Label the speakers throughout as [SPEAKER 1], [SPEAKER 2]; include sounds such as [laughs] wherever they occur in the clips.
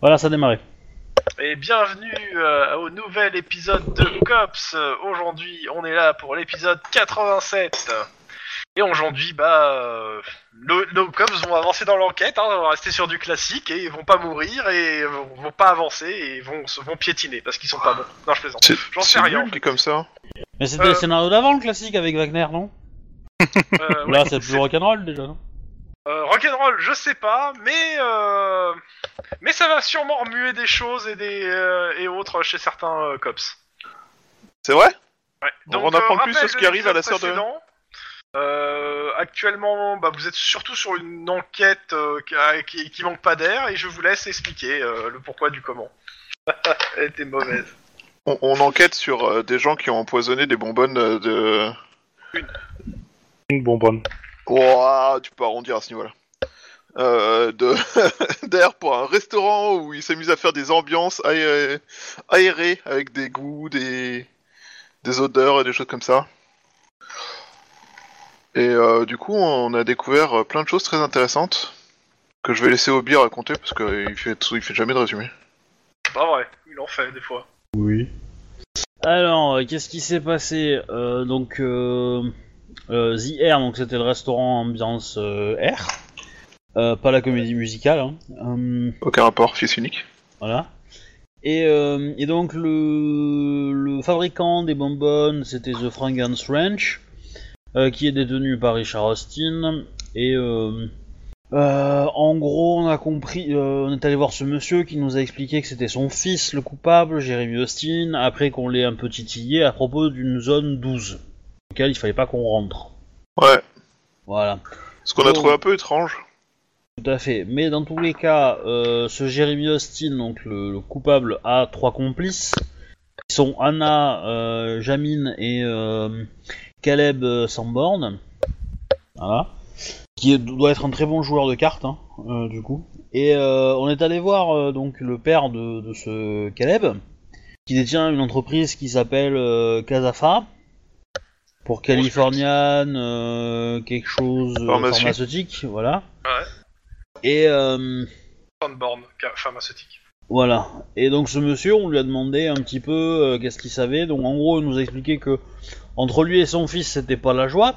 [SPEAKER 1] Voilà, ça a démarré.
[SPEAKER 2] Et bienvenue euh, au nouvel épisode de Cops. Euh, Aujourd'hui, on est là pour l'épisode 87. Et aujourd'hui, bah, euh, nos, nos cops vont avancer dans l'enquête, hein, vont rester sur du classique et ils vont pas mourir et vont, vont pas avancer et vont se vont piétiner parce qu'ils sont pas bons. Non, je plaisante.
[SPEAKER 3] C'est
[SPEAKER 2] J'en sais
[SPEAKER 3] c'est
[SPEAKER 2] rien.
[SPEAKER 3] nul qui est comme ça.
[SPEAKER 1] Mais c'était
[SPEAKER 2] Euh.
[SPEAKER 1] le scénario d'avant, le classique avec Wagner, non
[SPEAKER 2] Euh, ouais.
[SPEAKER 1] Là, c'est plus rock'n'roll déjà, non
[SPEAKER 2] Euh, rock'n'roll, je sais pas, mais euh, mais ça va sûrement remuer des choses et des euh, et autres chez certains euh, cops.
[SPEAKER 3] C'est vrai
[SPEAKER 2] Ouais.
[SPEAKER 3] On en apprend plus
[SPEAKER 2] euh, rappel
[SPEAKER 3] sur ce qui arrive à la
[SPEAKER 2] l'épisode
[SPEAKER 3] sœur de-
[SPEAKER 2] précédent. Euh, actuellement, bah, vous êtes surtout sur une enquête euh, qui, a- qui- qui manque pas d'air et je vous laisse expliquer euh, le pourquoi du comment. [laughs] Elle était mauvaise.
[SPEAKER 3] on, on enquête sur euh, des gens qui ont empoisonné des bonbonnes euh, de...
[SPEAKER 4] Une bonbonne.
[SPEAKER 3] Ouah, tu peux arrondir à ce niveau-là. Euh, de- [laughs] d'air pour un restaurant où ils s'amusent à faire des ambiances aé- aérées avec des goûts, des, des odeurs et des choses comme ça. Et euh, du coup, on a découvert euh, plein de choses très intéressantes que je vais laisser Obi raconter parce qu'il fait, il fait jamais de résumé.
[SPEAKER 2] C'est Pas vrai, il en fait des fois.
[SPEAKER 4] Oui.
[SPEAKER 1] Alors, euh, qu'est-ce qui s'est passé Euh, Donc, euh, euh, The Air, donc c'était le restaurant ambiance euh, air, Euh, pas la comédie musicale. hein. Hum,
[SPEAKER 3] Aucun rapport, fils unique.
[SPEAKER 1] Voilà. Et, euh, et donc le, le fabricant des bonbonnes, c'était The Fragrance Ranch, euh, qui est détenu par Richard Austin. Et euh, euh, en gros, on a compris, euh, on est allé voir ce monsieur qui nous a expliqué que c'était son fils le coupable, Jeremy Austin, après qu'on l'ait un peu titillé à propos d'une zone 12, auquel il fallait pas qu'on rentre.
[SPEAKER 3] Ouais,
[SPEAKER 1] Voilà.
[SPEAKER 3] ce qu'on a
[SPEAKER 1] Oh.
[SPEAKER 3] trouvé un peu étrange.
[SPEAKER 1] Tout à fait. Mais dans tous les cas, euh, ce Jeremy Austin, donc le, le coupable, a trois complices. Qui sont Anna, euh, Jamine et euh, Caleb euh, Sanborn. Voilà. Qui est- doit être un très bon joueur de cartes, hein, euh, du coup. Et euh, on est allé voir euh, donc le père de, de ce Caleb, qui détient une entreprise qui s'appelle euh, Casafa. Pour Californian, euh, quelque chose euh,
[SPEAKER 3] Pharmacie.
[SPEAKER 1] pharmaceutique, voilà.
[SPEAKER 2] Ouais.
[SPEAKER 1] Et euh,
[SPEAKER 2] Sandborn, ca- pharmaceutique.
[SPEAKER 1] voilà. Et donc ce monsieur, on lui a demandé un petit peu euh, qu'est-ce qu'il savait. Donc en gros, il nous a expliqué que entre lui et son fils, c'était pas la joie,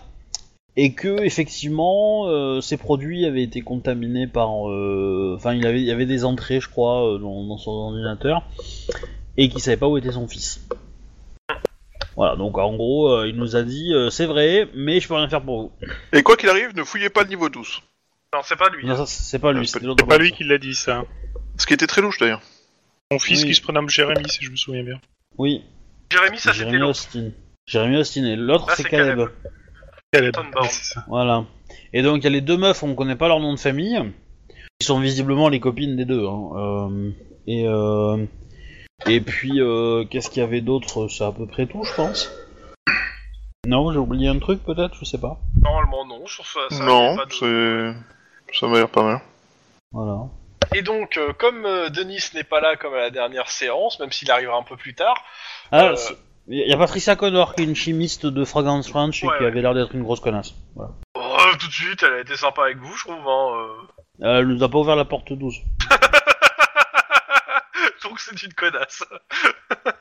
[SPEAKER 1] et que effectivement, euh, ses produits avaient été contaminés par, euh, enfin, il avait, il y avait des entrées, je crois, euh, dans, dans son ordinateur, et qu'il savait pas où était son fils. Voilà. Donc en gros, euh, il nous a dit, euh, c'est vrai, mais je peux rien faire pour vous.
[SPEAKER 3] Et quoi qu'il arrive, ne fouillez pas le niveau 12.
[SPEAKER 2] Non, c'est pas lui.
[SPEAKER 1] Non, ça, c'est pas lui,
[SPEAKER 3] C'est
[SPEAKER 1] c'est
[SPEAKER 4] C'est
[SPEAKER 1] l'autre.
[SPEAKER 4] pas
[SPEAKER 1] pote.
[SPEAKER 4] lui qui l'a dit ça.
[SPEAKER 3] Ce qui était très louche d'ailleurs.
[SPEAKER 4] Son fils
[SPEAKER 1] Oui.
[SPEAKER 4] qui se prénomme Jérémy, si je me souviens bien.
[SPEAKER 1] Oui.
[SPEAKER 2] Jérémy, ça c'était
[SPEAKER 1] Jérémy
[SPEAKER 2] l'autre.
[SPEAKER 1] Austin. Jérémy Austin et l'autre
[SPEAKER 2] Là,
[SPEAKER 1] c'est
[SPEAKER 2] c'est
[SPEAKER 1] Caleb.
[SPEAKER 2] Caleb.
[SPEAKER 4] Caleb.
[SPEAKER 2] Thornborn.
[SPEAKER 4] Ouais, c'est ça.
[SPEAKER 1] Voilà. Et donc il y a les deux meufs, on connaît pas leur nom de famille, qui sont visiblement les copines des deux. hein. Euh, et euh, et puis euh, qu'est-ce qu'il y avait d'autre C'est à peu près tout, je pense. Non, j'ai oublié un truc peut-être, je sais pas.
[SPEAKER 2] Normalement, non. Sur ça, ça, y a
[SPEAKER 3] non,
[SPEAKER 2] pas de-
[SPEAKER 3] c'est- ça m'a l'air
[SPEAKER 2] [laughs]
[SPEAKER 3] pas mal.
[SPEAKER 1] Voilà.
[SPEAKER 2] Et donc, euh, comme euh, Denis n'est pas là comme à la dernière séance, même s'il arrivera un peu plus tard,
[SPEAKER 1] Ah,
[SPEAKER 2] Euh,
[SPEAKER 1] c'est- il y a Patricia Connor qui est une chimiste de Fragrance Ranch et
[SPEAKER 2] Ouais,
[SPEAKER 1] qui avait l'air d'être une grosse connasse. Voilà.
[SPEAKER 2] oh, tout de suite, elle a été sympa avec vous, je trouve. Hein,
[SPEAKER 1] Elle nous a pas ouvert la porte 12.
[SPEAKER 2] euh. [laughs] donc c'est une connasse.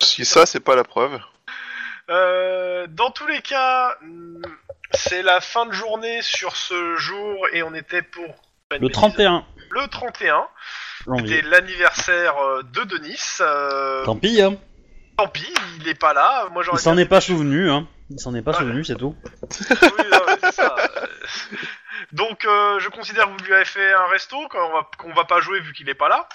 [SPEAKER 3] Si ça, c'est pas la preuve.
[SPEAKER 2] Euh, dans tous les cas, hmm, c'est la fin de journée sur ce jour et on était pour
[SPEAKER 1] Le 31
[SPEAKER 2] le 31,
[SPEAKER 1] janvier.
[SPEAKER 2] c'était l'anniversaire euh, de Denis. euh,
[SPEAKER 1] Tant pis, hein.
[SPEAKER 2] tant pis, il est pas là. Moi
[SPEAKER 1] Il
[SPEAKER 2] j'aurais.
[SPEAKER 1] s'en
[SPEAKER 2] bien-
[SPEAKER 1] est pas souvenu, hein. Il s'en est pas
[SPEAKER 2] Ah.
[SPEAKER 1] souvenu, c'est tout.
[SPEAKER 2] Oui, non, mais c'est ça. [laughs] Donc euh, je considère que vous lui avez fait un resto qu'on va qu'on va pas jouer vu qu'il est pas là.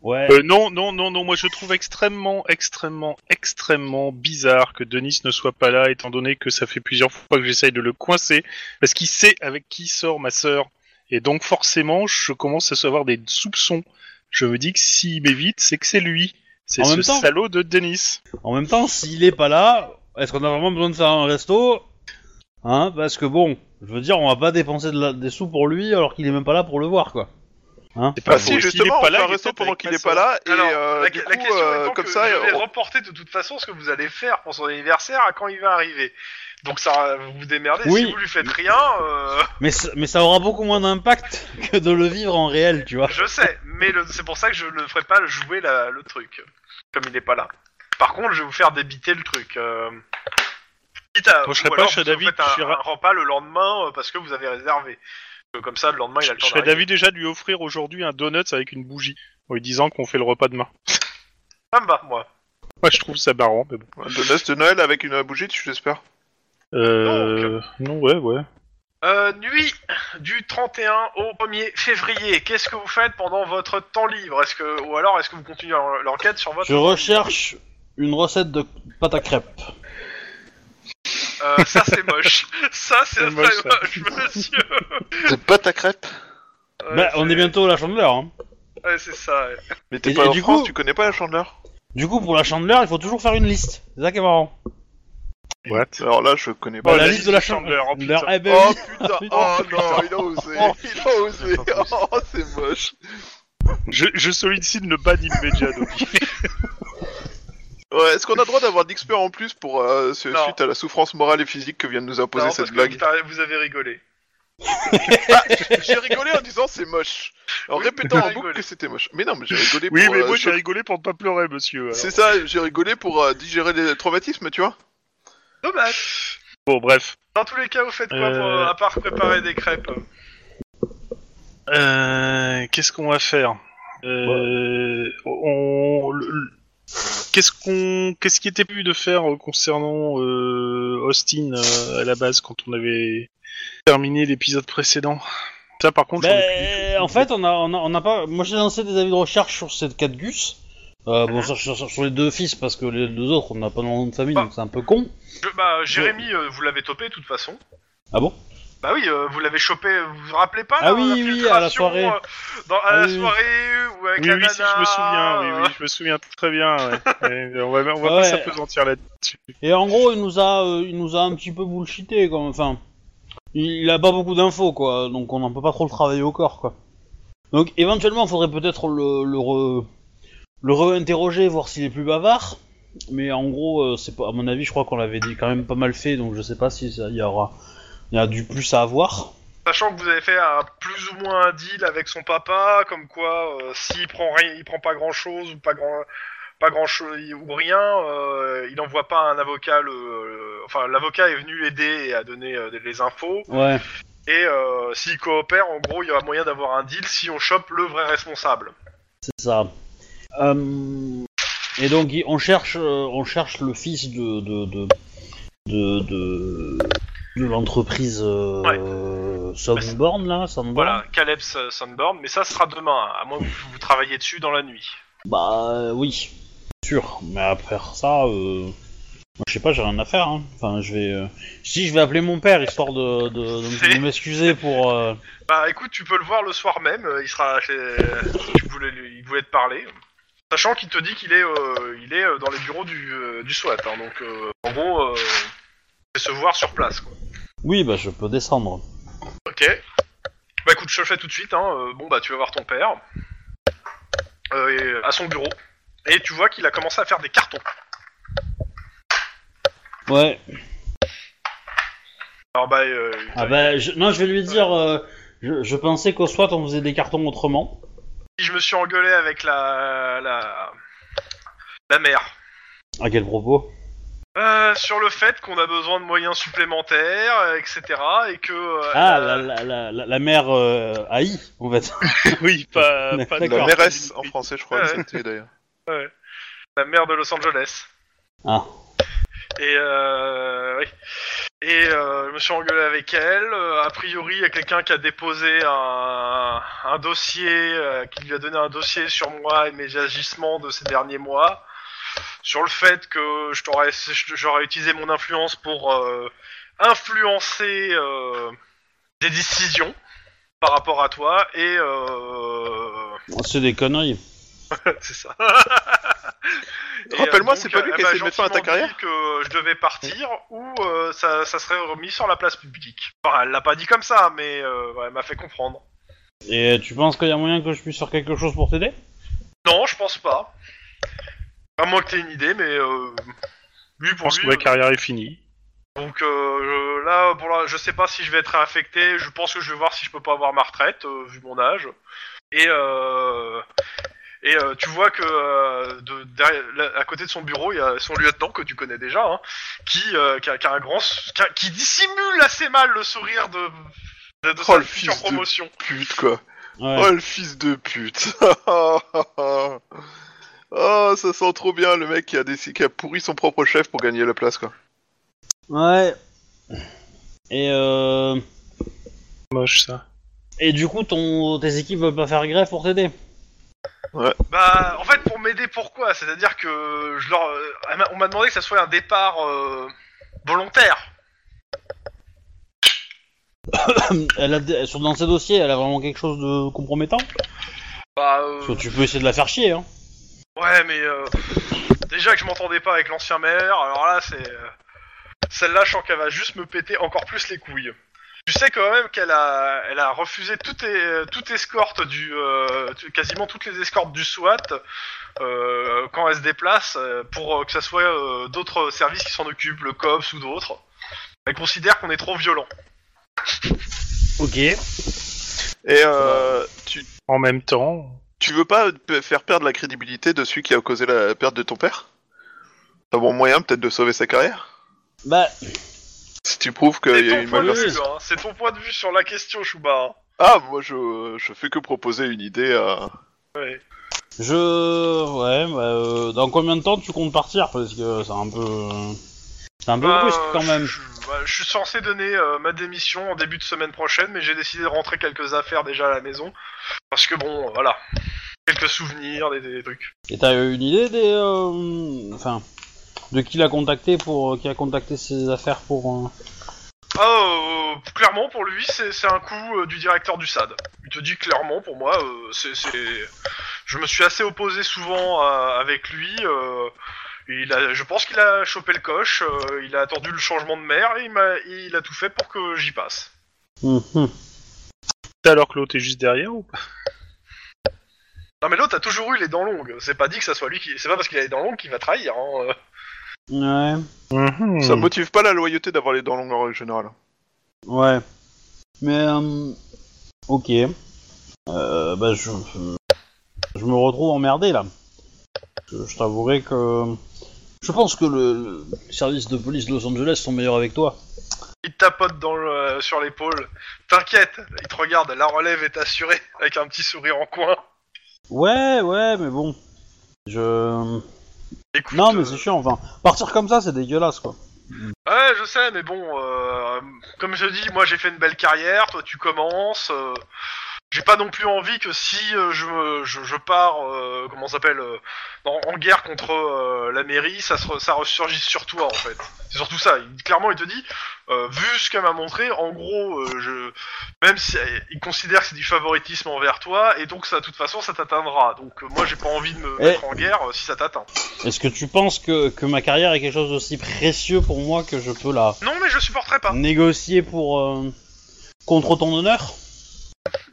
[SPEAKER 1] Ouais.
[SPEAKER 4] Euh, non, non, non, non, moi je trouve extrêmement, extrêmement, extrêmement bizarre que Denis ne soit pas là, étant donné que ça fait plusieurs fois que j'essaye de le coincer, parce qu'il sait avec qui sort ma sœur. Et donc forcément, je commence à avoir des soupçons. Je me dis que s'il m'évite, c'est que c'est lui. C'est
[SPEAKER 1] En
[SPEAKER 4] ce
[SPEAKER 1] même temps-
[SPEAKER 4] salaud de Denis.
[SPEAKER 3] Bah,
[SPEAKER 1] En même temps, s'il est pas là, est-ce qu'on a vraiment besoin de faire un resto Hein Parce que bon, je veux dire, on va pas dépenser de la- des sous pour lui alors qu'il est même pas là pour le voir, quoi. Hein
[SPEAKER 4] C'est
[SPEAKER 3] Bah
[SPEAKER 4] pas
[SPEAKER 3] si,
[SPEAKER 4] faux. S'il est
[SPEAKER 3] justement,
[SPEAKER 4] pas
[SPEAKER 3] on
[SPEAKER 4] là,
[SPEAKER 3] fait un
[SPEAKER 4] il
[SPEAKER 3] resto
[SPEAKER 4] était
[SPEAKER 3] pendant
[SPEAKER 4] avec
[SPEAKER 3] qu'il
[SPEAKER 4] ma
[SPEAKER 3] est
[SPEAKER 4] sœur.
[SPEAKER 3] pas là, et
[SPEAKER 2] Alors,
[SPEAKER 3] euh,
[SPEAKER 2] la,
[SPEAKER 3] du
[SPEAKER 2] la
[SPEAKER 3] coup,
[SPEAKER 2] question
[SPEAKER 3] euh,
[SPEAKER 2] étant
[SPEAKER 3] comme
[SPEAKER 2] que
[SPEAKER 3] ça,
[SPEAKER 2] je vais
[SPEAKER 3] on-
[SPEAKER 2] reporter de toute façon ce que vous allez faire pour son anniversaire à quand il va arriver. Donc ça, vous vous démerdez.
[SPEAKER 1] Oui.
[SPEAKER 2] Si vous lui faites rien, euh,
[SPEAKER 1] Mais, ça- mais ça aura beaucoup moins d'impact [laughs] que de le vivre en réel, tu vois.
[SPEAKER 2] je sais. Mais le- c'est pour ça que je ne ferai pas jouer la- le truc, comme il n'est pas là. Par contre, je vais vous faire débiter le truc. euh, quitte à-
[SPEAKER 4] Moi, je serais
[SPEAKER 2] ou
[SPEAKER 4] pas
[SPEAKER 2] alors
[SPEAKER 4] chez
[SPEAKER 2] vous
[SPEAKER 4] David,
[SPEAKER 2] faites un,
[SPEAKER 4] je serais-
[SPEAKER 2] un repas le lendemain euh, parce que vous avez réservé. Euh, Comme ça, le lendemain, il a le
[SPEAKER 4] Je
[SPEAKER 2] temps
[SPEAKER 4] serais
[SPEAKER 2] d'arriver.
[SPEAKER 4] d'avis déjà de lui offrir aujourd'hui un donuts avec une bougie, en lui disant qu'on fait le repas demain.
[SPEAKER 2] Ça me va, moi.
[SPEAKER 4] Moi, je trouve ça marrant, mais bon.
[SPEAKER 3] Un donut de Noël avec une bougie dessus, j'espère.
[SPEAKER 4] Euh... Non, ouais, ouais.
[SPEAKER 2] Euh, nuit du 31 au 1er février, qu'est-ce que vous faites pendant votre temps libre Est-ce que ou alors est-ce que vous continuez l'en- l'enquête sur votre
[SPEAKER 1] Je recherche une recette de pâte à crêpes.
[SPEAKER 4] [laughs]
[SPEAKER 2] Euh, ça c'est moche. Ça c'est
[SPEAKER 4] C'est moche,
[SPEAKER 2] très
[SPEAKER 4] ça.
[SPEAKER 2] moche, monsieur.
[SPEAKER 3] C'est pas ta crêpe.
[SPEAKER 2] Ouais,
[SPEAKER 1] bah, on est bientôt à la chandeleur. Hein.
[SPEAKER 2] Ouais, c'est ça. ouais.
[SPEAKER 3] Mais t'es
[SPEAKER 1] Et-
[SPEAKER 3] pas
[SPEAKER 1] et
[SPEAKER 3] en
[SPEAKER 1] du
[SPEAKER 3] France,
[SPEAKER 1] coup-
[SPEAKER 3] tu connais pas la chandeleur.
[SPEAKER 1] Du coup, pour la chandeleur, il faut toujours faire une liste. C'est ça qui est marrant.
[SPEAKER 4] What
[SPEAKER 3] Alors là, je connais
[SPEAKER 1] Bah,
[SPEAKER 3] pas.
[SPEAKER 4] Oh,
[SPEAKER 1] la,
[SPEAKER 4] la
[SPEAKER 1] liste
[SPEAKER 4] liste
[SPEAKER 1] de la
[SPEAKER 4] du chandeleur,
[SPEAKER 1] chandeleur.
[SPEAKER 4] oh, putain.
[SPEAKER 1] eh ben
[SPEAKER 3] Oh
[SPEAKER 1] oui.
[SPEAKER 3] putain, oh non, il a osé, il a osé, oh c'est moche.
[SPEAKER 4] je, je sollicite le ban immédiat,
[SPEAKER 2] [laughs]
[SPEAKER 4] Dobby.
[SPEAKER 3] Ouais, est-ce qu'on a le droit d'avoir d'XP en plus pour euh, ce-
[SPEAKER 2] Non.
[SPEAKER 3] suite à la souffrance morale et physique que vient de nous imposer
[SPEAKER 2] Non, parce
[SPEAKER 3] cette
[SPEAKER 2] que
[SPEAKER 3] blague
[SPEAKER 2] vous avez- Vous avez rigolé.
[SPEAKER 3] J'ai rigolé en disant c'est moche, en
[SPEAKER 2] Oui, t'as
[SPEAKER 3] répétant en boucle
[SPEAKER 2] rigolé.
[SPEAKER 3] que c'était moche. Mais non, mais j'ai rigolé
[SPEAKER 4] Oui,
[SPEAKER 3] pour.
[SPEAKER 4] mais
[SPEAKER 3] euh,
[SPEAKER 4] moi,
[SPEAKER 3] cho-
[SPEAKER 4] j'ai rigolé pour ne pas pleurer, monsieur. alors.
[SPEAKER 3] C'est ça, j'ai rigolé pour euh, digérer les traumatismes, tu vois.
[SPEAKER 2] Dommage.
[SPEAKER 4] Bon, bref.
[SPEAKER 2] Dans tous les cas, vous faites quoi pour,
[SPEAKER 4] Euh.
[SPEAKER 2] à part préparer des crêpes
[SPEAKER 4] Euh, Qu'est-ce qu'on va faire euh, on... le- le- Qu'est-ce qu'on, qu'est-ce qui était prévu de faire euh, concernant euh, Austin euh, à la base quand on avait terminé l'épisode précédent Ça, par contre, j'en ai plus du tout.
[SPEAKER 1] Ben, en fait, on a, on a, on a pas. Moi, j'ai lancé des avis de recherche sur cette 4 gus. Euh, bon, sur, sur- sur les deux fils, parce que les deux autres, on n'a pas de nom de famille, donc c'est un peu con.
[SPEAKER 2] Je- Bah, Jérémy, euh, vous l'avez topé de toute façon.
[SPEAKER 1] Ah bon
[SPEAKER 2] Bah oui, euh, vous l'avez chopé, vous vous rappelez pas là,
[SPEAKER 1] Ah oui,
[SPEAKER 2] la
[SPEAKER 1] oui,
[SPEAKER 2] filtration,
[SPEAKER 1] à la soirée.
[SPEAKER 2] euh, dans, à
[SPEAKER 1] Ah
[SPEAKER 2] la
[SPEAKER 1] oui, oui.
[SPEAKER 2] soirée, ou avec
[SPEAKER 4] Oui,
[SPEAKER 2] la
[SPEAKER 4] oui, si, je me
[SPEAKER 2] nana,
[SPEAKER 4] souviens, oui,
[SPEAKER 2] euh,
[SPEAKER 4] oui, je me souviens très bien. ouais.
[SPEAKER 2] [laughs]
[SPEAKER 4] Ouais, on va, on va
[SPEAKER 1] Ouais.
[SPEAKER 4] pas s'apesantir là-dessus.
[SPEAKER 1] Et en gros, il nous a, euh, il nous a un petit peu bullshité, quoi. Enfin, il, il a pas beaucoup d'infos, quoi. Donc, on n'en peut pas trop le travailler au corps, quoi. Donc, éventuellement, faudrait peut-être le, le re, le re-interroger, voir s'il est plus bavard. Mais en gros, euh, c'est pas, à mon avis, je crois qu'on l'avait dit quand même pas mal fait, donc je sais pas si ça- il y aura, il y a du plus à avoir.
[SPEAKER 2] Sachant que vous avez fait un plus ou moins un deal avec son papa, comme quoi euh, s'il prend rien, il prend pas grand chose ou pas grand, pas grand chose ou rien, euh, il envoie pas un avocat. Le, le- enfin, l'avocat est venu l'aider et a donné euh, les infos.
[SPEAKER 1] Ouais.
[SPEAKER 2] Et euh, s'il coopère, en gros, il y aura moyen d'avoir un deal si on chope le vrai responsable.
[SPEAKER 1] C'est ça. Euh, et donc il- on cherche, euh, on cherche le fils de de de de, de- de l'entreprise euh, Sunborn là, Sunborn.
[SPEAKER 2] Voilà, Caleb S- Sunborn. Mais ça sera demain, à moins que vous, vous travailliez dessus dans la nuit.
[SPEAKER 1] Bah euh, oui, sûr. Mais après ça, euh, moi, je sais pas, j'ai rien à faire. hein. Enfin, je vais, euh, si je vais appeler mon père histoire de de, de- de m'excuser pour. euh,
[SPEAKER 2] Bah écoute, tu peux le voir le soir même. euh, Il sera chez. Tu voulais, lui- il voulait te parler. Sachant qu'il te dit qu'il est, euh, il est euh, dans les bureaux du, euh, du SWAT. hein, donc euh, en gros, euh, c'est se voir sur place. Quoi.
[SPEAKER 1] Oui, bah je peux descendre.
[SPEAKER 2] Ok. Bah écoute, je le fais tout de suite. Hein. euh, Bon bah tu vas voir ton père euh, et, euh, à son bureau. Et tu vois qu'il a commencé à faire des cartons.
[SPEAKER 1] Ouais.
[SPEAKER 2] Alors bah. euh,
[SPEAKER 1] Ah bah je- non, je vais lui dire. euh, je, je pensais qu'au SWAT on faisait des cartons autrement.
[SPEAKER 2] si je me suis engueulé avec la la la mère.
[SPEAKER 1] À quel propos
[SPEAKER 2] Euh, sur le fait qu'on a besoin de moyens supplémentaires, euh, etc. Et que. euh,
[SPEAKER 1] Ah,
[SPEAKER 2] la-
[SPEAKER 1] la, la, la, la, la mère euh, AI, en fait. [laughs]
[SPEAKER 4] Oui, pas, pas
[SPEAKER 1] D'accord.
[SPEAKER 3] La
[SPEAKER 4] d'accord.
[SPEAKER 3] mairesse en français, je crois que
[SPEAKER 2] Ouais.
[SPEAKER 3] c'était d'ailleurs.
[SPEAKER 2] la mère de Los Angeles.
[SPEAKER 1] Ah.
[SPEAKER 2] Et euh, oui. Et euh, je me suis engueulé avec elle. Euh, a priori, il y a quelqu'un qui a déposé un, un dossier, euh, qui lui a donné un dossier sur moi et mes agissements de ces derniers mois, sur le fait que je t'aurais, je- j'aurais utilisé mon influence pour euh, influencer euh, des décisions par rapport à toi et euh,
[SPEAKER 1] oh, C'est des conneries.
[SPEAKER 2] c'est ça. [laughs] Et,
[SPEAKER 3] Rappelle-moi,
[SPEAKER 2] euh,
[SPEAKER 3] c'est
[SPEAKER 2] donc,
[SPEAKER 3] pas lui
[SPEAKER 2] elle
[SPEAKER 3] qui a
[SPEAKER 2] m'a
[SPEAKER 3] essayé de mettre fin à ta
[SPEAKER 2] gentiment
[SPEAKER 3] carrière
[SPEAKER 2] dit que je devais partir ou euh, ça, ça serait remis sur la place publique. Enfin, elle l'a pas dit comme ça, mais euh, elle m'a fait comprendre.
[SPEAKER 1] Et tu penses qu'il y a moyen que je puisse faire quelque chose pour t'aider
[SPEAKER 2] Non, je pense pas. À moins que t'aies une idée, mais euh, lui
[SPEAKER 4] Je
[SPEAKER 2] pour
[SPEAKER 4] pense que
[SPEAKER 2] lui.
[SPEAKER 4] ma
[SPEAKER 2] euh,
[SPEAKER 4] carrière est finie.
[SPEAKER 2] Donc euh, je- là, pour la- je sais pas si je vais être affecté. Je pense que je vais voir si je peux pas avoir ma retraite euh, vu mon âge. Et euh, et euh, tu vois que euh, de, derrière- là, à côté de son bureau, il y a son lieutenant que tu connais déjà, hein, qui, euh, qui, a, qui a un grand, s- qui, a- qui dissimule assez mal le sourire de de, de
[SPEAKER 3] Oh,
[SPEAKER 2] sa
[SPEAKER 3] le
[SPEAKER 2] future
[SPEAKER 3] fils de-
[SPEAKER 2] promotion.
[SPEAKER 3] Pute, quoi.
[SPEAKER 1] Ouais.
[SPEAKER 3] Oh, le fils de pute. [laughs] oh, ça sent trop bien le mec qui a, décidé, qui a pourri son propre chef pour gagner la place, quoi.
[SPEAKER 1] Ouais. Et euh...
[SPEAKER 4] Moche ça.
[SPEAKER 1] et du coup, ton tes équipes veulent pas faire grève pour t'aider. [clears throat]
[SPEAKER 2] Bah, en fait, pour m'aider, pourquoi C'est-à-dire que je leur, euh, on m'a demandé que ça soit un départ euh, volontaire.
[SPEAKER 1] elle a elle- sur dans ses dossiers, elle a vraiment quelque chose de compromettant.
[SPEAKER 2] Bah, euh,
[SPEAKER 1] Parce que tu peux essayer de la faire chier. Hein.
[SPEAKER 2] Ouais, mais euh, déjà que je m'entendais pas avec l'ancien maire, alors là, c'est. euh, Celle-là, je sens qu'elle va juste me péter encore plus les couilles. Tu sais quand même qu'elle a, elle a refusé toute, es- toute escorte du, euh, tu- quasiment toutes les escortes du SWAT euh, quand elle se déplace euh, pour euh, que ça soit euh, d'autres services qui s'en occupent, le COPS ou d'autres. Elle considère qu'on est trop violent.
[SPEAKER 1] Ok.
[SPEAKER 3] Et euh, tu,
[SPEAKER 4] En même temps,
[SPEAKER 3] tu veux pas p- faire perdre la crédibilité de celui qui a causé la perte de ton père T'as bon moyen peut-être de sauver sa carrière
[SPEAKER 1] Bah,
[SPEAKER 3] Si tu prouves
[SPEAKER 2] C'est
[SPEAKER 3] qu'il y a
[SPEAKER 2] ton
[SPEAKER 3] une
[SPEAKER 2] point de
[SPEAKER 1] malversation.
[SPEAKER 2] vue, hein. c'est ton point de vue sur la question, Chouba. hein.
[SPEAKER 3] Ah, moi je, je fais que proposer une idée à.
[SPEAKER 2] Ouais.
[SPEAKER 1] je ouais. Bah, euh, dans combien de temps tu comptes partir Parce que c'est un peu euh, c'est un peu
[SPEAKER 2] Bah,
[SPEAKER 1] brusque quand même.
[SPEAKER 2] Je, je- bah, je suis censé donner euh, ma démission en début de semaine prochaine, mais j'ai décidé de rentrer quelques affaires déjà à la maison. Parce que bon, euh, voilà. Quelques souvenirs, des, des trucs.
[SPEAKER 1] Et t'as eu une idée des euh, enfin de qui l'a contacté pour euh, qui a contacté ses affaires pour. euh,
[SPEAKER 2] Ah, euh, clairement, pour lui, c'est c'est un coup euh, du directeur du SAD. Il te dit clairement, pour moi, euh, c'est. c'est- Je me suis assez opposé souvent à- avec lui. euh, il a, je pense qu'il a chopé le coche, euh, il a attendu le changement de maire et il, m'a- il a tout fait pour que j'y passe.
[SPEAKER 1] mhm.
[SPEAKER 4] alors que l'autre est juste derrière ou pas
[SPEAKER 2] Non mais l'autre a toujours eu les dents longues. C'est pas dit que ça soit lui qui. C'est pas parce qu'il a les dents longues qu'il va trahir. Hein. euh.
[SPEAKER 1] Ouais. Mhm. Hmm.
[SPEAKER 3] Ça motive pas la loyauté d'avoir les dents longues en règle générale.
[SPEAKER 1] Ouais. Mais euh, ok. Euh, bah je je me retrouve emmerdé là. Je, je t'avouerai que je pense que le, le service de police de Los Angeles sont meilleurs avec toi.
[SPEAKER 2] Il te tapote dans le- euh, sur l'épaule. T'inquiète. Il te regarde. La relève est assurée avec un petit sourire en coin.
[SPEAKER 1] Ouais, ouais, mais bon. Je
[SPEAKER 2] Écoute,
[SPEAKER 1] non, mais c'est
[SPEAKER 2] euh,
[SPEAKER 1] chiant. Enfin, partir comme ça, c'est dégueulasse quoi.
[SPEAKER 2] Ouais, je sais, mais bon, euh, comme je dis, moi j'ai fait une belle carrière, toi tu commences. euh, j'ai pas non plus envie que si euh, je, me- je, je pars, euh, comment ça s'appelle, euh, dans- en guerre contre euh, la mairie, ça, se re- ça ressurgisse sur toi en fait. C'est surtout ça. Il- clairement, il te dit, euh, vu ce qu'elle m'a montré, en gros, euh, je, même si euh, il considère que c'est du favoritisme envers toi, et donc ça, de toute façon, ça t'atteindra. Donc euh, moi j'ai pas envie de me
[SPEAKER 1] Eh.
[SPEAKER 2] mettre en guerre euh, si ça t'atteint.
[SPEAKER 1] Est-ce que tu penses que que ma carrière est quelque chose d'aussi précieux pour moi que je peux la
[SPEAKER 2] Non, mais je supporterai pas.
[SPEAKER 1] négocier pour euh, contre ton honneur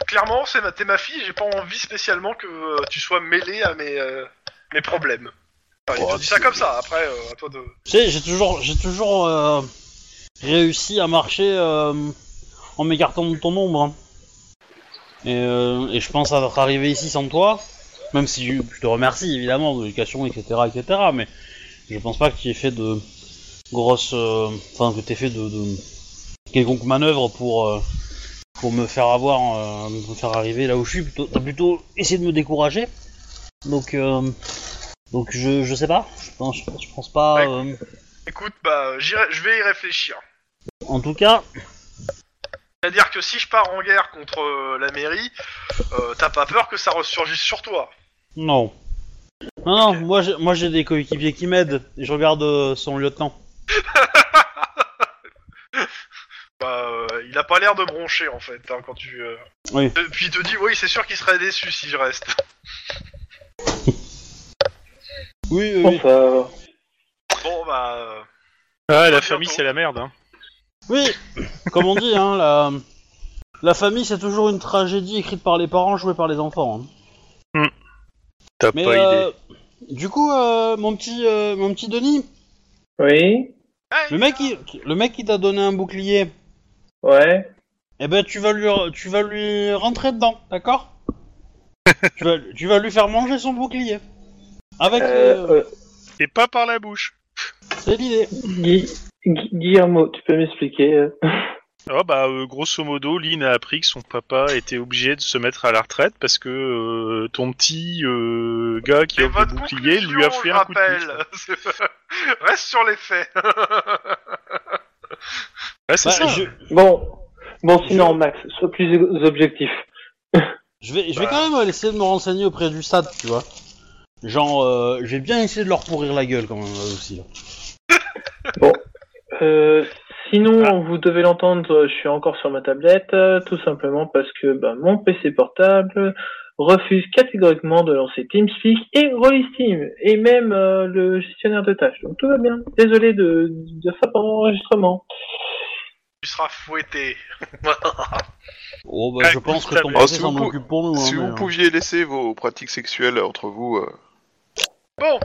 [SPEAKER 2] clairement, c'est ma, t'es ma fille, j'ai pas envie spécialement que euh, tu sois mêlée à mes, euh, mes problèmes. Enfin, il
[SPEAKER 1] Oh,
[SPEAKER 2] te dit ça
[SPEAKER 1] c'est-
[SPEAKER 2] comme ça, après, euh, à toi de.
[SPEAKER 1] Tu sais, j'ai toujours, j'ai toujours euh, réussi à marcher euh, en m'écartant de ton ombre. hein. Et, euh, et je pense être arrivé ici sans toi, même si je, je te remercie évidemment de l'éducation, etc., etc. Mais je pense pas que tu aies fait de grosses, euh, enfin que t'aies fait de, de quelconque manœuvre pour euh, pour me faire avoir, euh, me faire arriver là où je suis. Plutôt- T'as plutôt essayé de me décourager. Donc euh, donc je, je sais pas. Je pense, je pense- je pense pas.
[SPEAKER 2] Ouais.
[SPEAKER 1] euh,
[SPEAKER 2] Écoute, bah, j'irai- je vais y réfléchir.
[SPEAKER 1] en tout cas,
[SPEAKER 2] C'est-à-dire que si je pars en guerre contre euh, la mairie, euh, t'as pas peur que ça ressurgisse sur toi.
[SPEAKER 1] non. Non, non,
[SPEAKER 2] Ok.
[SPEAKER 1] moi j'ai- moi j'ai des coéquipiers qui m'aident et je regarde euh, son lieutenant.
[SPEAKER 2] Bah, euh, il a pas l'air de broncher en fait, hein, quand tu. euh,
[SPEAKER 1] Oui.
[SPEAKER 2] Et puis il te dit, oui, c'est sûr qu'il serait déçu si je reste. [laughs]
[SPEAKER 1] Oui,
[SPEAKER 5] Bon,
[SPEAKER 1] oui,
[SPEAKER 4] Oh.
[SPEAKER 1] oui.
[SPEAKER 5] ça...
[SPEAKER 2] Bon, bah. euh,
[SPEAKER 4] Ah,
[SPEAKER 2] À
[SPEAKER 4] la
[SPEAKER 2] bientôt.
[SPEAKER 4] famille, c'est la merde. Hein.
[SPEAKER 1] Oui, comme on dit, hein, la, La famille, c'est toujours une tragédie écrite par les parents, jouée par les enfants. hein.
[SPEAKER 4] Hmm. T'as
[SPEAKER 1] Mais
[SPEAKER 4] pas idée.
[SPEAKER 1] euh, du coup, euh, mon petit, euh, mon petit Denis,
[SPEAKER 5] Oui
[SPEAKER 1] le mec, qui, le mec qui t'a donné un bouclier,
[SPEAKER 5] Ouais
[SPEAKER 1] eh ben tu vas lui, tu vas lui rentrer dedans,
[SPEAKER 4] [laughs]
[SPEAKER 1] d'accord tu, vas, tu vas lui faire manger son bouclier. Avec,
[SPEAKER 5] euh,
[SPEAKER 1] euh,
[SPEAKER 5] euh,
[SPEAKER 4] Et pas par la bouche.
[SPEAKER 1] c'est l'idée.
[SPEAKER 5] Gui- Gui- Guillermo, tu peux m'expliquer euh
[SPEAKER 4] Ah bah euh, grosso modo, Lynn a appris que son papa était obligé de se mettre à la retraite parce que euh, ton petit euh, gars qui
[SPEAKER 2] Et
[SPEAKER 4] a le
[SPEAKER 2] votre
[SPEAKER 4] bouclier
[SPEAKER 2] conclusion,
[SPEAKER 4] lui a fait
[SPEAKER 2] je
[SPEAKER 4] un coup de
[SPEAKER 2] rappelle.
[SPEAKER 4] pouce.
[SPEAKER 2] [laughs] Reste sur les faits.
[SPEAKER 4] Ouais, c'est
[SPEAKER 1] Bah,
[SPEAKER 4] ça.
[SPEAKER 1] je,
[SPEAKER 5] Bon, bon
[SPEAKER 1] Je-
[SPEAKER 5] sinon Max, sois plus objectif.
[SPEAKER 1] je vais, je vais
[SPEAKER 4] Bah.
[SPEAKER 1] quand même essayer de me renseigner auprès du SAD, tu vois. Genre, euh, je vais bien essayer de leur pourrir la gueule quand même euh, aussi. là.
[SPEAKER 5] Euh, sinon, vous devez l'entendre, je suis encore sur ma tablette, euh, tout simplement parce que bah, mon PC portable refuse catégoriquement de lancer TeamSpeak et Rollisteam, et même euh, le gestionnaire de tâches. Donc tout va bien. Désolé de de dire ça pendant l'enregistrement.
[SPEAKER 2] tu seras fouetté.
[SPEAKER 1] Oh bah,
[SPEAKER 4] Ah,
[SPEAKER 1] je pense que ton
[SPEAKER 4] tablette.
[SPEAKER 3] Ah,
[SPEAKER 1] passé
[SPEAKER 3] si
[SPEAKER 1] s'en
[SPEAKER 3] vous pou-
[SPEAKER 1] occupe pour nous. hein,
[SPEAKER 3] Si
[SPEAKER 1] mais,
[SPEAKER 3] vous
[SPEAKER 1] euh,
[SPEAKER 3] pouviez laisser vos pratiques sexuelles entre vous. euh,
[SPEAKER 2] Bon,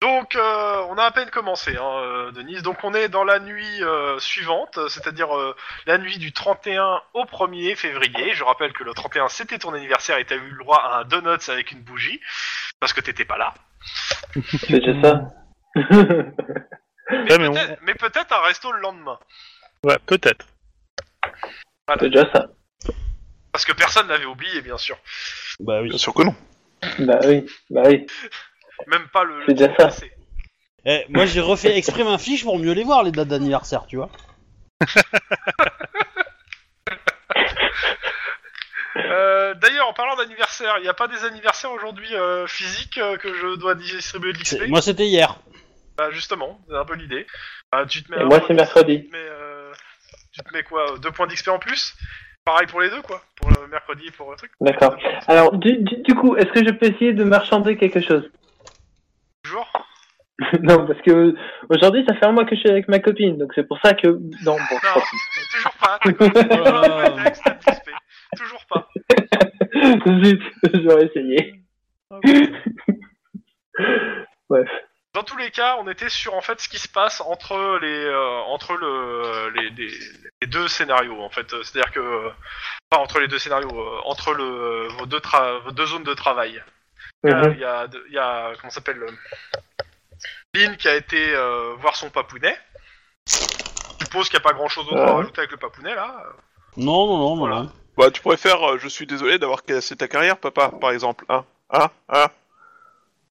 [SPEAKER 2] donc euh, on a à peine commencé, hein, euh, Denise. Donc on est dans la nuit euh, suivante, euh, c'est-à-dire euh, la nuit du 31 au 1er février. Je rappelle que le 31 c'était ton anniversaire et t'as eu le droit à un donuts avec une bougie parce que t'étais pas là.
[SPEAKER 5] C'est déjà [laughs] ça.
[SPEAKER 4] Ouais, mais on-
[SPEAKER 2] Peut-être- Mais peut-être un resto le lendemain
[SPEAKER 4] ouais, peut-être.
[SPEAKER 5] C'est déjà ça.
[SPEAKER 2] parce que personne n'avait oublié, bien sûr.
[SPEAKER 1] Bah oui.
[SPEAKER 3] Bien sûr que non.
[SPEAKER 5] Bah oui, bah oui.
[SPEAKER 2] Même pas le. le
[SPEAKER 5] C'est déjà
[SPEAKER 2] temps
[SPEAKER 5] ça.
[SPEAKER 2] passé.
[SPEAKER 1] Eh, moi j'ai refait exprès ma fiche pour mieux les voir les dates d'anniversaire, tu vois.
[SPEAKER 2] Euh, D'ailleurs, en parlant d'anniversaire, il n'y a pas des anniversaires aujourd'hui euh, physiques euh, que je dois distribuer de l'XP
[SPEAKER 1] C'est- Moi c'était hier.
[SPEAKER 2] Bah justement, c'est un peu l'idée. Bah, tu te mets
[SPEAKER 5] Et
[SPEAKER 2] un
[SPEAKER 5] moi,
[SPEAKER 2] point
[SPEAKER 5] c'est
[SPEAKER 2] d'XP,
[SPEAKER 5] mercredi.
[SPEAKER 2] Tu te mets, euh, tu te mets quoi euh, Deux points d'XP en plus Pareil pour les deux quoi, pour le mercredi et pour le truc.
[SPEAKER 5] D'accord. Alors, du, du, du coup, est-ce que je peux essayer de marchander quelque chose [laughs]
[SPEAKER 2] Toujours
[SPEAKER 5] Non, parce que aujourd'hui, ça fait un mois que je suis avec ma copine, donc c'est pour ça que... Non, bon,
[SPEAKER 2] Non.
[SPEAKER 5] tant pis.
[SPEAKER 2] Toujours
[SPEAKER 5] [laughs]
[SPEAKER 2] pas.
[SPEAKER 1] Oh là là.
[SPEAKER 2] Toujours pas de texte d'XP. Toujours pas.
[SPEAKER 5] [laughs] Zut, j'aurais essayé. [laughs] Bref.
[SPEAKER 2] Dans tous les cas, on était sur en fait ce qui se passe entre les euh, entre le les, les- les deux scénarios en fait. C'est-à-dire que euh, enfin entre les deux scénarios, euh, entre le vos deux tra- vos deux zones de travail. Il y a-
[SPEAKER 5] Mhm.
[SPEAKER 2] Euh, il y a, de- il y a- comment ça s'appelle euh, Lynn qui a été euh, voir son papounet. Je suppose qu'il n'y a pas grand chose d'autre
[SPEAKER 1] Euh.
[SPEAKER 2] à
[SPEAKER 5] Ouais.
[SPEAKER 2] rajouter avec le papounet là.
[SPEAKER 1] Non non non voilà.
[SPEAKER 3] Bah, tu préfères euh, Je suis désolé d'avoir cassé ta carrière, papa, par exemple. Hein Hein Hein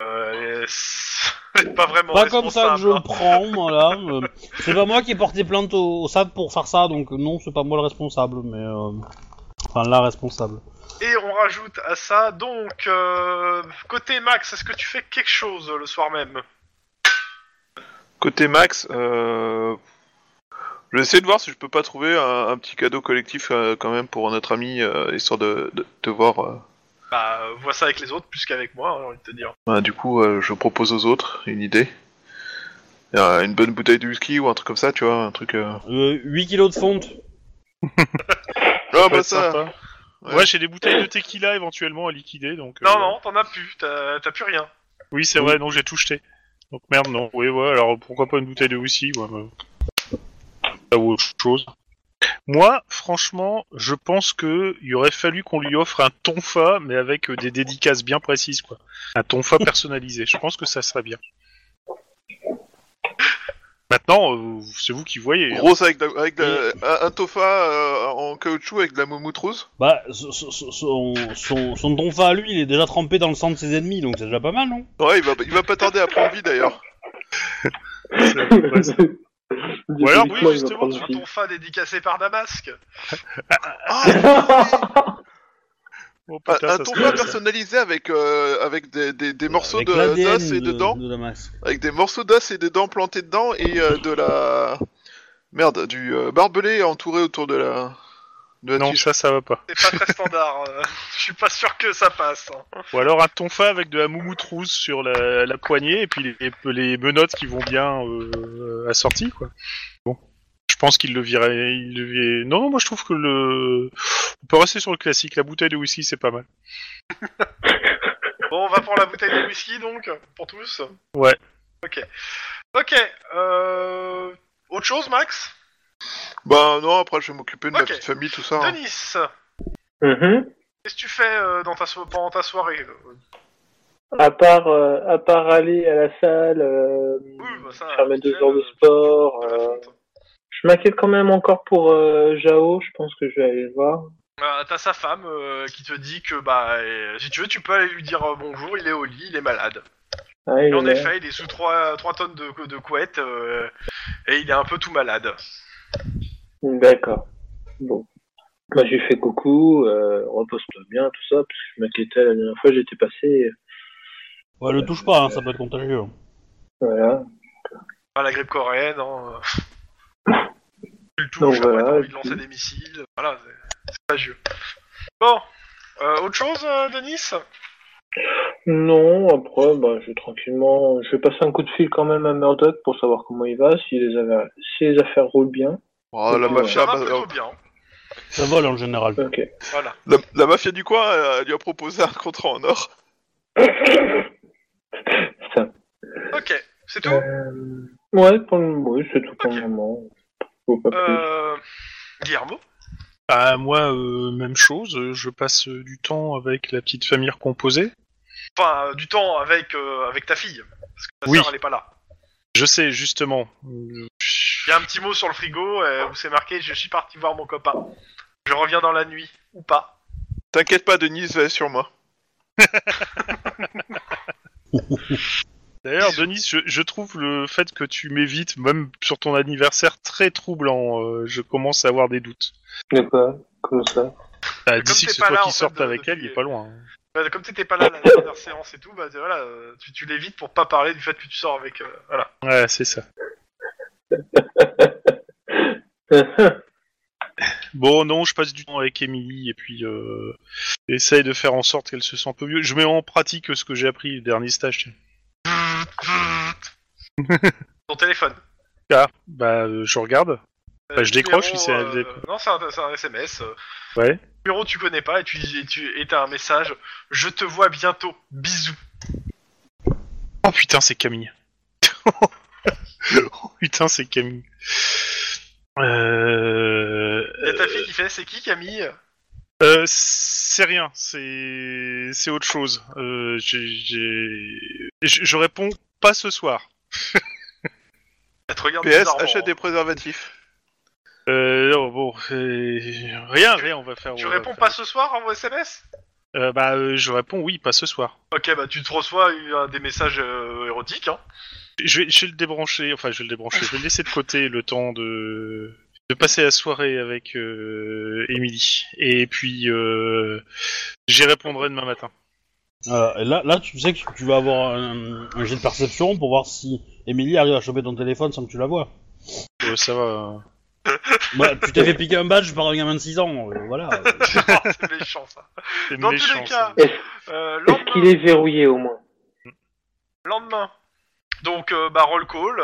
[SPEAKER 2] Euh, [laughs] c'est pas vraiment
[SPEAKER 1] Pas comme ça que je le
[SPEAKER 2] responsable, hein.
[SPEAKER 1] prends, voilà. euh, c'est pas moi qui ai porté plainte au, au SAD pour faire ça, donc non, c'est pas moi le responsable, mais euh, enfin la responsable.
[SPEAKER 2] hein. Et on rajoute à ça donc euh, côté Max, est-ce que tu fais quelque chose euh, le soir même
[SPEAKER 3] Côté Max, euh... je vais essayer de voir si je peux pas trouver un, un petit cadeau collectif euh, quand même pour notre ami, euh, histoire de, de, de voir. euh.
[SPEAKER 2] Bah euh, vois ça avec les autres plus qu'avec moi, hein, j'ai envie de te dire.
[SPEAKER 3] Bah, du coup, euh, je propose aux autres une idée. Euh, une bonne bouteille de whisky ou un truc comme ça, tu vois, un truc. Euh...
[SPEAKER 1] Euh, 8 kilos de fonte.
[SPEAKER 3] Ah,
[SPEAKER 4] peut
[SPEAKER 3] bah
[SPEAKER 4] être
[SPEAKER 3] ça
[SPEAKER 4] sympa.
[SPEAKER 3] Ouais.
[SPEAKER 4] Ouais, j'ai des bouteilles de tequila éventuellement à liquider, donc. euh,
[SPEAKER 2] Non non, t'en as plus, t'as t'as plus rien.
[SPEAKER 4] Oui, c'est vrai, non, j'ai tout jeté. Donc merde, non. Oui, ouais, alors pourquoi pas une bouteille de whisky ouais, mais- Ça vaut autre chose. Moi, franchement, je pense que il aurait fallu qu'on lui offre un tonfa, mais avec euh, des dédicaces bien précises, quoi.
[SPEAKER 2] [laughs]
[SPEAKER 4] Un tonfa personnalisé. Je pense que ça serait bien. Maintenant, euh, c'est vous qui voyez. hein.
[SPEAKER 3] Grosse avec, de la- avec de la- un, un tofa euh, en caoutchouc avec de la moumoutrousse.
[SPEAKER 1] Bah, so- so- so- son, son, son tonfa à lui, il est déjà trempé dans le sang de ses ennemis, donc c'est déjà pas mal, non
[SPEAKER 3] Ouais, il va, il va pas tarder à prendre vie d'ailleurs.
[SPEAKER 5] [laughs]
[SPEAKER 4] Ouais, c'est- Ou alors,
[SPEAKER 5] Définitivement, il
[SPEAKER 4] oui,
[SPEAKER 5] va
[SPEAKER 4] justement,
[SPEAKER 5] prendre
[SPEAKER 2] Tu as
[SPEAKER 5] une
[SPEAKER 2] ton fa dédicacé par Damasque.
[SPEAKER 3] Ah,
[SPEAKER 4] [laughs] oh, putain,
[SPEAKER 3] Un, un
[SPEAKER 4] ça
[SPEAKER 3] tournoi
[SPEAKER 4] serait-
[SPEAKER 3] personnalisé avec, euh, avec des, des, des morceaux
[SPEAKER 1] Avec
[SPEAKER 3] de-
[SPEAKER 1] l'ADN
[SPEAKER 3] d'os
[SPEAKER 4] euh,
[SPEAKER 1] de,
[SPEAKER 3] et de dents.
[SPEAKER 1] de Damas.
[SPEAKER 3] Avec des morceaux d'os et des dents plantées dedans et euh, de la. Merde, du euh, barbelé entouré autour de la. De la
[SPEAKER 4] Non,
[SPEAKER 3] tige.
[SPEAKER 4] ça, ça va pas.
[SPEAKER 2] C'est pas très standard. euh, [laughs] Je suis pas sûr que ça passe. hein.
[SPEAKER 4] Ou alors un tonfa avec de la moumoutrouse sur la, la poignée et puis les, les menottes qui vont bien euh, assorties, quoi. Bon. Je Je pense qu'il le virait. Il le virait- Non, non, moi je trouve que le. On peut rester sur le classique. La bouteille de whisky, c'est pas mal.
[SPEAKER 2] Bon, on va prendre la bouteille de whisky donc, pour tous.
[SPEAKER 4] Ouais.
[SPEAKER 2] Ok. Ok. Euh... Autre chose, Max
[SPEAKER 3] Bah non, après je vais m'occuper de
[SPEAKER 2] Ok.
[SPEAKER 3] ma petite famille, tout ça. hein.
[SPEAKER 2] Denis,
[SPEAKER 5] Mhm.
[SPEAKER 2] qu'est-ce que tu fais euh, dans ta so- pendant ta soirée euh,
[SPEAKER 5] À part, euh, à part aller à la salle, euh,
[SPEAKER 2] Oui, bah ça,
[SPEAKER 5] faire mes
[SPEAKER 2] tu
[SPEAKER 5] deux
[SPEAKER 2] fais,
[SPEAKER 5] heures de
[SPEAKER 2] euh,
[SPEAKER 5] sport,
[SPEAKER 2] de la
[SPEAKER 5] euh,
[SPEAKER 2] fonte
[SPEAKER 5] je m'inquiète quand même encore pour euh, Jao, je pense que je vais aller le voir.
[SPEAKER 2] Euh, T'as sa femme euh, qui te dit que, bah, euh, si tu veux, tu peux aller lui dire euh, bonjour, il est au lit, il est malade.
[SPEAKER 5] Ah, il
[SPEAKER 2] Et en
[SPEAKER 5] est là.
[SPEAKER 2] effet, il est sous 3, tonnes de, de couette euh, et il est un peu tout malade.
[SPEAKER 5] D'accord. Bon. Moi, j'ai fait coucou, euh, repose-toi bien, tout ça, parce que je m'inquiétais la dernière fois, j'étais passé, euh,
[SPEAKER 1] Ouais, le touche pas, hein, ça peut être contagieux.
[SPEAKER 5] voilà.
[SPEAKER 2] Enfin, la grippe coréenne, hein, euh, tu le touches,
[SPEAKER 5] Donc
[SPEAKER 2] après,
[SPEAKER 5] voilà,
[SPEAKER 2] t'as envie
[SPEAKER 5] et
[SPEAKER 2] de
[SPEAKER 5] puis-
[SPEAKER 2] lancer des missiles, voilà, c'est- c'est contagieux. Bon, euh, autre chose, euh, Denis
[SPEAKER 5] Non, après, bah, je vais tranquillement, je vais passer un coup de fil quand même à Murdoch pour savoir comment il va, si les affaires, si les affaires roulent bien.
[SPEAKER 3] Oh, la,
[SPEAKER 5] Ouais.
[SPEAKER 3] mafia,
[SPEAKER 2] Ça va
[SPEAKER 3] bah,
[SPEAKER 2] plutôt bien,
[SPEAKER 1] Ça vole en général.
[SPEAKER 5] Ok.
[SPEAKER 2] voilà.
[SPEAKER 3] la- la mafia du coin, euh, elle, elle lui a proposé un contrat en or.
[SPEAKER 5] Putain.
[SPEAKER 2] Ok, c'est tout
[SPEAKER 5] Euh, ouais, pour le, oui, c'est tout pour
[SPEAKER 2] Ok.
[SPEAKER 5] le moment. Faut pas plus.
[SPEAKER 2] euh, Guillermo
[SPEAKER 4] Ah, moi, euh, même chose. euh, Je passe euh, du temps avec la petite famille recomposée.
[SPEAKER 2] Enfin, euh, du temps avec, euh, avec ta fille, parce que ta
[SPEAKER 4] Oui.
[SPEAKER 2] sœur, elle est pas là.
[SPEAKER 4] Je sais, justement. Euh,
[SPEAKER 2] Il y a un petit mot sur le frigo euh, où c'est marqué « Je suis parti voir mon copain. Je reviens dans la nuit, ou pas.
[SPEAKER 3] T'inquiète pas, Denise, va sur moi.
[SPEAKER 4] D'ailleurs, Denis, je, je trouve le fait que tu m'évites, même sur ton anniversaire, très troublant. Euh, je commence à avoir des doutes.
[SPEAKER 5] De quoi Comment ça [laughs]
[SPEAKER 4] Ah,
[SPEAKER 2] comme
[SPEAKER 4] D'ici
[SPEAKER 2] t'es
[SPEAKER 4] que ce
[SPEAKER 2] pas
[SPEAKER 4] soit
[SPEAKER 2] là, en
[SPEAKER 4] qui
[SPEAKER 2] fait, euh,
[SPEAKER 4] sorte
[SPEAKER 2] de-
[SPEAKER 4] avec elle,
[SPEAKER 2] depuis-
[SPEAKER 4] il est pas loin. hein. »
[SPEAKER 2] Bah, Comme t'étais pas là la dernière séance et tout, bah voilà, euh, tu, tu l'évites pour pas parler du fait que tu sors avec... euh, voilà.
[SPEAKER 4] Ouais, c'est ça. Bon, non, je passe du temps avec Émilie et puis euh, essaye de faire en sorte qu'elle se sente un peu mieux. Je mets en pratique ce que j'ai appris le dernier stage. tiens.
[SPEAKER 2] [laughs] Ton téléphone.
[SPEAKER 4] Ah, bah, euh, je regarde. Bah, je
[SPEAKER 2] Euh,
[SPEAKER 4] décroche,
[SPEAKER 2] numéro,
[SPEAKER 4] c'est un-
[SPEAKER 2] euh, Non, c'est un, c'est un SMS. euh,
[SPEAKER 4] Ouais.
[SPEAKER 2] Numéro tu connais pas et tu et tu et t'as un message. Je te vois bientôt. Bisous.
[SPEAKER 4] Oh putain, c'est Camille. [laughs] oh putain, c'est Camille. Euh...
[SPEAKER 2] Et ta fille qui fait c'est qui Camille
[SPEAKER 4] Euh, c'est rien, c'est c'est autre chose. Euh, j'ai- j'ai- je, je réponds pas ce soir.
[SPEAKER 2] Elle te regarde
[SPEAKER 3] PS,
[SPEAKER 2] bizarrement,
[SPEAKER 3] achète
[SPEAKER 2] hein.
[SPEAKER 3] des préservatifs.
[SPEAKER 4] Euh, non, bon, euh, rien, rien, on va faire.
[SPEAKER 2] hein. Tu
[SPEAKER 4] on va
[SPEAKER 2] réponds
[SPEAKER 4] faire-
[SPEAKER 2] pas ce soir en SMS
[SPEAKER 4] Euh, bah, euh, je réponds oui, pas ce soir.
[SPEAKER 2] Ok bah tu te reçois euh, des messages euh, érotiques hein.
[SPEAKER 4] Je vais, je vais le débrancher, enfin je vais le débrancher, je vais le laisser de côté le temps de, de passer la soirée avec euh, Emily. Et puis euh, j'y répondrai demain matin.
[SPEAKER 1] Voilà, Euh, et là, là, tu sais que tu vas avoir un, un jet de perception pour voir si Émilie arrive à choper ton téléphone sans que tu la vois.
[SPEAKER 4] Euh, ça va.
[SPEAKER 1] Bah, tu t'es fait piquer un badge par un gamin de 6 ans, euh, voilà.
[SPEAKER 2] Oh,
[SPEAKER 4] [laughs]
[SPEAKER 2] c'est méchant ça.
[SPEAKER 4] C'est
[SPEAKER 2] Dans tous
[SPEAKER 4] méchant,
[SPEAKER 2] les cas,
[SPEAKER 4] ça.
[SPEAKER 2] euh,
[SPEAKER 5] Est-ce
[SPEAKER 2] lendemain,
[SPEAKER 5] qu'il est verrouillé au moins
[SPEAKER 2] lendemain. Donc euh, bah roll call.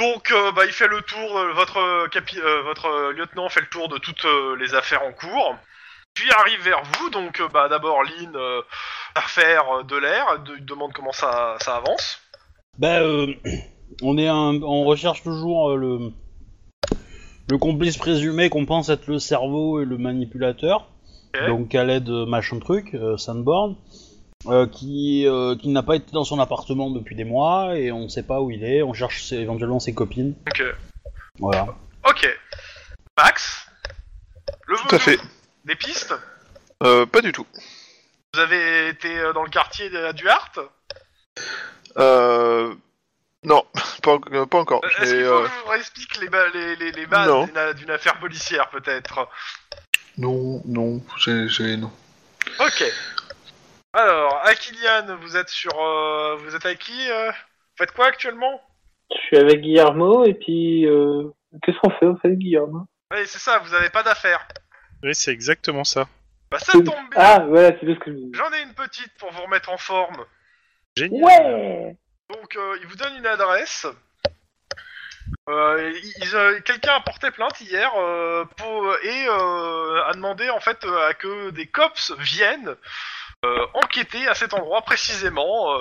[SPEAKER 2] Donc euh, bah il fait le tour. euh, votre euh, capi- euh, votre euh, lieutenant fait le tour de toutes euh, les affaires en cours. Puis arrive vers vous. Donc euh, bah d'abord Lynn euh, affaire euh, de l'air. De, demande comment ça ça avance.
[SPEAKER 1] bah, euh, [clears throat] on est un- on recherche toujours euh, le, le complice présumé qu'on pense être le cerveau et le manipulateur.
[SPEAKER 2] Ok.
[SPEAKER 1] Donc, à l'aide de machin truc, euh, Sandborn, euh, qui, euh, qui n'a pas été dans son appartement depuis des mois et on sait pas où il est. On cherche ses- éventuellement ses copines.
[SPEAKER 2] Ok.
[SPEAKER 1] Voilà.
[SPEAKER 2] euh, Ok. Max. Le
[SPEAKER 3] Tout
[SPEAKER 2] vaudou,
[SPEAKER 3] à fait.
[SPEAKER 2] Des pistes.
[SPEAKER 3] Euh, pas du tout.
[SPEAKER 2] Vous avez été euh, dans le quartier de la Duarte.
[SPEAKER 3] Euh... Non, [laughs] pas, en- pas encore.
[SPEAKER 2] Euh,
[SPEAKER 3] Je
[SPEAKER 2] Est-ce
[SPEAKER 3] vais,
[SPEAKER 2] qu'il faut
[SPEAKER 3] euh,
[SPEAKER 2] que je vous réexplique les, ba- les, les, les bases
[SPEAKER 3] Non.
[SPEAKER 2] d'une- d'une affaire policière peut-être
[SPEAKER 3] Non, non, j'ai... j'ai- Non.
[SPEAKER 2] Ok. Alors, Akilian, vous êtes sur. euh, vous êtes avec qui euh Vous faites quoi actuellement
[SPEAKER 5] Je suis avec Guillermo, et puis, euh, qu'est-ce qu'on fait au fait, Guillermo
[SPEAKER 2] Oui, c'est ça, vous avez pas d'affaires.
[SPEAKER 4] Oui, c'est exactement ça.
[SPEAKER 2] Bah, ça tombe bien
[SPEAKER 5] Ah, voilà, c'est bien ce que je dis.
[SPEAKER 2] J'en ai une petite pour vous remettre en forme.
[SPEAKER 4] Génial.
[SPEAKER 5] Ouais
[SPEAKER 2] Donc, euh, il vous donne une adresse. Euh, ils- euh, Quelqu'un a porté plainte hier euh, pour, et euh, a demandé en fait euh, à que des cops viennent euh, enquêter à cet endroit précisément. euh.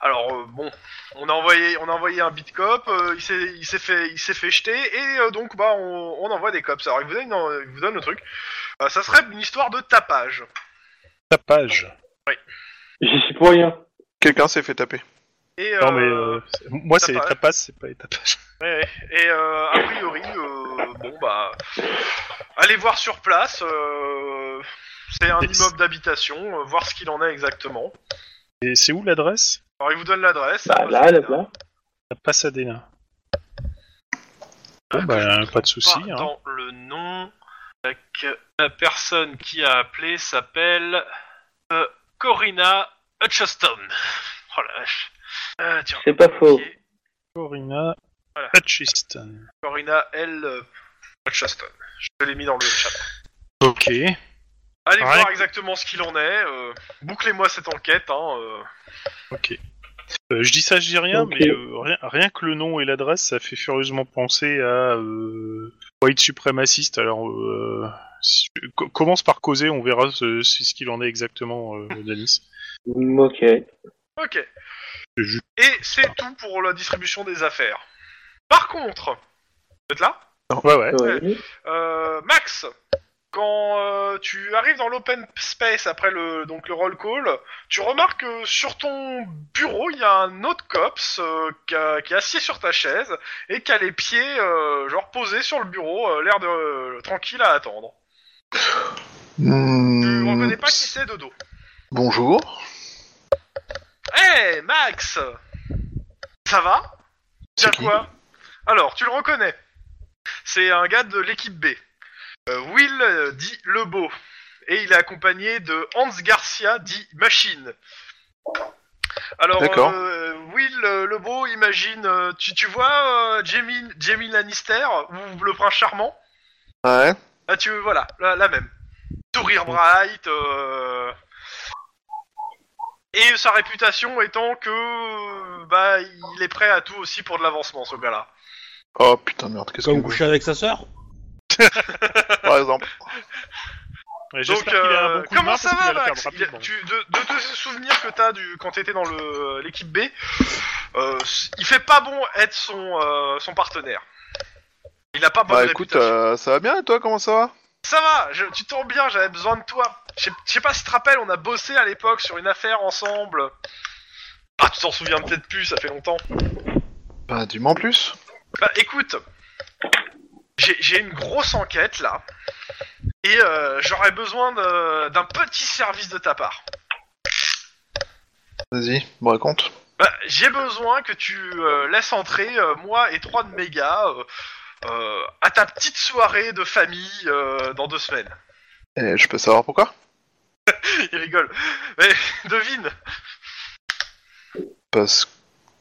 [SPEAKER 2] alors euh, bon, on a envoyé, on a envoyé un beat cop, euh, il s'est il s'est fait, il s'est fait jeter et euh, donc bah on, on envoie des cops. Alors il vous donne, une- il vous donne le truc. Euh, ça serait une histoire de tapage.
[SPEAKER 4] Tapage.
[SPEAKER 5] J'y suis pour rien.
[SPEAKER 3] Quelqu'un s'est fait taper.
[SPEAKER 2] Et, euh,
[SPEAKER 4] Non, mais euh, c'est- moi, c'est
[SPEAKER 2] tapage.
[SPEAKER 4] tapas, c'est pas les tapages.
[SPEAKER 2] Ouais, ouais. Et euh, a priori, euh, bon bah, allez voir sur place. euh, c'est un
[SPEAKER 4] Yes.
[SPEAKER 2] immeuble d'habitation, euh, voir ce qu'il en est exactement.
[SPEAKER 4] Et c'est où l'adresse
[SPEAKER 2] Alors il vous donne l'adresse.
[SPEAKER 5] Bah
[SPEAKER 2] hein,
[SPEAKER 5] là,
[SPEAKER 2] parce
[SPEAKER 5] là,
[SPEAKER 2] que-
[SPEAKER 5] là.
[SPEAKER 4] À Pasadena. Bon, bah, pas de souci.
[SPEAKER 2] Pas
[SPEAKER 4] Hein.
[SPEAKER 2] dans le nom. Tac. La personne qui a appelé s'appelle euh, Corina Hutcheston. [laughs] Oh la vache. Euh, tiens.
[SPEAKER 5] C'est pas faux.
[SPEAKER 2] Ok.
[SPEAKER 4] Corina
[SPEAKER 2] Voilà.
[SPEAKER 4] Hutchiston.
[SPEAKER 2] Corina L. Hutcheston. Je l'ai mis dans le chat.
[SPEAKER 4] Ok.
[SPEAKER 2] Allez
[SPEAKER 4] Ouais.
[SPEAKER 2] voir exactement ce qu'il en est. euh, Bouclez-moi cette enquête. Hein, euh.
[SPEAKER 4] Ok. Euh, je dis ça, je dis rien,
[SPEAKER 5] Ok.
[SPEAKER 4] mais euh, rien, rien que le nom et l'adresse, ça fait furieusement penser à euh, white suprémaciste. Alors, euh, si- co- commence par causer, on verra ce, si- ce qu'il en est
[SPEAKER 2] [laughs]
[SPEAKER 4] exactement, euh, Denis.
[SPEAKER 5] Mm, Ok.
[SPEAKER 2] Ok.
[SPEAKER 4] Je- je-
[SPEAKER 2] Et c'est tout pour la distribution des affaires. Par contre, vous êtes là
[SPEAKER 4] Ouais, ouais.
[SPEAKER 5] Oui.
[SPEAKER 2] Euh, Max, quand euh, tu arrives dans l'open space après le donc le roll call, tu remarques que sur ton bureau il y a un autre cops euh, qui, a- qui est assis sur ta chaise et qui a les pieds euh, genre posés sur le bureau, euh, l'air de euh, tranquille à attendre. Tu
[SPEAKER 3] Mmh.
[SPEAKER 2] reconnais pas qui c'est de dos.
[SPEAKER 3] Hmm, Bonjour.
[SPEAKER 2] Hey Eh, Max, ça va Tiens
[SPEAKER 3] C'est qui
[SPEAKER 2] quoi Alors, tu le reconnais. C'est un gars de l'équipe B. Euh, Will euh, dit Le Beau. Et il est accompagné de Hans Garcia dit Machine. Alors,
[SPEAKER 3] D'accord.
[SPEAKER 2] euh, Will euh, Le Beau, imagine. euh, tu, tu vois euh, Jamie, Jamie Lannister ou le prince charmant
[SPEAKER 3] Ouais.
[SPEAKER 2] ah, tu Voilà, la, la même. Sourire bright. euh, Et sa réputation étant que. euh, Bah, il est prêt à tout aussi pour de l'avancement, ce gars-là.
[SPEAKER 3] Oh putain merde, qu'est-ce
[SPEAKER 1] Comme
[SPEAKER 3] que
[SPEAKER 1] coucher avec sa sœur
[SPEAKER 3] Par exemple.
[SPEAKER 4] Ouais, J'espère
[SPEAKER 2] Donc,
[SPEAKER 4] qu'il a un
[SPEAKER 2] euh,
[SPEAKER 4] bon coup de
[SPEAKER 2] comment
[SPEAKER 4] main
[SPEAKER 2] ça
[SPEAKER 4] parce qu'il
[SPEAKER 2] va,
[SPEAKER 4] va le
[SPEAKER 2] Max
[SPEAKER 4] perdre
[SPEAKER 2] Il a-
[SPEAKER 4] rapidement.
[SPEAKER 2] tu, de, de tes souvenirs que t'as du quand t'étais dans le l'équipe B, euh, c- il fait pas bon être son euh, son partenaire. Il a pas bonne
[SPEAKER 3] Bah écoute,
[SPEAKER 2] réputation.
[SPEAKER 3] euh, ça va bien et toi, comment ça va
[SPEAKER 2] Ça va, je- tu t'en bien, j'avais besoin de toi. Je sais- je sais pas si tu te rappelles, on a bossé à l'époque sur une affaire ensemble. Ah, tu t'en souviens peut-être plus, ça fait longtemps.
[SPEAKER 3] Bah dis-moi en plus.
[SPEAKER 2] Bah écoute, j'ai j'ai une grosse enquête là, et euh, j'aurais besoin de- d'un petit service de ta part.
[SPEAKER 3] Vas-y, me raconte.
[SPEAKER 2] Bah, j'ai besoin que tu euh, laisses entrer euh, moi et trois de mes gars euh, euh, à ta petite soirée de famille euh, dans deux semaines. [laughs]
[SPEAKER 3] Et je peux savoir pourquoi
[SPEAKER 2] Il rigole. Mais devine.
[SPEAKER 3] Parce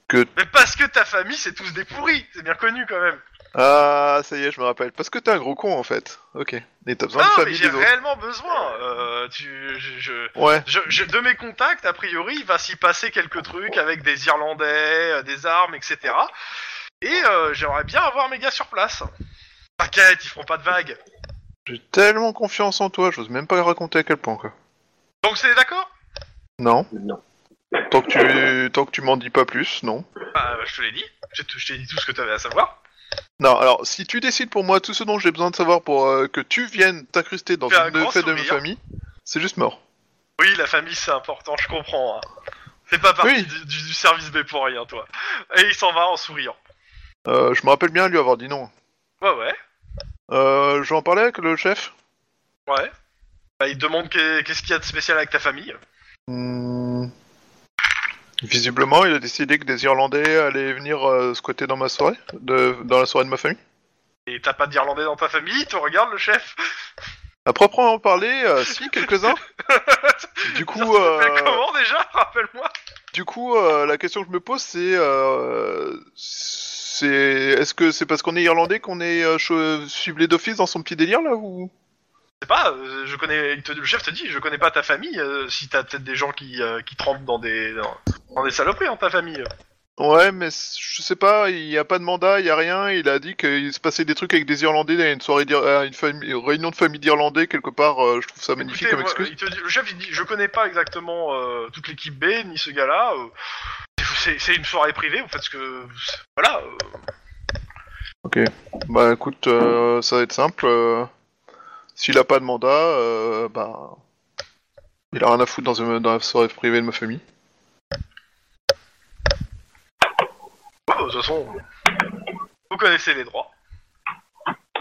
[SPEAKER 3] que...
[SPEAKER 2] Mais parce que ta famille, c'est tous des pourris. C'est bien connu quand même.
[SPEAKER 3] Ah, ça y est, je me rappelle. Parce que t'es un gros con en fait. Ok. Et t'as besoin
[SPEAKER 2] non, Ah,
[SPEAKER 3] de
[SPEAKER 2] mais
[SPEAKER 3] famille
[SPEAKER 2] j'ai
[SPEAKER 3] des autres.
[SPEAKER 2] réellement besoin. Euh, tu, je, je-
[SPEAKER 3] Ouais.
[SPEAKER 2] je- je- de mes contacts, a priori, il va s'y passer quelques trucs avec des Irlandais, euh, des armes, etc. Et euh, j'aimerais bien avoir mes gars sur place. T'inquiète, ils feront pas de vagues.
[SPEAKER 3] J'ai tellement confiance en toi, j'ose même pas raconter à quel point quoi.
[SPEAKER 2] Donc c'est d'accord
[SPEAKER 3] Non.
[SPEAKER 5] Non.
[SPEAKER 3] Tant que tu, tant que tu m'en dis pas plus, non.
[SPEAKER 2] Bah, je te l'ai dit. Je te- je t'ai dit tout ce que t'avais à savoir.
[SPEAKER 3] Non, alors si tu décides pour moi tout ce dont j'ai besoin de savoir pour euh, que tu viennes t'incruster dans
[SPEAKER 2] Fais un
[SPEAKER 3] une
[SPEAKER 2] grand
[SPEAKER 3] fête de ma
[SPEAKER 2] sourire.
[SPEAKER 3] famille, c'est juste mort.
[SPEAKER 2] Oui, la famille, c'est important, je comprends. hein. C'est pas parti
[SPEAKER 3] Oui.
[SPEAKER 2] du, du- du service B pour rien, toi. Et il s'en va en souriant.
[SPEAKER 3] Euh, je me rappelle bien lui avoir dit non.
[SPEAKER 2] Ouais, ouais,
[SPEAKER 3] Euh, j'en parlais avec le chef.
[SPEAKER 2] ouais. Bah, il te demande qu'est- qu'est-ce qu'il y a de spécial avec ta famille.
[SPEAKER 3] Hmm. Visiblement, il a décidé que des Irlandais allaient venir euh, squatter dans ma soirée, de, dans la soirée de ma famille.
[SPEAKER 2] Et t'as pas d'Irlandais dans ta famille, tu regardes le chef. [laughs]
[SPEAKER 3] À proprement parler, euh, si quelques-uns. du coup,
[SPEAKER 2] [laughs] Ça s'appelle
[SPEAKER 3] euh,
[SPEAKER 2] comment déjà [laughs] Rappelle-moi.
[SPEAKER 3] Du coup, euh, la question que je me pose, c'est euh, c'est est-ce que c'est parce qu'on est irlandais qu'on est euh, che- ciblé d'office dans son petit délire là ou
[SPEAKER 2] Je sais pas, euh, je connais. il te- le chef te dit, je connais pas hein, ta famille. euh, si t'as peut-être des gens qui, euh, qui trempent dans des, dans, dans des saloperies dans ta famille.
[SPEAKER 3] Ouais, mais c- je sais pas, il n'y a pas de mandat, il n'y a rien. Il a dit qu'il se passait des trucs avec des Irlandais à une soirée, d'Ir- à une, famille- une réunion de famille d'Irlandais quelque part. euh, je trouve ça magnifique
[SPEAKER 2] Écoutez,
[SPEAKER 3] comme
[SPEAKER 2] moi,
[SPEAKER 3] excuse.
[SPEAKER 2] il te dit- le chef il dit je connais pas exactement euh, toute l'équipe B ni ce gars-là. euh, c'est c'est une soirée privée, vous faites ce que voilà. euh,
[SPEAKER 3] Bah écoute, euh, ça va être simple. euh, S'il a pas de mandat, euh, bah il a rien à foutre dans, une- dans la soirée privée de ma famille.
[SPEAKER 2] ouais, bah, de toute façon, vous connaissez les droits.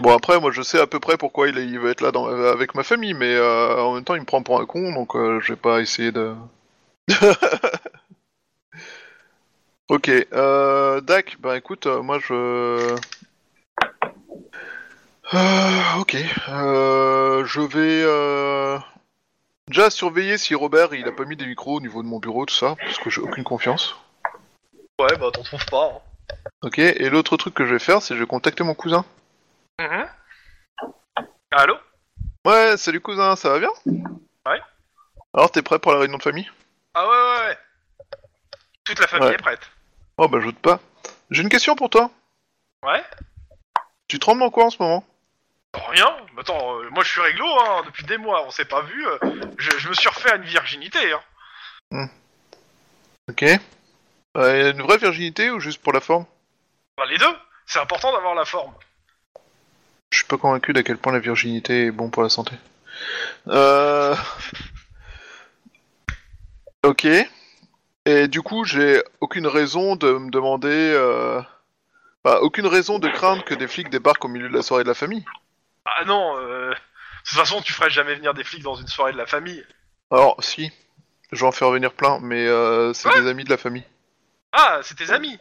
[SPEAKER 3] Bon après, moi je sais à peu près pourquoi il, est- il veut être là dans- avec ma famille, mais euh, en même temps il me prend pour un con, donc euh, je vais pas essayer de. [laughs] ok, euh, Dak, bah écoute, euh, moi je. Euh, ok, euh, je vais euh, déjà surveiller si Robert il a pas mis des micros au niveau de mon bureau tout ça, parce que j'ai aucune confiance.
[SPEAKER 2] Ouais, bah t'en trouves pas. hein.
[SPEAKER 3] Ok, et l'autre truc que je vais faire, c'est je vais contacter mon cousin.
[SPEAKER 2] hein. Allô
[SPEAKER 3] Ouais, salut cousin, ça va bien
[SPEAKER 2] Ouais.
[SPEAKER 3] Alors t'es prêt pour la réunion de famille
[SPEAKER 2] Ah ouais, ouais, ouais. Toute la famille
[SPEAKER 3] Ouais.
[SPEAKER 2] est prête.
[SPEAKER 3] Oh bah je doute pas. J'ai une question pour toi.
[SPEAKER 2] Ouais.
[SPEAKER 3] Tu trembles en quoi en ce moment
[SPEAKER 2] Rien Mais Attends, euh, moi je suis réglo, hein, depuis des mois, on s'est pas vu. euh, je, je me suis refait à une virginité. Hein.
[SPEAKER 3] Ok. Euh, une vraie virginité ou juste pour la forme
[SPEAKER 2] Enfin, les deux, c'est important d'avoir la forme.
[SPEAKER 3] Je suis pas convaincu d'à quel point la virginité est bon pour la santé. Euh... Ok. Et du coup, j'ai aucune raison de me demander... Euh... bah, aucune raison de craindre que des flics débarquent au milieu de la soirée de la famille.
[SPEAKER 2] Ah non, euh, de toute façon tu ferais jamais venir des flics dans une soirée de la famille.
[SPEAKER 3] Alors, si. Je vais en faire venir plein, mais euh, c'est des amis de la famille.
[SPEAKER 2] Ah, c'est tes amis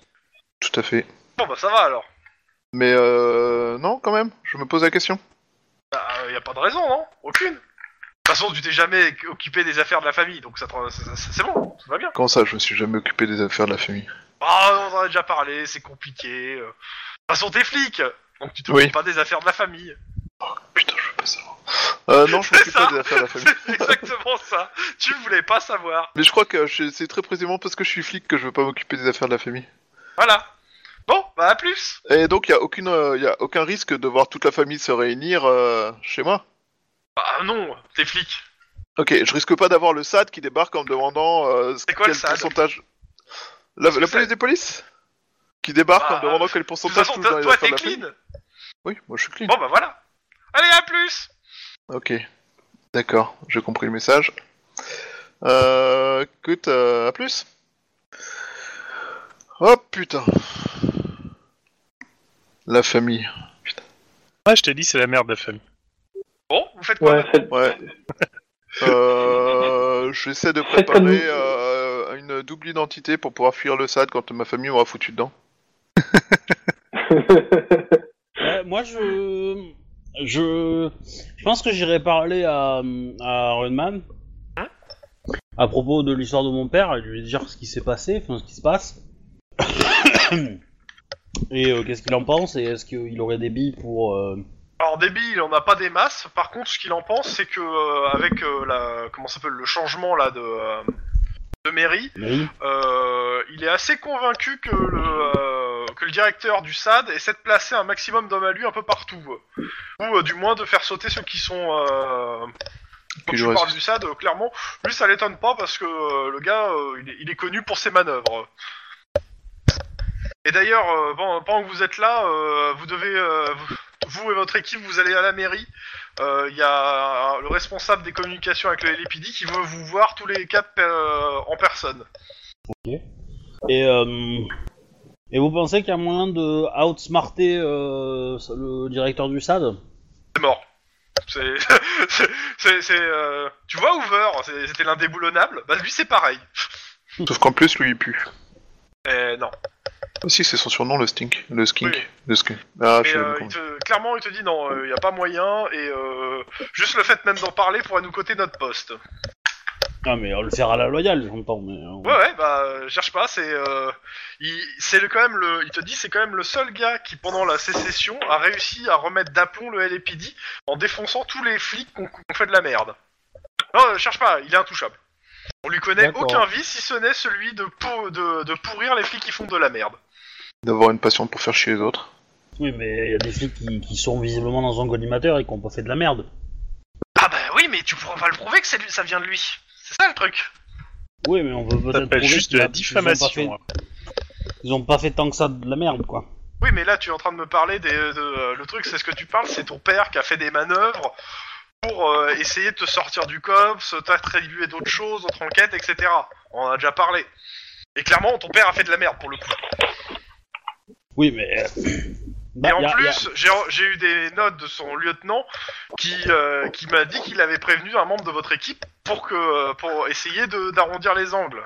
[SPEAKER 3] Tout à fait.
[SPEAKER 2] Bon bah ça va alors.
[SPEAKER 3] Mais euh, non, quand même, je me pose la question.
[SPEAKER 2] Bah, euh, y a pas de raison, non Aucune. De toute façon, tu t'es jamais occupé des affaires de la famille, donc ça, te- ça- ça- c'est bon, ça va bien.
[SPEAKER 3] Comment ça, je me suis jamais occupé des affaires de la famille
[SPEAKER 2] Ah, on en a déjà parlé, c'est compliqué. euh. De toute façon, t'es flic, donc tu te
[SPEAKER 3] Oui.
[SPEAKER 2] occupes pas des affaires de la famille.
[SPEAKER 3] Putain, je veux pas savoir.
[SPEAKER 2] [laughs]
[SPEAKER 3] Euh, non, je
[SPEAKER 2] C'est
[SPEAKER 3] m'occupe
[SPEAKER 2] ça
[SPEAKER 3] pas des affaires de la famille.
[SPEAKER 2] C'est [laughs] exactement ça. Tu voulais pas savoir.
[SPEAKER 3] Mais je crois que je- c'est très précisément parce que je suis flic que je veux pas m'occuper des affaires de la famille.
[SPEAKER 2] Voilà. Bon, bah à plus.
[SPEAKER 3] Et donc, il y a aucune, euh, y a aucun risque de voir toute la famille se réunir euh, chez moi.
[SPEAKER 2] Bah non, t'es flic.
[SPEAKER 3] Ok, je risque pas d'avoir le SAD qui débarque en me demandant euh,
[SPEAKER 2] C'est quoi le
[SPEAKER 3] quel
[SPEAKER 2] SAD
[SPEAKER 3] pourcentage. La,
[SPEAKER 2] que
[SPEAKER 3] la
[SPEAKER 2] c'est
[SPEAKER 3] police des polices Qui débarque
[SPEAKER 2] Bah,
[SPEAKER 3] en me demandant quel
[SPEAKER 2] De toute
[SPEAKER 3] pourcentage
[SPEAKER 2] façon,
[SPEAKER 3] touche dans
[SPEAKER 2] toi,
[SPEAKER 3] les
[SPEAKER 2] toi,
[SPEAKER 3] affaires
[SPEAKER 2] t'es
[SPEAKER 3] de la famille.
[SPEAKER 2] clean.
[SPEAKER 3] Oui, moi je suis clean.
[SPEAKER 2] Bon bah voilà. Allez, à plus.
[SPEAKER 3] Ok, d'accord, j'ai compris le message. Euh, écoute, euh, à plus. Oh putain. La famille.
[SPEAKER 4] Ah, je t'ai dit, c'est la merde, la famille.
[SPEAKER 2] Bon, vous faites quoi
[SPEAKER 5] Ouais, faites,
[SPEAKER 2] [laughs]
[SPEAKER 3] Ouais. Euh, J'essaie de
[SPEAKER 5] Faites comme
[SPEAKER 3] préparer
[SPEAKER 5] nous.
[SPEAKER 3] euh, une double identité pour pouvoir fuir le SAD quand ma famille m'aura foutu dedans.
[SPEAKER 1] Ouais, Euh, moi, je... je. Je pense que j'irai parler à, à Iron Man à propos de l'histoire de mon père et lui dire ce qui s'est passé, enfin ce qui se passe. [coughs] et euh, qu'est-ce qu'il en pense et est-ce qu'il aurait des billes pour. euh,
[SPEAKER 2] Alors débit, il en a pas des masses. Par contre, ce qu'il en pense, c'est que euh, avec euh, la comment ça s'appelle le changement là de euh, de mairie,
[SPEAKER 1] Mary
[SPEAKER 2] euh, il est assez convaincu que le euh, que le directeur du SAD essaie de placer un maximum d'hommes à lui un peu partout, euh. ou euh, du moins de faire sauter ceux qui sont. Euh, quand
[SPEAKER 3] Qui
[SPEAKER 2] tu
[SPEAKER 3] lui
[SPEAKER 2] parles
[SPEAKER 3] résistent.
[SPEAKER 2] du SAD, euh, clairement, lui ça l'étonne pas parce que euh, le gars, euh, il, est, il est connu pour ses manœuvres. Et d'ailleurs, euh, pen- pendant que vous êtes là, euh, vous devez, euh, vous- vous et votre équipe, vous allez à la mairie. Euh, Il y a euh, le responsable des communications avec le LPD qui veut vous voir tous les quatre euh, en personne.
[SPEAKER 1] Et, euh, et vous pensez qu'il y a moyen de outsmarter euh, le directeur du SAD
[SPEAKER 2] C'est mort. C'est, [laughs] c'est, c'est- c'est, euh, tu vois Hoover, c'est- c'était l'indéboulonnable. Bah lui c'est pareil.
[SPEAKER 3] Sauf qu'en plus, lui, il pue.
[SPEAKER 2] Eh non.
[SPEAKER 3] Ah si, c'est son surnom, le Stink. Le Skink.
[SPEAKER 2] Oui.
[SPEAKER 3] Le skink. Ah,
[SPEAKER 2] Mais
[SPEAKER 3] je suis
[SPEAKER 2] euh, il te- clairement il te dit non, euh, il n'y a pas moyen et euh, juste le fait même d'en parler pourrait nous coter notre poste.
[SPEAKER 1] Ah mais on le faire à la loyale, j'entends. Mais, euh,
[SPEAKER 2] Ouais ouais bah euh, cherche pas c'est euh, il c'est le- quand même le il te dit c'est quand même le seul gars qui pendant la sécession a réussi à remettre d'aplomb le LAPD en défonçant tous les flics qu'on qu'on fait de la merde. Non euh, cherche pas il est intouchable. On lui connaît
[SPEAKER 1] D'accord.
[SPEAKER 2] aucun vice si ce n'est celui de, pour- de, de pourrir les flics qui font de la merde.
[SPEAKER 3] D'avoir une passion pour faire chier les autres.
[SPEAKER 1] Oui, mais il y a des flics qui, qui sont visiblement dans un collimateur et qui ont pas fait de la merde.
[SPEAKER 2] Ah bah oui, mais tu pourras pas le prouver que c'est lui- ça vient de lui. C'est ça le truc.
[SPEAKER 1] Oui, mais on peut peut-être.
[SPEAKER 4] Ça s'appelle
[SPEAKER 1] prouver
[SPEAKER 4] juste de
[SPEAKER 1] qu'ils
[SPEAKER 4] la
[SPEAKER 1] ont- qu'ils ont pas
[SPEAKER 4] diffamation. hein.
[SPEAKER 1] fait- Ils ont pas fait tant que ça de la merde, quoi.
[SPEAKER 2] Oui, mais là tu es en train de me parler des, de, euh, le truc, c'est ce que tu parles, c'est ton père qui a fait des manœuvres pour euh, essayer de te sortir du COPS, t'attribuer d'autres choses, d'autres enquêtes, etc. On en a déjà parlé. Et clairement, ton père a fait de la merde pour le coup.
[SPEAKER 1] Oui, mais. Bah,
[SPEAKER 2] Et en
[SPEAKER 1] y a- y a-
[SPEAKER 2] plus, j'ai- j'ai eu des notes de son lieutenant qui, euh, qui m'a dit qu'il avait prévenu un membre de votre équipe pour, que, euh, pour essayer de- d'arrondir les angles.
[SPEAKER 1] Euh.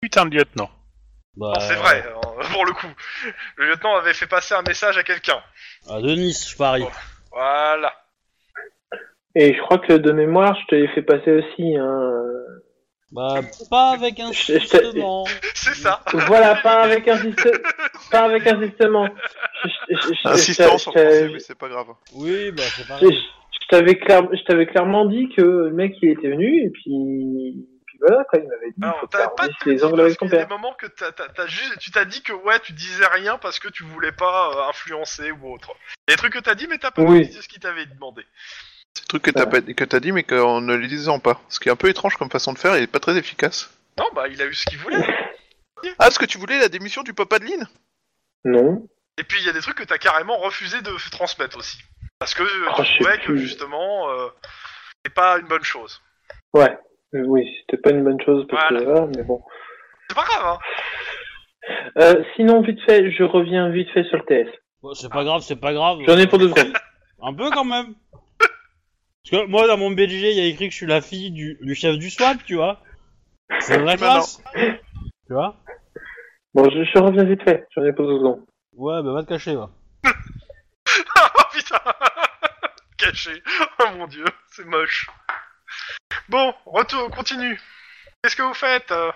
[SPEAKER 4] Putain de lieutenant.
[SPEAKER 1] bah,
[SPEAKER 2] Non, C'est vrai, euh, pour le coup. Le lieutenant avait fait passer un message à quelqu'un.
[SPEAKER 1] À Denis, je parie.
[SPEAKER 2] Oh. Voilà.
[SPEAKER 5] [laughs] Et je crois que de mémoire, je te l'ai fait passer aussi. Hein.
[SPEAKER 1] Bah, pas avec insistement.
[SPEAKER 2] C'est ça.
[SPEAKER 5] Voilà, pas avec insiste- pas avec insistement. Je- je- je- je-
[SPEAKER 3] Insistance
[SPEAKER 5] je-
[SPEAKER 3] en
[SPEAKER 5] je-
[SPEAKER 3] français, mais c'est pas grave.
[SPEAKER 1] Oui, bah, c'est
[SPEAKER 5] je-
[SPEAKER 1] pareil.
[SPEAKER 5] je t'avais clair- je t'avais clairement dit que le mec il était venu et puis, puis voilà quoi, il m'avait dit faut
[SPEAKER 2] Alors,
[SPEAKER 5] faire
[SPEAKER 2] t'as pas de
[SPEAKER 5] arrondir les angles avec son
[SPEAKER 2] Il y a
[SPEAKER 5] père.
[SPEAKER 2] des moments que t'as- t'as- t'as juste- tu t'as dit que ouais, tu disais rien parce que tu voulais pas euh, influencer ou autre. Il y a des trucs que t'as dit, mais t'as pas
[SPEAKER 5] Oui.
[SPEAKER 2] dit ce qu'il t'avait demandé.
[SPEAKER 3] C'est le truc que t'as pas- que t'as dit, mais qu'en ne les disant pas. Ce qui est un peu étrange comme façon de faire, il est pas très efficace.
[SPEAKER 2] Non, bah, il a eu ce qu'il voulait.
[SPEAKER 3] Ah, ce que tu voulais, la démission du papa de Lynn
[SPEAKER 5] Non.
[SPEAKER 2] Et puis, il y a des trucs que t'as carrément refusé de f- transmettre aussi. Parce que euh,
[SPEAKER 5] Oh, je
[SPEAKER 2] tu
[SPEAKER 5] sais
[SPEAKER 2] trouvais que
[SPEAKER 5] plus.
[SPEAKER 2] justement, euh, c'est pas une bonne chose.
[SPEAKER 5] Ouais. Euh, Oui, c'était pas une bonne chose parce que voilà, mais bon.
[SPEAKER 2] C'est pas grave, hein. [laughs]
[SPEAKER 5] Euh, sinon, vite fait, je reviens vite fait sur le TS.
[SPEAKER 1] Bon, c'est pas grave, c'est pas grave.
[SPEAKER 5] J'en ai pour deux secondes.
[SPEAKER 1] Un peu quand même. Parce que moi, dans mon BG, il y a écrit que je suis la fille du, du chef du SWAT, tu vois. C'est vrai
[SPEAKER 3] Maintenant.
[SPEAKER 1] classe. Tu vois
[SPEAKER 5] [laughs] Bon, je, je reviens vite fait, j'en ai pour deux secondes.
[SPEAKER 1] Ouais, bah va te cacher, va.
[SPEAKER 2] Oh putain [laughs] Caché Oh mon dieu, c'est moche. Bon, retour, continue. Qu'est-ce que vous faites euh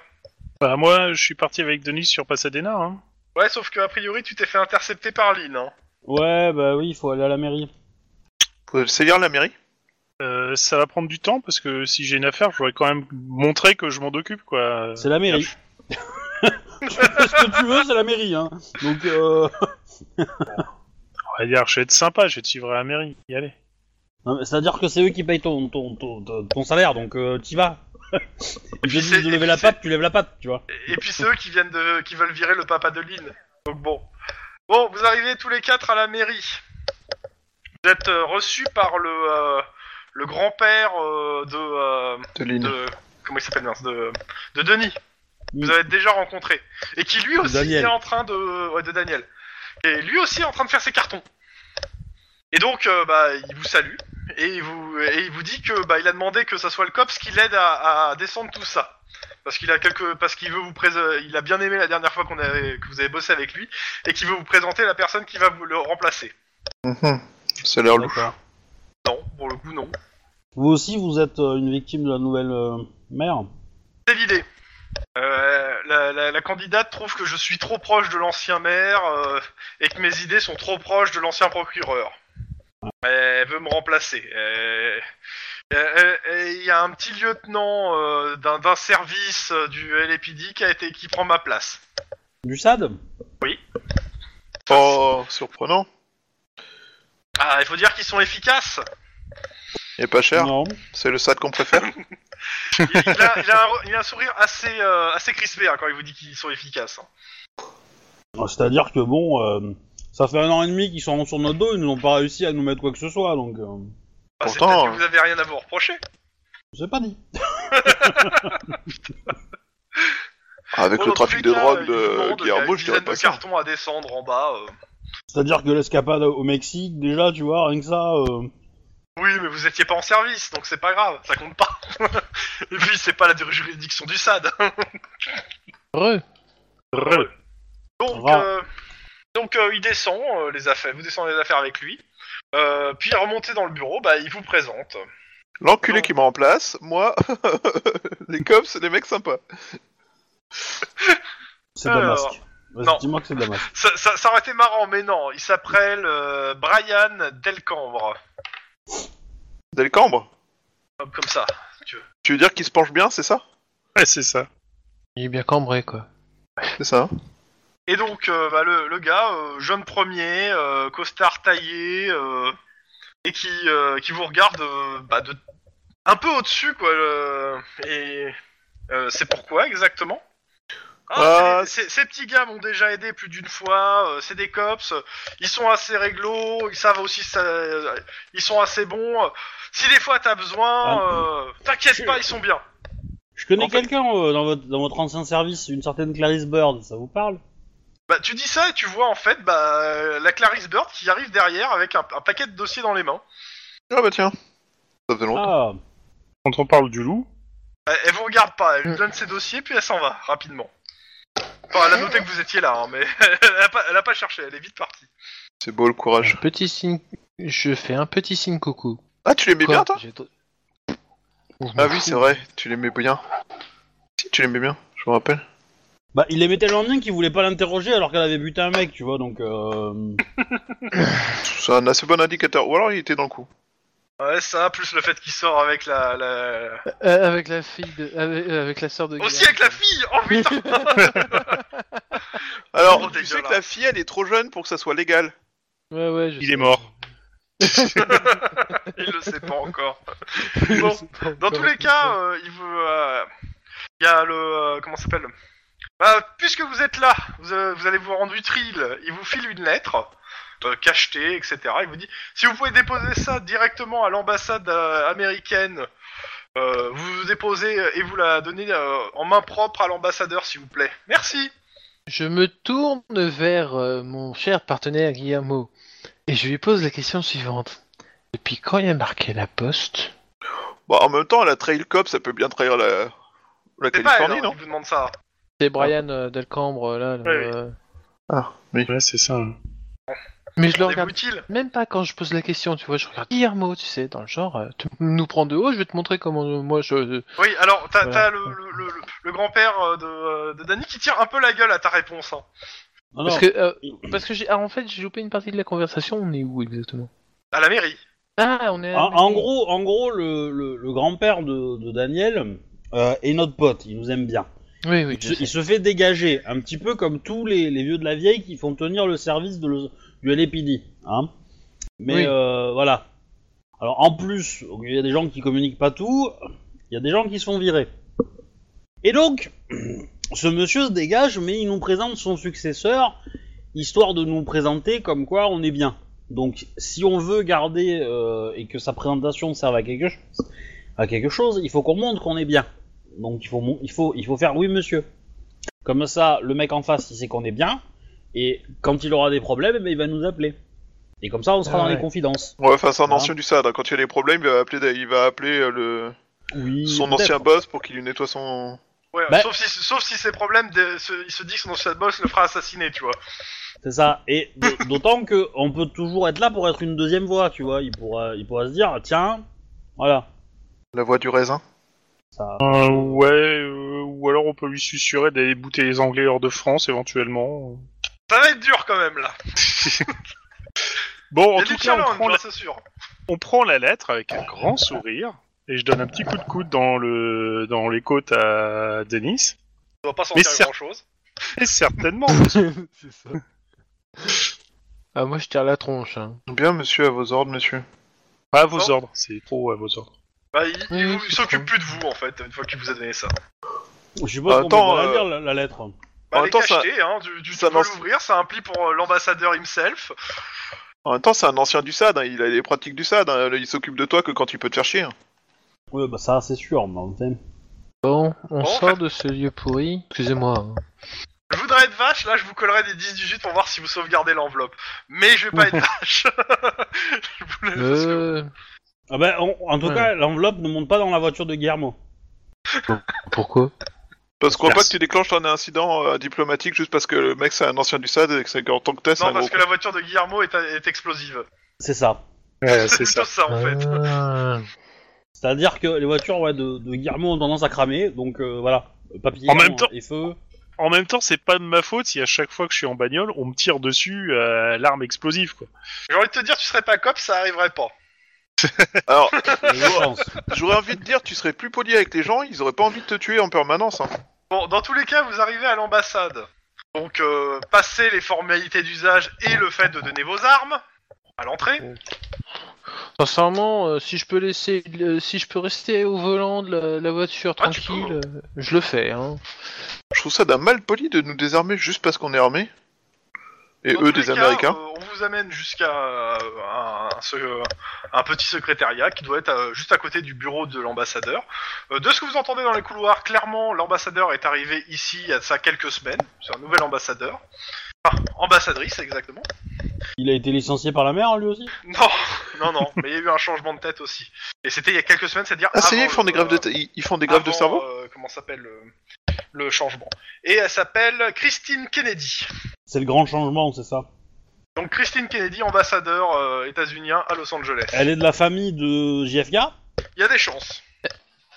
[SPEAKER 4] Bah moi, je suis parti avec Denis sur Pasadena. Hein.
[SPEAKER 2] Ouais, sauf que a priori tu t'es fait intercepter par Lynn. Hein.
[SPEAKER 1] Ouais, bah oui, il faut aller à la mairie.
[SPEAKER 3] Faut saisir la mairie
[SPEAKER 4] Euh, ça va prendre du temps parce que si j'ai une affaire, je voudrais quand même montrer que je m'en occupe quoi.
[SPEAKER 1] C'est la mairie. Ce que tu veux, c'est la mairie, hein. Donc, euh...
[SPEAKER 4] On va dire, je vais être sympa, je vais te suivre à la mairie. Y aller.
[SPEAKER 1] non, mais C'est-à-dire que c'est eux qui payent ton, ton, ton, ton, ton salaire, donc euh, t'y
[SPEAKER 2] [laughs]
[SPEAKER 1] vas. Ils te disent de lever la patte, tu lèves la patte, tu vois.
[SPEAKER 2] Et, et puis c'est eux qui viennent de, qui veulent virer le papa de Lynn. Donc bon. Bon, vous arrivez tous les quatre à la mairie. Vous êtes euh, reçus par le euh, le grand-père euh, de, euh,
[SPEAKER 3] de Lynn.
[SPEAKER 2] de comment il s'appelle mince de de Denis.
[SPEAKER 1] Mm.
[SPEAKER 2] Vous avez déjà rencontré et qui lui aussi
[SPEAKER 1] Daniel.
[SPEAKER 2] est en train de ouais, de Daniel. Et lui aussi est en train de faire ses cartons. Et donc euh, bah il vous salue et il vous et il vous dit que bah il a demandé que ça soit le cops qui l'aide à, à descendre tout ça. Parce qu'il a quelque parce qu'il veut vous présenter il a bien aimé la dernière fois qu'on avait que vous avez bossé avec lui et qu'il veut vous présenter la personne qui va vous le remplacer.
[SPEAKER 3] Mhm. Ça a l'air louche.
[SPEAKER 1] D'accord.
[SPEAKER 2] Non, pour le coup non.
[SPEAKER 1] Vous aussi, vous êtes euh, une victime de la nouvelle euh, mère.
[SPEAKER 2] C'est l'idée. Euh, la, la- la candidate trouve que je suis trop proche de l'ancien maire euh, et que mes idées sont trop proches de l'ancien procureur. Elle veut me remplacer. Euh, euh, euh, Il y a un petit lieutenant euh, d'un d'un service euh, du LAPD qui a été qui prend ma place.
[SPEAKER 1] Du SAD
[SPEAKER 3] Oh, surprenant.
[SPEAKER 2] Ah, il faut dire qu'ils sont efficaces.
[SPEAKER 3] Et pas cher.
[SPEAKER 1] Non.
[SPEAKER 3] C'est le SAD
[SPEAKER 2] [laughs]
[SPEAKER 3] qu'on préfère.
[SPEAKER 2] Il, il a, il a un, il a un sourire assez euh, assez crispé hein, quand il vous dit qu'ils sont efficaces. hein.
[SPEAKER 1] Ah, C'est-à-dire que bon, euh, ça fait un an et demi qu'ils sont sur notre dos, ils n'ont pas réussi à nous mettre quoi que ce soit, donc euh,
[SPEAKER 2] Bah, c'est
[SPEAKER 3] Pourtant,
[SPEAKER 2] peut-être que vous avez rien à vous reprocher.
[SPEAKER 1] c'est pas dit.
[SPEAKER 3] Avec
[SPEAKER 2] Bon,
[SPEAKER 3] le
[SPEAKER 2] dans tous
[SPEAKER 3] trafic
[SPEAKER 2] les
[SPEAKER 3] de
[SPEAKER 2] cas,
[SPEAKER 3] drogue
[SPEAKER 2] il vous
[SPEAKER 3] de
[SPEAKER 2] demande, il y a
[SPEAKER 3] Guillermo,
[SPEAKER 2] une
[SPEAKER 3] je dirais
[SPEAKER 2] dizaine
[SPEAKER 3] pas
[SPEAKER 2] de
[SPEAKER 3] ça.
[SPEAKER 2] cartons à descendre en bas. euh.
[SPEAKER 1] C'est-à-dire que l'escapade au Mexique, déjà, tu vois, rien que ça, euh,
[SPEAKER 2] Oui, mais vous étiez pas en service, donc c'est pas grave, ça compte pas. [laughs] Et puis c'est pas la juridiction du SAD. [laughs]
[SPEAKER 4] Heureux. Heureux.
[SPEAKER 2] Donc,
[SPEAKER 1] Ra.
[SPEAKER 2] euh, donc euh, il descend euh, les affaires, vous descendez les affaires avec lui. Euh, puis remonté dans le bureau, bah il vous présente.
[SPEAKER 3] L'enculé
[SPEAKER 2] Non.
[SPEAKER 3] qui me remplace, moi, [laughs] les cops, les mecs sympas.
[SPEAKER 1] c'est
[SPEAKER 2] Alors,
[SPEAKER 1] Damasque.
[SPEAKER 2] non.
[SPEAKER 1] Vas-y, dis-moi que c'est Damasque.
[SPEAKER 2] Ça, ça, ça aurait été marrant, mais non, il s'appelle euh, Brian Delcambre,
[SPEAKER 3] Delcambre,
[SPEAKER 2] comme ça.
[SPEAKER 3] tu veux dire qu'il se penche bien, c'est ça
[SPEAKER 4] Ouais, c'est ça.
[SPEAKER 6] Il est bien cambré, quoi.
[SPEAKER 3] C'est ça.
[SPEAKER 2] Et donc, euh, bah, le, le gars, euh, jeune premier, euh, costard taillé, euh, et qui, euh, qui vous regarde euh, bah, de, un peu au-dessus, quoi. le- et euh, c'est pourquoi exactement ah,
[SPEAKER 3] Ah,
[SPEAKER 2] c'est- c'est- Ces petits gars m'ont déjà aidé plus d'une fois, euh, c'est des cops, euh, ils sont assez réglo, ils savent aussi, ça, ils sont assez bons. euh, Si des fois t'as besoin, euh, t'inquiète pas, ils sont bien.
[SPEAKER 1] Je connais
[SPEAKER 2] [laughs] En fait-
[SPEAKER 1] quelqu'un euh, dans, votre, dans votre ancien service, une certaine Clarisse Bird, ça vous parle
[SPEAKER 2] Bah, tu dis ça et tu vois en fait bah, la Clarisse Bird qui arrive derrière avec un, un paquet de dossiers dans les mains.
[SPEAKER 3] ah bah tiens. Ça
[SPEAKER 2] Oh.
[SPEAKER 3] faisait
[SPEAKER 1] Ah,
[SPEAKER 3] longtemps.
[SPEAKER 4] Quand on parle du loup,
[SPEAKER 2] Elle, elle vous regarde pas, elle lui donne ses dossiers puis elle s'en va rapidement. Enfin, elle a noté que vous étiez là, hein, mais [laughs] elle a, pas, elle a pas cherché, elle est vite partie.
[SPEAKER 3] C'est beau le
[SPEAKER 6] Un
[SPEAKER 3] courage.
[SPEAKER 6] petit signe. Je fais un petit signe coucou.
[SPEAKER 3] Ah, tu l'aimais
[SPEAKER 6] Quoi
[SPEAKER 3] bien toi
[SPEAKER 6] J'ai-
[SPEAKER 3] Ah oui, c'est vrai, tu l'aimais bien. Si, tu l'aimais bien, je me rappelle.
[SPEAKER 1] bah il aimait tellement bien qu'il voulait pas l'interroger alors qu'elle avait buté un mec, tu vois, donc euh...
[SPEAKER 3] C'est un assez bon indicateur. Ou alors il était dans le coup.
[SPEAKER 2] Ouais, ça, plus le fait qu'il sort avec la. la...
[SPEAKER 6] Euh, avec la fille de. Avec, euh, avec la sœur de.
[SPEAKER 2] Aussi
[SPEAKER 6] Guillaume.
[SPEAKER 2] avec la fille Oh
[SPEAKER 6] [laughs]
[SPEAKER 2] putain
[SPEAKER 3] Alors,
[SPEAKER 2] Oh,
[SPEAKER 3] tu sais
[SPEAKER 2] dégueulasse.
[SPEAKER 3] que la fille, elle est trop jeune pour que ça soit légal.
[SPEAKER 6] Ouais, ouais, je
[SPEAKER 4] il
[SPEAKER 6] sais.
[SPEAKER 4] est mort.
[SPEAKER 2] Il le sait pas encore.
[SPEAKER 6] [laughs] Je
[SPEAKER 2] Bon,
[SPEAKER 6] sais pas
[SPEAKER 2] Dans
[SPEAKER 6] encore.
[SPEAKER 2] tous les cas, euh, il veut. euh, Il y a le. euh, comment ça s'appelle Bah, Puisque vous êtes là, vous, euh, vous allez vous rendre utile. Il vous file une lettre, euh, cachetée, etc. Il vous dit si vous pouvez déposer ça directement à l'ambassade euh, américaine, euh, vous vous déposez et vous la donnez euh, en main propre à l'ambassadeur, s'il vous plaît. Merci
[SPEAKER 6] Je me tourne vers euh, mon cher partenaire Guillermo et je lui pose la question suivante. Depuis quand il y a marqué la poste
[SPEAKER 3] Bah, en même temps, la Trail Cop, ça peut bien trahir la,
[SPEAKER 2] C'est pas elle,
[SPEAKER 3] la
[SPEAKER 2] hein,
[SPEAKER 3] Californie, non
[SPEAKER 2] qui vous demande ça.
[SPEAKER 6] C'est Brian euh, Delcambre, là. le-
[SPEAKER 2] Ouais,
[SPEAKER 3] Ah, oui.
[SPEAKER 4] Ouais, c'est ça.
[SPEAKER 6] Mais je le
[SPEAKER 2] Rendez-vous
[SPEAKER 6] regarde
[SPEAKER 2] utile
[SPEAKER 6] même pas quand je pose la question, tu vois. Je regarde Guillermo, tu sais, dans le genre, euh, tu nous prends de haut, je vais te montrer comment euh, moi je.
[SPEAKER 2] Oui, alors, t'as
[SPEAKER 6] Voilà.
[SPEAKER 2] t'as le, le, le- le- le grand-père euh, de, euh, de Danny qui tire un peu la gueule à ta réponse. hein.
[SPEAKER 1] non,
[SPEAKER 6] Parce
[SPEAKER 1] non,
[SPEAKER 6] que, euh, parce que j'ai. ah, en fait, j'ai loupé une partie de la conversation, on est où exactement
[SPEAKER 2] À la mairie.
[SPEAKER 6] Ah, on est. à-
[SPEAKER 1] En, en gros, en gros, le, le- le grand-père de, de Daniel euh, est notre pote, il nous aime bien.
[SPEAKER 6] Oui, oui.
[SPEAKER 1] Il
[SPEAKER 6] je
[SPEAKER 1] se,
[SPEAKER 6] sais.
[SPEAKER 1] il se fait dégager, un petit peu comme tous les, les vieux de la vieille qui font tenir le service de le- du LAPD. Hein Mais
[SPEAKER 6] Oui.
[SPEAKER 1] euh, voilà. Alors en plus, il y a des gens qui communiquent pas tout, il y a des gens qui se font virer. Et donc, [clears throat] ce monsieur se dégage, mais il nous présente son successeur, histoire de nous présenter comme quoi on est bien. Donc si on veut garder euh, et que sa présentation serve à quelque, chose- à quelque chose, il faut qu'on montre qu'on est bien. Donc il faut, mon- il faut, il faut faire oui monsieur. Comme ça, le mec en face, il sait qu'on est bien, et quand il aura des problèmes, eh ben, il va nous appeler. Et comme ça, on sera
[SPEAKER 6] Ah
[SPEAKER 1] dans
[SPEAKER 6] ouais.
[SPEAKER 1] les confidences.
[SPEAKER 3] Ouais, face à un
[SPEAKER 1] Ah.
[SPEAKER 3] ancien du SAD. hein. Quand il y a des problèmes, il va appeler, il va appeler euh, le...
[SPEAKER 1] Oui,
[SPEAKER 3] son
[SPEAKER 1] peut-être.
[SPEAKER 3] ancien boss pour qu'il lui nettoie son.
[SPEAKER 2] Ouais,
[SPEAKER 1] Bah-
[SPEAKER 2] sauf si, sauf si ses problèmes, de- se- il se dit que son ancien boss le fera assassiner, tu vois.
[SPEAKER 1] C'est ça. Et d- d'autant que on peut toujours être là pour être une deuxième voix, tu vois. Il pourra, il pourra se dire, tiens, voilà.
[SPEAKER 3] La voix du raisin.
[SPEAKER 1] Ça...
[SPEAKER 4] Euh, ouais, euh, ou alors on peut lui susurrer d'aller bouter les Anglais hors de France éventuellement.
[SPEAKER 2] Ça va être dur quand même là.
[SPEAKER 4] Bon,
[SPEAKER 2] Il y
[SPEAKER 4] en
[SPEAKER 2] a
[SPEAKER 4] tout
[SPEAKER 2] du
[SPEAKER 4] cas, on
[SPEAKER 2] challenge,
[SPEAKER 4] prend, la,
[SPEAKER 2] hein, c'est sûr.
[SPEAKER 4] on prend la lettre avec un grand sourire et je donne un petit coup de coude dans le dans les côtes à Denis.
[SPEAKER 2] On doit pas s'en
[SPEAKER 4] Mais
[SPEAKER 2] faire
[SPEAKER 4] cer-
[SPEAKER 2] grand chose. [laughs]
[SPEAKER 4] Et certainement.
[SPEAKER 6] [laughs] C'est ça. Ah, moi je tire la tronche. Hein.
[SPEAKER 3] Bien, monsieur, à vos ordres, monsieur.
[SPEAKER 4] À vos
[SPEAKER 2] Non.
[SPEAKER 4] ordres, c'est trop à vos ordres.
[SPEAKER 2] Bah, il, il
[SPEAKER 6] Oui,
[SPEAKER 2] vous- il
[SPEAKER 6] c'est
[SPEAKER 2] s'occupe
[SPEAKER 6] bon.
[SPEAKER 2] plus de vous en fait, une fois qu'il vous a donné ça.
[SPEAKER 1] Je suppose qu'on peut
[SPEAKER 3] Attends,
[SPEAKER 1] pas la
[SPEAKER 3] euh,
[SPEAKER 1] lire la, la lettre.
[SPEAKER 2] Bah,
[SPEAKER 3] En
[SPEAKER 2] elle est
[SPEAKER 3] même temps, ça-
[SPEAKER 2] cachetée, hein, du, du,
[SPEAKER 3] ça
[SPEAKER 2] tu peux
[SPEAKER 3] lance-
[SPEAKER 2] l'ouvrir, c'est un pli pour euh, l'ambassadeur himself.
[SPEAKER 3] En même temps, c'est un ancien du SAD. hein. Il a les pratiques du SAD. hein. Il s'occupe de toi que quand il peut te faire chier. hein.
[SPEAKER 1] Ouais, bah ça, c'est sûr. Mais en fait,
[SPEAKER 6] Bon, on
[SPEAKER 2] Bon,
[SPEAKER 6] sort
[SPEAKER 2] enfin-
[SPEAKER 6] de ce lieu pourri. Excusez-moi. hein.
[SPEAKER 2] Je voudrais être vache, là je vous collerai des 10 18 pour voir si vous sauvegardez l'enveloppe. Mais je vais pas être vache. je vous laisse, parce que-
[SPEAKER 6] Euh,
[SPEAKER 1] ah bah, on- en tout
[SPEAKER 6] Ouais.
[SPEAKER 1] cas, l'enveloppe ne monte pas dans la voiture de Guillermo.
[SPEAKER 6] Pourquoi
[SPEAKER 3] Parce qu'on crois pas
[SPEAKER 4] Merci.
[SPEAKER 3] que tu déclenches un incident euh, diplomatique juste parce que le mec c'est un ancien du SAD et que c'est qu'en tant que tel c'est
[SPEAKER 2] Non,
[SPEAKER 3] un
[SPEAKER 2] parce
[SPEAKER 3] gros.
[SPEAKER 2] que la voiture de Guillermo est, est explosive.
[SPEAKER 1] C'est ça.
[SPEAKER 4] Ouais,
[SPEAKER 2] C'est
[SPEAKER 4] Bah, c'est ça.
[SPEAKER 2] plutôt ça en fait.
[SPEAKER 6] Ah.
[SPEAKER 1] C'est-à-dire que les voitures ouais, de, de Guillermo ont tendance à cramer, donc euh, voilà. Papier
[SPEAKER 4] En même temps-
[SPEAKER 1] et feu.
[SPEAKER 4] En même temps, c'est pas de ma faute si à chaque fois que je suis en bagnole, on me tire dessus à euh, l'arme explosive quoi.
[SPEAKER 2] J'ai envie de te dire, tu serais pas cop, ça arriverait pas.
[SPEAKER 3] Alors,
[SPEAKER 1] Je pense.
[SPEAKER 3] j'aurais envie de dire, tu serais plus poli avec les gens, ils auraient pas envie de te tuer en permanence. Hein.
[SPEAKER 2] Bon, dans tous les cas, vous arrivez à l'ambassade. Donc, euh, passez les formalités d'usage et le fait de donner vos armes à l'entrée.
[SPEAKER 6] Sincèrement, euh, si je peux laisser, le- si je peux rester au volant de la, la voiture
[SPEAKER 2] Ah, tu peux,
[SPEAKER 6] tranquille, euh, je le fais. Hein.
[SPEAKER 3] Je trouve ça d'un mal poli de nous désarmer juste parce qu'on est armé. Et
[SPEAKER 2] Dans
[SPEAKER 3] eux,
[SPEAKER 2] tous les
[SPEAKER 3] des
[SPEAKER 2] cas,
[SPEAKER 3] Américains.
[SPEAKER 2] euh, on vous amène jusqu'à euh, un, un se- un petit secrétariat qui doit être euh, juste à côté du bureau de l'ambassadeur. Euh, de ce que vous entendez dans les couloirs, clairement, l'ambassadeur est arrivé ici il y a de ça quelques semaines. C'est un nouvel ambassadeur. Enfin, ambassadrice, exactement.
[SPEAKER 1] Il a été licencié par la mère, lui aussi
[SPEAKER 2] Non, [laughs] non, non, mais il y a eu un changement de tête aussi. Et c'était il y a quelques semaines, c'est-à-dire.
[SPEAKER 3] Ah, ça y est,
[SPEAKER 2] avant
[SPEAKER 3] ils font
[SPEAKER 2] le-
[SPEAKER 3] des grèves de, ils- ils font des grèves de
[SPEAKER 2] avant,
[SPEAKER 3] cerveau
[SPEAKER 2] euh, Comment s'appelle euh, le changement Et elle s'appelle Christine Kennedy.
[SPEAKER 1] C'est le grand changement, c'est ça
[SPEAKER 2] Donc Christine Kennedy, ambassadeur euh, états-unien à Los Angeles.
[SPEAKER 1] Elle est de la famille de JFK
[SPEAKER 2] Il y a des chances,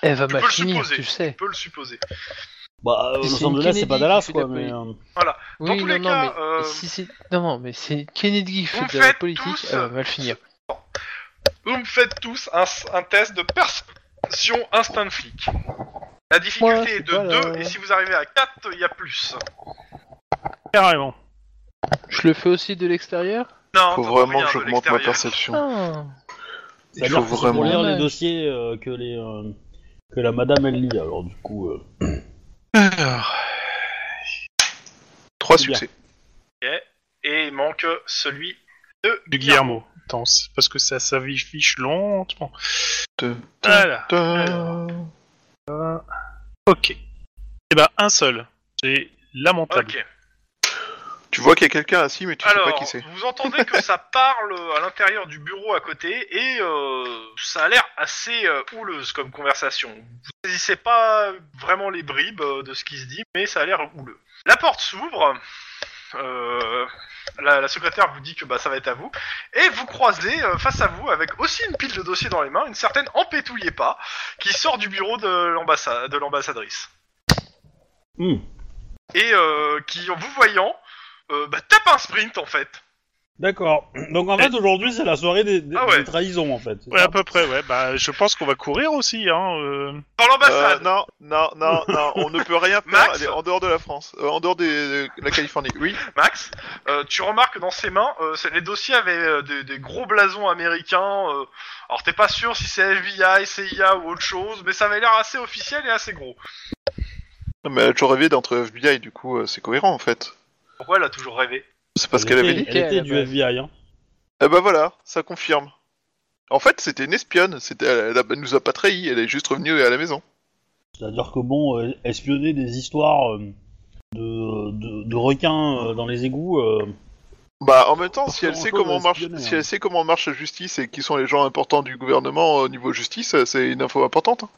[SPEAKER 6] Elle Eh, va
[SPEAKER 2] Tu peux le
[SPEAKER 6] m'affiner,
[SPEAKER 2] supposer.
[SPEAKER 6] tu sais.
[SPEAKER 2] on peut le supposer.
[SPEAKER 1] Bah, euh,
[SPEAKER 6] C'est
[SPEAKER 1] Los
[SPEAKER 6] une
[SPEAKER 1] Angeles, c'est
[SPEAKER 6] Kennedy
[SPEAKER 1] pas Dallas,
[SPEAKER 6] qui fait
[SPEAKER 1] quoi,
[SPEAKER 6] la
[SPEAKER 1] mais... euh,
[SPEAKER 2] Dans
[SPEAKER 6] oui,
[SPEAKER 2] tous
[SPEAKER 6] non,
[SPEAKER 2] les
[SPEAKER 6] non,
[SPEAKER 2] cas,
[SPEAKER 6] mais
[SPEAKER 2] euh,
[SPEAKER 6] si c'est, non, non, mais c'est Kennedy qui
[SPEAKER 2] vous
[SPEAKER 6] fait de la
[SPEAKER 2] faites
[SPEAKER 6] politique,
[SPEAKER 2] tous-
[SPEAKER 6] elle va mal finir.
[SPEAKER 2] Vous me faites tous un, un test de perception instinct de flic. La difficulté
[SPEAKER 6] Ouais,
[SPEAKER 2] est
[SPEAKER 6] c'est
[SPEAKER 2] de
[SPEAKER 6] pas
[SPEAKER 2] 2,
[SPEAKER 6] la-
[SPEAKER 2] et si vous arrivez à 4, il y a plus.
[SPEAKER 4] Carrément.
[SPEAKER 6] Je le fais aussi de l'extérieur.
[SPEAKER 2] Non,
[SPEAKER 3] Faut
[SPEAKER 2] t'entends
[SPEAKER 3] vraiment
[SPEAKER 2] rien
[SPEAKER 3] que
[SPEAKER 2] de
[SPEAKER 3] j'augmente ma
[SPEAKER 2] l'extérieur.
[SPEAKER 3] perception.
[SPEAKER 6] Ah.
[SPEAKER 3] Il
[SPEAKER 1] C'est-à-dire
[SPEAKER 3] faut
[SPEAKER 1] que c'est pour
[SPEAKER 3] vraiment.
[SPEAKER 1] lire les
[SPEAKER 6] Ouais.
[SPEAKER 1] dossiers euh, que, les, euh, que la madame, elle lit, alors du coup... euh,
[SPEAKER 4] Alors,
[SPEAKER 3] Trois
[SPEAKER 1] C'est bien.
[SPEAKER 3] succès.
[SPEAKER 2] Et il manque celui de
[SPEAKER 4] du Guillermo. Attends, c'est parce que ça s'affiche lentement.
[SPEAKER 3] Tum,
[SPEAKER 4] Voilà.
[SPEAKER 3] tum.
[SPEAKER 4] Ok. Eh ben, un seul. C'est lamentable.
[SPEAKER 2] Ok.
[SPEAKER 3] Tu vois qu'il y a quelqu'un assis, mais tu sais pas
[SPEAKER 2] Alors,
[SPEAKER 3] qui c'est.
[SPEAKER 2] vous entendez que
[SPEAKER 3] [laughs]
[SPEAKER 2] ça parle euh, à l'intérieur du bureau à côté, et euh, ça a l'air assez euh, houleuse comme conversation. Vous saisissez pas vraiment les bribes euh, de ce qui se dit, mais ça a l'air houleux. La porte s'ouvre. euh, la, la secrétaire vous dit que bah, ça va être à vous, et vous croisez euh, face à vous avec aussi une pile de dossiers dans les mains, une certaine empétouillez pas, qui sort du bureau de l'ambassa- de l'ambassadrice
[SPEAKER 1] hmm,
[SPEAKER 2] et euh, qui en vous voyant euh, bah, tape un sprint en fait.
[SPEAKER 1] D'accord. Donc en fait, aujourd'hui, c'est la soirée des, des-
[SPEAKER 2] Ah ouais.
[SPEAKER 1] des trahisons, en fait. c'est
[SPEAKER 4] Ouais,
[SPEAKER 1] ça
[SPEAKER 4] à peu près, ouais. Bah, je pense qu'on va courir aussi, hein. euh.
[SPEAKER 2] Dans l'ambassade.
[SPEAKER 3] Euh, non, non, non, non, on ne peut rien faire.
[SPEAKER 2] Max
[SPEAKER 3] Elle est en dehors de la France, Euh, en dehors des- de la Californie. Oui.
[SPEAKER 2] Max, euh, tu remarques que dans ses mains, euh, c'est- les dossiers avaient euh, des, des gros blasons américains. euh, alors t'es pas sûr si c'est FBI, CIA ou autre chose, mais ça avait l'air assez officiel et assez gros.
[SPEAKER 3] Non, mais elle a toujours rêvé d'entre FBI, du coup, euh, c'est cohérent en fait.
[SPEAKER 2] Pourquoi elle a toujours rêvé
[SPEAKER 3] C'est parce qu'elle
[SPEAKER 1] était-
[SPEAKER 3] avait dit.
[SPEAKER 1] Elle était
[SPEAKER 6] qu'elle,
[SPEAKER 1] du
[SPEAKER 6] ouais.
[SPEAKER 1] FBI, hein.
[SPEAKER 3] Eh ben voilà, ça confirme. En fait, c'était une espionne. C'était, elle, elle a- elle nous a pas trahi. Elle est juste revenue à la maison.
[SPEAKER 1] C'est-à-dire que bon, euh, espionner des histoires euh, de, de, de requins euh, dans les égouts, euh,
[SPEAKER 3] Bah, en même temps, si
[SPEAKER 1] Pas
[SPEAKER 3] elle sait
[SPEAKER 1] grand-chose
[SPEAKER 3] comment
[SPEAKER 1] à
[SPEAKER 3] marche,
[SPEAKER 1] espionner,
[SPEAKER 3] si
[SPEAKER 1] hein.
[SPEAKER 3] elle sait comment marche la justice et qui sont les gens importants du gouvernement au niveau justice, euh, c'est une info importante. hein.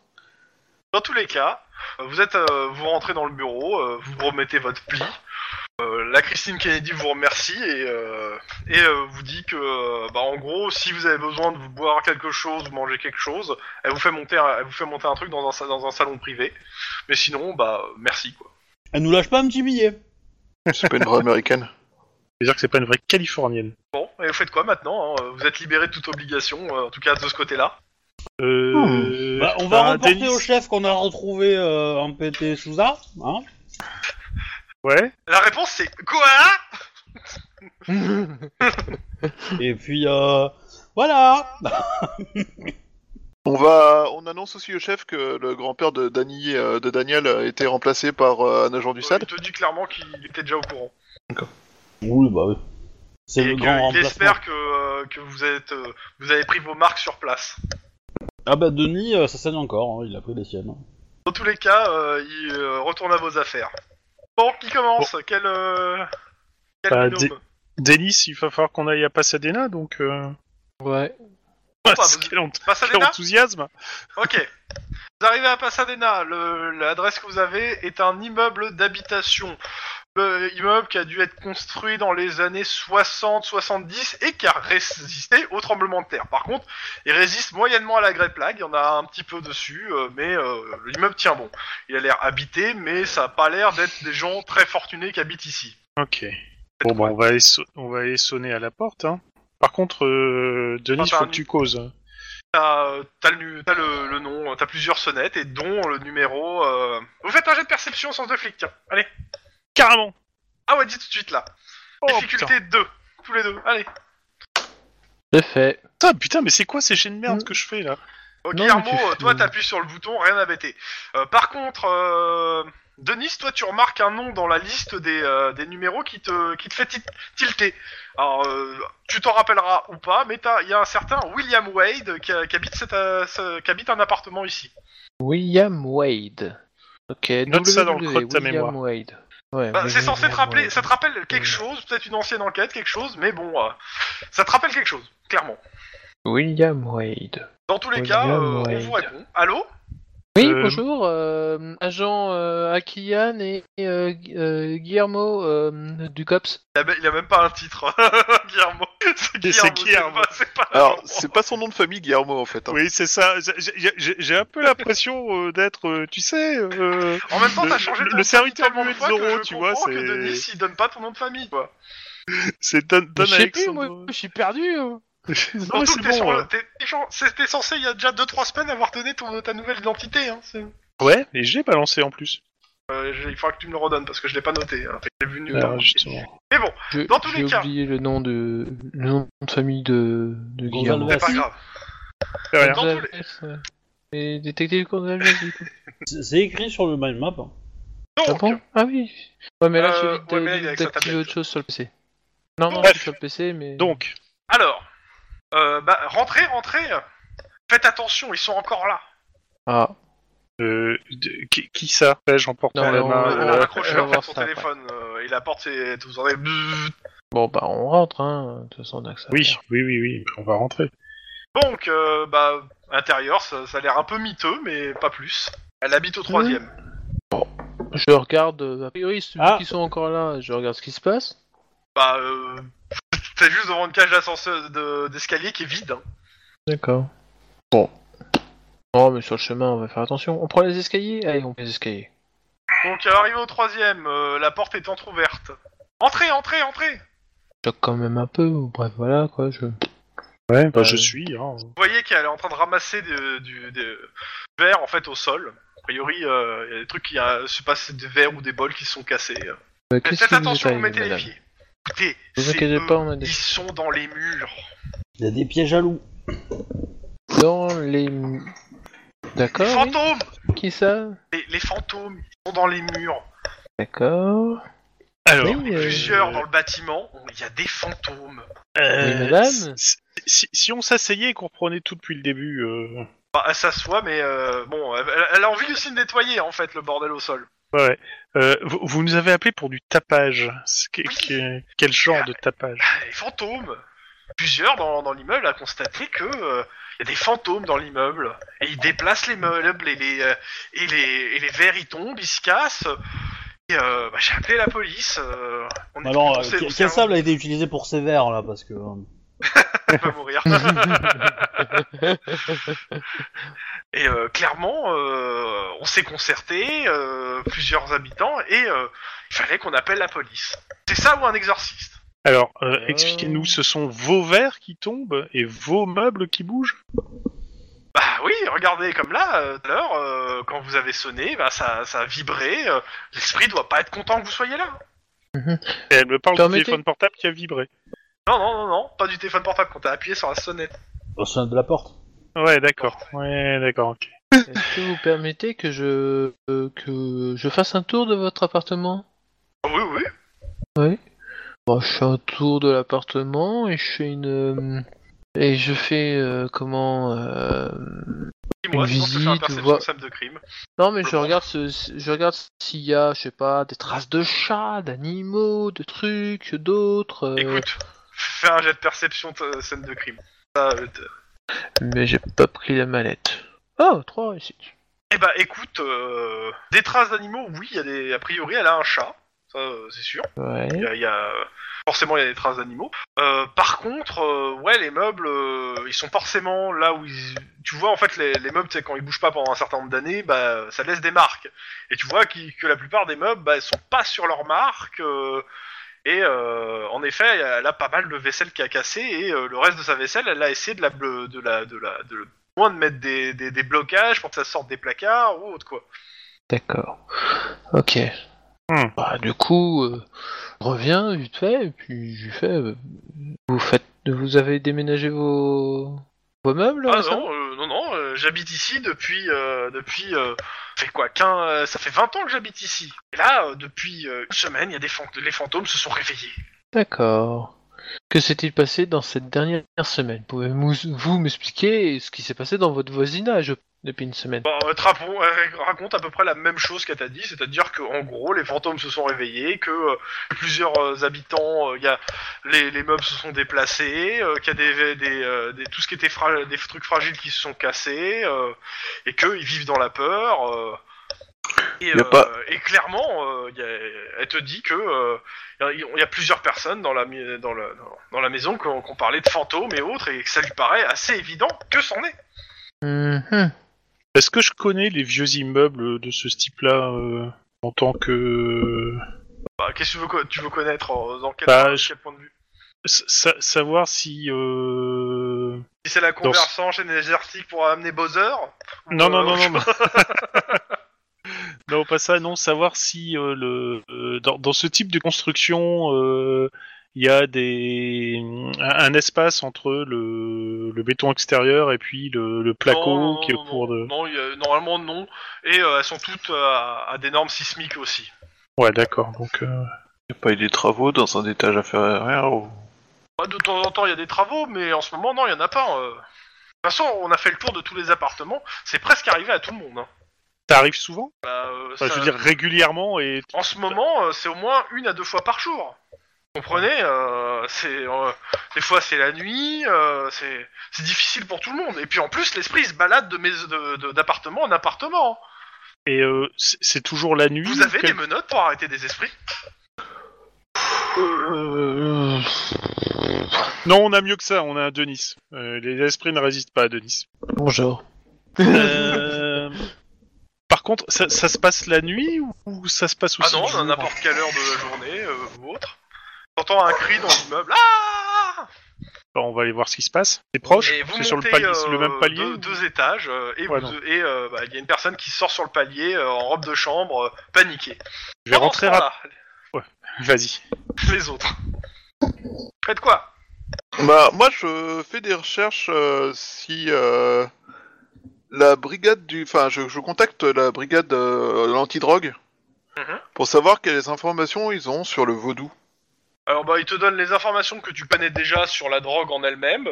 [SPEAKER 2] Dans tous les cas, euh, vous êtes, euh, vous rentrez dans le bureau, euh, vous remettez votre pli. euh, la Christine Kennedy vous remercie et, euh, et euh, vous dit que, euh, bah, en gros, si vous avez besoin de vous boire quelque chose, vous manger quelque chose, elle vous fait monter, un, elle vous fait monter un truc dans un, sa- dans un salon privé. Mais sinon, bah, euh, merci quoi.
[SPEAKER 1] elle nous lâche pas un petit billet.
[SPEAKER 3] [laughs] C'est pas une vraie américaine.
[SPEAKER 4] C'est-à-dire que c'est pas une vraie californienne.
[SPEAKER 2] Bon, et vous faites quoi maintenant hein Vous êtes libéré de toute obligation, euh, en tout cas de ce côté-là.
[SPEAKER 4] Euh,
[SPEAKER 1] Bah, on va
[SPEAKER 2] Euh,
[SPEAKER 4] bah,
[SPEAKER 1] reporter
[SPEAKER 4] Denis-
[SPEAKER 1] au chef qu'on a retrouvé euh, en PT Souza, hein.
[SPEAKER 4] Ouais.
[SPEAKER 2] La réponse c'est quoi
[SPEAKER 1] Et puis, euh, voilà. [laughs]
[SPEAKER 3] On va, on annonce aussi au chef que le grand-père de Danny, euh, de Daniel, a été remplacé par euh, un agent du SAD.
[SPEAKER 2] Il te dit clairement qu'il était déjà au courant.
[SPEAKER 1] Oui, bah oui. C'est
[SPEAKER 2] Et
[SPEAKER 1] le
[SPEAKER 2] que-
[SPEAKER 1] grand
[SPEAKER 2] il
[SPEAKER 1] remplacement.
[SPEAKER 2] espère que, euh, que vous êtes, euh, vous avez pris vos marques sur place.
[SPEAKER 1] Ah bah Denis, euh, ça saigne encore, hein, il a pris les siennes. hein.
[SPEAKER 2] Dans tous les cas, euh, il euh, retourne à vos affaires. Bon, qui commence Quel, euh, quel
[SPEAKER 4] Bah,
[SPEAKER 2] binôme
[SPEAKER 4] dé- Denis, il va falloir qu'on aille à Pasadena, donc. Euh...
[SPEAKER 6] Ouais.
[SPEAKER 4] [laughs]
[SPEAKER 2] Pourquoi
[SPEAKER 4] quel, ent- quel
[SPEAKER 2] Pasadena
[SPEAKER 4] enthousiasme
[SPEAKER 2] Ok. Vous arrivez à Pasadena. Le- L'adresse que vous avez est un immeuble d'habitation. Le immeuble qui a dû être construit dans les années 60-70 et qui a résisté au tremblement de terre. Par contre, il résiste moyennement à la grêpe plague. Il y en a un petit peu dessus, euh, mais euh, l'immeuble tient bon. Il a l'air habité, mais ça n'a pas l'air d'être des gens très fortunés qui habitent ici.
[SPEAKER 4] Ok. Bon, bah, on va, aller so- on va aller sonner à la porte, hein. Par contre, euh, Denis,
[SPEAKER 2] Ah,
[SPEAKER 4] faut
[SPEAKER 2] pardon.
[SPEAKER 4] que tu causes.
[SPEAKER 2] T'as euh, t'as le, nu- t'as le, le nom, euh, t'as plusieurs sonnettes et dont le numéro. euh, Vous faites un jet de perception sans de flic, tiens. Allez.
[SPEAKER 4] Carrément
[SPEAKER 2] Ah ouais, dis tout de suite là.
[SPEAKER 4] Oh, putain.
[SPEAKER 2] Difficulté 2. Tous les deux, allez.
[SPEAKER 6] C'est fait.
[SPEAKER 4] Putain, putain, mais c'est quoi ces chaînes de merde
[SPEAKER 6] Mm.
[SPEAKER 4] que je fais là
[SPEAKER 2] Euh,
[SPEAKER 6] Non,
[SPEAKER 2] Guillermo,
[SPEAKER 6] mais tu
[SPEAKER 2] euh,
[SPEAKER 6] fais-
[SPEAKER 2] toi t'appuies sur le bouton, rien à bêter. Euh, par contre, euh, Denis, toi tu remarques un nom dans la liste des, euh, des numéros qui te, qui te fait ti- tilter. Alors, euh, tu t'en rappelleras ou pas, mais t'as- il y a un certain William Wade qui, a- qui habite, cette, euh, ce- qui habite un appartement ici.
[SPEAKER 6] William Wade. Ok,
[SPEAKER 4] Note ça dans le
[SPEAKER 6] WW,
[SPEAKER 4] creux de ta
[SPEAKER 6] William
[SPEAKER 4] mémoire.
[SPEAKER 6] Wade. Ouais,
[SPEAKER 2] Bah, c'est
[SPEAKER 6] William
[SPEAKER 2] censé te rappeler,
[SPEAKER 6] Wade.
[SPEAKER 2] ça te rappelle quelque chose, peut-être une ancienne enquête, quelque chose, mais bon, euh, ça te rappelle quelque chose, clairement.
[SPEAKER 6] William Wade.
[SPEAKER 2] Dans tous les
[SPEAKER 6] William
[SPEAKER 2] cas, euh, on
[SPEAKER 6] Wade.
[SPEAKER 2] vous répond. Allô
[SPEAKER 6] Oui,
[SPEAKER 4] Euh,
[SPEAKER 6] bonjour, euh, agent euh, Akian et euh, Gu- euh, Guillermo euh, du COPS.
[SPEAKER 2] il a, me- il a même pas un titre, [laughs] Guillermo. C'est
[SPEAKER 4] Mais c'est Guillermo.
[SPEAKER 2] pas- c'est pas-
[SPEAKER 3] Alors, c'est pas son nom de famille, Guillermo, en fait. hein.
[SPEAKER 4] Oui, c'est ça. J'ai- j'ai- J'ai j'ai un peu l'impression euh, d'être, euh, tu sais,
[SPEAKER 6] [laughs]
[SPEAKER 4] euh,
[SPEAKER 2] En même temps,
[SPEAKER 4] Le-
[SPEAKER 2] t'as changé
[SPEAKER 4] le-
[SPEAKER 2] de
[SPEAKER 4] le serviteur
[SPEAKER 2] tellement de
[SPEAKER 4] muet de
[SPEAKER 2] fois
[SPEAKER 4] Zorro,
[SPEAKER 2] que je
[SPEAKER 4] tu vois,
[SPEAKER 2] comprends que
[SPEAKER 4] c'est-
[SPEAKER 2] Denis, il donne pas ton nom de famille, quoi.
[SPEAKER 4] c'est Don, Don
[SPEAKER 6] Mais Je sais [laughs] plus, moi,
[SPEAKER 4] Alexandre.
[SPEAKER 6] je suis perdu. hein.
[SPEAKER 4] Non, mais
[SPEAKER 2] Surtout
[SPEAKER 4] c'est
[SPEAKER 2] que t'es sur
[SPEAKER 4] bon.
[SPEAKER 2] le-
[SPEAKER 4] euh.
[SPEAKER 2] t'es- t'es chan- C'était censé, il y a déjà 2-3 semaines, avoir donné ton, ta nouvelle identité, hein. c'est-
[SPEAKER 4] Ouais, et j'ai balancé en plus.
[SPEAKER 2] Euh, j'ai- il faudra que tu me le redonnes, parce que je l'ai pas noté, hein. Fait que je l'ai vu nulle part.
[SPEAKER 4] Ah, justement.
[SPEAKER 2] Mais bon,
[SPEAKER 6] Je-
[SPEAKER 2] Dans tous
[SPEAKER 6] j'ai
[SPEAKER 2] les cas.
[SPEAKER 6] oublié le nom de le nom de famille de, de
[SPEAKER 1] Gonzalez.
[SPEAKER 6] Guillermo.
[SPEAKER 2] c'est pas
[SPEAKER 1] Merci.
[SPEAKER 2] grave.
[SPEAKER 4] C'est rien.
[SPEAKER 2] Dans tous les-
[SPEAKER 6] Gonzalez, euh, Et détective Gonzalez, du coup.
[SPEAKER 1] C'est c'est écrit sur le mind map. hein.
[SPEAKER 6] Ah
[SPEAKER 2] Donc,
[SPEAKER 6] bon Ah oui Ouais, mais là, je
[SPEAKER 2] Euh,
[SPEAKER 6] suis vite
[SPEAKER 2] ouais, mais là, il est avec sa
[SPEAKER 6] d'activer
[SPEAKER 2] tablette.
[SPEAKER 6] autre chose sur le PC. Non, non,
[SPEAKER 4] Bref.
[SPEAKER 6] c'est sur le PC, mais...
[SPEAKER 4] Donc,
[SPEAKER 2] alors, euh, bah, rentrez, rentrez. Faites attention, ils sont encore là.
[SPEAKER 6] Ah,
[SPEAKER 4] euh, de- qui, qui ça Ouais, J'emporte
[SPEAKER 6] Non,
[SPEAKER 4] la
[SPEAKER 6] mais
[SPEAKER 4] main.
[SPEAKER 6] on-
[SPEAKER 2] Euh,
[SPEAKER 6] on-
[SPEAKER 4] euh,
[SPEAKER 2] le
[SPEAKER 6] on-
[SPEAKER 2] raccrocheur
[SPEAKER 6] on va
[SPEAKER 2] fait
[SPEAKER 6] voir
[SPEAKER 2] son
[SPEAKER 6] ça après.
[SPEAKER 2] téléphone, euh, il apporte et tout. Vous entendez. bzzz.
[SPEAKER 6] bon, bah, on rentre, hein. De toute façon, on a que ça à
[SPEAKER 4] Oui,
[SPEAKER 6] faire.
[SPEAKER 4] oui, oui, oui, on va rentrer.
[SPEAKER 2] Donc, euh, bah, intérieur, ça, ça a l'air un peu miteux, mais pas plus. Elle habite au troisième.
[SPEAKER 6] Je regarde, euh, a priori, ceux
[SPEAKER 1] Ah.
[SPEAKER 6] qui sont encore là, je regarde ce qui se passe.
[SPEAKER 2] Bah, euh, [laughs] t'es juste devant une cage d'ascenseur de- d'escalier qui est vide. hein.
[SPEAKER 6] D'accord. Bon. Oh, mais sur le chemin, on va faire attention. On prend les escaliers Allez, on prend les escaliers.
[SPEAKER 2] Donc, euh, arrivé au troisième, euh, la porte est entrouverte. Entrez, entrez, entrez
[SPEAKER 6] Je choque quand même un peu, ou bref, voilà, quoi, je...
[SPEAKER 4] Ouais, bah,
[SPEAKER 6] Euh,
[SPEAKER 4] je suis. Hein.
[SPEAKER 2] Vous voyez qu'elle est en train de ramasser de- du, des verre en fait au sol. A priori, euh, il y a des trucs qui euh, se passent, des verres ou des bols qui se sont cassés.
[SPEAKER 6] Euh,
[SPEAKER 2] Mais
[SPEAKER 6] qu'est-ce
[SPEAKER 2] Faites
[SPEAKER 6] qui nous
[SPEAKER 2] attention, vous
[SPEAKER 6] arrive,
[SPEAKER 2] mettez les
[SPEAKER 6] madame
[SPEAKER 2] pieds. Écoutez,
[SPEAKER 6] Vous
[SPEAKER 2] c'est
[SPEAKER 6] inquiétez
[SPEAKER 2] eux,
[SPEAKER 6] pas, on a des...
[SPEAKER 2] ils sont dans les murs.
[SPEAKER 1] Il y a des pièges à loups.
[SPEAKER 6] Dans les...
[SPEAKER 2] Les
[SPEAKER 6] D'accord, oui.
[SPEAKER 2] fantômes
[SPEAKER 6] Qui ça
[SPEAKER 2] les, les fantômes, ils sont dans les murs.
[SPEAKER 6] [laughs] D'accord...
[SPEAKER 4] Alors,
[SPEAKER 6] Oui, euh,
[SPEAKER 2] Plusieurs dans le bâtiment, il y a des fantômes.
[SPEAKER 4] euh,
[SPEAKER 6] Oui, madame
[SPEAKER 4] si, si- si on s'asseyait et qu'on reprenait tout depuis le début. euh,
[SPEAKER 2] Bah, elle s'assoit, mais euh, bon, elle, elle a envie aussi de nettoyer en fait le bordel au sol.
[SPEAKER 4] Ouais. Euh, vous, vous nous avez appelé pour du tapage. C'est que- que- quel genre de tapage
[SPEAKER 2] Eh, Les fantômes Plusieurs dans, dans l'immeuble a constaté que euh, y a des fantômes dans l'immeuble. Et ils déplacent les meubles et les, euh, et les, et les verres ils tombent, ils se cassent. Et euh, bah, j'ai appelé la police. euh, on est-
[SPEAKER 1] Alors,
[SPEAKER 2] on s'est-
[SPEAKER 1] euh,
[SPEAKER 2] on
[SPEAKER 1] quel
[SPEAKER 2] s'est-
[SPEAKER 1] quel sable a été utilisé pour ces verres là Parce que. euh,
[SPEAKER 2] on va
[SPEAKER 1] [laughs]
[SPEAKER 2] mourir. Et euh, clairement, euh, on s'est concerté, euh, plusieurs habitants, et euh, il fallait qu'on appelle la police. C'est ça ou un exorciste
[SPEAKER 4] Alors, euh, expliquez-nous, ce sont vos verres qui tombent et vos meubles qui bougent
[SPEAKER 2] Bah oui, regardez, comme là, euh, tout à l'heure, euh, quand vous avez sonné, bah, ça, ça a vibré. euh, L'esprit doit pas être content que vous soyez là.
[SPEAKER 4] Et Eh, Elle me parle
[SPEAKER 6] Permettez-
[SPEAKER 4] du téléphone portable qui a vibré.
[SPEAKER 2] Non, non, non, non, pas du téléphone portable quand t'as appuyé sur la sonnette.
[SPEAKER 1] Au sein de la porte.
[SPEAKER 4] Ouais, d'accord. Ouais, d'accord, ok.
[SPEAKER 6] Est-ce que vous permettez que je euh, que je fasse un tour de votre appartement
[SPEAKER 2] Ah Oui, oui.
[SPEAKER 6] Oui. Bon, je fais un tour de l'appartement et je fais une euh, et je fais euh, comment euh,
[SPEAKER 2] Dis-moi,
[SPEAKER 6] Une
[SPEAKER 2] sinon je te fais un
[SPEAKER 6] visite,
[SPEAKER 2] perception
[SPEAKER 6] vois-
[SPEAKER 2] simple de crime.
[SPEAKER 6] non mais je
[SPEAKER 2] Comment
[SPEAKER 6] regarde ce, je regarde s'il y a je sais pas des traces de chats, d'animaux, de trucs, d'autres. euh,
[SPEAKER 2] Écoute, fais un jet de perception t- scène de crime. Ça, euh, t-
[SPEAKER 6] mais j'ai pas pris la mallette. Oh, trois réussites.
[SPEAKER 2] Eh bah écoute, euh, des traces d'animaux, oui, il y a des... a priori elle a un chat, ça euh, c'est sûr.
[SPEAKER 6] Ouais.
[SPEAKER 2] Il y a, il y a- Forcément il y a des traces d'animaux. Euh, par contre, euh, ouais, les meubles, euh, ils sont forcément là où ils... Tu vois en fait les, les meubles, tu sais, quand ils bougent pas pendant un certain nombre d'années, bah ça laisse des marques. Et tu vois qu'ils- que la plupart des meubles, bah, ils sont pas sur leurs marques. euh, Et euh, en effet, elle a pas mal de vaisselle qui a cassé et euh, le reste de sa vaisselle, elle a essayé de la bleu- de la de la de le- moins de mettre des, des, des blocages pour que ça sorte des placards ou autre quoi.
[SPEAKER 6] D'accord. Ok.
[SPEAKER 4] Hmm.
[SPEAKER 6] Bah, du coup, euh, je reviens vite fait, et puis je lui fais. euh, vous faites, vous avez déménagé vos, vos meubles
[SPEAKER 2] Ah
[SPEAKER 6] récemment
[SPEAKER 2] non, euh, non, non, euh, j'habite ici depuis, euh, depuis, euh, ça fait quoi, 15, euh, ça fait 20 ans que j'habite ici. Et là, euh, depuis euh, une semaine, il y a des fant- les fantômes se sont réveillés.
[SPEAKER 6] D'accord. Que s'est-il passé dans cette dernière semaine Pouvez-vous vous m'expliquer ce qui s'est passé dans votre voisinage depuis une semaine
[SPEAKER 2] Bon, euh, Trapon euh, raconte à peu près la même chose qu'elle t'a dit, c'est-à-dire que en gros, les fantômes se sont réveillés, que euh, plusieurs euh, habitants, euh, il y a, les, les meubles se sont déplacés, euh, qu'il y a des, des, euh, des- tout ce qui était fra- des trucs fragiles qui se sont cassés, euh, et qu'ils vivent dans la peur. euh, et, euh,
[SPEAKER 3] Y a pas-
[SPEAKER 2] et clairement, euh, y a- elle te dit que euh, y a- il y, a plusieurs personnes dans la, mi- dans la, dans, dans la maison qui ont qui ont parlé de fantômes et autres, et que ça lui paraît assez évident que c'en est.
[SPEAKER 6] Mhm.
[SPEAKER 4] Est-ce que je connais les vieux immeubles de ce type-là euh, en tant que euh,
[SPEAKER 2] Bah, qu'est-ce que tu veux, co- tu veux connaître euh, dans quel,
[SPEAKER 4] Bah,
[SPEAKER 2] dans
[SPEAKER 4] je-
[SPEAKER 2] quel point de vue
[SPEAKER 4] sa- sa- savoir si euh,
[SPEAKER 2] Si c'est la conversion chez les articles pour amener Bowser
[SPEAKER 4] Non, non,
[SPEAKER 2] euh,
[SPEAKER 4] non,
[SPEAKER 2] je-
[SPEAKER 4] non. non. [laughs] non, pas ça, non, savoir si euh, le, euh, dans, dans ce type de construction, euh, il y a des, un, un espace entre le, le béton extérieur et puis le, le placo
[SPEAKER 2] [laughs] Non, non,
[SPEAKER 4] qui est
[SPEAKER 2] non,
[SPEAKER 4] pour
[SPEAKER 2] non,
[SPEAKER 4] de.
[SPEAKER 2] non, il y a- normalement non. Et euh, elles sont toutes euh, à, à des normes sismiques aussi.
[SPEAKER 4] Ouais, d'accord. Donc, euh,
[SPEAKER 3] Y a pas eu des travaux dans un étage inférieur ou...
[SPEAKER 2] Ouais, Bah, de temps en temps, il y a des travaux, mais en ce moment, non, il y en a pas. euh. De toute façon, on a fait le tour de tous les appartements. C'est presque arrivé à tout le monde. hein.
[SPEAKER 4] ça arrive souvent.
[SPEAKER 2] Bah, euh,
[SPEAKER 4] Enfin,
[SPEAKER 2] ça-
[SPEAKER 4] Je veux dire régulièrement et
[SPEAKER 2] En ce moment, euh, c'est au moins une à deux fois par jour. Vous comprenez euh, c'est, euh, Des fois, c'est la nuit, euh, c'est c'est difficile pour tout le monde. Et puis en plus, l'esprit il se balade de mais- de- de- d'appartement en appartement.
[SPEAKER 4] et euh, c'est c'est toujours la nuit.
[SPEAKER 2] Vous avez
[SPEAKER 4] quel-
[SPEAKER 2] des menottes pour arrêter des esprits
[SPEAKER 6] Euh,
[SPEAKER 4] Non, on a mieux que ça. On a un Denis. Euh, les esprits ne résistent pas à Denis.
[SPEAKER 2] [laughs]
[SPEAKER 6] Bonjour.
[SPEAKER 1] Euh,
[SPEAKER 4] Par contre, ça, ça se passe la nuit ou, ou ça se passe
[SPEAKER 2] Ah
[SPEAKER 4] aussi
[SPEAKER 2] non,
[SPEAKER 4] le
[SPEAKER 2] à
[SPEAKER 4] jour
[SPEAKER 2] n'importe quelle heure de la journée euh, ou autre. J'entends un cri dans l'immeuble. Ah
[SPEAKER 4] Bon, on va aller voir ce qui se passe. C'est proche
[SPEAKER 2] Et vous
[SPEAKER 4] C'est sur le,
[SPEAKER 2] montez,
[SPEAKER 4] palier,
[SPEAKER 2] euh,
[SPEAKER 4] c'est le même palier
[SPEAKER 2] deux,
[SPEAKER 4] ou-
[SPEAKER 2] deux étages euh, et
[SPEAKER 4] Ouais,
[SPEAKER 2] vous-
[SPEAKER 4] non.
[SPEAKER 2] et, euh, bah, il y a une personne qui sort sur le palier euh, en robe de chambre, euh, paniquée.
[SPEAKER 4] Je vais rentrer rapide.
[SPEAKER 2] là
[SPEAKER 4] Vas-y.
[SPEAKER 2] Les autres. Faites quoi
[SPEAKER 3] Bah, moi, je fais des recherches euh, si euh, la brigade du. Enfin, je, je contacte la brigade euh, l'antidrogue
[SPEAKER 2] Mhm.
[SPEAKER 3] pour savoir quelles informations ils ont sur le vaudou.
[SPEAKER 2] Alors bah il te donne les informations que tu connais déjà sur la drogue en elle-même,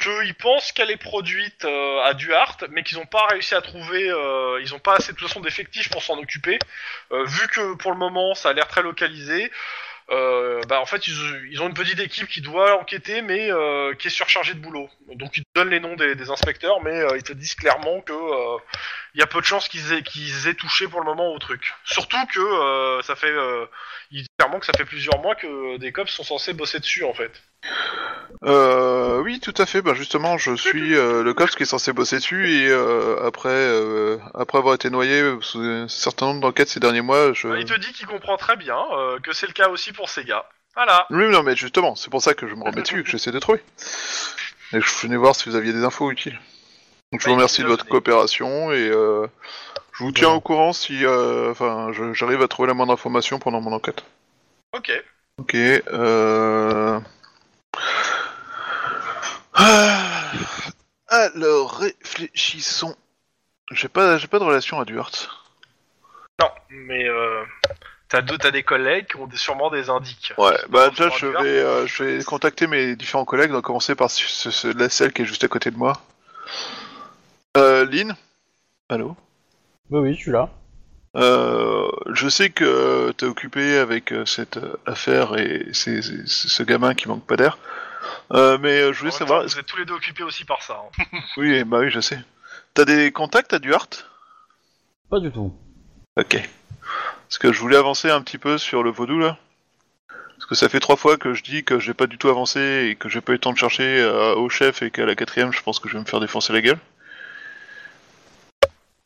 [SPEAKER 2] qu'ils pensent qu'elle est produite euh, à Duarte, mais qu'ils n'ont pas réussi à trouver, euh, ils n'ont pas assez de toute façon d'effectifs pour s'en occuper, Euh, vu que pour le moment ça a l'air très localisé. euh, bah en fait ils, ils ont une petite équipe qui doit enquêter mais euh, qui est surchargée de boulot. Donc ils te donnent les noms des, des inspecteurs mais euh, ils te disent clairement que euh, il y a peu de chances qu'ils aient, qu'ils aient touché pour le moment au truc. Surtout que euh, ça fait euh, il dit clairement que ça fait plusieurs mois que des cops sont censés bosser dessus en fait.
[SPEAKER 3] Euh, oui, tout à fait. Bah, justement, je suis euh, le cops qui est censé bosser dessus et euh, après, euh, après avoir été noyé sous un certain nombre d'enquêtes ces derniers mois, je.
[SPEAKER 2] Il te dit qu'il comprend très bien euh, que c'est le cas aussi pour ces gars. Voilà.
[SPEAKER 3] Oui, non, mais justement, c'est pour ça que je me remets dessus, que j'essaie de trouver. Et que je venais voir si vous aviez des infos utiles. Donc je
[SPEAKER 2] Bah,
[SPEAKER 3] vous remercie
[SPEAKER 2] il
[SPEAKER 3] de
[SPEAKER 2] nous a
[SPEAKER 3] votre
[SPEAKER 2] donné.
[SPEAKER 3] coopération et euh, je vous tiens au courant si euh, enfin, je- j'arrive à trouver la moindre information pendant mon enquête.
[SPEAKER 2] Ok.
[SPEAKER 3] Ok. Euh... Ah. Alors réfléchissons. J'ai pas, j'ai pas de relation à Duarte.
[SPEAKER 2] Non, mais euh, t'as deux, t'as des collègues qui ont des- sûrement des indices.
[SPEAKER 3] Ouais, bah déjà
[SPEAKER 2] Sur
[SPEAKER 3] je
[SPEAKER 2] Duarte.
[SPEAKER 3] vais, euh, je vais contacter mes différents collègues, donc commencer par ce- ce- la celle qui est juste à côté de moi. Euh, Lynn Allô
[SPEAKER 1] oui, Bah oui, je suis là.
[SPEAKER 3] Euh, Je sais que t'es occupé avec euh, cette euh, affaire et ces- ces- ce ce gamin qui manque pas d'air. Euh, mais euh, je
[SPEAKER 2] En même
[SPEAKER 3] voulais savoir,
[SPEAKER 2] temps, vous êtes tous les deux occupés aussi par ça.
[SPEAKER 1] [laughs]
[SPEAKER 2] hein.
[SPEAKER 3] oui, bah oui, je sais. T'as des contacts à Duarte
[SPEAKER 1] Pas du tout.
[SPEAKER 3] Ok. Parce que je voulais avancer un petit peu sur le vaudou là. Parce que ça fait trois fois que je dis que j'ai pas du tout avancé et que j'ai pas eu le temps de chercher euh, au chef et qu'à la quatrième je pense que je vais me faire défoncer la gueule.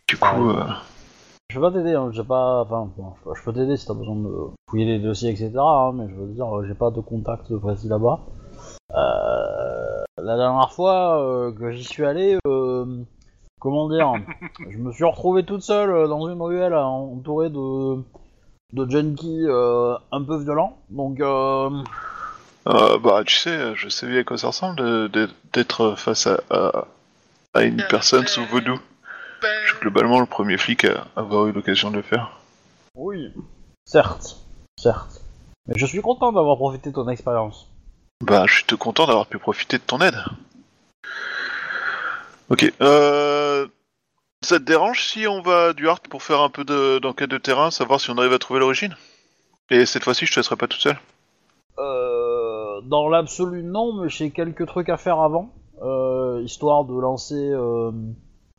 [SPEAKER 3] Du coup, euh,
[SPEAKER 1] Je vais pas t'aider, hein, j'ai pas. Enfin, bon, je peux- je peux t'aider si t'as besoin de fouiller les dossiers, etc. hein, mais je veux dire, euh, j'ai pas de contact précis là-bas. Euh, la dernière fois euh, que j'y suis allé, euh, comment dire, je me suis retrouvé toute seule euh, dans une ruelle euh, entourée de de junkies euh, un peu violents. Donc, euh,
[SPEAKER 3] Euh, bah, tu sais, je sais bien à quoi ça ressemble de- de- d'être face à, à, à une personne sous vaudou. Je suis globalement le premier flic à avoir eu l'occasion de le faire.
[SPEAKER 1] oui, certes, certes. Mais je suis content d'avoir profité de ton expérience.
[SPEAKER 3] Bah, je suis tout content d'avoir pu profiter de ton aide. Ok, euh... Ça te dérange si on va à Duarte pour faire un peu de- d'enquête de terrain, savoir si on arrive à trouver l'origine Et cette fois-ci, je te laisserai pas tout seul.
[SPEAKER 1] Euh, dans l'absolu, non, mais j'ai quelques trucs à faire avant, euh, histoire de lancer euh,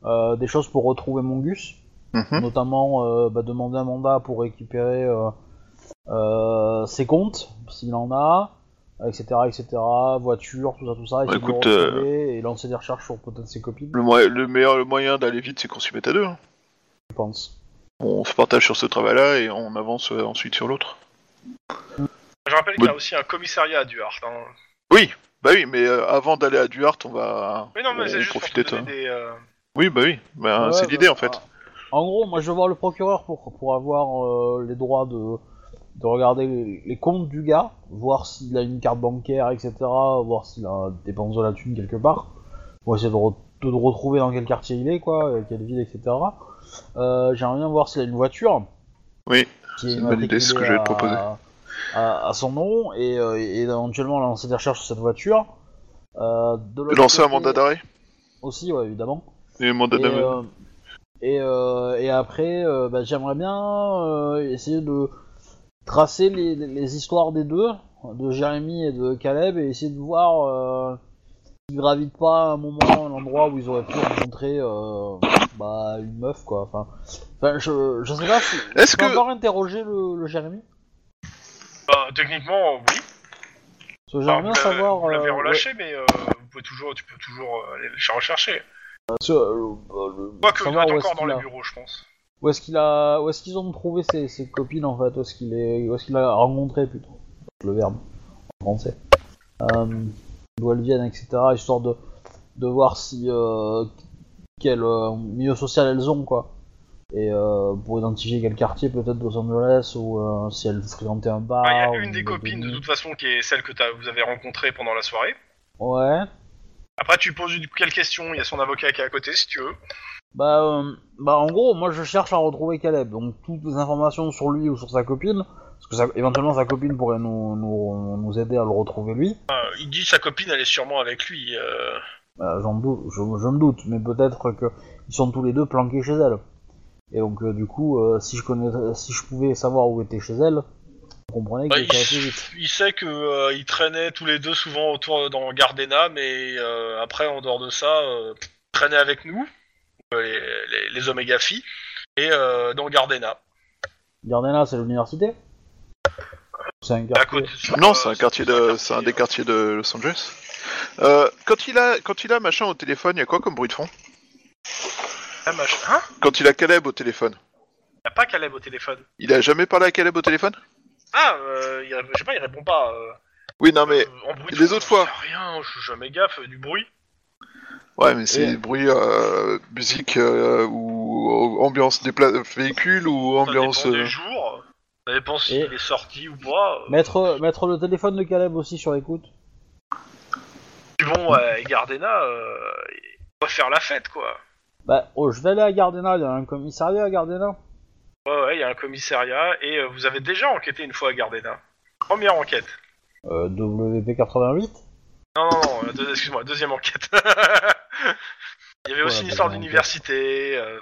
[SPEAKER 1] euh, des choses pour retrouver mon Gus,
[SPEAKER 3] Mhm.
[SPEAKER 1] notamment euh, bah, demander un mandat pour récupérer euh, euh, ses comptes, s'il en a, etc., etc., voiture, tout ça, tout ça, essayer de le
[SPEAKER 3] écoute, euh,
[SPEAKER 1] retrouver et lancer des recherches sur peut-être ses copines,
[SPEAKER 3] Le, moyen- le meilleur moyen d'aller vite, c'est qu'on s'y mette à deux. hein.
[SPEAKER 1] je pense.
[SPEAKER 3] On se partage sur ce travail-là et on avance euh, ensuite sur l'autre.
[SPEAKER 2] Je rappelle qu'il y a aussi un commissariat à Duarte. hein.
[SPEAKER 3] Bah oui, mais euh, avant d'aller à Duarte, on va
[SPEAKER 2] Mais non, mais
[SPEAKER 3] on-
[SPEAKER 2] c'est juste pour
[SPEAKER 3] profiter
[SPEAKER 2] te
[SPEAKER 3] de toi.
[SPEAKER 2] donner des. euh,
[SPEAKER 3] Oui, bah oui, bah,
[SPEAKER 1] Ouais,
[SPEAKER 3] c'est
[SPEAKER 1] bah,
[SPEAKER 3] l'idée en fait.
[SPEAKER 1] En gros, moi je veux voir le procureur pour, pour avoir euh, les droits de, de regarder les, les comptes du gars, voir s'il a une carte bancaire, etc., voir s'il a dépense de la thune quelque part, pour essayer de, re- de le retrouver dans quel quartier il est, quoi, euh, quelle ville, etc. Euh, J'aimerais bien voir s'il a une voiture.
[SPEAKER 3] Oui,
[SPEAKER 1] qui est
[SPEAKER 3] c'est une bonne idée, c'est ce que
[SPEAKER 1] immatriculée
[SPEAKER 3] j'allais
[SPEAKER 1] à-
[SPEAKER 3] proposer.
[SPEAKER 1] À, à son nom, et, euh, et éventuellement lancer des recherches sur cette voiture. Euh, de l'autre
[SPEAKER 3] Lancer un
[SPEAKER 1] côté-
[SPEAKER 3] mandat d'arrêt
[SPEAKER 1] Aussi, ouais, évidemment.
[SPEAKER 3] Et un mandat
[SPEAKER 1] Et,
[SPEAKER 3] d'arrêt.
[SPEAKER 1] euh, et, euh, et après, euh, bah, j'aimerais bien euh, essayer de tracer les, les histoires des deux, de Jérémy et de Caleb, et essayer de voir euh, s'ils gravitent pas à un moment à l'endroit où ils auraient pu rencontrer euh, bah, une meuf, quoi. Enfin, enfin, je, je sais pas si. tu
[SPEAKER 3] Est-ce
[SPEAKER 1] peux
[SPEAKER 3] que-
[SPEAKER 1] encore interroger le, le Jérémy
[SPEAKER 2] Bah, techniquement, oui.
[SPEAKER 1] Parce que j'aimerais bien
[SPEAKER 2] Enfin, vous l'avez-
[SPEAKER 1] savoir.
[SPEAKER 2] Ah, bah, Vous l'avez
[SPEAKER 1] euh,
[SPEAKER 2] relâché, mais euh, vous pouvez toujours, tu peux toujours euh, aller le ch- rechercher.
[SPEAKER 1] ouais, parce que, euh, euh, le-
[SPEAKER 2] Quoique, il doit
[SPEAKER 1] savoir
[SPEAKER 2] être
[SPEAKER 1] où est-ce
[SPEAKER 2] encore dans
[SPEAKER 1] qu'il
[SPEAKER 2] les
[SPEAKER 1] a-
[SPEAKER 2] bureaux, je pense.
[SPEAKER 1] Où est-ce qu'il a, où est-ce qu'ils ont trouvé ses, ses copines en fait Où est-ce qu'il est, où est-ce qu'il a rencontré plutôt Le verbe en français. Euh, D'où elles viennent, etc. Histoire de, de voir si euh, quel euh, milieu social elles ont quoi. Et euh, pour identifier quel quartier peut-être de Los Angeles ou euh, si elles fréquentaient un bar.
[SPEAKER 2] Enfin, Ah, Il y
[SPEAKER 1] ou
[SPEAKER 2] a une des copines, de
[SPEAKER 1] tenues.
[SPEAKER 2] toute façon, qui est celle que t'as- vous avez rencontrée pendant la soirée.
[SPEAKER 1] Ouais.
[SPEAKER 2] Après, tu poses une, quelle question Il y a son avocat qui est à côté, si tu veux.
[SPEAKER 1] Bah, euh, bah, en gros, moi je cherche à retrouver Caleb, donc toutes les informations sur lui ou sur sa copine, parce que sa- éventuellement sa copine pourrait nous, nous, nous aider à le retrouver lui.
[SPEAKER 2] Euh, il dit que sa copine, elle est sûrement avec lui. euh.
[SPEAKER 1] Euh, j'en doute, je, je me doute, mais peut-être que ils sont tous les deux planqués chez elle. Et donc euh, du coup, euh, si je connais, si je pouvais savoir où était chez elle, vous comprenez que
[SPEAKER 2] Bah,
[SPEAKER 1] ça
[SPEAKER 2] il,
[SPEAKER 1] allait plus vite.
[SPEAKER 2] il sait que euh, ils traînaient tous les deux souvent autour dans Gardena, mais euh, après, en dehors de ça, euh, ils traînaient avec nous, euh, les, les, les Omega Phi, et euh, dans Gardena.
[SPEAKER 1] Gardena, c'est l'université. C'est un
[SPEAKER 2] À
[SPEAKER 1] quartier.
[SPEAKER 2] côté- sur,
[SPEAKER 3] Non,
[SPEAKER 2] euh,
[SPEAKER 3] c'est un
[SPEAKER 2] sur-
[SPEAKER 3] quartier
[SPEAKER 2] sur
[SPEAKER 3] de,
[SPEAKER 2] quartier,
[SPEAKER 3] c'est un
[SPEAKER 2] euh,
[SPEAKER 3] des quartiers de Los Angeles. Euh, quand il a, quand il a machin au téléphone, il y a quoi comme bruit de fond
[SPEAKER 2] Ah, mach- Hein
[SPEAKER 3] Quand il a Caleb au téléphone,
[SPEAKER 2] Il a pas Caleb au téléphone.
[SPEAKER 3] il a jamais parlé à Caleb au téléphone
[SPEAKER 2] Ah, euh, il, je sais pas, il répond pas. euh,
[SPEAKER 3] Oui, non mais,
[SPEAKER 2] euh, en bruit de
[SPEAKER 3] les
[SPEAKER 2] fond,
[SPEAKER 3] autres
[SPEAKER 2] j'en
[SPEAKER 3] fois.
[SPEAKER 2] sais Rien, je suis jamais gaffe euh, du bruit.
[SPEAKER 3] ouais, mais c'est
[SPEAKER 1] Et-
[SPEAKER 3] des bruits euh, musique euh, ou ambiance dépla- véhicule ou ambiance.
[SPEAKER 2] Ça dépend
[SPEAKER 3] euh,
[SPEAKER 2] des jours. Ça dépend s'il
[SPEAKER 1] Et-
[SPEAKER 2] est sorti ou pas. euh.
[SPEAKER 1] Mettre, mettre le téléphone de Caleb aussi sur écoute.
[SPEAKER 2] Puis bon, euh, Gardena, euh, il va faire la fête, quoi.
[SPEAKER 1] Bah, oh, je vais aller à Gardena, il y a un commissariat à Gardena.
[SPEAKER 2] Ouais, ouais, il y a un commissariat et euh, vous avez déjà enquêté une fois à Gardena. Première enquête.
[SPEAKER 1] Euh, WP88
[SPEAKER 2] Non, non, non, euh, deux- excuse-moi, deuxième enquête. [laughs] il y avait aussi
[SPEAKER 1] Ouais,
[SPEAKER 2] une histoire
[SPEAKER 1] bah,
[SPEAKER 2] d'université. euh,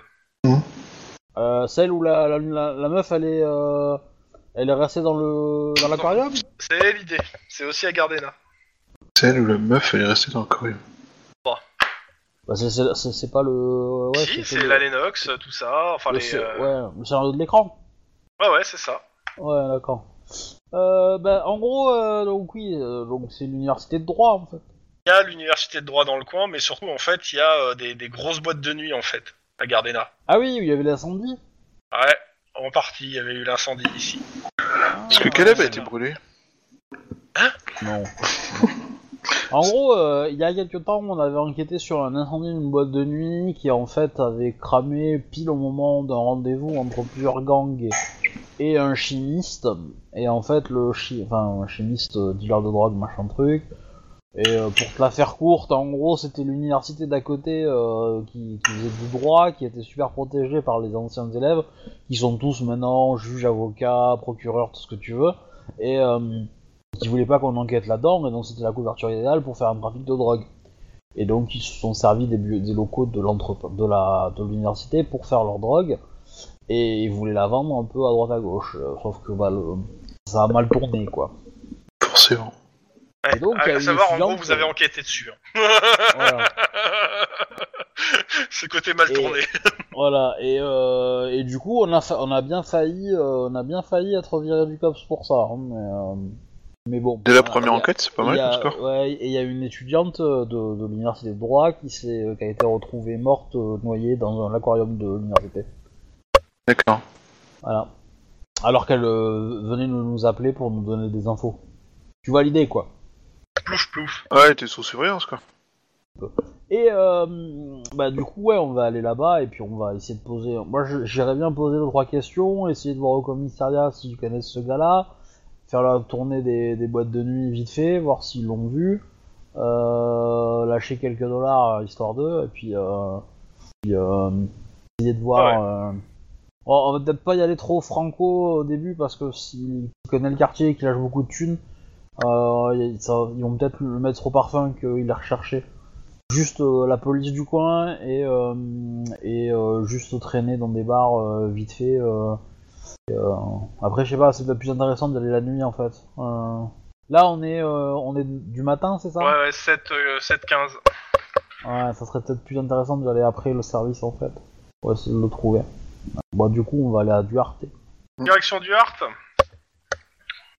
[SPEAKER 1] euh, Celle où la, la, la- la meuf, elle est, euh, elle est restée dans le dans l'aquarium
[SPEAKER 2] C'est l'idée. C'est aussi à Gardena.
[SPEAKER 3] Celle où la meuf elle est restée dans le courrier.
[SPEAKER 1] bah, c'est- C'est c'est- c'est pas le... Ouais, c'est
[SPEAKER 2] si, c'est
[SPEAKER 1] le-
[SPEAKER 2] la Lennox, tout ça. Enfin,
[SPEAKER 1] le
[SPEAKER 2] les.
[SPEAKER 1] sc-
[SPEAKER 2] euh,
[SPEAKER 1] Ouais, le scénario de l'écran.
[SPEAKER 2] Ouais, ouais, c'est ça.
[SPEAKER 1] Ouais, d'accord. Euh, bah, en gros, euh, donc oui, euh, donc c'est l'université de droit, en fait.
[SPEAKER 2] Il y a l'université de droit dans le coin, mais surtout, en fait, il y a euh, des, des grosses boîtes de nuit, en fait, à Gardena.
[SPEAKER 1] Ah oui, il y avait l'incendie
[SPEAKER 2] Ouais, en partie, il y avait eu l'incendie ici.
[SPEAKER 3] Est-ce que
[SPEAKER 1] Ah,
[SPEAKER 3] Caleb a été brûlé
[SPEAKER 1] Non. en gros, euh, il y a quelques temps, on avait enquêté sur un incendie d'une boîte de nuit qui en fait avait cramé pile au moment d'un rendez-vous entre plusieurs gangs et- et un chimiste. Et en fait, le chi- enfin, un chimiste, euh, dealer de drogue, machin truc. Et euh, pour te la faire courte, en gros, c'était l'université d'à côté euh, qui, qui faisait du droit, qui était super protégée par les anciens élèves, qui sont tous maintenant juges, avocats, procureurs, tout ce que tu veux. Et euh, qui voulaient pas qu'on enquête là-dedans, et donc c'était la couverture idéale pour faire un trafic de drogue. Et donc ils se sont servis des, bu- des locaux de l'entrepôt- de la- de l'université pour faire leur drogue, et ils voulaient la vendre un peu à droite à gauche, euh, sauf que bah, le- ça a mal tourné quoi.
[SPEAKER 3] Forcément.
[SPEAKER 2] Ouais,
[SPEAKER 1] Et donc, il y a
[SPEAKER 2] Ah, à,
[SPEAKER 1] une
[SPEAKER 2] savoir, en
[SPEAKER 1] étudiante,
[SPEAKER 2] gros, vous avez
[SPEAKER 1] euh,
[SPEAKER 2] enquêté dessus. hein. [laughs]
[SPEAKER 1] Voilà.
[SPEAKER 2] Ce côté mal
[SPEAKER 1] Et-
[SPEAKER 2] tourné.
[SPEAKER 1] Voilà, et, euh, et du coup on a, fa- on a bien failli euh, on a bien failli être viré du COPS pour ça, hein, mais, euh, mais bon.
[SPEAKER 3] Dès la
[SPEAKER 1] Voilà,
[SPEAKER 3] première
[SPEAKER 2] Ah,
[SPEAKER 1] il y a-
[SPEAKER 3] enquête, c'est pas
[SPEAKER 1] Il
[SPEAKER 3] mal
[SPEAKER 1] y a-
[SPEAKER 3] comme score.
[SPEAKER 1] ouais, et il y a une étudiante euh, de, de l'université de droit qui, s'est, euh, qui a été retrouvée morte, euh, noyée dans un aquarium de l'université.
[SPEAKER 3] D'accord.
[SPEAKER 1] Voilà. Alors qu'elle euh, venait nous, nous appeler pour nous donner des infos. Tu vois l'idée, quoi.
[SPEAKER 2] Plouf, plouf.
[SPEAKER 3] Ouais, t'es sous surveillance quoi.
[SPEAKER 1] Et euh, bah, du coup, ouais, on va aller là-bas et puis on va essayer de poser. Moi, je- j'irais bien poser deux, trois questions, essayer de voir au commissariat s'ils connaissent ce gars-là, faire la tournée des, des boîtes de nuit vite fait, voir s'ils l'ont vu, euh, lâcher quelques dollars euh, histoire d'eux, et puis, euh, puis, euh, essayer de voir. euh, on- on va peut-être pas y aller trop franco au début parce que s'il connaît le quartier et qu'il lâche beaucoup de thunes, euh, y- ça- ils vont peut-être le mettre au parfum qu'il a recherché juste euh, la police du coin et, euh, et euh, juste traîner dans des bars euh, vite fait. euh, et, euh, après, je sais pas, c'est peut-être plus intéressant d'aller la nuit en fait. Euh, là, on est, euh, on est du matin, c'est ça
[SPEAKER 2] Ouais, ouais, 7, euh, 7, 15.
[SPEAKER 1] Ouais, ça serait peut-être plus intéressant d'aller après le service en fait. Pour essayer de le trouver. Bon, du coup, on va aller à Duarte.
[SPEAKER 2] Direction du Hart.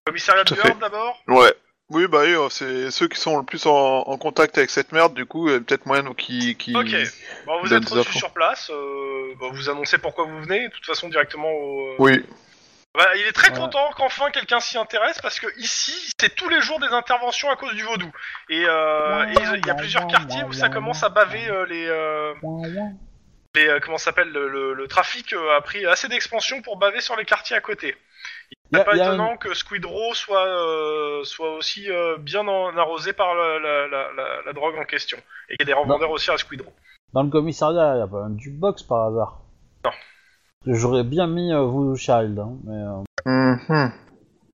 [SPEAKER 2] Commissariat
[SPEAKER 3] Tout
[SPEAKER 2] du
[SPEAKER 3] à fait.
[SPEAKER 2] Hart d'abord
[SPEAKER 3] Ouais. Oui, bah oui, euh, c'est ceux qui sont le plus en, en contact avec cette merde, du coup, euh, peut-être moyen nous qui. qui...
[SPEAKER 2] Ok. Bon, vous
[SPEAKER 3] Donne
[SPEAKER 2] êtes
[SPEAKER 3] des
[SPEAKER 2] reçu
[SPEAKER 3] infos.
[SPEAKER 2] sur place. euh, bon, vous annoncez pourquoi vous venez. De toute façon, directement au. euh,
[SPEAKER 3] Oui.
[SPEAKER 2] Bah, il est très
[SPEAKER 1] Ouais.
[SPEAKER 2] content qu'enfin quelqu'un s'y intéresse parce que ici, c'est tous les jours des interventions à cause du vaudou. Et euh, et il y a plusieurs quartiers où ça commence à baver euh, les. euh, les euh, comment ça s'appelle le, le- le trafic euh, a pris assez d'expansion pour baver sur les quartiers à côté.
[SPEAKER 1] Il y a-
[SPEAKER 2] C'est pas
[SPEAKER 1] il y a
[SPEAKER 2] étonnant que Squid Row soit, euh, soit aussi euh, bien en- arrosé par la, la- la- la- la drogue en question. Et qu'il y a des revendeurs aussi à Squid Row.
[SPEAKER 1] Dans le commissariat, il y a pas un jukebox par hasard.
[SPEAKER 2] Non.
[SPEAKER 1] J'aurais bien mis euh, Voodoo Child, hein, mais. euh,
[SPEAKER 3] Mhm.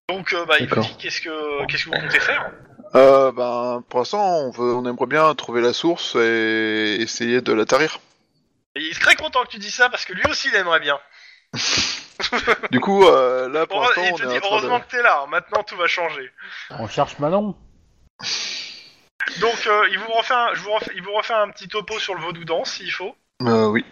[SPEAKER 2] Donc euh, bah, il vous
[SPEAKER 3] D'accord.
[SPEAKER 2] dit qu'est-ce que, qu'est-ce que vous comptez faire
[SPEAKER 3] Euh, ben, pour l'instant, on, veut, on aimerait bien trouver la source et essayer de la tarir.
[SPEAKER 2] Et Il est très content que tu dis ça parce que lui aussi il aimerait bien.
[SPEAKER 3] Du coup, euh, là, pour
[SPEAKER 2] Heureux-
[SPEAKER 3] l'instant,
[SPEAKER 2] il
[SPEAKER 3] on
[SPEAKER 2] te
[SPEAKER 3] est
[SPEAKER 2] dit
[SPEAKER 3] en train
[SPEAKER 2] heureusement
[SPEAKER 3] de...
[SPEAKER 2] que t'es là, maintenant tout va changer.
[SPEAKER 1] On cherche Manon
[SPEAKER 2] Donc euh, il, vous refait un, je vous refais- il vous refait un petit topo sur le vaudou dance s'il faut.
[SPEAKER 3] Euh, oui.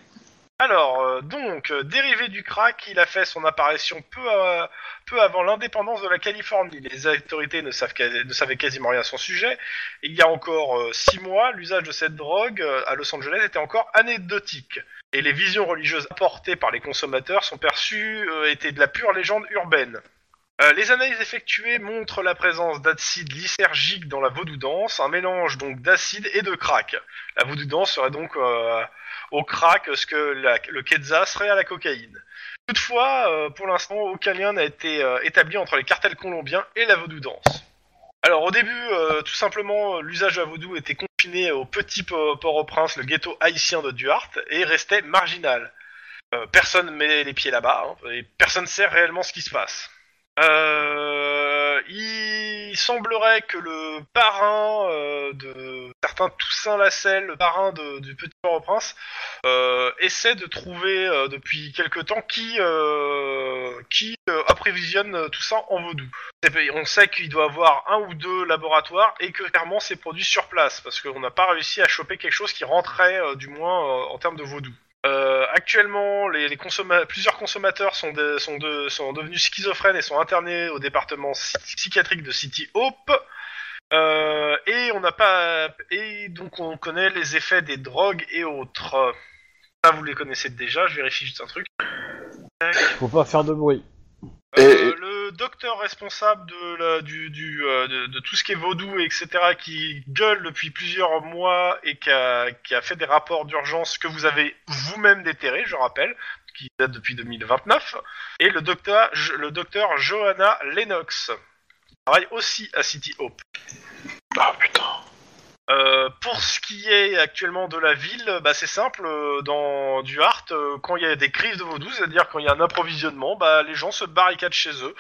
[SPEAKER 2] Alors, euh, donc, euh, dérivé du crack, il a fait son apparition peu, euh, peu avant l'indépendance de la Californie. Les autorités ne, savent quasi- ne savaient quasiment rien à son sujet. Il y a encore euh, six mois, l'usage de cette drogue euh, à Los Angeles était encore anecdotique. Et les visions religieuses apportées par les consommateurs sont perçues, euh, étaient de la pure légende urbaine. Euh, les analyses effectuées montrent la présence d'acide lysergique dans la vaudou dance, un mélange donc d'acide et de crack. La vaudou dance serait donc euh, au crack ce que la- le quetzal serait à la cocaïne. Toutefois, euh, pour l'instant, aucun lien n'a été euh, établi entre les cartels colombiens et la vaudou danse. Alors au début, euh, tout simplement, euh, l'usage de la vaudou était confiné au petit po- Port-au-Prince, le ghetto haïtien de Duarte, et restait marginal. Euh, personne met les pieds là-bas, hein, et personne sait réellement ce qui se passe. Euh, il semblerait que le parrain euh, de certains Toussaint Lasselle, le parrain de- du petit Port-au-Prince, euh, essaie de trouver euh, depuis quelque temps qui euh, qui euh, approvisionne euh, tout ça en vaudou. C'est- On sait qu'il doit avoir un ou deux laboratoires et que clairement c'est produit sur place parce qu'on n'a pas réussi à choper quelque chose qui rentrait euh, du moins euh, en termes de vaudou. Euh, actuellement, les, les consomma- plusieurs consommateurs sont, de- sont, de- sont devenus schizophrènes et sont internés au département psy- psychiatrique de City Hope. Euh, et on n'a pas et donc on connaît les effets des drogues et autres. Ça, vous les connaissez déjà, je vérifie juste un truc.
[SPEAKER 1] Faut pas faire de bruit.
[SPEAKER 2] Euh,
[SPEAKER 3] Et-
[SPEAKER 2] Le docteur responsable de, la- du, du, euh, de, de tout ce qui est vaudou, etc., qui gueule depuis plusieurs mois et qui a, qui a fait des rapports d'urgence que vous avez vous-même déterrés, je rappelle, qui date depuis 2029, et le docteur, le docteur Johanna Lennox, qui travaille aussi à City Hope.
[SPEAKER 3] Ah putain.
[SPEAKER 2] Euh, pour ce qui est actuellement de la ville, bah, c'est simple, euh, dans du art, euh, quand il y a des crises de vaudou, c'est-à-dire quand il y a un approvisionnement, bah, les gens se barricadent chez eux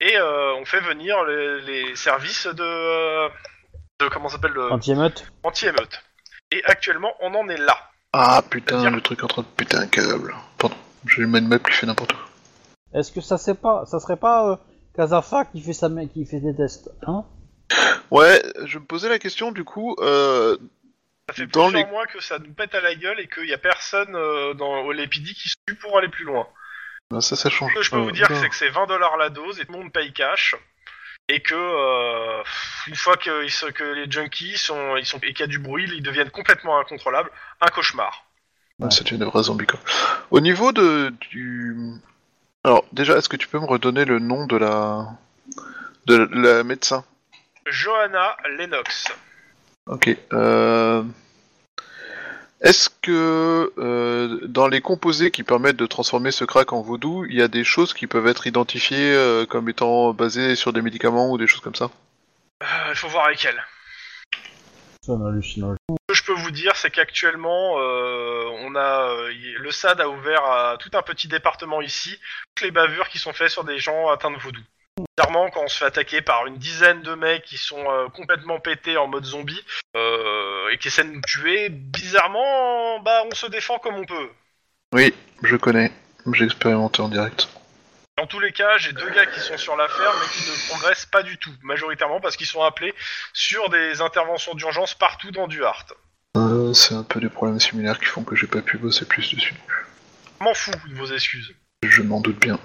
[SPEAKER 2] et euh, on fait venir les, les services de, euh, de comment ça s'appelle le
[SPEAKER 1] Anti-émeute
[SPEAKER 2] anti-émeute. Et actuellement, on en est là.
[SPEAKER 3] Ah putain,
[SPEAKER 2] C'est-à-dire-
[SPEAKER 3] le truc en train de péter un câble. Pardon, j'ai le même meuble qui fait n'importe quoi.
[SPEAKER 1] Est-ce que ça c'est pas, ça serait pas euh, Kazafa qui fait sa main, qui fait des tests, hein
[SPEAKER 3] Ouais, je me posais la question du coup, euh,
[SPEAKER 2] Ça fait
[SPEAKER 3] Dans
[SPEAKER 2] plusieurs
[SPEAKER 3] les-
[SPEAKER 2] mois que ça nous pète à la gueule et qu'il n'y a personne euh, dans au Lépidi qui suit pour aller plus loin.
[SPEAKER 3] ben, ça ça change.
[SPEAKER 2] Ce que je peux
[SPEAKER 3] Euh,
[SPEAKER 2] vous dire,
[SPEAKER 3] d'accord.
[SPEAKER 2] c'est que c'est 20 dollars la dose et tout le monde paye cash. Et que euh, pff, une fois que, ils se- que les junkies sont, ils sont et qu'il y a du bruit, ils deviennent complètement incontrôlables. Un cauchemar.
[SPEAKER 1] Ouais.
[SPEAKER 3] C'est une vraie zombie quoi. Au niveau de du. Alors déjà, est-ce que tu peux me redonner le nom de la de la médecin
[SPEAKER 2] Johanna Lennox.
[SPEAKER 3] Ok. euh, Est-ce que euh, dans les composés qui permettent de transformer ce crack en vaudou, il y a des choses qui peuvent être identifiées euh, comme étant basées sur des médicaments ou des choses comme ça
[SPEAKER 2] Euh, Il faut voir avec elle.
[SPEAKER 1] C'est un hallucinogène.
[SPEAKER 2] Ce que je peux vous dire, c'est qu'actuellement, euh, on a euh, y- le SAD a ouvert à tout un petit département ici toutes les bavures qui sont faites sur des gens atteints de vaudou. Clairement, quand on se fait attaquer par une dizaine de mecs qui sont euh, complètement pétés en mode zombie euh, et qui essaient de nous tuer, bizarrement, bah on se défend comme on peut.
[SPEAKER 3] Oui, je connais. J'ai expérimenté en direct.
[SPEAKER 2] Dans tous les cas, j'ai deux gars qui sont sur l'affaire mais qui ne progressent pas du tout, majoritairement parce qu'ils sont appelés sur des interventions d'urgence partout dans Duarte.
[SPEAKER 3] Euh, c'est un peu des problèmes similaires qui font que j'ai pas pu bosser plus dessus.
[SPEAKER 2] Je M'en fous de vos excuses.
[SPEAKER 3] Je m'en doute bien.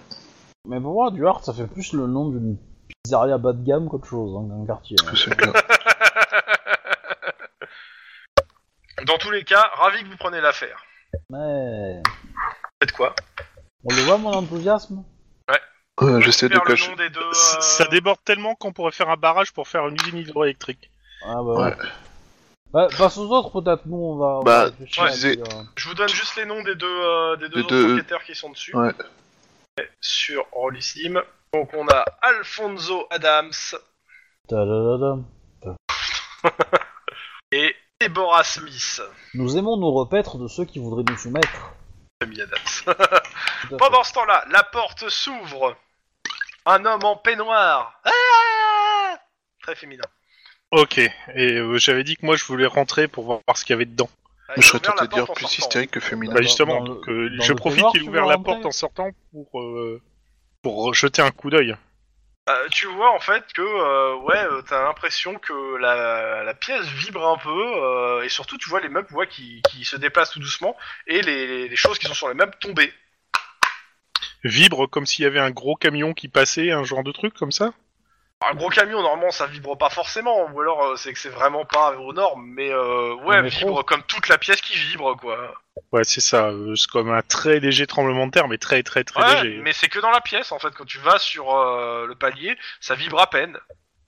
[SPEAKER 1] Mais pour moi, Duarte, ça fait plus le nom d'une pizzeria bas de gamme qu'autre chose, hein, dans le quartier. hein.
[SPEAKER 3] que
[SPEAKER 2] [laughs]
[SPEAKER 3] c'est le cas.
[SPEAKER 2] [laughs] Dans tous les cas, ravi que vous preniez l'affaire.
[SPEAKER 1] Mais...
[SPEAKER 2] Faites quoi
[SPEAKER 1] On le voit, mon enthousiasme
[SPEAKER 3] Euh, J'essaie de
[SPEAKER 2] Faire le
[SPEAKER 3] cacher.
[SPEAKER 2] nom des deux.
[SPEAKER 4] Ça-
[SPEAKER 2] euh,
[SPEAKER 4] Ça déborde tellement qu'on pourrait faire un barrage pour faire une usine hydroélectrique.
[SPEAKER 1] Ah bah
[SPEAKER 3] Ouais.
[SPEAKER 1] ouais. Bah, passe aux autres, peut-être, nous, on va... on va
[SPEAKER 3] Bah,
[SPEAKER 1] réfléchir
[SPEAKER 2] ouais,
[SPEAKER 1] à
[SPEAKER 3] disais-
[SPEAKER 1] dire, euh,
[SPEAKER 2] Je vous donne juste les noms des deux, euh, des deux
[SPEAKER 3] Des
[SPEAKER 2] autres
[SPEAKER 3] deux-
[SPEAKER 2] enquêteurs qui sont dessus.
[SPEAKER 3] Ouais.
[SPEAKER 2] Sur Rollissime. Donc on a Alfonso Adams
[SPEAKER 1] ta-da-da-da.
[SPEAKER 2] et Deborah Smith.
[SPEAKER 1] Nous aimons nous repaître de ceux qui voudraient nous soumettre.
[SPEAKER 2] Famille Adams.
[SPEAKER 1] Tout à fait.
[SPEAKER 2] Pendant ce temps-là, la porte s'ouvre. Un homme en peignoir. Ah Très féminin.
[SPEAKER 4] Ok, et euh, j'avais dit que moi je voulais rentrer pour voir voir ce qu'il y avait dedans.
[SPEAKER 2] Ah,
[SPEAKER 3] Je
[SPEAKER 2] ils ont
[SPEAKER 3] serais
[SPEAKER 2] ouvert
[SPEAKER 3] tenté
[SPEAKER 2] la
[SPEAKER 3] de dire
[SPEAKER 2] porte en
[SPEAKER 3] plus
[SPEAKER 2] sortant.
[SPEAKER 3] hystérique que féminin.
[SPEAKER 1] Dans-
[SPEAKER 4] Bah justement,
[SPEAKER 1] dans le-
[SPEAKER 4] donc, euh,
[SPEAKER 1] dans
[SPEAKER 4] je
[SPEAKER 1] le
[SPEAKER 4] profite
[SPEAKER 1] peignoir,
[SPEAKER 4] qu'il ait
[SPEAKER 1] tu
[SPEAKER 4] ouvert
[SPEAKER 1] veux
[SPEAKER 4] la
[SPEAKER 1] rentrer
[SPEAKER 4] porte en sortant pour, euh, pour jeter un coup d'œil.
[SPEAKER 2] Euh, tu vois en fait que euh, ouais, euh, t'as l'impression que la, la pièce vibre un peu euh, et surtout tu vois les meubles ouais, qui, qui se déplacent tout doucement et les, les- les choses qui sont sur les meubles tomber.
[SPEAKER 4] Vibre comme s'il y avait un gros camion qui passait, un genre de truc comme ça.
[SPEAKER 2] Un gros camion normalement ça vibre pas forcément ou alors euh, c'est que c'est vraiment pas aux normes mais euh, ouais
[SPEAKER 1] Un métro.
[SPEAKER 2] vibre comme toute la pièce qui vibre quoi.
[SPEAKER 4] Ouais, c'est ça, euh, c'est comme un très léger tremblement de terre, mais très très très
[SPEAKER 2] Ouais,
[SPEAKER 4] léger.
[SPEAKER 2] mais c'est que dans la pièce en fait quand tu vas sur euh, le palier ça vibre à peine.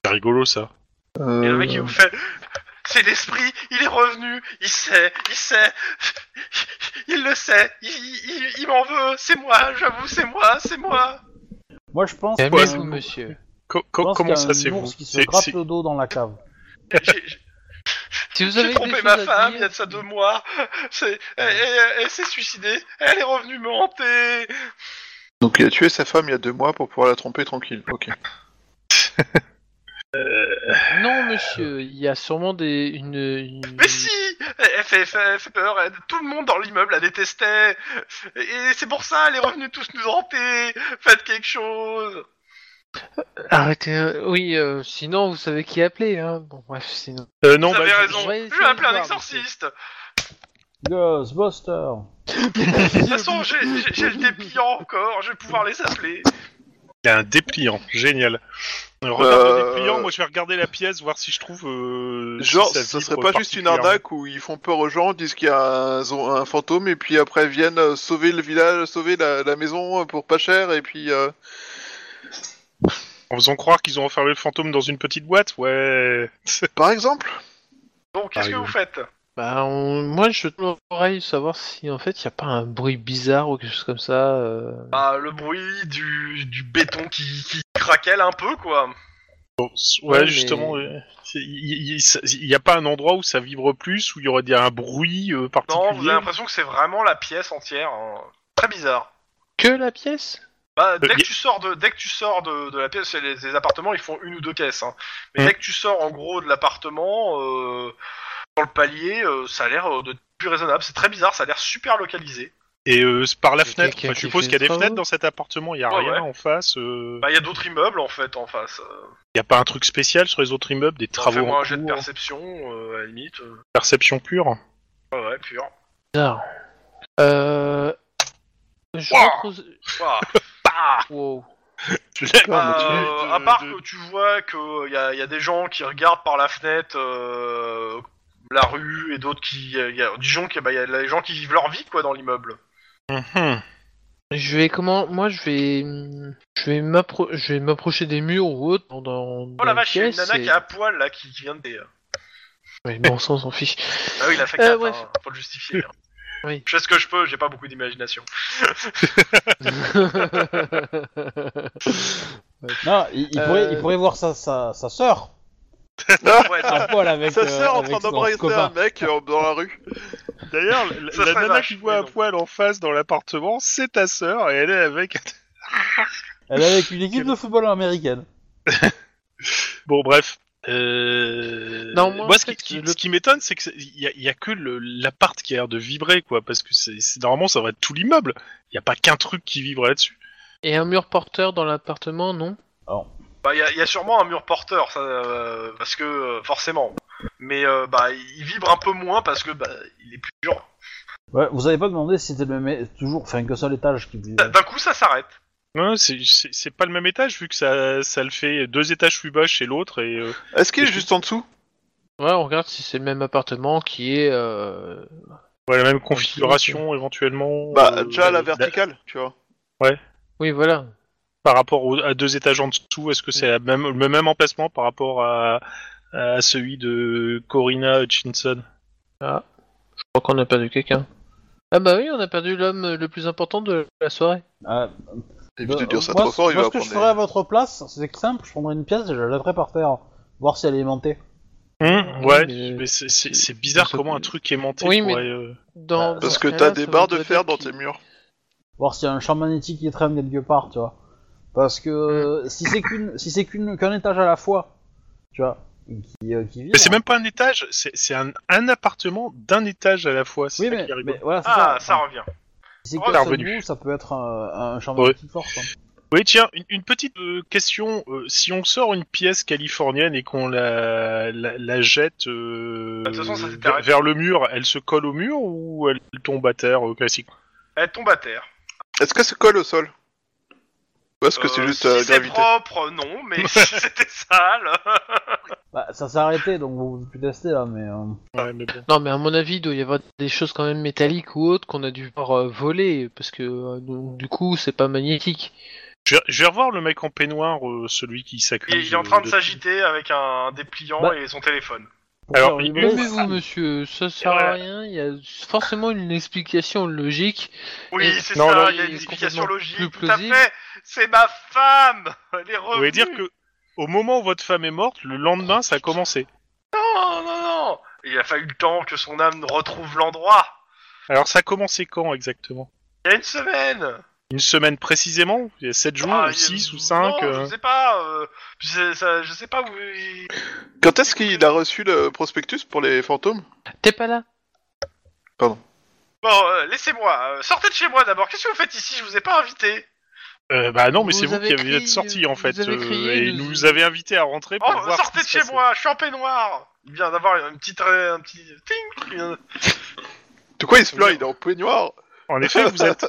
[SPEAKER 4] C'est rigolo ça.
[SPEAKER 2] Et le
[SPEAKER 3] Euh,
[SPEAKER 2] mec il vous fait [laughs] c'est l'esprit, il est revenu, il sait, il sait, [laughs] il le sait, il, il- il- il m'en veut, c'est moi, j'avoue, c'est moi, c'est
[SPEAKER 6] [laughs]
[SPEAKER 2] moi.
[SPEAKER 1] Moi, je pense... que-
[SPEAKER 6] Calmez-vous, monsieur.
[SPEAKER 4] Co-
[SPEAKER 1] je
[SPEAKER 4] co-
[SPEAKER 1] pense
[SPEAKER 4] comment
[SPEAKER 1] qu'il y a
[SPEAKER 4] ça c'est
[SPEAKER 1] un
[SPEAKER 4] vous
[SPEAKER 1] ours qui se
[SPEAKER 4] C'est-
[SPEAKER 1] gratte
[SPEAKER 4] c'est-
[SPEAKER 1] le dos dans la cave.
[SPEAKER 2] J'ai- j'ai-
[SPEAKER 6] Si vous
[SPEAKER 2] J'ai
[SPEAKER 6] avez des
[SPEAKER 2] trompé
[SPEAKER 6] choses
[SPEAKER 2] ma
[SPEAKER 6] à
[SPEAKER 2] femme
[SPEAKER 6] dire-
[SPEAKER 2] il y a de ça deux mois, [laughs] c'est, elle, elle- elle s'est suicidée, elle est revenue me hanter.
[SPEAKER 3] Donc il a tué sa femme il y a deux mois pour pouvoir la tromper tranquille. Ok.
[SPEAKER 6] Non, monsieur, il y a sûrement des... une... une-
[SPEAKER 2] Mais si, elle elle fait, elle fait- elle fait peur, elle- tout le monde dans l'immeuble la détestait. Et c'est pour ça, elle est revenue tous nous hanter, faites quelque chose.
[SPEAKER 6] Arrêtez, euh, oui, euh, sinon vous savez qui appeler, hein. Bon, bref,
[SPEAKER 2] [laughs]
[SPEAKER 6] sinon...
[SPEAKER 4] Euh, non,
[SPEAKER 2] Vous avez
[SPEAKER 4] bah, je-
[SPEAKER 2] raison,
[SPEAKER 6] je vais
[SPEAKER 2] je vais appeler un
[SPEAKER 6] essayer de voir,
[SPEAKER 2] exorciste.
[SPEAKER 1] Ghostbuster
[SPEAKER 2] De toute façon, j'ai- j'ai j'ai le dépliant encore, je vais pouvoir les appeler.
[SPEAKER 4] Il y a un dépliant, génial. Euh, Regarde
[SPEAKER 3] Euh,
[SPEAKER 4] le dépliant, moi je vais regarder la pièce, voir si je trouve. euh,
[SPEAKER 3] Genre,
[SPEAKER 4] si ça
[SPEAKER 3] ça
[SPEAKER 4] vibre
[SPEAKER 3] serait pas juste une
[SPEAKER 4] particulièrement.
[SPEAKER 3] arnaque où ils font peur aux gens, disent qu'il y a un, zo- un fantôme et puis après viennent euh, sauver le village, sauver la, la maison euh, pour pas cher et puis. euh,
[SPEAKER 4] En faisant croire qu'ils ont enfermé le fantôme dans une petite boîte, ouais. [laughs]
[SPEAKER 3] Par exemple
[SPEAKER 2] Donc,
[SPEAKER 4] Ah,
[SPEAKER 2] qu'est-ce que vous faites
[SPEAKER 6] Bah, on- moi, je tourne l'oreille savoir si en fait il n'y a pas un bruit bizarre ou quelque chose comme ça. euh.
[SPEAKER 2] Bah, le bruit du, du béton qui, qui craquelle un peu, quoi.
[SPEAKER 4] Ouais,
[SPEAKER 6] Ouais,
[SPEAKER 4] justement,
[SPEAKER 6] mais-
[SPEAKER 4] euh, c'est- il n'y a pas un endroit où ça vibre plus, où il y aurait des- un bruit euh, particulier.
[SPEAKER 2] Non, vous avez l'impression que c'est vraiment la pièce entière. hein. Très bizarre.
[SPEAKER 6] Que la pièce
[SPEAKER 2] Bah, dès
[SPEAKER 4] Euh,
[SPEAKER 2] que
[SPEAKER 4] y-
[SPEAKER 2] tu sors de, dès que tu sors de, de la pièce, c'est les, les appartements, ils font une ou deux caisses. hein. Mais
[SPEAKER 4] Mm.
[SPEAKER 2] dès que tu sors en gros de l'appartement, euh, dans le palier, euh, ça a l'air euh, de plus raisonnable. C'est très bizarre, ça a l'air super localisé.
[SPEAKER 4] Et euh, c'est par la
[SPEAKER 6] Il y a
[SPEAKER 4] fenêtre,
[SPEAKER 6] quelqu'un
[SPEAKER 4] enfin, je
[SPEAKER 6] qui
[SPEAKER 4] suppose
[SPEAKER 6] fait
[SPEAKER 4] qu'il y a des
[SPEAKER 6] des travaux
[SPEAKER 4] fenêtres dans cet appartement, il n'y a
[SPEAKER 2] Ouais,
[SPEAKER 4] rien
[SPEAKER 2] ouais.
[SPEAKER 4] en face. euh, Il
[SPEAKER 2] Bah, il y a d'autres immeubles en fait en face. Euh,
[SPEAKER 4] n'y a pas un truc spécial sur les autres immeubles, des travaux
[SPEAKER 2] Fais-moi
[SPEAKER 4] en
[SPEAKER 2] un jet de
[SPEAKER 4] cours,
[SPEAKER 2] perception, euh, à la limite. euh,
[SPEAKER 4] perception pure.
[SPEAKER 2] ouais, ouais, pur.
[SPEAKER 6] Bizarre. Euh. Je
[SPEAKER 4] Ouah
[SPEAKER 6] repose-
[SPEAKER 2] Ouah.
[SPEAKER 6] Wow. Ah,
[SPEAKER 2] Bah,
[SPEAKER 3] Putain, mais tu-
[SPEAKER 2] euh,
[SPEAKER 3] de-
[SPEAKER 2] à part
[SPEAKER 3] de-
[SPEAKER 2] que tu vois qu'il y a, y a des gens qui regardent par la fenêtre euh, la rue et d'autres qui. Il y a, Dijon, qui- bah, y a les gens qui vivent leur vie quoi dans l'immeuble.
[SPEAKER 4] Mhm.
[SPEAKER 6] Je vais comment Moi, je vais, je vais m'appro- je vais m'approcher des murs ou autre dans, dans
[SPEAKER 2] Oh la
[SPEAKER 6] dans
[SPEAKER 2] vache, il y a une
[SPEAKER 6] pièce
[SPEAKER 2] nana
[SPEAKER 6] et-
[SPEAKER 2] qui est à poil là qui, qui vient de. des-
[SPEAKER 6] Mais bon sang, on
[SPEAKER 2] [laughs]
[SPEAKER 6] s'en fiche. [laughs]
[SPEAKER 2] Ah oui, il a fait
[SPEAKER 6] Euh,
[SPEAKER 2] 4,
[SPEAKER 6] bref.
[SPEAKER 2] faut le justifier. hein.
[SPEAKER 6] Oui.
[SPEAKER 2] Je fais ce que je peux, j'ai pas beaucoup d'imagination.
[SPEAKER 7] Non, il, il
[SPEAKER 6] Euh,
[SPEAKER 7] pourrait, il pourrait voir sa, sa, sa sœur
[SPEAKER 2] Ouais,
[SPEAKER 3] [laughs]
[SPEAKER 7] à poil avec
[SPEAKER 3] Sa
[SPEAKER 7] euh,
[SPEAKER 3] sœur en
[SPEAKER 7] avec
[SPEAKER 3] train
[SPEAKER 7] son
[SPEAKER 3] d'embrasser
[SPEAKER 7] copain.
[SPEAKER 3] un mec euh, dans la rue.
[SPEAKER 4] D'ailleurs, la,
[SPEAKER 2] Ça
[SPEAKER 4] la
[SPEAKER 2] serait
[SPEAKER 4] nana
[SPEAKER 2] vache,
[SPEAKER 4] qui voit
[SPEAKER 2] mais
[SPEAKER 4] à
[SPEAKER 2] non.
[SPEAKER 4] poil en face dans l'appartement, c'est ta sœur, et elle est avec.
[SPEAKER 7] Elle est avec une équipe de football américaine.
[SPEAKER 4] [laughs] Bon, bref. Euh,
[SPEAKER 6] Non, moi,
[SPEAKER 4] moi,
[SPEAKER 6] en
[SPEAKER 4] ce,
[SPEAKER 6] fait,
[SPEAKER 4] qui, qui-
[SPEAKER 6] le-
[SPEAKER 4] ce qui m'étonne, c'est qu'il y a, y a que le- l'appart qui a l'air de vibrer, quoi, parce que c'est c'est- normalement ça va être tout l'immeuble. Il n'y a pas qu'un truc qui vibre là-dessus.
[SPEAKER 6] et un mur porteur dans l'appartement, non
[SPEAKER 2] Bah, il y, a- il y a sûrement un mur porteur, ça, euh, parce que euh, forcément. Mais euh, bah, il vibre un peu moins parce que bah, il est plus dur.
[SPEAKER 7] Ouais, vous avez pas demandé si c'était le même, toujours, enfin, qu'un seul étage qui
[SPEAKER 3] Bah,
[SPEAKER 7] vous-
[SPEAKER 2] D'un coup, ça s'arrête.
[SPEAKER 4] Non, c'est- c'est c'est pas le même étage, vu que ça, ça le fait deux étages plus bas chez l'autre, et euh,
[SPEAKER 3] Est-ce qu'il est juste en dessous
[SPEAKER 6] Ouais, on regarde si c'est le même appartement qui est. euh,
[SPEAKER 4] ouais, la même configuration éventuellement.
[SPEAKER 3] Bah,
[SPEAKER 4] euh,
[SPEAKER 3] déjà la
[SPEAKER 4] la-
[SPEAKER 3] verticale, tu vois.
[SPEAKER 6] Oui, voilà.
[SPEAKER 4] par rapport au- à deux étages en dessous, est-ce que c'est la même, le même emplacement par rapport à, à celui de Corina Hutchinson
[SPEAKER 6] Je crois qu'on a perdu quelqu'un. Ah bah oui, on a perdu l'homme le plus important de la soirée.
[SPEAKER 7] Ah,
[SPEAKER 3] Évite de
[SPEAKER 7] euh,
[SPEAKER 3] dire ça
[SPEAKER 7] moi,
[SPEAKER 3] trop fort, il
[SPEAKER 7] moi,
[SPEAKER 3] va
[SPEAKER 7] ce que je
[SPEAKER 3] prendre.
[SPEAKER 7] ferais
[SPEAKER 3] des-
[SPEAKER 7] à votre place, c'est simple, je prendrais une pièce et je la jetterais par terre, voir si elle est aimantée.
[SPEAKER 4] Hum,
[SPEAKER 6] Ouais,
[SPEAKER 4] Ouais,
[SPEAKER 6] mais-
[SPEAKER 4] mais c'est- c'est c'est bizarre
[SPEAKER 6] Sauf-
[SPEAKER 4] comment un truc aimanté
[SPEAKER 6] Oui, mais-
[SPEAKER 4] pourrait. euh,
[SPEAKER 6] Dans,
[SPEAKER 7] Bah,
[SPEAKER 3] Parce
[SPEAKER 6] dans
[SPEAKER 3] que
[SPEAKER 6] ce cas-là,
[SPEAKER 3] t'as des
[SPEAKER 6] ça
[SPEAKER 3] barres de
[SPEAKER 6] voudrait
[SPEAKER 3] fer
[SPEAKER 6] dire
[SPEAKER 3] dans
[SPEAKER 6] qu'il-
[SPEAKER 3] tes murs.
[SPEAKER 7] voir s'il y a un champ magnétique qui traîne quelque part, tu vois. Parce que
[SPEAKER 2] Mm.
[SPEAKER 7] euh, si c'est qu'une, si c'est qu'une qu'un étage à la fois, tu vois, qui, euh, qui vibre-
[SPEAKER 4] Mais c'est même pas un étage, c'est c'est un, un appartement d'un étage à la fois. c'est
[SPEAKER 7] Oui,
[SPEAKER 4] ça
[SPEAKER 7] mais,
[SPEAKER 4] qui arrive. hein.
[SPEAKER 7] mais voilà, c'est
[SPEAKER 2] Ah, ça
[SPEAKER 7] ça.
[SPEAKER 2] revient.
[SPEAKER 7] Si c'est
[SPEAKER 2] Oh,
[SPEAKER 7] qu'un
[SPEAKER 4] c'est
[SPEAKER 7] seul
[SPEAKER 4] revenu.
[SPEAKER 7] bout, ça peut être un, un champ
[SPEAKER 4] Ouais.
[SPEAKER 7] magnétique fort. Quoi.
[SPEAKER 4] Oui, tiens, une, une petite euh, question. euh, si on sort une pièce californienne et qu'on la, la, la jette euh,
[SPEAKER 2] Bah, de toute façon, ça, c'est
[SPEAKER 4] vers,
[SPEAKER 2] carré.
[SPEAKER 4] vers le mur, elle se colle au mur ou elle tombe à terre euh, classique
[SPEAKER 2] Elle tombe à terre.
[SPEAKER 3] Est-ce que ça colle au sol Ou est-ce que c'est
[SPEAKER 2] Euh,
[SPEAKER 3] juste
[SPEAKER 2] si
[SPEAKER 3] euh,
[SPEAKER 2] c'est
[SPEAKER 3] gravité
[SPEAKER 2] propre, non, mais si c'était sale.
[SPEAKER 7] Bah, ça s'est arrêté, donc vous vous testez là, mais euh,
[SPEAKER 2] Ah.
[SPEAKER 4] Ouais, mais bon.
[SPEAKER 6] Non, mais à mon avis, il doit y avoir des choses quand même métalliques ou autres qu'on a dû voir euh, voler, parce que euh, donc, du coup, c'est pas magnétique.
[SPEAKER 4] je, vais, je vais revoir le mec en peignoir, euh, celui qui s'accuse.
[SPEAKER 2] Il, il est en train de
[SPEAKER 4] euh,
[SPEAKER 2] s'agiter avec un dépliant
[SPEAKER 7] Bah.
[SPEAKER 2] et son téléphone.
[SPEAKER 7] pour
[SPEAKER 4] Alors,
[SPEAKER 7] faire
[SPEAKER 4] il-
[SPEAKER 7] une
[SPEAKER 4] Mais
[SPEAKER 7] blague,
[SPEAKER 6] Calmez-vous, monsieur, ça sert à
[SPEAKER 4] voilà.
[SPEAKER 6] rien, il y a forcément une explication logique.
[SPEAKER 2] Oui,
[SPEAKER 6] Et-
[SPEAKER 2] c'est
[SPEAKER 4] Non,
[SPEAKER 2] ça,
[SPEAKER 4] non,
[SPEAKER 2] il y a
[SPEAKER 6] il
[SPEAKER 2] une
[SPEAKER 6] est
[SPEAKER 2] explication
[SPEAKER 6] complètement
[SPEAKER 2] logique.
[SPEAKER 6] plus
[SPEAKER 2] Tout à
[SPEAKER 6] plausible.
[SPEAKER 2] fait, c'est ma femme Elle est
[SPEAKER 4] Vous
[SPEAKER 2] revenue
[SPEAKER 4] voulez dire que au moment où votre femme est morte, le lendemain, ça a commencé.
[SPEAKER 2] Non, non, non Il a fallu le temps que son âme retrouve l'endroit.
[SPEAKER 4] Alors, ça a commencé quand exactement
[SPEAKER 2] Il y a une semaine
[SPEAKER 4] Une semaine précisément Il y a 7 jours,
[SPEAKER 2] Ah,
[SPEAKER 4] ou
[SPEAKER 2] il-
[SPEAKER 4] 6 ou 5
[SPEAKER 2] non, Je sais pas, euh, je, sais, ça- je sais pas où... il-
[SPEAKER 3] Quand est-ce qu'il a reçu le prospectus pour les fantômes
[SPEAKER 6] T'es pas là
[SPEAKER 2] Bon, euh, laissez-moi, euh, sortez de chez moi d'abord, qu'est-ce que vous faites ici Je vous ai pas invité
[SPEAKER 4] Euh, bah non, mais c'est vous
[SPEAKER 6] Vous
[SPEAKER 4] qui
[SPEAKER 6] avez
[SPEAKER 4] avez êtes
[SPEAKER 6] crié,
[SPEAKER 4] sorti en
[SPEAKER 6] vous
[SPEAKER 4] fait,
[SPEAKER 6] avez
[SPEAKER 4] euh,
[SPEAKER 6] crié,
[SPEAKER 4] et
[SPEAKER 6] nous-
[SPEAKER 4] nous avez invité à rentrer pour
[SPEAKER 2] Oh,
[SPEAKER 4] voir.
[SPEAKER 2] sortez
[SPEAKER 4] ce
[SPEAKER 2] de
[SPEAKER 4] qui
[SPEAKER 2] chez
[SPEAKER 4] se passait.
[SPEAKER 2] moi, je suis en peignoir Il vient d'avoir un petit... tra- Un petit... ting, il vient de-
[SPEAKER 3] De quoi il se plaint Il est en peignoir [laughs]
[SPEAKER 4] En effet, vous êtes,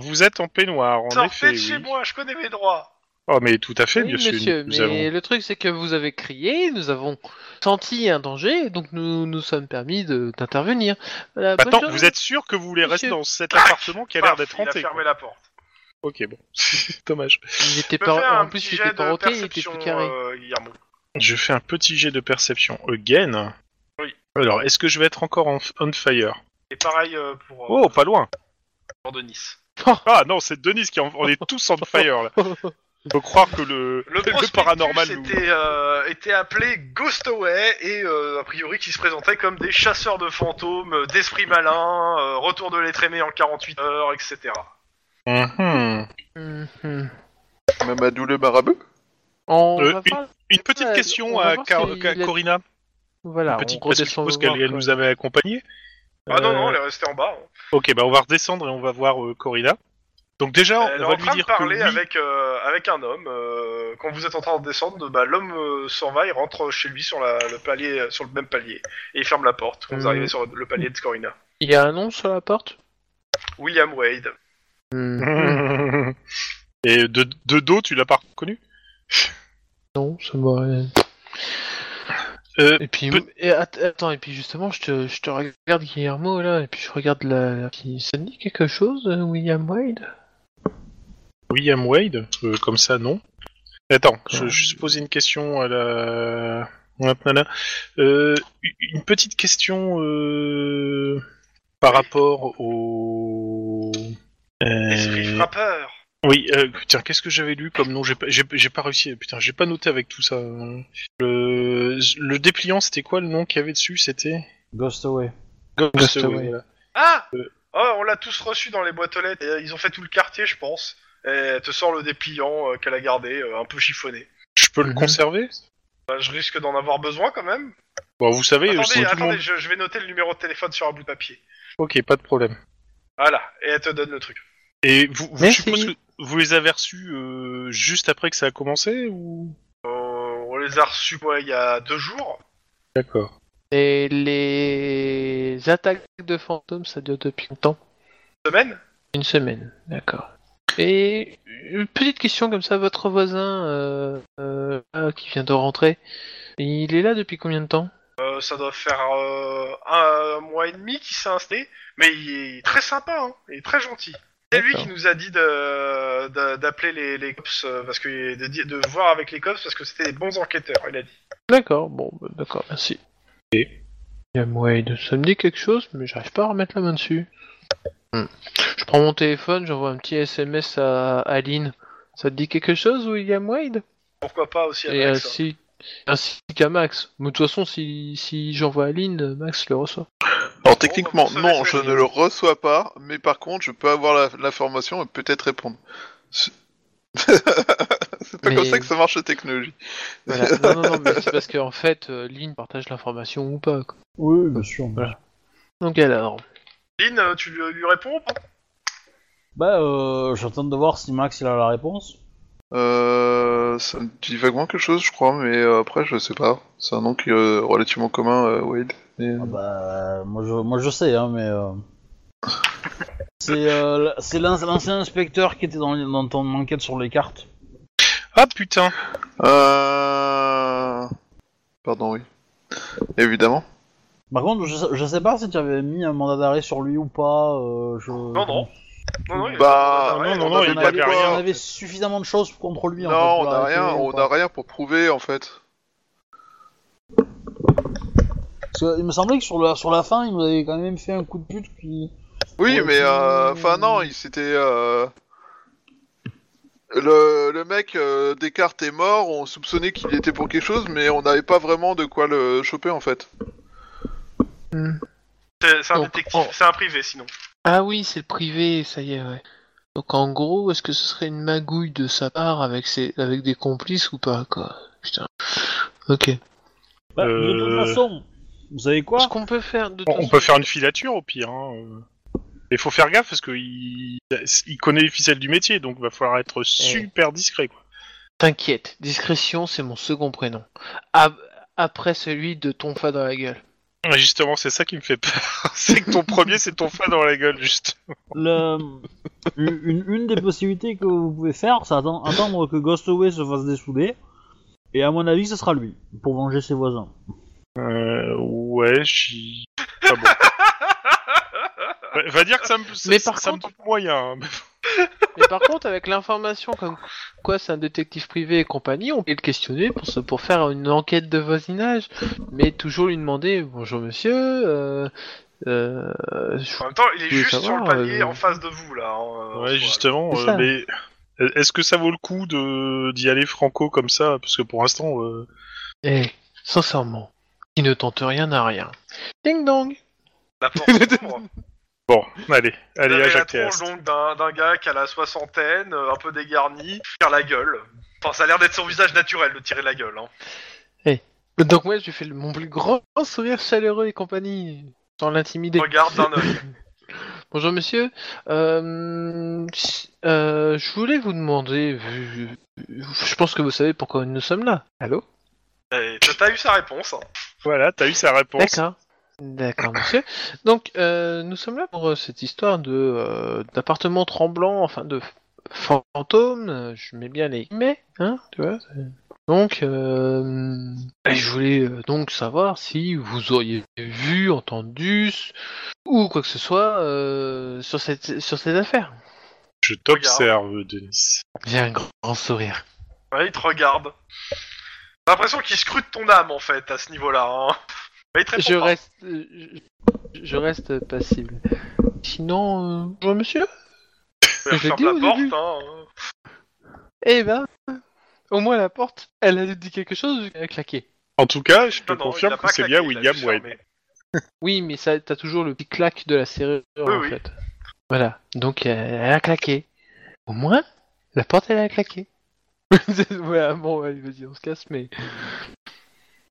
[SPEAKER 4] vous êtes en peignoir. En
[SPEAKER 2] Sortez
[SPEAKER 4] effet,
[SPEAKER 2] de chez
[SPEAKER 4] oui.
[SPEAKER 2] moi, je connais mes droits
[SPEAKER 4] Oh, mais tout à fait,
[SPEAKER 6] Oui,
[SPEAKER 4] bien sûr.
[SPEAKER 6] monsieur,
[SPEAKER 4] nous
[SPEAKER 6] mais
[SPEAKER 4] avons-
[SPEAKER 6] le truc c'est que vous avez crié, nous avons senti un danger, donc nous nous sommes permis de- d'intervenir. Voilà, bonne
[SPEAKER 4] Attends,
[SPEAKER 6] journée.
[SPEAKER 4] vous êtes sûr que vous voulez rester
[SPEAKER 6] Monsieur.
[SPEAKER 4] dans cet appartement qui a l'air
[SPEAKER 2] Paf,
[SPEAKER 4] d'être
[SPEAKER 2] Il a
[SPEAKER 4] hanté
[SPEAKER 2] fermé
[SPEAKER 4] quoi.
[SPEAKER 2] la porte.
[SPEAKER 4] Ok, bon. [laughs] Dommage.
[SPEAKER 6] Il
[SPEAKER 2] Tu
[SPEAKER 6] était
[SPEAKER 2] peux
[SPEAKER 6] pas-
[SPEAKER 2] faire un
[SPEAKER 6] en plus,
[SPEAKER 2] petit
[SPEAKER 6] il
[SPEAKER 2] jet
[SPEAKER 6] était
[SPEAKER 2] de
[SPEAKER 6] pas roté, il était
[SPEAKER 2] perception,
[SPEAKER 6] plus carré.
[SPEAKER 2] euh, Guillermo.
[SPEAKER 4] Je fais un petit jet de perception again.
[SPEAKER 2] Oui.
[SPEAKER 4] Alors, est-ce que je vais être encore en on fire
[SPEAKER 2] Et pareil euh, pour, euh,
[SPEAKER 4] Oh, pas loin.
[SPEAKER 2] pour Denis.
[SPEAKER 4] Ah non, c'est Denis qui est en... on est tous on fire
[SPEAKER 6] [laughs]
[SPEAKER 4] là. Faut croire que le,
[SPEAKER 2] Le, prospectus
[SPEAKER 4] paranormal nous-
[SPEAKER 2] était, euh, était appelé Ghostaway et euh, a priori qui se présentait comme des chasseurs de fantômes, euh, d'esprits malins, euh, retour de l'être aimé en 48 heures, etc.
[SPEAKER 4] Mhm.
[SPEAKER 2] euh,
[SPEAKER 6] Mhm.
[SPEAKER 3] Mamadou le marabout
[SPEAKER 6] On
[SPEAKER 4] Euh,
[SPEAKER 6] va
[SPEAKER 4] une-
[SPEAKER 6] voir-
[SPEAKER 4] Une petite
[SPEAKER 6] Ouais,
[SPEAKER 4] question
[SPEAKER 6] on va
[SPEAKER 4] à
[SPEAKER 6] voir
[SPEAKER 4] Car-
[SPEAKER 6] s'il
[SPEAKER 4] Ca-
[SPEAKER 6] a-
[SPEAKER 4] Corina.
[SPEAKER 6] Voilà,
[SPEAKER 4] Une petite
[SPEAKER 6] on
[SPEAKER 4] parce que je
[SPEAKER 6] redescend
[SPEAKER 4] suppose
[SPEAKER 6] voir
[SPEAKER 4] qu'elle elle
[SPEAKER 6] quand
[SPEAKER 4] nous
[SPEAKER 6] même.
[SPEAKER 4] avait accompagnés.
[SPEAKER 2] Ah non, non,
[SPEAKER 4] Euh,
[SPEAKER 2] elle est restée en bas. hein.
[SPEAKER 4] Ok, bah on va redescendre et on va voir euh, Corina. Donc déjà,
[SPEAKER 2] elle est
[SPEAKER 4] on
[SPEAKER 2] en
[SPEAKER 4] va lui
[SPEAKER 2] train de
[SPEAKER 4] dire que
[SPEAKER 2] parler
[SPEAKER 4] oui,
[SPEAKER 2] avec, euh, avec un homme. euh, quand vous êtes en train de descendre, bah, l'homme euh, s'en va, il rentre chez lui sur, la, le palier, euh, sur le même palier. Et il ferme la porte quand
[SPEAKER 4] Euh.
[SPEAKER 2] vous
[SPEAKER 6] Hmm.
[SPEAKER 2] arrivez sur le palier de Scorina.
[SPEAKER 6] Il y a un nom sur la porte
[SPEAKER 2] William Wade.
[SPEAKER 6] Mhm.
[SPEAKER 4] [laughs] Et de, de dos, tu l'as pas reconnu
[SPEAKER 6] Non, ça m'aurait...
[SPEAKER 4] Euh,
[SPEAKER 6] Et puis,
[SPEAKER 4] Peut-
[SPEAKER 6] et att- attends, et puis justement, je te, je te regarde Guillermo là, et puis je regarde la. la- qui- Ça te dit quelque chose, euh, William Wade
[SPEAKER 4] William Wade Euh, Comme ça, non. Attends, je, je posais une question à la... à la nana. Euh, une petite question euh, par rapport au... Euh,
[SPEAKER 2] Esprit frappeur.
[SPEAKER 4] Oui, euh, tiens, qu'est-ce que j'avais lu comme nom J'ai pas, j'ai- j'ai pas réussi. Putain, j'ai pas noté avec tout ça. hein. Le, le dépliant, c'était quoi le nom qu'il y avait dessus C'était
[SPEAKER 7] Ghost Away.
[SPEAKER 4] Ghost
[SPEAKER 6] Away.
[SPEAKER 4] voilà.
[SPEAKER 2] Ah
[SPEAKER 4] Euh.
[SPEAKER 2] Oh, on l'a tous reçu dans les boîtes aux lettres. Et, euh, ils ont fait tout le quartier, je pense. Et elle te sort le dépliant euh, qu'elle a gardé, euh, un peu chiffonné.
[SPEAKER 4] Je peux le
[SPEAKER 6] Mhm.
[SPEAKER 4] conserver
[SPEAKER 2] Bah, je risque d'en avoir besoin quand même.
[SPEAKER 4] Bon, vous savez, c'est
[SPEAKER 2] attendez,
[SPEAKER 4] tout le
[SPEAKER 2] attendez,
[SPEAKER 4] monde.
[SPEAKER 2] je, je vais noter le numéro de téléphone sur un bout de papier.
[SPEAKER 4] Ok, pas de problème.
[SPEAKER 2] Voilà, et elle te donne le truc.
[SPEAKER 4] Et vous, vous je
[SPEAKER 6] Merci.
[SPEAKER 4] suppose que vous les avez reçus euh, juste après que ça a commencé ou
[SPEAKER 2] Euh, on les a reçus, quoi, il y a deux jours.
[SPEAKER 4] D'accord.
[SPEAKER 6] Et les attaques de fantômes, ça dure depuis longtemps
[SPEAKER 2] Une Semaine
[SPEAKER 6] Une semaine, d'accord. Et une petite question comme ça, votre voisin euh, euh, là, qui vient de rentrer, il est là depuis combien de temps
[SPEAKER 2] Euh, Ça doit faire euh, un mois et demi qu'il s'est installé. Mais il est très sympa, hein. Il est très gentil. C'est lui
[SPEAKER 6] D'accord.
[SPEAKER 2] qui nous a dit de- de- d'appeler les, les cops, euh, parce que de, di- de voir avec les cops, parce que c'était des bons enquêteurs, il a dit.
[SPEAKER 6] D'accord, bon, bah, d'accord, merci.
[SPEAKER 4] Et
[SPEAKER 6] Il y a moyen de ça me dit quelque chose, mais j'arrive pas à remettre la main dessus. Hmm. Je prends mon téléphone, j'envoie un petit SMS à Aline. Ça te dit quelque chose, William Wade
[SPEAKER 2] Pourquoi pas aussi
[SPEAKER 6] Et euh,
[SPEAKER 2] avec ça
[SPEAKER 6] ainsi, ainsi qu'à Max. Mais de toute façon, si, si j'envoie Aline, Max le reçoit.
[SPEAKER 3] Alors techniquement,
[SPEAKER 2] Bon, ça,
[SPEAKER 3] non, je
[SPEAKER 2] ça,
[SPEAKER 3] ne le reçois pas, mais par contre, je peux avoir la- l'information et peut-être répondre. C'est [laughs] c'est pas
[SPEAKER 6] Mais-
[SPEAKER 3] comme ça que ça marche la technologie.
[SPEAKER 6] Voilà. [laughs] non, non, non, mais c'est parce qu'en fait, euh, Lynn partage l'information ou pas. quoi.
[SPEAKER 7] Oui, bien sûr.
[SPEAKER 6] Voilà. Donc alors,
[SPEAKER 2] Lynn, euh, tu lui, lui réponds ou pas
[SPEAKER 7] Bah, euh, j'attends de voir si Max il a la réponse.
[SPEAKER 3] Euh, ça me dit vaguement quelque chose, je crois, mais euh, après, je sais pas. C'est un nom qui est euh, relativement commun, euh, Wade. Mais, euh,
[SPEAKER 7] Ah bah, moi je, moi je sais, hein, mais. euh, C'est euh, la- c'est l'an- l'ancien inspecteur qui était dans, dans ton enquête sur les cartes.
[SPEAKER 4] Ah putain.
[SPEAKER 3] Euh... Pardon, oui. Évidemment.
[SPEAKER 7] Par contre, je, sais- je sais pas si tu avais mis un mandat d'arrêt sur lui ou pas. euh, je...
[SPEAKER 2] Non, non. Non, non, il a pas
[SPEAKER 3] Bah,
[SPEAKER 2] de-
[SPEAKER 4] non, non,
[SPEAKER 2] ouais,
[SPEAKER 4] non,
[SPEAKER 2] on a-
[SPEAKER 4] il
[SPEAKER 7] On avait,
[SPEAKER 4] a rien.
[SPEAKER 7] on avait suffisamment de choses contre lui. en
[SPEAKER 3] non,
[SPEAKER 7] fait,
[SPEAKER 3] on
[SPEAKER 7] pour
[SPEAKER 3] a
[SPEAKER 7] l'arrêter,
[SPEAKER 3] rien, on
[SPEAKER 7] quoi.
[SPEAKER 3] a rien pour prouver en fait.
[SPEAKER 7] Parce que il me semblait que sur la, sur la fin, il nous avait quand même fait un coup de pute qui.
[SPEAKER 3] Oui,
[SPEAKER 7] Ouais,
[SPEAKER 3] mais
[SPEAKER 7] c'est-
[SPEAKER 3] euh, enfin non, il s'était euh, le, le mec euh, Descartes est mort, on soupçonnait qu'il était pour quelque chose, mais on n'avait pas vraiment de quoi le choper en fait.
[SPEAKER 2] C'est c'est un
[SPEAKER 6] Donc, oh.
[SPEAKER 2] détective,
[SPEAKER 6] on-
[SPEAKER 2] c'est un privé sinon.
[SPEAKER 6] Ah oui, c'est le privé, ça y est, ouais. Donc en gros, est-ce que ce serait une magouille de sa part avec ses avec des complices ou pas quoi Putain. Ok.
[SPEAKER 7] Bah, De
[SPEAKER 4] Euh.
[SPEAKER 7] toute façon, vous savez quoi
[SPEAKER 6] Ce qu'on peut faire de
[SPEAKER 4] On,
[SPEAKER 6] toute
[SPEAKER 4] on peut faire une filature au pire. hein, euh. Mais faut faire gaffe parce que il, il connaît les ficelles du métier, donc va falloir
[SPEAKER 6] Eh.
[SPEAKER 4] être super discret. Quoi.
[SPEAKER 6] T'inquiète, discrétion, c'est mon second prénom. A- Après celui de ton fa dans la gueule.
[SPEAKER 4] Et Justement, c'est ça qui me fait peur. [laughs] c'est que ton premier, c'est ton frein dans la gueule, juste.
[SPEAKER 7] Le- une, une- une des possibilités que vous pouvez faire, c'est atten- attendre que Ghostaway se fasse dessouder. Et à mon avis, ce sera lui, pour venger ses voisins.
[SPEAKER 4] Euh, ouais, j'y... Ah
[SPEAKER 6] [laughs]
[SPEAKER 4] bon. Va- Va dire que ça me, ça-
[SPEAKER 6] Mais par
[SPEAKER 4] ça me
[SPEAKER 6] contre-
[SPEAKER 4] donne moyen. hein.
[SPEAKER 6] Mais par contre, avec l'information comme quoi c'est un détective privé et compagnie, on peut le questionner pour, se- pour faire une enquête de voisinage, mais toujours lui demander bonjour monsieur. Euh, euh, je-
[SPEAKER 2] En même temps, il est
[SPEAKER 6] Oui,
[SPEAKER 2] juste
[SPEAKER 6] ça
[SPEAKER 2] sur
[SPEAKER 6] va,
[SPEAKER 2] le palier
[SPEAKER 6] euh.
[SPEAKER 2] en face de vous, là. hein, en soi.
[SPEAKER 4] Ouais, justement,
[SPEAKER 6] C'est
[SPEAKER 4] euh,
[SPEAKER 6] ça.
[SPEAKER 4] mais est-ce que ça vaut le coup de d'y aller franco comme ça Parce que pour l'instant, euh,
[SPEAKER 6] Eh, sincèrement, qui ne tente rien n'a rien. Ding dong.
[SPEAKER 2] La
[SPEAKER 4] [laughs]
[SPEAKER 2] porte hein. s'ouvre.
[SPEAKER 4] bon, allez, allez,
[SPEAKER 2] Vous
[SPEAKER 4] à
[SPEAKER 2] avez la
[SPEAKER 4] Jacques
[SPEAKER 2] tronche donc d'un d'un gars qui a la soixantaine, euh, un peu dégarni, faire la gueule. Enfin, ça a l'air d'être son visage naturel de tirer la gueule. Hein.
[SPEAKER 6] Donc moi, j'ai fait le- mon plus grand sourire chaleureux et compagnie, sans l'intimider.
[SPEAKER 2] Regarde d'un œil.
[SPEAKER 6] Bonjour monsieur, Euh, euh, je voulais vous demander, vu- je pense que vous savez pourquoi nous sommes là. Allô
[SPEAKER 2] Et t'as- T'as eu sa réponse. hein.
[SPEAKER 4] Voilà, t'as eu sa réponse.
[SPEAKER 6] D'accord. D'accord, monsieur. Donc, euh, nous sommes là pour euh, cette histoire de euh, d'appartement tremblant, enfin de f- fantôme. euh, Je mets bien les guillemets, hein, tu vois. c'est- Donc, euh, et je voulais euh, donc savoir si vous auriez vu, entendu s- ou quoi que ce soit euh, sur cette sur ces affaires.
[SPEAKER 4] Je t'observe, Denis.
[SPEAKER 6] J'ai un grand, grand sourire.
[SPEAKER 2] Ouais, il te regarde. T'as l'impression qu'il scrute ton âme, en fait, à ce niveau-là. Hein. Mais il te répond
[SPEAKER 6] Je
[SPEAKER 2] pas.
[SPEAKER 6] reste, euh, je, je reste passible. Sinon, euh, bonjour monsieur.
[SPEAKER 2] Il
[SPEAKER 6] je l'ai
[SPEAKER 2] referme
[SPEAKER 6] dit au
[SPEAKER 2] la porte.
[SPEAKER 6] début.
[SPEAKER 2] Hein.
[SPEAKER 6] Eh ben, au moins la porte, elle a dit quelque chose, vu qu'elle a claqué.
[SPEAKER 4] En tout cas, je te
[SPEAKER 2] Non, non, il
[SPEAKER 4] confirme
[SPEAKER 2] a
[SPEAKER 4] que
[SPEAKER 2] pas
[SPEAKER 4] c'est
[SPEAKER 2] claqué,
[SPEAKER 4] bien
[SPEAKER 2] il a
[SPEAKER 4] William
[SPEAKER 2] juste
[SPEAKER 4] Wade.
[SPEAKER 2] fermé.
[SPEAKER 6] Oui, mais ça, t'as toujours le petit clac de la serrure, en
[SPEAKER 2] oui.
[SPEAKER 6] fait. Voilà, donc euh, elle a claqué. Au moins, la porte, elle a claqué. [laughs] voilà, bon, allez, vas-y, on se casse, mais...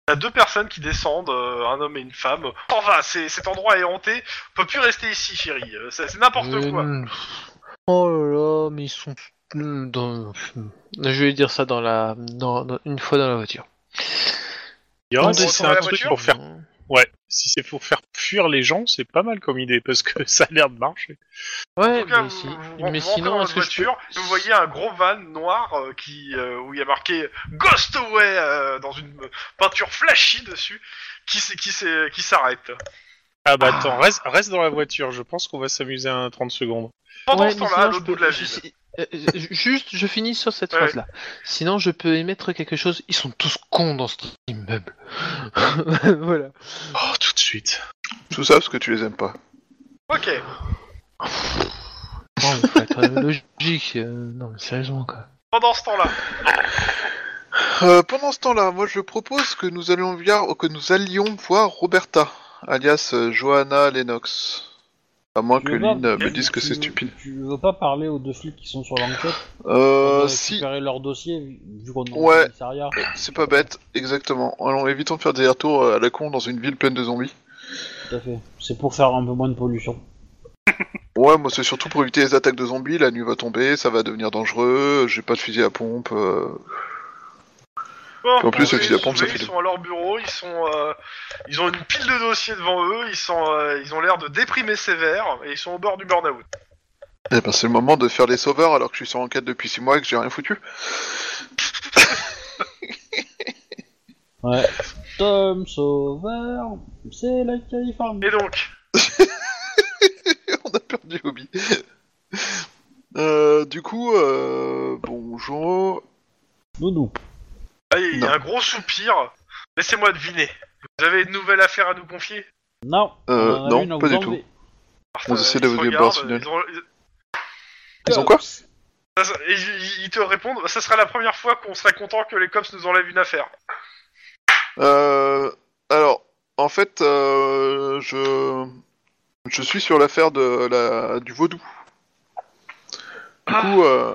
[SPEAKER 2] T'as deux personnes qui descendent, euh, un homme et une femme. T'en vas, c'est- cet endroit est hanté. On peut plus rester ici, chérie. Euh, C'est c'est n'importe
[SPEAKER 6] Euh,
[SPEAKER 2] quoi.
[SPEAKER 6] non. Oh là là, mais ils sont... euh, Dans... Je vais dire ça dans la... Dans... dans- Une fois dans la voiture.
[SPEAKER 4] Il y aura,
[SPEAKER 2] On
[SPEAKER 4] si c'est
[SPEAKER 2] retourne à
[SPEAKER 4] un
[SPEAKER 2] la
[SPEAKER 4] truc
[SPEAKER 2] voiture
[SPEAKER 4] pour faire, ouais, si c'est pour faire fuir les gens, c'est pas mal comme idée parce que ça a l'air de marcher.
[SPEAKER 2] En
[SPEAKER 6] Ouais,
[SPEAKER 2] tout cas,
[SPEAKER 6] mais,
[SPEAKER 2] vous-
[SPEAKER 6] si-
[SPEAKER 2] vous- vous
[SPEAKER 6] mais
[SPEAKER 2] rentrez
[SPEAKER 6] sinon,
[SPEAKER 2] dans
[SPEAKER 6] est-ce
[SPEAKER 2] votre
[SPEAKER 6] que je peux-
[SPEAKER 2] voiture, et vous voyez un gros van noir euh, qui euh, où il y a marqué Ghost Away euh, dans une peinture flashy dessus, qui s'est- qui s'est- qui s'arrête.
[SPEAKER 4] Ah bah attends, reste, reste dans la voiture. Je pense qu'on va s'amuser un 30 secondes.
[SPEAKER 2] Pendant
[SPEAKER 6] Ouais,
[SPEAKER 2] ce
[SPEAKER 6] mais
[SPEAKER 2] temps-là, à
[SPEAKER 6] sinon, je
[SPEAKER 2] l'autre bout
[SPEAKER 6] peux-
[SPEAKER 2] de la
[SPEAKER 6] je-
[SPEAKER 2] ville.
[SPEAKER 6] si- euh, euh, juste, je finis sur cette
[SPEAKER 2] Ouais.
[SPEAKER 6] phrase-là. Sinon, je peux émettre quelque chose. Ils sont tous cons dans cet immeuble. [laughs] voilà.
[SPEAKER 4] Oh, tout de suite.
[SPEAKER 3] Tout ça parce que tu les aimes pas.
[SPEAKER 2] Ok.
[SPEAKER 6] Non, mais faut être logique. euh, non, mais sérieusement, quoi.
[SPEAKER 2] Pendant ce temps-là,
[SPEAKER 3] Euh, pendant ce temps-là, moi je propose que nous allions voir, que nous allions voir Roberta, alias euh, Johanna Lennox. À moins que
[SPEAKER 7] Tu veux pas-
[SPEAKER 3] Lynn euh, me dise que
[SPEAKER 7] tu
[SPEAKER 3] c'est
[SPEAKER 7] veux-
[SPEAKER 3] stupide.
[SPEAKER 7] Tu veux pas parler aux deux flics qui sont sur l'enquête pour
[SPEAKER 3] Euh, si,
[SPEAKER 7] récupérer leur dossier, vu- vu qu'on est en
[SPEAKER 3] Ouais.
[SPEAKER 7] commissariat
[SPEAKER 3] c'est pas bête, exactement. Allons, évitons de faire des retours euh, à la con dans une ville pleine de zombies.
[SPEAKER 7] Tout à fait. C'est pour faire un peu moins de pollution.
[SPEAKER 3] Ouais, moi c'est surtout pour éviter les attaques de zombies, la nuit va tomber, ça va devenir dangereux, j'ai pas de fusil à pompe. euh,
[SPEAKER 2] bon,
[SPEAKER 3] En plus,
[SPEAKER 2] vous
[SPEAKER 3] ceux qui la
[SPEAKER 2] les
[SPEAKER 3] pompent, ça
[SPEAKER 2] trouvez,
[SPEAKER 3] fait
[SPEAKER 2] ils sont à leur bureau, ils sont, euh, ils ont une pile de dossiers devant eux, ils sont, euh, ils ont l'air de déprimer sévère et ils sont au bord du burn-out.
[SPEAKER 3] Eh ben, c'est le moment de faire les sauveurs alors que je suis sur enquête depuis 6 mois et que j'ai rien foutu. [laughs]
[SPEAKER 7] Ouais. Tom Sauveur, c'est la Californie.
[SPEAKER 2] Et donc,
[SPEAKER 3] On a perdu Hobby. Euh, du coup, euh, bonjour.
[SPEAKER 7] Nounou.
[SPEAKER 2] allez, il y a
[SPEAKER 3] Non.
[SPEAKER 2] un gros soupir. Laissez-moi deviner. Vous avez une nouvelle affaire à nous confier
[SPEAKER 7] Non,
[SPEAKER 3] Euh,
[SPEAKER 7] on en a
[SPEAKER 3] non,
[SPEAKER 7] une à
[SPEAKER 3] pas
[SPEAKER 7] vous
[SPEAKER 3] du tout.
[SPEAKER 7] enlever.
[SPEAKER 3] On
[SPEAKER 2] Euh,
[SPEAKER 3] essaie de
[SPEAKER 2] ils
[SPEAKER 3] vous
[SPEAKER 2] se
[SPEAKER 3] débarrasser
[SPEAKER 2] regardent,
[SPEAKER 3] d'elle.
[SPEAKER 2] ils ont- ils-
[SPEAKER 3] Ils ont quoi
[SPEAKER 2] Ça, ça- et ils ils te répondent, ça sera la première fois qu'on sera content que les cops nous enlèvent une affaire.
[SPEAKER 3] Euh, alors, en fait, euh, je je suis sur l'affaire de la du vaudou. Du coup, euh,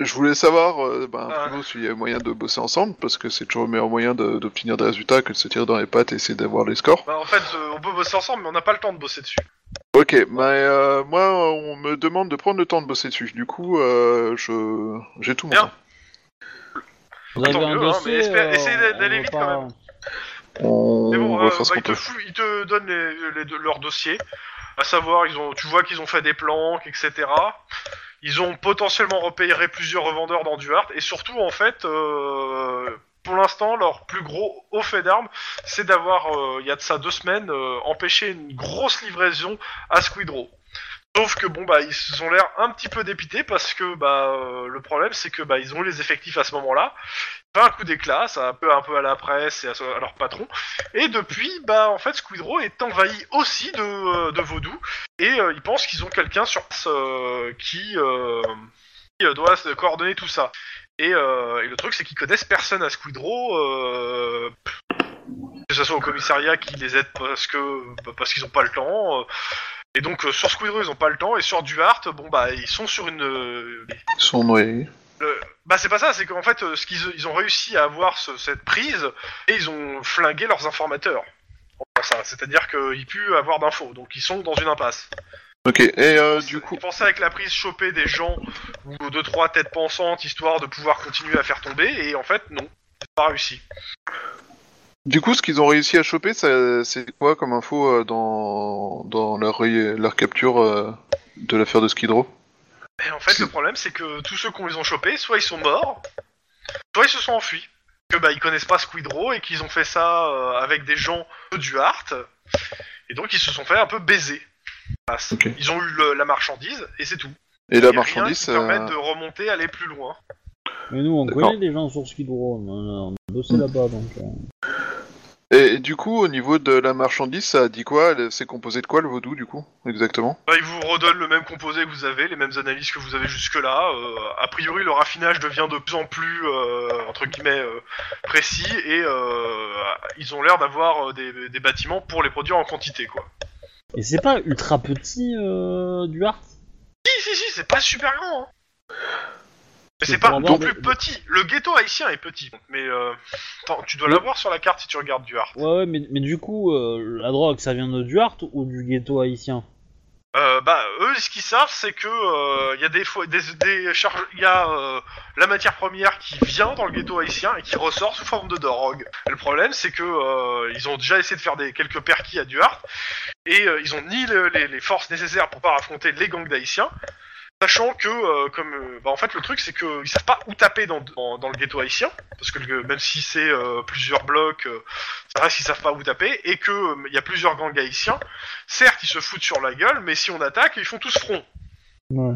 [SPEAKER 3] je voulais savoir, euh, ben,
[SPEAKER 2] Ah.
[SPEAKER 3] plutôt s'il y avait moyen de bosser ensemble, parce que c'est toujours le meilleur moyen de- d'obtenir des résultats que de se tirer dans les pattes et essayer d'avoir les scores.
[SPEAKER 2] Bah, en fait, euh, on peut bosser ensemble, mais on n'a pas le temps de bosser dessus.
[SPEAKER 3] Ok, mais euh, moi, on me demande de prendre le temps de bosser dessus. Du coup, euh, je j'ai tout mon
[SPEAKER 2] Bien.
[SPEAKER 3] temps.
[SPEAKER 7] Vous avez
[SPEAKER 2] Tant
[SPEAKER 7] un
[SPEAKER 2] mieux, hein,
[SPEAKER 7] dossier,
[SPEAKER 2] mais espère-
[SPEAKER 7] euh,
[SPEAKER 2] essayez d'a-
[SPEAKER 7] on
[SPEAKER 2] d'aller
[SPEAKER 7] va
[SPEAKER 2] vite,
[SPEAKER 7] pas-
[SPEAKER 2] quand même.
[SPEAKER 3] On
[SPEAKER 2] Mais bon,
[SPEAKER 3] va
[SPEAKER 2] euh,
[SPEAKER 3] fera ce
[SPEAKER 2] bah,
[SPEAKER 3] qu'on
[SPEAKER 2] ils, te
[SPEAKER 3] peut.
[SPEAKER 2] fou- ils te donnent les, les deux- leurs dossiers, à savoir, ils ont, tu vois qu'ils ont fait des planques, etc. Ils ont potentiellement repéré plusieurs revendeurs dans Duarte, et surtout, en fait, euh, pour l'instant, leur plus gros haut fait d'armes, c'est d'avoir, euh, il y a de ça deux semaines, euh, empêché une grosse livraison à Squidrow. Sauf que bon bah ils ont l'air un petit peu dépités parce que bah euh, le problème c'est que bah ils ont eu les effectifs à ce moment-là. Pas un coup d'éclat, ça un peu un peu à la presse et à, so- à leur patron. Et depuis bah en fait Squidrow est envahi aussi de euh, de vaudou et euh, ils pensent qu'ils ont quelqu'un sur place euh, qui, euh, qui, euh, doit se coordonner tout ça. Et, euh, et le truc c'est qu'ils connaissent personne à Squidrow. euh, que ce soit au commissariat qui les aide parce que bah, parce qu'ils ont pas le temps. euh, et donc euh, sur Squidrow ils ont pas le temps et sur Duarte bon bah ils sont sur une euh,
[SPEAKER 3] Ils sont noyés.
[SPEAKER 2] le- bah c'est pas ça c'est qu'en fait euh, ce qu'ils ils ont réussi à avoir ce- cette prise et ils ont flingué leurs informateurs. Bon, ça c'est-à-dire qu'ils puent avoir d'infos donc ils sont dans une impasse.
[SPEAKER 3] Ok, et euh, du coup,
[SPEAKER 2] Ils pensaient avec la prise choper des gens ou deux trois têtes pensantes histoire de pouvoir continuer à faire tomber et en fait non c'est pas réussi.
[SPEAKER 3] du coup, ce qu'ils ont réussi à choper, ça- c'est quoi comme info euh, dans, dans leur, ré- leur capture euh, de l'affaire de Skidrow
[SPEAKER 2] Et en fait, le problème, c'est que tous ceux qu'on les ont chopés, soit ils sont morts, soit ils se sont enfuis. Que bah ils connaissent pas Squidrow et qu'ils ont fait ça euh, avec des gens de Duarte, et donc ils se sont fait un peu baiser. Bah, c'est-
[SPEAKER 3] Ok.
[SPEAKER 2] Ils ont eu le- la marchandise et c'est tout.
[SPEAKER 3] Et la
[SPEAKER 2] Y a rien
[SPEAKER 3] marchandise,
[SPEAKER 2] qui
[SPEAKER 3] euh,
[SPEAKER 2] permet de remonter, aller plus loin.
[SPEAKER 7] Mais nous, on
[SPEAKER 3] D'accord.
[SPEAKER 7] connaît des gens sur Skidrow, on a- on a bossé là-bas, donc... euh.
[SPEAKER 3] et, et du coup, au niveau de la marchandise, ça dit quoi Elle- C'est composé de quoi le vaudou, du coup, exactement
[SPEAKER 2] Bah, ils vous redonnent le même composé que vous avez, les mêmes analyses que vous avez jusque-là. Euh, a priori, le raffinage devient de plus en plus euh, entre guillemets euh, précis et euh, ils ont l'air d'avoir euh, des, des bâtiments pour les produire en quantité, quoi.
[SPEAKER 7] Et c'est pas ultra petit, euh, Duarte
[SPEAKER 2] Si, si, si, c'est pas super grand. Hein. Mais
[SPEAKER 7] C'est
[SPEAKER 2] c'est pas
[SPEAKER 7] pour
[SPEAKER 2] non
[SPEAKER 7] avoir
[SPEAKER 2] plus petit. Le ghetto haïtien est petit. Mais euh, attends, tu dois l'avoir sur la carte si tu regardes du art.
[SPEAKER 7] Ouais, ouais, mais, mais du coup, euh, la drogue, ça vient de Duarte ou du ghetto haïtien
[SPEAKER 2] Euh, bah eux, ce qu'ils savent, c'est que euh, il y a des fois des, des charges, il y a euh, la matière première qui vient dans le ghetto haïtien et qui ressort sous forme de drogue. Et le problème, c'est que euh, ils ont déjà essayé de faire des quelques perquis à Duarte et euh, ils ont ni le- les, les forces nécessaires pour pas affronter les gangs d'haïtiens. Sachant que, euh, comme, euh, bah, en fait, le truc, c'est qu'ils savent pas où taper dans, dans, dans le ghetto haïtien, parce que le- même si c'est euh, plusieurs blocs, euh, ça reste qu'ils savent pas où taper, et que euh, il y a plusieurs gangs haïtiens. Certes, ils se foutent sur la gueule, mais si on attaque, ils font tous front.
[SPEAKER 7] Ouais.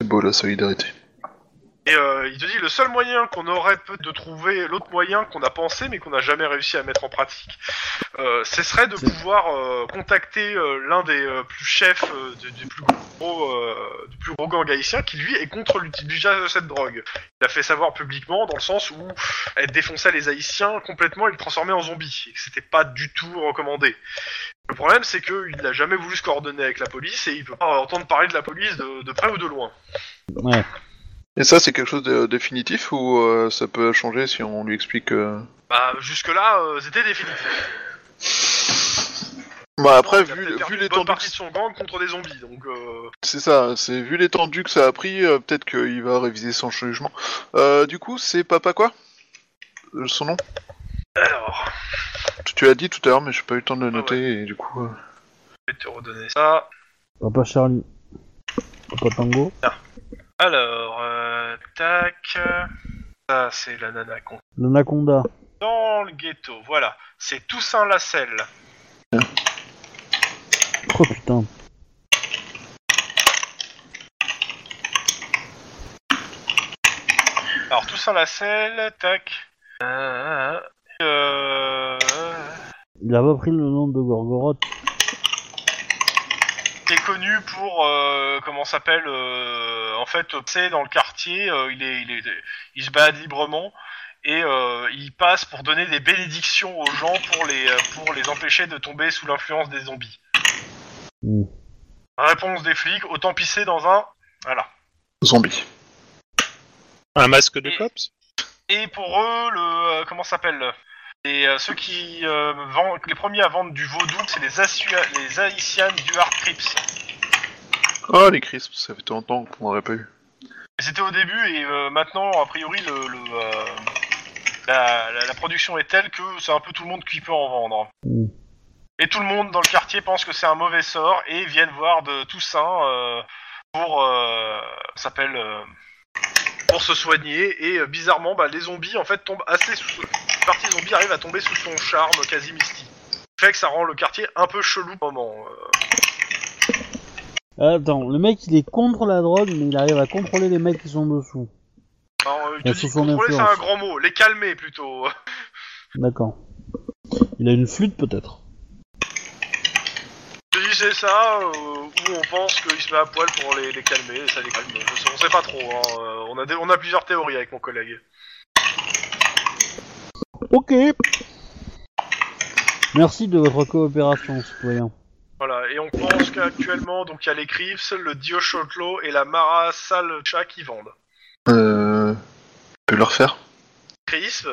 [SPEAKER 3] C'est beau la solidarité.
[SPEAKER 2] Et euh, il te dit le seul moyen qu'on aurait peut de trouver l'autre moyen qu'on a pensé mais qu'on n'a jamais réussi à mettre en pratique, euh, ce serait de
[SPEAKER 7] C'est-
[SPEAKER 2] pouvoir euh, contacter euh, l'un des euh, plus chefs euh, du, du plus gros euh, du plus gros gang haïtien qui lui est contre l'utilisation de cette drogue. Il a fait savoir publiquement dans le sens où elle défonçait les haïtiens complètement et les transformait en zombies et que c'était pas du tout recommandé. Le problème c'est qu'il n'a jamais voulu se coordonner avec la police et il peut pas entendre parler de la police de- de près ou de loin.
[SPEAKER 7] Ouais.
[SPEAKER 3] Et ça, c'est quelque chose de définitif ou euh, ça peut changer si on lui explique euh
[SPEAKER 2] Bah jusque là, c'était définitif.
[SPEAKER 3] Bah après,
[SPEAKER 2] Il a
[SPEAKER 3] vu,
[SPEAKER 2] peut-être perdu une
[SPEAKER 3] vu
[SPEAKER 2] bonne
[SPEAKER 3] l'étendue, que-
[SPEAKER 2] partie de son gang contre des zombies, donc euh,
[SPEAKER 3] c'est ça, c'est vu l'étendue que ça a pris, euh, peut-être qu'il va réviser son jugement. Euh, du coup, c'est Papa quoi Euh, Son nom
[SPEAKER 2] alors,
[SPEAKER 3] Tu- Tu l'as dit tout à l'heure, mais j'ai pas eu le temps de le
[SPEAKER 2] Ah
[SPEAKER 3] noter et du coup. euh,
[SPEAKER 2] je vais te redonner ça.
[SPEAKER 7] Papa Charlie. Papa Tango.
[SPEAKER 2] Alors, euh, tac, ça c'est la nana qu'on
[SPEAKER 7] L'anaconda.
[SPEAKER 2] dans le ghetto. Voilà, c'est Toussaint Lacelle.
[SPEAKER 7] Oh putain.
[SPEAKER 2] Alors Toussaint Lacelle, tac. Euh, euh,
[SPEAKER 7] Il a pas pris le nom de Gorgoroth.
[SPEAKER 2] il est connu pour euh, comment ça s'appelle euh, En fait, c'est dans le quartier, euh, il est, il est, il se balade librement et euh, il passe pour donner des bénédictions aux gens pour les, euh, pour les empêcher de tomber sous l'influence des zombies.
[SPEAKER 7] Mm.
[SPEAKER 2] Réponse des flics, autant pisser dans un. Voilà.
[SPEAKER 3] Zombie.
[SPEAKER 4] Un masque de
[SPEAKER 2] Et-
[SPEAKER 4] cops
[SPEAKER 2] Et pour eux, le euh, comment ça s'appelle Et euh, ceux qui euh, vendent, les premiers à vendre du vaudou, c'est les, Asua- les Haïtians du Hard Crips.
[SPEAKER 3] Oh, les crisps, ça fait longtemps qu'on n'aurait pas eu.
[SPEAKER 2] C'était au début et euh, maintenant, a priori, le, le, euh, la, la- la production est telle que c'est un peu tout le monde qui peut en vendre.
[SPEAKER 1] Mm.
[SPEAKER 2] Et tout le monde dans le quartier pense que c'est un mauvais sort et viennent voir de Toussaint euh, pour euh, ça s'appelle euh, pour se soigner et euh, bizarrement bah, les zombies en fait tombent assez sous une partie des zombies arrive à tomber sous son charme quasi mystique. Fait que ça rend le quartier un peu chelou pour le moment. euh.
[SPEAKER 1] Attends, le mec il est contre la drogue, mais il arrive à contrôler les mecs qui sont dessous.
[SPEAKER 2] Alors, euh,
[SPEAKER 1] Il
[SPEAKER 2] je
[SPEAKER 1] y a
[SPEAKER 2] te
[SPEAKER 1] sous
[SPEAKER 2] dis,
[SPEAKER 1] son
[SPEAKER 2] contrôler c'est un
[SPEAKER 1] influence.
[SPEAKER 2] grand mot, les calmer plutôt.
[SPEAKER 1] D'accord. Il a une flûte peut-être.
[SPEAKER 2] Je dis c'est ça, euh, ou on pense qu'il se met à poil pour les, les calmer, et ça les calme. On sait- on sait pas trop, hein, euh, on, a des- on a plusieurs théories avec mon collègue.
[SPEAKER 1] Ok. Merci de votre coopération, citoyen.
[SPEAKER 2] Voilà, et on pense qu'actuellement, donc il y a les Crips, le Dio Chotlo et la Mara Salcha qui vendent.
[SPEAKER 3] Euh... Peut le refaire
[SPEAKER 2] Crisp,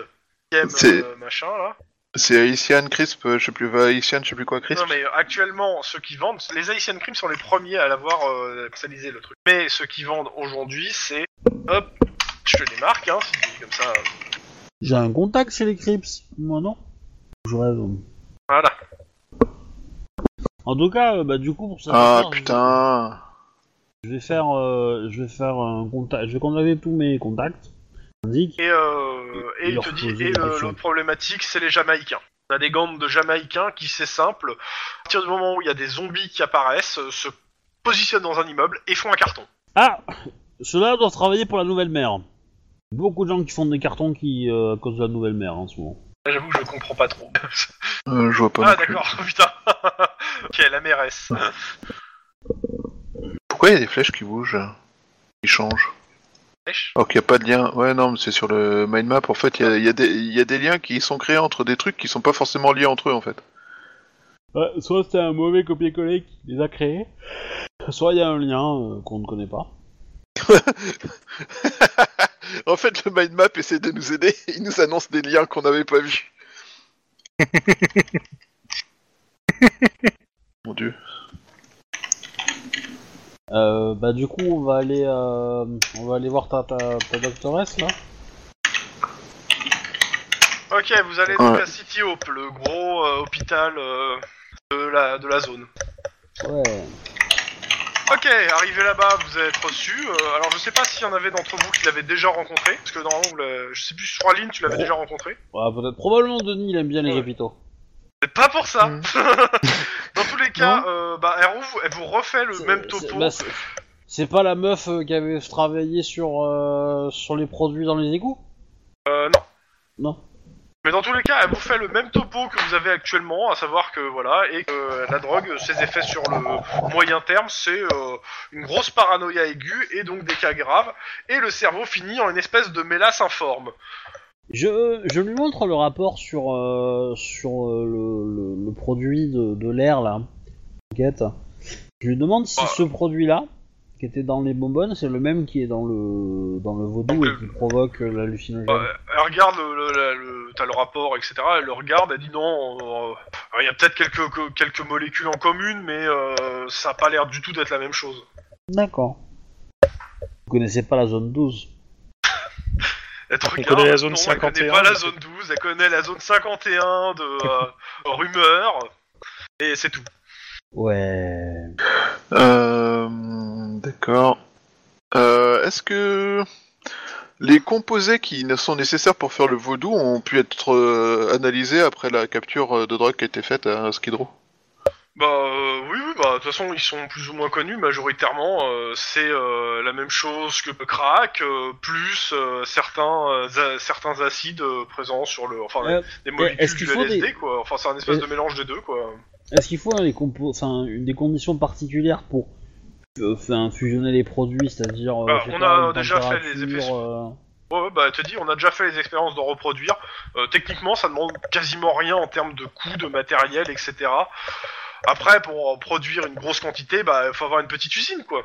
[SPEAKER 2] qui aime
[SPEAKER 3] C'est-
[SPEAKER 2] euh, machin là.
[SPEAKER 3] C'est Haïtian Crisp, euh, je sais plus, va Haïtian, je sais plus quoi Crisp.
[SPEAKER 2] Non mais euh, actuellement, ceux qui vendent, les Haitian Crips sont les premiers à l'avoir euh, personnalisé le truc. Mais ceux qui vendent aujourd'hui, c'est. Hop, je te les marque, hein, si tu dis comme ça.
[SPEAKER 1] J'ai un contact chez les Crips, moi non Je rêve.
[SPEAKER 2] Voilà.
[SPEAKER 1] En tout cas, euh, bah du coup pour ça.
[SPEAKER 3] Ah
[SPEAKER 1] faire, je-
[SPEAKER 3] putain
[SPEAKER 1] Je vais faire, euh, je vais faire un contact. Je vais contacter tous mes contacts. Indique.
[SPEAKER 2] Et, euh, et
[SPEAKER 1] Et
[SPEAKER 2] il
[SPEAKER 1] leur
[SPEAKER 2] te dit,
[SPEAKER 1] poser
[SPEAKER 2] et
[SPEAKER 1] des
[SPEAKER 2] le-
[SPEAKER 1] questions.
[SPEAKER 2] l'autre problématique, c'est les Jamaïcains. On a des gangs de Jamaïcains qui, c'est simple, à partir du moment où il y a des zombies qui apparaissent, euh, se positionnent dans un immeuble et font un carton.
[SPEAKER 1] Ah, ceux-là doivent travailler pour la nouvelle mère. Beaucoup de gens qui font des cartons qui euh, à cause de la nouvelle mère en ce moment.
[SPEAKER 2] Là, Ah, J'avoue que je comprends
[SPEAKER 1] [laughs]
[SPEAKER 2] pas trop.
[SPEAKER 3] Euh, Je vois pas.
[SPEAKER 2] ah,
[SPEAKER 3] non plus.
[SPEAKER 2] d'accord, [laughs] putain. ok, la mairesse.
[SPEAKER 3] Pourquoi il y a des flèches qui bougent Qui changent
[SPEAKER 2] Flèches
[SPEAKER 3] Alors qu'il n'y a pas de lien. Ouais, non, mais c'est sur le mind map. En fait, il y a, il y a des- il y a des liens qui sont créés entre des trucs qui sont pas forcément liés entre eux, en fait.
[SPEAKER 1] Ouais, soit c'est un mauvais copier-coller qui les a créés, soit il y a un lien euh, qu'on ne connaît pas.
[SPEAKER 3] [laughs] en fait, le mind map essaie de nous aider. Il nous annonce des liens qu'on n'avait pas vus. Mon dieu.
[SPEAKER 1] Euh, bah du coup on va aller, euh, on va aller voir ta, ta, ta doctoresse là.
[SPEAKER 2] Ok, vous allez donc
[SPEAKER 3] Ouais.
[SPEAKER 2] à City Hope, le gros euh, hôpital euh, de, la, de la zone.
[SPEAKER 1] Ouais.
[SPEAKER 2] Ok, arrivé là-bas, vous êtes reçu. Euh, alors, je sais pas s'il y en avait d'entre vous qui l'avaient déjà rencontré, parce que normalement, le- je sais plus, je crois, Lynn, tu l'avais
[SPEAKER 1] Oh.
[SPEAKER 2] déjà rencontré.
[SPEAKER 1] Ouais, peut-être probablement Denis il aime bien les
[SPEAKER 2] Ouais.
[SPEAKER 1] hôpitaux.
[SPEAKER 2] Mais Pas pour ça.
[SPEAKER 1] Mm.
[SPEAKER 6] Mhm.
[SPEAKER 2] [laughs] Dans tous les cas, euh, bah, elle, rouvre- elle vous refait le
[SPEAKER 1] C'est-
[SPEAKER 2] même
[SPEAKER 1] c'est-
[SPEAKER 2] topo.
[SPEAKER 1] bah, c'est- c'est pas la meuf euh, qui avait travaillé sur euh, sur les produits dans les égouts
[SPEAKER 2] Euh, non.
[SPEAKER 1] Non.
[SPEAKER 2] Mais dans tous les cas, elle vous fait le même topo que vous avez actuellement, à savoir que voilà, et que la drogue, ses effets sur le moyen terme, c'est euh, une grosse paranoïa aiguë et donc des cas graves, et le cerveau finit en une espèce de mélasse informe.
[SPEAKER 1] Je, euh, je lui montre le rapport sur, euh, sur euh, le, le- le produit de, de l'air, là. Enquête. Je lui demande si
[SPEAKER 2] Ah.
[SPEAKER 1] ce produit-là, qui était dans les bonbonnes, c'est le même qui est dans le, dans le vaudou
[SPEAKER 2] Donc,
[SPEAKER 1] et qui provoque euh, l'hallucinogène.
[SPEAKER 2] Euh, elle regarde le, le- la- le- t'as le rapport, etc. Elle le regarde, elle dit non, euh, euh, il y a peut-être quelques, que- quelques molécules en commune, mais euh, ça n'a pas l'air du tout d'être la même chose.
[SPEAKER 1] D'accord. Vous connaissez pas la zone 12
[SPEAKER 2] Elle te
[SPEAKER 4] Elle
[SPEAKER 2] regarde,
[SPEAKER 4] connaît la zone
[SPEAKER 2] non, Elle
[SPEAKER 4] 51,
[SPEAKER 2] connaît pas la
[SPEAKER 4] mais-
[SPEAKER 2] zone 12, elle connaît la zone 51 de euh, [laughs] rumeurs, et c'est tout.
[SPEAKER 1] Ouais.
[SPEAKER 3] Euh, D'accord. Euh, Est-ce que les composés qui ne sont nécessaires pour faire le vaudou ont pu être euh, analysés après la capture euh, de drogue qui a été faite à Skid Row
[SPEAKER 2] Bah euh, oui, oui, bah de toute façon ils sont plus ou moins connus majoritairement. euh, c'est euh, la même chose que le crack, euh, plus euh, certains euh, za- certains acides euh, présents sur le, enfin
[SPEAKER 1] Euh, est-ce
[SPEAKER 2] des molécules
[SPEAKER 1] qu'il
[SPEAKER 2] du
[SPEAKER 1] faut
[SPEAKER 2] LSD
[SPEAKER 1] des-
[SPEAKER 2] quoi. Enfin c'est un espèce
[SPEAKER 1] Euh,
[SPEAKER 2] de mélange des deux quoi.
[SPEAKER 1] Est-ce qu'il faut hein, les compo- enfin, une- des conditions particulières pour euh, enfin, fusionner les produits C'est-à-dire. euh,
[SPEAKER 2] Bah,
[SPEAKER 1] je sais
[SPEAKER 2] on
[SPEAKER 1] pas,
[SPEAKER 2] a
[SPEAKER 1] une
[SPEAKER 2] déjà fait les effets
[SPEAKER 1] température, euh,
[SPEAKER 2] Ouais, ouais, bah elle te dit on a déjà fait les expériences d'en reproduire. Euh, techniquement ça demande quasiment rien en termes de coût, de matériel, etc. Après pour en produire une grosse quantité, bah faut avoir une petite usine quoi.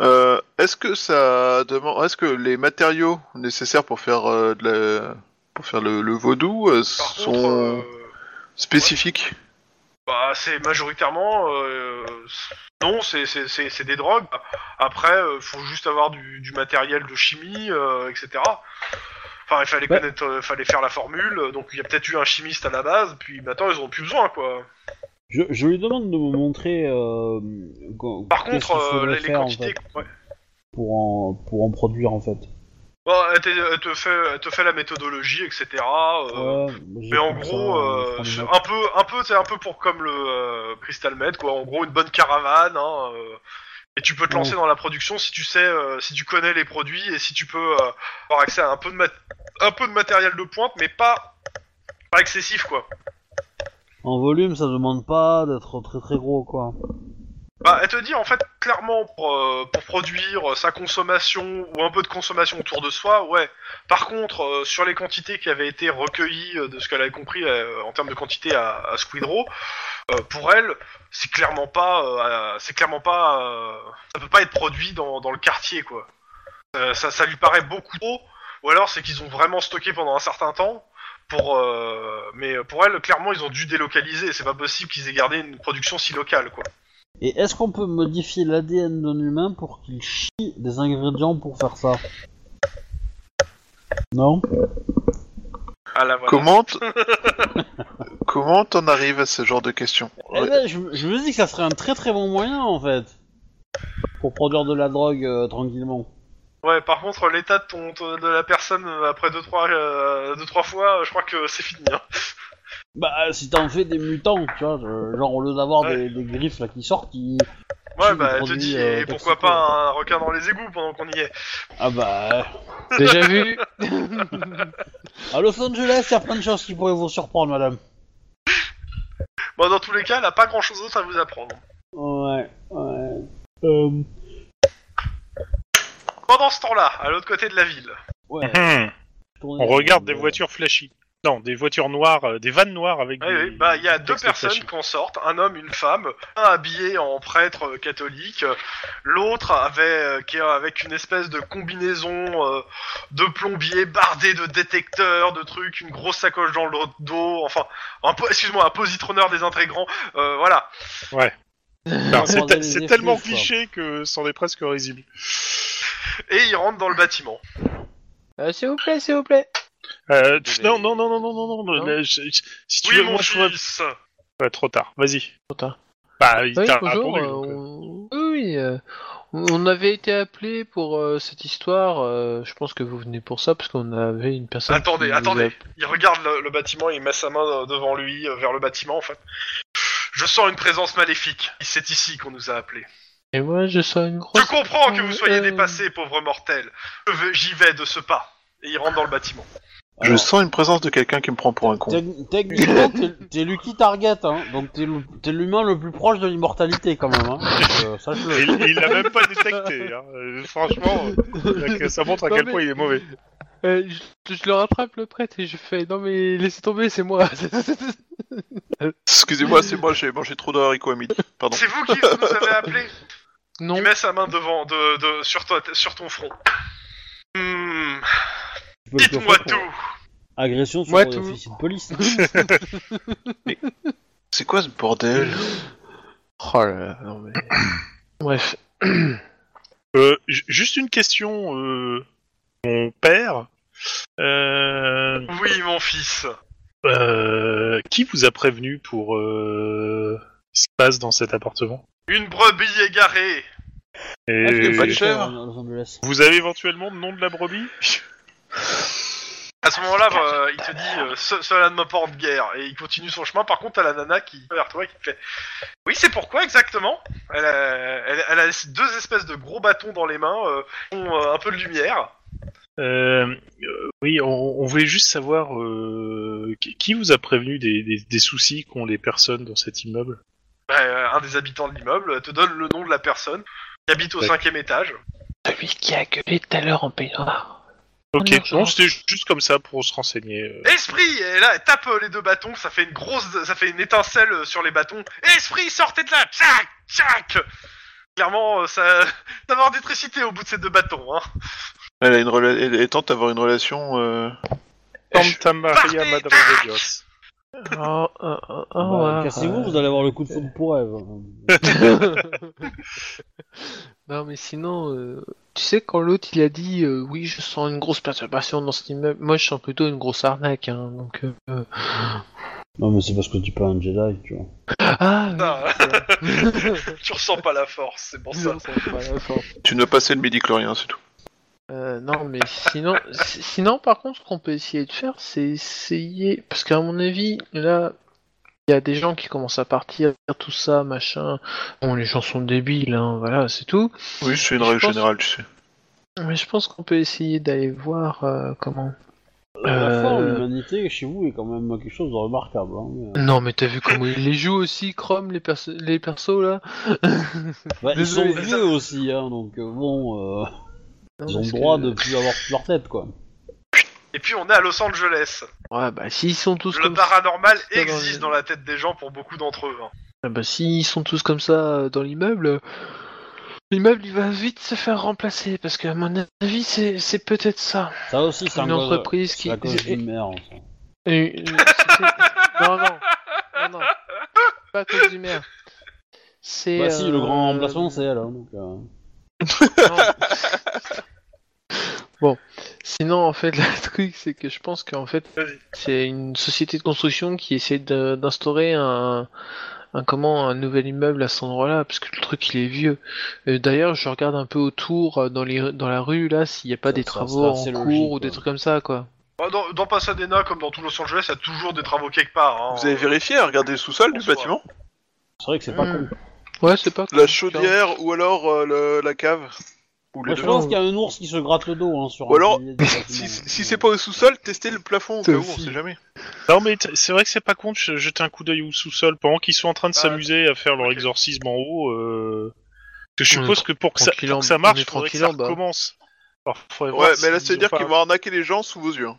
[SPEAKER 3] Euh, Est-ce que ça demande, est-ce que les matériaux nécessaires pour faire euh, de la- pour faire le, le vaudou euh,
[SPEAKER 2] Par
[SPEAKER 3] sont
[SPEAKER 2] contre. euh,
[SPEAKER 3] spécifiques
[SPEAKER 2] Bah, c'est majoritairement. euh, non, c'est- c'est c'est- c'est des drogues. Après, euh, faut juste avoir du, du matériel de chimie, euh, etc. Enfin, il fallait
[SPEAKER 1] Bah.
[SPEAKER 2] connaître, euh, fallait faire la formule, euh, donc il y a peut-être eu un chimiste à la base, puis maintenant ils en ont plus besoin, quoi.
[SPEAKER 1] Je, je lui demande de me montrer. euh, qu-
[SPEAKER 2] Par
[SPEAKER 1] qu'est-ce
[SPEAKER 2] contre,
[SPEAKER 1] qu'il
[SPEAKER 2] euh,
[SPEAKER 1] faudrait
[SPEAKER 2] les, les
[SPEAKER 1] faire, en
[SPEAKER 2] quantités,
[SPEAKER 1] fait,
[SPEAKER 2] ouais.
[SPEAKER 1] pour en pour en produire en fait.
[SPEAKER 2] Bon, Bah, elle, te- elle te fait, elle te fait la méthodologie, etc. euh,
[SPEAKER 1] Ouais, bah, j'ai
[SPEAKER 2] mais en
[SPEAKER 1] comme ça,
[SPEAKER 2] gros,
[SPEAKER 1] euh,
[SPEAKER 2] euh,
[SPEAKER 1] prends des
[SPEAKER 2] c'est
[SPEAKER 1] notes.
[SPEAKER 2] un peu, un peu, c'est un peu pour comme le euh, Crystal Med, quoi. En gros, une bonne caravane. hein, euh, et tu peux te
[SPEAKER 1] Mm.
[SPEAKER 2] lancer dans la production si tu sais, euh, si tu connais les produits et si tu peux euh, avoir accès à un peu de mat- un peu de matériel de pointe, mais pas pas excessif, quoi.
[SPEAKER 1] En volume, ça demande pas d'être très très gros quoi.
[SPEAKER 2] Bah, elle te dit en fait clairement pour, euh, pour produire euh, sa consommation ou un peu de consommation autour de soi, ouais. Par contre, euh, sur les quantités qui avaient été recueillies euh, de ce qu'elle avait compris euh, en termes de quantité à, à Squidrow, euh, pour elle, c'est clairement pas, euh, euh, c'est clairement pas, euh, ça peut pas être produit dans, dans le quartier quoi. Euh, ça, ça lui paraît beaucoup trop. Ou alors c'est qu'ils ont vraiment stocké pendant un certain temps. Pour, euh, mais pour elle, clairement, ils ont dû délocaliser. C'est pas possible qu'ils aient gardé une production si locale, quoi.
[SPEAKER 1] Et est-ce qu'on peut modifier l'ADN d'un humain pour qu'il chie des ingrédients pour faire ça Non
[SPEAKER 2] Ah là, voilà.
[SPEAKER 3] Comment [laughs] t- Comment t'en arrives à ce genre de questions
[SPEAKER 1] Eh ben, je, je me dis que ça serait un très très bon moyen en fait pour produire de la drogue euh, tranquillement.
[SPEAKER 2] Ouais, par contre, l'état de ton, ton- de la personne euh, après deux trois euh, deux trois fois, euh, je crois que c'est fini. hein.
[SPEAKER 1] Bah, si t'en fais des mutants, tu vois, euh, genre au lieu d'avoir des,
[SPEAKER 2] Ouais.
[SPEAKER 1] des griffes là qui sortent, qui.
[SPEAKER 2] Ouais,
[SPEAKER 1] Qui
[SPEAKER 2] bah elle te
[SPEAKER 1] produit,
[SPEAKER 2] dis,
[SPEAKER 1] euh,
[SPEAKER 2] et pourquoi
[SPEAKER 1] toxico,
[SPEAKER 2] pas un requin dans les égouts pendant qu'on y est.
[SPEAKER 1] Ah bah.
[SPEAKER 6] Déjà
[SPEAKER 2] [laughs]
[SPEAKER 6] vu
[SPEAKER 1] À Los Angeles, il y a plein de choses qui pourraient vous surprendre, madame.
[SPEAKER 2] Bon, dans tous les cas, elle a pas grand chose d'autre à vous apprendre.
[SPEAKER 1] Ouais, ouais.
[SPEAKER 2] Pendant ce temps-là, à l'autre côté de la ville.
[SPEAKER 4] [laughs]
[SPEAKER 1] ouais.
[SPEAKER 4] Hum, On regarde
[SPEAKER 1] euh,
[SPEAKER 4] des voitures flashy. Non, des voitures noires, euh, des vannes noires avec
[SPEAKER 2] Ouais,
[SPEAKER 4] des...
[SPEAKER 2] ouais, bah il y a
[SPEAKER 4] des
[SPEAKER 2] deux
[SPEAKER 4] textes
[SPEAKER 2] personnes
[SPEAKER 4] flashy.
[SPEAKER 2] qui en sortent, un homme, une femme, un habillé en prêtre euh, catholique, euh, l'autre avait euh, qui est avec une espèce de combinaison euh, de plombier bardé de détecteurs, de trucs, une grosse sacoche dans le dos, enfin, un po- excuse-moi, un positronneur des intégrants, euh, voilà.
[SPEAKER 4] Enfin, c'est
[SPEAKER 1] Bordel,
[SPEAKER 4] te-
[SPEAKER 1] les
[SPEAKER 4] c'est tellement
[SPEAKER 1] effluves, quoi.
[SPEAKER 4] cliché que c'en est presque risible.
[SPEAKER 2] Et il rentre dans le bâtiment.
[SPEAKER 6] Euh, S'il vous plaît, s'il vous plaît
[SPEAKER 4] Euh,
[SPEAKER 6] Désolé.
[SPEAKER 4] non, non, non, non, non, non, non.
[SPEAKER 6] Non.
[SPEAKER 4] là, je- je- si tu
[SPEAKER 2] Oui,
[SPEAKER 4] veux,
[SPEAKER 2] mon
[SPEAKER 4] moi, je vois-
[SPEAKER 2] fils.
[SPEAKER 4] Ouais, trop tard. Vas-y.
[SPEAKER 6] Trop tard.
[SPEAKER 4] Bah, il
[SPEAKER 6] Oui,
[SPEAKER 4] t'a
[SPEAKER 6] bonjour.
[SPEAKER 4] répondu,
[SPEAKER 6] euh,
[SPEAKER 4] donc, euh.
[SPEAKER 6] on- Oui, oui, euh, on avait été appelé pour euh, cette histoire. euh, je pense que vous venez pour ça, parce qu'on avait une personne.
[SPEAKER 2] Attendez,
[SPEAKER 6] qui nous
[SPEAKER 2] attendez.
[SPEAKER 6] a-
[SPEAKER 2] Il regarde le, le bâtiment, il met sa main euh, devant lui, euh, vers le bâtiment en fait. Je sens une présence maléfique. C'est ici qu'on nous a appelés.
[SPEAKER 6] Et moi, je sens une grosse.
[SPEAKER 2] Je comprends que vous soyez
[SPEAKER 6] Euh,
[SPEAKER 2] dépassé, pauvre mortel. Je veux- J'y vais de ce pas. Et il rentre dans le bâtiment.
[SPEAKER 3] Je sens une présence de quelqu'un qui me prend pour un con.
[SPEAKER 1] Tec- Techniquement, t'es- t'es Lucky Target, hein. Donc t'es le- t'es l'humain le plus proche de l'immortalité quand même, hein. Donc, euh, sache-le.
[SPEAKER 4] Il il l'a même pas détecté. hein. Euh, Franchement,
[SPEAKER 6] [laughs]
[SPEAKER 4] euh, ça montre à
[SPEAKER 6] Non,
[SPEAKER 4] quel
[SPEAKER 6] mais-
[SPEAKER 4] point il est mauvais.
[SPEAKER 6] Euh, je, je le rattrape, le prêtre, et je fais Non, mais laissez tomber, c'est moi [laughs]
[SPEAKER 3] Excusez-moi, c'est moi, j'ai mangé trop de haricots à midi. Pardon.
[SPEAKER 2] C'est vous qui nous avez appelé
[SPEAKER 6] Non,
[SPEAKER 2] Il met sa main devant, de, de- sur, toi, sur ton front. Hmm,
[SPEAKER 1] Tu peux le
[SPEAKER 2] Dites-moi
[SPEAKER 1] piocher pour
[SPEAKER 2] tout.
[SPEAKER 1] Agression sur
[SPEAKER 6] Moi
[SPEAKER 1] un
[SPEAKER 6] tout.
[SPEAKER 1] officier de police.
[SPEAKER 3] [laughs] C'est quoi ce bordel
[SPEAKER 6] Oh là là, non mais. [coughs] Bref.
[SPEAKER 4] Euh, ju- juste une question. euh, Mon père, euh,
[SPEAKER 2] Oui, mon fils.
[SPEAKER 4] euh, qui vous a prévenu pour euh, ce qui se passe dans cet appartement
[SPEAKER 2] Une brebis égarée.
[SPEAKER 4] Et
[SPEAKER 1] Ah, c'est
[SPEAKER 3] pas de
[SPEAKER 1] ça,
[SPEAKER 3] chèvre.
[SPEAKER 1] à Los Angeles.
[SPEAKER 4] Vous avez éventuellement le nom de la brebis
[SPEAKER 2] À ce moment-là, bah, il te dit euh, Ce- Cela ne m'apporte guère. Et il continue son chemin. Par contre, t'as la nana qui va vers toi et qui te fait Oui, c'est pourquoi exactement elle a, elle- elle a deux espèces de gros bâtons dans les mains, euh, qui ont euh, un peu de lumière.
[SPEAKER 4] Euh, euh, oui, on, on voulait juste savoir euh, qui, qui vous a prévenu des, des- des soucis qu'ont les personnes dans cet immeuble.
[SPEAKER 2] Bah, euh, un des habitants de l'immeuble, euh, te donne le nom de la personne qui habite au
[SPEAKER 4] Ouais.
[SPEAKER 2] cinquième étage.
[SPEAKER 6] Celui qui a gueulé tout à l'heure en peignoir.
[SPEAKER 4] Ok,
[SPEAKER 6] En urgence.
[SPEAKER 4] non, c'était ju- juste comme ça pour se renseigner. euh.
[SPEAKER 2] Esprit Et là, elle tape euh, les deux bâtons, ça fait une grosse, ça fait une étincelle euh, sur les bâtons. Esprit, sortez de là, tchac, tchac. Clairement, euh, ça, [laughs] ça va avoir d'électricité au bout de ces deux bâtons. Hein.
[SPEAKER 3] Elle, a une rela- elle est tente d'avoir une relation. euh,
[SPEAKER 4] Santa Maria
[SPEAKER 2] Partez,
[SPEAKER 4] Madre
[SPEAKER 2] tac
[SPEAKER 4] de Dios.
[SPEAKER 6] Oh, oh, oh, oh, oh.
[SPEAKER 1] Bah,
[SPEAKER 6] ouais,
[SPEAKER 1] Cassez-vous,
[SPEAKER 6] ouais.
[SPEAKER 1] vous allez avoir le coup de foudre pour elle.
[SPEAKER 6] [laughs] non mais sinon, euh, Tu sais, quand l'autre il a dit euh, oui, je sens une grosse perturbation dans cet immeuble, moi je sens plutôt une grosse arnaque. Hein, donc, euh, euh,
[SPEAKER 7] Non, mais c'est parce que tu pas un Jedi, tu vois.
[SPEAKER 6] Ah, oui,
[SPEAKER 2] Non,
[SPEAKER 6] voilà.
[SPEAKER 2] [laughs]
[SPEAKER 6] [laughs]
[SPEAKER 2] tu ressens pas la force, c'est pour ça.
[SPEAKER 6] Non, ça va pas, enfin,
[SPEAKER 3] Tu ne passais le midi-chlorien, c'est tout.
[SPEAKER 6] euh, non, mais sinon, si- sinon, par contre, ce qu'on peut essayer de faire, c'est essayer. Parce qu'à mon avis, là, il y a des gens qui commencent à partir, tout ça, machin. Bon, les gens sont débiles, hein, voilà, c'est tout.
[SPEAKER 3] Oui, c'est une
[SPEAKER 6] Je
[SPEAKER 3] règle
[SPEAKER 6] pense-
[SPEAKER 3] générale, tu sais.
[SPEAKER 6] Mais je pense qu'on peut essayer d'aller voir euh, comment.
[SPEAKER 7] La foi en
[SPEAKER 6] Euh,
[SPEAKER 7] l'humanité chez vous est quand même quelque chose de remarquable. Hein, mais, euh.
[SPEAKER 6] Non, mais t'as vu comment il les joue aussi, Chrome, les, perso- les persos là
[SPEAKER 7] Bah, ils sont
[SPEAKER 6] Désolé.
[SPEAKER 7] vieux aussi, hein, donc euh, bon, euh,
[SPEAKER 6] Non,
[SPEAKER 7] ils ont
[SPEAKER 6] Ah, parce
[SPEAKER 7] le droit
[SPEAKER 6] que-
[SPEAKER 7] de plus avoir toute leur tête, quoi.
[SPEAKER 2] Et puis on est à Los Angeles.
[SPEAKER 6] Ouais, bah s'ils sont tous
[SPEAKER 2] Le
[SPEAKER 6] comme
[SPEAKER 2] paranormal
[SPEAKER 6] ça dans
[SPEAKER 2] existe
[SPEAKER 6] les-
[SPEAKER 2] dans la tête des gens pour beaucoup d'entre eux. hein.
[SPEAKER 6] Ah bah s'ils sont tous comme ça euh, dans l'immeuble, l'immeuble il va vite se faire remplacer parce qu'à mon avis c'est, c'est peut-être ça.
[SPEAKER 7] Ça aussi, c'est
[SPEAKER 6] Une
[SPEAKER 7] un cause-
[SPEAKER 6] entreprise qui...
[SPEAKER 7] c'est la cause
[SPEAKER 6] et-
[SPEAKER 7] d'une mère. ça.
[SPEAKER 6] et- c'est- non, non, non, non, pas à cause du maire. C'est,
[SPEAKER 7] Bah si, le grand
[SPEAKER 6] euh,
[SPEAKER 7] remplacement, c'est elle. Hein, donc, euh.
[SPEAKER 6] Non. bon, sinon en fait [laughs] le truc c'est que je pense qu'en fait
[SPEAKER 2] Vas-y.
[SPEAKER 6] c'est une société de construction qui essaie de- d'instaurer un, un comment un nouvel immeuble à cet endroit-là parce que le truc il est vieux. Euh, D'ailleurs je regarde un peu autour euh, dans les dans la rue là s'il n'y a pas
[SPEAKER 7] Ça-
[SPEAKER 6] des
[SPEAKER 7] ça-
[SPEAKER 6] travaux
[SPEAKER 7] ça,
[SPEAKER 6] en
[SPEAKER 7] c'est
[SPEAKER 6] cours
[SPEAKER 7] logique,
[SPEAKER 6] ou des
[SPEAKER 7] ouais.
[SPEAKER 6] trucs comme ça quoi.
[SPEAKER 2] Bah, Dans, dans Pasadena, comme dans tout Los Angeles, il y a toujours des travaux quelque part. hein.
[SPEAKER 3] Vous avez vérifié, regardez le sous-sol du
[SPEAKER 2] Bonsoir.
[SPEAKER 3] bâtiment
[SPEAKER 7] C'est vrai que c'est pas
[SPEAKER 6] Hmm.
[SPEAKER 7] con.
[SPEAKER 6] Ouais c'est pas
[SPEAKER 3] La chaudière ou alors euh, le- la cave ou les
[SPEAKER 7] Moi, je
[SPEAKER 3] deux.
[SPEAKER 7] pense qu'il y a un ours qui se gratte le dos hein, sur
[SPEAKER 3] Ou
[SPEAKER 7] un
[SPEAKER 3] alors,
[SPEAKER 7] pilier du bâtiment.
[SPEAKER 3] [laughs] Si, si c'est pas au sous-sol, testez le plafond au cas où, on
[SPEAKER 6] Sophie.
[SPEAKER 3] sait jamais.
[SPEAKER 4] Non, mais t- c'est vrai que c'est pas con de ch- jeter un coup d'œil au sous-sol pendant qu'ils sont en
[SPEAKER 3] Bah,
[SPEAKER 4] train de
[SPEAKER 2] Ah,
[SPEAKER 4] s'amuser à faire leur
[SPEAKER 2] ok.
[SPEAKER 4] exorcisme en haut. euh, Que je
[SPEAKER 6] On est
[SPEAKER 4] suppose que pour que ça,
[SPEAKER 6] Hmm, tranquille
[SPEAKER 4] pour
[SPEAKER 6] en-
[SPEAKER 4] que ça
[SPEAKER 6] on
[SPEAKER 4] marche,
[SPEAKER 6] est
[SPEAKER 4] faudrait que
[SPEAKER 6] tranquille
[SPEAKER 4] ça
[SPEAKER 6] en bas.
[SPEAKER 4] recommence. Alors, faudrait voir
[SPEAKER 3] Ouais, mais là,
[SPEAKER 4] s'ils
[SPEAKER 3] c'est-à-dire
[SPEAKER 4] ont pas-
[SPEAKER 3] qu'ils vont arnaquer les gens sous vos yeux.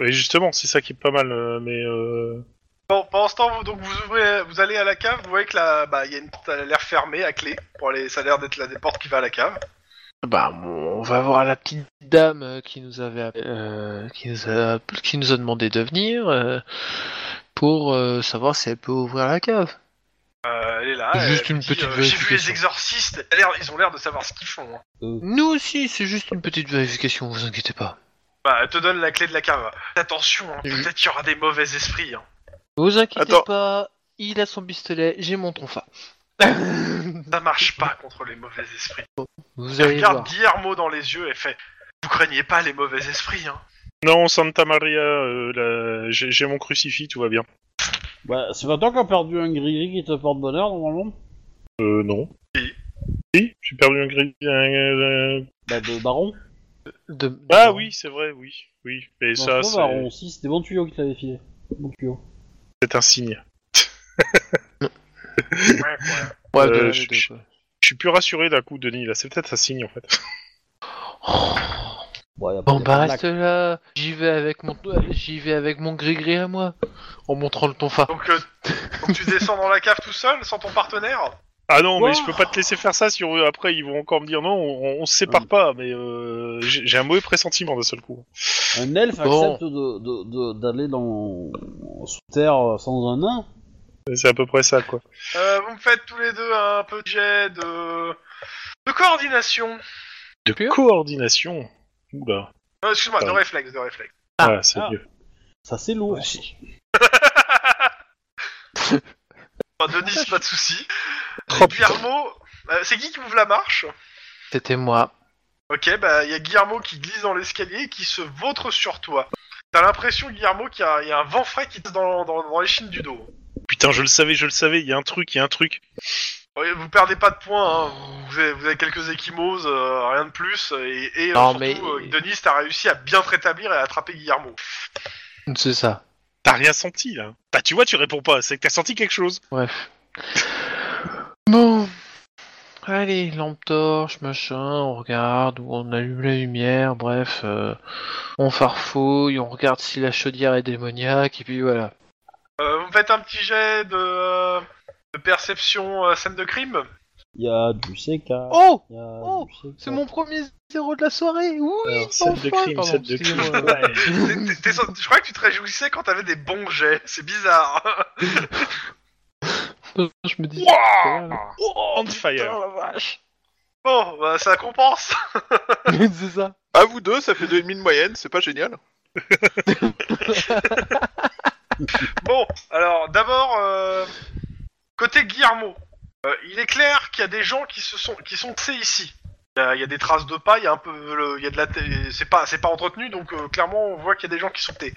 [SPEAKER 4] Ouais, justement, c'est ça qui est pas mal, euh, mais... euh,
[SPEAKER 2] Bon, pendant ce temps, vous, donc, vous, ouvrez, vous allez à la cave, vous voyez que la, bah, il y a une porte à l'air fermée à clé. Pour aller, ça a l'air d'être la des portes qui va à la cave.
[SPEAKER 6] Bah, on va voir la petite dame euh, qui nous avait app- euh, qui nous a qui nous a demandé de venir euh, pour euh, savoir si elle peut ouvrir la cave.
[SPEAKER 2] Euh, elle est là.
[SPEAKER 6] Juste
[SPEAKER 2] elle
[SPEAKER 6] une
[SPEAKER 2] dit,
[SPEAKER 6] petite
[SPEAKER 2] euh, J'ai vu les
[SPEAKER 6] vérification.
[SPEAKER 2] exorcistes. elle a l'air- ils ont l'air de savoir ce qu'ils font. hein.
[SPEAKER 6] Nous aussi, c'est juste une petite vérification, vous inquiétez pas.
[SPEAKER 2] Bah, elle te donne la clé de la cave. Attention, hein, peut-être qu'il y aura des mauvais esprits. hein.
[SPEAKER 6] Vous inquiétez
[SPEAKER 3] Attends.
[SPEAKER 6] pas, il a son pistolet, j'ai mon tonfa.
[SPEAKER 2] Ça marche pas contre les mauvais esprits.
[SPEAKER 6] vous
[SPEAKER 2] Elle
[SPEAKER 6] allez
[SPEAKER 2] regarde
[SPEAKER 6] voir.
[SPEAKER 2] Guillermo dans les yeux et fait Vous craignez pas les mauvais esprits, hein
[SPEAKER 4] Non, Santa Maria, euh, la- j'ai j'ai mon crucifix, tout va bien.
[SPEAKER 7] Bah, c'est pas toi qui as perdu un gris-gris qui te porte bonheur, normalement
[SPEAKER 4] Euh, non.
[SPEAKER 2] Si.
[SPEAKER 4] Si, j'ai perdu un gris... un- un- un-
[SPEAKER 7] Bah, de Baron
[SPEAKER 6] De- de-
[SPEAKER 4] Ah oui, c'est vrai, oui. Oui, mais
[SPEAKER 7] Non,
[SPEAKER 4] ça,
[SPEAKER 7] c'est
[SPEAKER 4] c'est
[SPEAKER 7] pas
[SPEAKER 6] bah,
[SPEAKER 7] Baron, si, c'était bon tuyau qui t'avait filé. Bon tuyau.
[SPEAKER 4] c'est un signe.
[SPEAKER 2] Ouais, ouais.
[SPEAKER 6] Ouais, de
[SPEAKER 4] Euh,
[SPEAKER 6] la-
[SPEAKER 4] je-
[SPEAKER 6] de-
[SPEAKER 4] je- Je suis plus rassuré d'un coup, Denis, là. C'est peut-être un signe, en fait.
[SPEAKER 6] Oh,
[SPEAKER 7] Bon, y a pas-
[SPEAKER 6] bon
[SPEAKER 7] y a
[SPEAKER 6] bah
[SPEAKER 7] pas de
[SPEAKER 6] reste là, j'y vais avec mon j'y vais avec mon gris gris à moi, en montrant le tonfa.
[SPEAKER 2] Donc, euh, donc tu descends dans la cave tout seul, sans ton partenaire
[SPEAKER 4] Ah non, mais
[SPEAKER 7] Wow.
[SPEAKER 4] je peux pas te laisser faire ça, si on- après ils vont encore me dire non, on, on se sépare pas, mais euh, j'ai j'ai un mauvais pressentiment d'un seul coup.
[SPEAKER 7] Un elfe
[SPEAKER 6] Bon.
[SPEAKER 7] accepte de- de- de- d'aller dans sous terre euh, sans un nain
[SPEAKER 4] C'est à peu près ça, quoi.
[SPEAKER 2] Euh, vous me faites tous les deux un peu de jet de, de coordination.
[SPEAKER 4] De
[SPEAKER 6] Pur.
[SPEAKER 4] coordination Oula,
[SPEAKER 2] Euh, Excuse-moi, de
[SPEAKER 4] Ah oui.
[SPEAKER 2] réflexe, de réflexe.
[SPEAKER 4] ah, c'est
[SPEAKER 7] Ah.
[SPEAKER 4] mieux.
[SPEAKER 7] Ça c'est lourd.
[SPEAKER 2] Enfin, Denis, pas de soucis.
[SPEAKER 6] [laughs]
[SPEAKER 4] Oh,
[SPEAKER 2] Guillermo, euh, c'est qui qui ouvre la marche
[SPEAKER 6] C'était moi.
[SPEAKER 2] Ok, bah il y a Guillermo qui glisse dans l'escalier et qui se vautre sur toi. T'as l'impression, Guillermo, qu'il y, a- il y a un vent frais qui te dans, dans, dans les chines du dos.
[SPEAKER 4] Putain, je le savais, je le savais, il y a un truc, il y a un truc.
[SPEAKER 2] Ouais, Vous perdez pas de points, hein. vous, avez, vous avez quelques échymoses, euh, rien de plus. Et, et, euh,
[SPEAKER 6] Non,
[SPEAKER 2] surtout,
[SPEAKER 6] mais-
[SPEAKER 2] euh, Denis, t'as réussi à bien te rétablir et à attraper Guillermo.
[SPEAKER 6] C'est ça.
[SPEAKER 4] T'as rien senti, là Bah tu vois, tu réponds pas, c'est que t'as senti quelque chose.
[SPEAKER 6] Bref. Bon. Allez, lampe torche, machin, on regarde, ou on allume la lumière, bref, euh, on farfouille, on regarde si la chaudière est démoniaque, et puis voilà.
[SPEAKER 2] Euh, vous me faites un petit jet de, euh, de perception euh, scène de crime
[SPEAKER 7] Il y a du CK.
[SPEAKER 6] Oh
[SPEAKER 7] y a
[SPEAKER 6] Oh,
[SPEAKER 7] du CK.
[SPEAKER 6] C'est mon premier zéro de la soirée [laughs] Oui
[SPEAKER 4] Alors, scène de
[SPEAKER 6] enfin
[SPEAKER 4] crime,
[SPEAKER 6] Pardon,
[SPEAKER 4] scène de
[SPEAKER 6] excusez-moi.
[SPEAKER 4] crime.
[SPEAKER 2] T'es- t'es- t'es- Je crois que tu te réjouissais quand t'avais des bons jets, c'est bizarre. [laughs]
[SPEAKER 6] Je me dis...
[SPEAKER 4] Wouah [laughs] On fire
[SPEAKER 2] Putain, la vache. Bon, bah, ça compense.
[SPEAKER 6] [laughs] c'est ça.
[SPEAKER 3] À vous deux, ça fait 2,5 de moyenne, c'est pas génial.
[SPEAKER 2] Bon, alors d'abord, euh, côté Guillermo, euh, il est clair qu'il y a des gens qui se sont qui sont tissés ici. Il y, a, il y a des traces de pas, il y a un peu, le- il y a de la, t- c'est pas c'est pas entretenu, donc euh, clairement on voit qu'il y a des gens qui sont tés.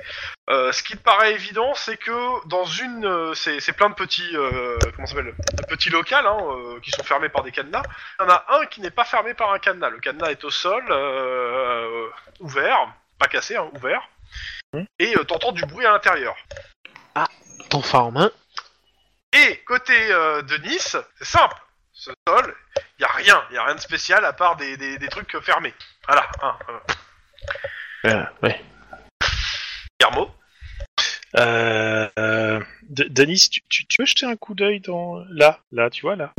[SPEAKER 2] Euh, ce qui te paraît évident, c'est que dans une, euh, c'est c'est plein de petits, euh, comment ça s'appelle, de petits locales hein, euh, qui sont fermés par des cadenas. Il y en a un qui n'est pas fermé par un cadenas. Le cadenas est au sol, euh, ouvert, pas cassé, hein, ouvert. Et euh, t'entends du bruit à l'intérieur.
[SPEAKER 6] Ton phare en main.
[SPEAKER 2] Et côté euh, de Nice, c'est simple. Ce sol, il y a rien, il y a rien de spécial à part des, des, des trucs fermés. Voilà, hein, euh,
[SPEAKER 6] ouais.
[SPEAKER 2] Guillermo.
[SPEAKER 4] Euh, euh, D- Denis, tu, tu- tu veux jeter un coup d'œil dans là, là, tu vois là.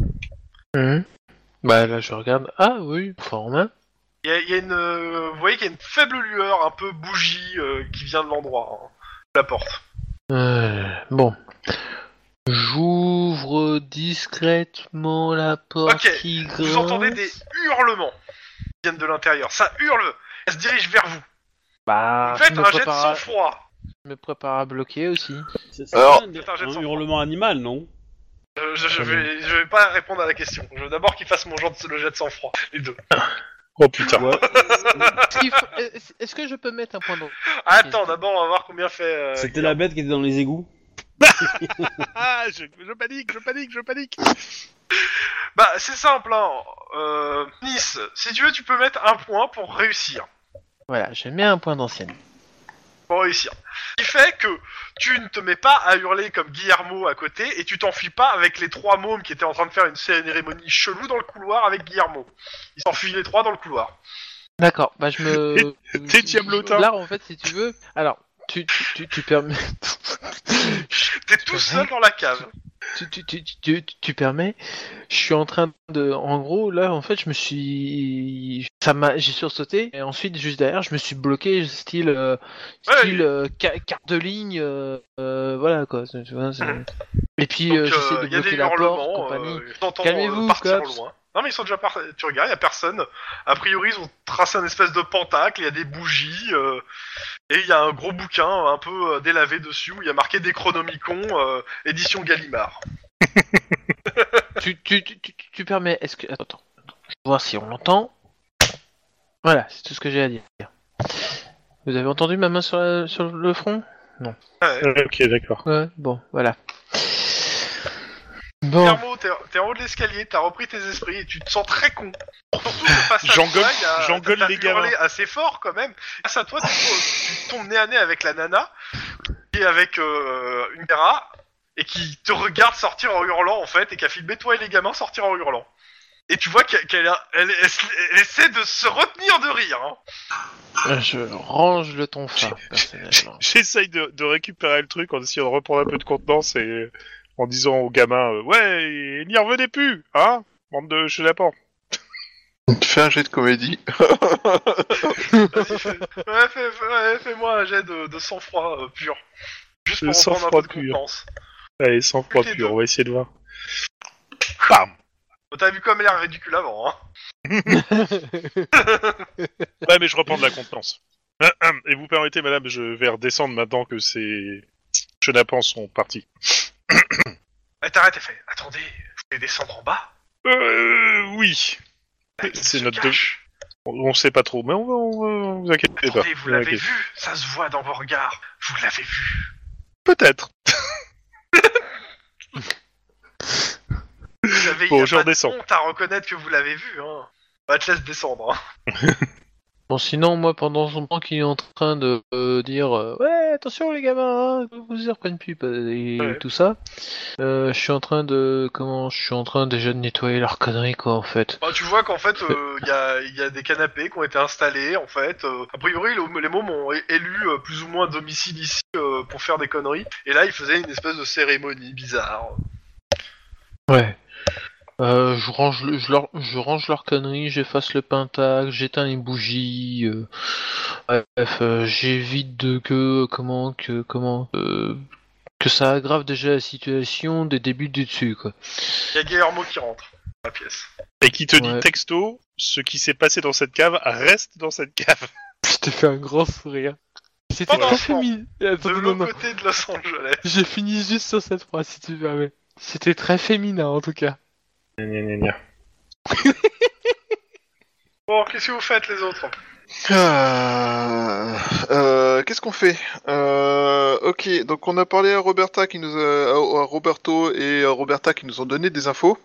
[SPEAKER 6] Bah là, je regarde. Ah oui, ton phare en main.
[SPEAKER 2] Il y a, il y a une, euh, vous voyez qu'il y a une faible lueur, un peu bougie, euh, qui vient de l'endroit, hein, de la porte.
[SPEAKER 6] Euh, bon. J'ouvre discrètement la porte
[SPEAKER 2] Ok,
[SPEAKER 6] qui grince.
[SPEAKER 2] Vous entendez des hurlements qui viennent de l'intérieur. Ça hurle, elle se dirige vers vous.
[SPEAKER 6] Bah, je
[SPEAKER 2] Faites
[SPEAKER 6] me,
[SPEAKER 2] un jet de
[SPEAKER 6] prépare à...
[SPEAKER 2] sang-froid.
[SPEAKER 6] je me prépare à bloquer
[SPEAKER 2] [laughs]
[SPEAKER 6] aussi.
[SPEAKER 7] C'est c'est
[SPEAKER 3] Alors-
[SPEAKER 7] pas un,
[SPEAKER 2] C'est un jet de
[SPEAKER 7] un
[SPEAKER 2] sang.
[SPEAKER 7] hurlement animal, non
[SPEAKER 2] Euh, Je, je vais, je vais pas répondre à la question. Je veux d'abord qu'il fasse mon genre de, le jet de sang-froid, les deux.
[SPEAKER 4] Oh putain.
[SPEAKER 7] Ouais.
[SPEAKER 6] S'il faut- euh, Est-ce est-ce que je peux mettre un point d'eau
[SPEAKER 2] Attends, d'abord on va voir combien fait. euh,
[SPEAKER 7] C'était la bête qui était dans les égouts.
[SPEAKER 4] Ah, je, je panique, je panique, je panique.
[SPEAKER 2] Bah, c'est simple, hein. Euh, nice, si tu veux, tu peux mettre un point pour réussir.
[SPEAKER 6] Voilà, je mets un point d'ancienne.
[SPEAKER 2] Pour réussir. Ce qui fait que tu ne te mets pas à hurler comme Guillermo à côté et tu t'enfuis pas avec les trois mômes qui étaient en train de faire une cérémonie chelou dans le couloir avec Guillermo. Ils s'enfuient les trois dans le couloir.
[SPEAKER 6] D'accord, bah
[SPEAKER 2] [laughs]
[SPEAKER 6] je me.
[SPEAKER 4] T'es diablotin.
[SPEAKER 6] Là, en fait, si tu veux. Alors, tu, tu, tu, tu permets. [laughs]
[SPEAKER 2] T'es tout seul dans la cave.
[SPEAKER 6] tu, tu, tu, tu, tu, tu permets Je suis en train de. En gros, là, en fait, je me suis. Ça m'a. J'ai sursauté. Et ensuite, juste derrière, je me suis bloqué, style. euh,
[SPEAKER 2] Ouais,
[SPEAKER 6] style
[SPEAKER 2] il-
[SPEAKER 6] euh, ca- carte de ligne. euh, euh, voilà, quoi. c'est- tu vois, c'est- Et puis,
[SPEAKER 2] Mhm. Donc,
[SPEAKER 6] euh,
[SPEAKER 2] euh,
[SPEAKER 6] j'essaie de
[SPEAKER 2] il y a des
[SPEAKER 6] bloquer la porte,
[SPEAKER 2] hurlements.
[SPEAKER 6] compagnie.
[SPEAKER 2] euh, t'entends, euh,
[SPEAKER 6] Calmez-vous,
[SPEAKER 2] partir au
[SPEAKER 6] cops.
[SPEAKER 2] loin. Non, mais ils sont déjà partis. Tu regardes, il y a personne. A priori, ils ont tracé un espèce de pentacle, il y a des bougies, euh, et il y a un gros bouquin un peu euh, délavé dessus où il y a marqué Décronomicon, euh, édition Gallimard. euh,
[SPEAKER 6] tu, tu, tu, tu, tu permets. Est-ce que. Attends, attends. Je vais voir si on l'entend. Voilà, c'est tout ce que j'ai à dire. Vous avez entendu ma main sur, la- sur le front
[SPEAKER 4] ok, d'accord.
[SPEAKER 6] Ouais, bon, voilà. Bon,
[SPEAKER 2] Guillermo, t'es, t'es en haut de l'escalier, t'as repris tes esprits et tu te sens très con. Surtout que face à
[SPEAKER 4] J'engueule-
[SPEAKER 2] toi, il y a-
[SPEAKER 4] j'engueule
[SPEAKER 2] t'as
[SPEAKER 4] les
[SPEAKER 2] hurlé
[SPEAKER 4] gamins.
[SPEAKER 2] assez fort quand même. Face à toi, tu, tu tombes nez à nez avec la nana et avec euh, une caméra et qui te regarde sortir en hurlant en fait et qui a filmé toi et les gamins sortir en hurlant. Et tu vois qu'elle qu'elle a- elle- elle se- elle essaie de se retenir de rire. hein.
[SPEAKER 6] Euh, je range le ton [laughs] fin, personnellement.
[SPEAKER 4] [laughs] J'essaye de, de récupérer le truc en essayant de reprendre un peu de contenance et en disant aux gamins, euh, ouais, n'y revenez plus, hein, bande de chenapans.
[SPEAKER 3] Fais un jet de comédie.
[SPEAKER 2] Vas-y, fais, ouais, fais, moi un jet de, de sang-froid euh, pur. Juste
[SPEAKER 4] Le
[SPEAKER 2] pour reprendre un peu
[SPEAKER 4] sang-froid
[SPEAKER 2] de
[SPEAKER 4] pur.
[SPEAKER 2] contenance.
[SPEAKER 4] Allez, sans froid
[SPEAKER 2] Toutes les
[SPEAKER 4] pur,
[SPEAKER 2] deux.
[SPEAKER 4] on va essayer de voir. Bam.
[SPEAKER 2] T'as vu comme elle a l'air ridicule avant. Hein.
[SPEAKER 4] Ouais, mais je reprends de la contenance. [clears throat] Et vous permettez, madame, je vais redescendre maintenant que ces chenapans sont partis.
[SPEAKER 2] Elle t'arrête, Eh, elle fait Attendez, vous voulez descendre en bas
[SPEAKER 4] Euh, oui.
[SPEAKER 2] Elle
[SPEAKER 4] C'est
[SPEAKER 2] se
[SPEAKER 4] notre
[SPEAKER 2] cache.
[SPEAKER 4] On, on sait pas trop, mais on va, on va- vous inquiétez pas.
[SPEAKER 2] Attendez, vous
[SPEAKER 4] Vous
[SPEAKER 2] l'avez
[SPEAKER 4] inquiétez-
[SPEAKER 2] vu Ça se voit dans vos regards. Vous l'avez
[SPEAKER 4] [laughs]
[SPEAKER 2] vu.
[SPEAKER 4] Peut-être.
[SPEAKER 2] Vous avez
[SPEAKER 4] Bon,
[SPEAKER 2] il y a
[SPEAKER 4] je
[SPEAKER 2] pas de
[SPEAKER 4] redescends.
[SPEAKER 2] honte à reconnaître que vous l'avez vu. Hein. Bah, te laisse descendre. hein.
[SPEAKER 6] Bon, sinon, moi, pendant son temps qu'il est en train de euh, dire euh, Ouais, attention les gamins, hein, vous vous y reprennez plus, bah, et
[SPEAKER 2] Ouais.
[SPEAKER 6] tout ça, euh, je suis en train de. Comment Je suis en train déjà de nettoyer leur connerie, quoi, en fait.
[SPEAKER 2] Bah, tu vois qu'en fait, euh, il y, a, il y a des canapés qui ont été installés. En fait, Euh, a priori, le- les mômes ont é- élu euh, plus ou moins domicile ici euh, pour faire des conneries. Et là, ils faisaient une espèce de cérémonie bizarre.
[SPEAKER 6] Ouais. Euh, je range le, je, leur, je range leurs conneries, j'efface le pentacle, j'éteins les bougies. euh, bref, euh, j'évite de que euh, comment que comment euh, que ça aggrave déjà la situation des débuts du dessus quoi.
[SPEAKER 2] Il y a Guillermo qui rentre. la pièce.
[SPEAKER 4] Et qui te
[SPEAKER 6] Ouais.
[SPEAKER 4] dit texto, ce qui s'est passé dans cette cave reste dans cette cave.
[SPEAKER 6] Je t'ai fait un grand sourire. C'était
[SPEAKER 2] Pendant
[SPEAKER 6] très
[SPEAKER 2] ce temps,
[SPEAKER 6] féminin.
[SPEAKER 2] De l'autre côté de Los Angeles.
[SPEAKER 6] Je finis juste sur cette phrase si tu permets. C'était très féminin en tout cas.
[SPEAKER 2] Bon, qu'est-ce que vous faites les autres hein
[SPEAKER 3] Ah, euh, Qu'est-ce qu'on fait Euh, Ok, donc on a parlé à Roberta qui nous a, à- à Roberto et à Roberta qui nous ont donné des infos.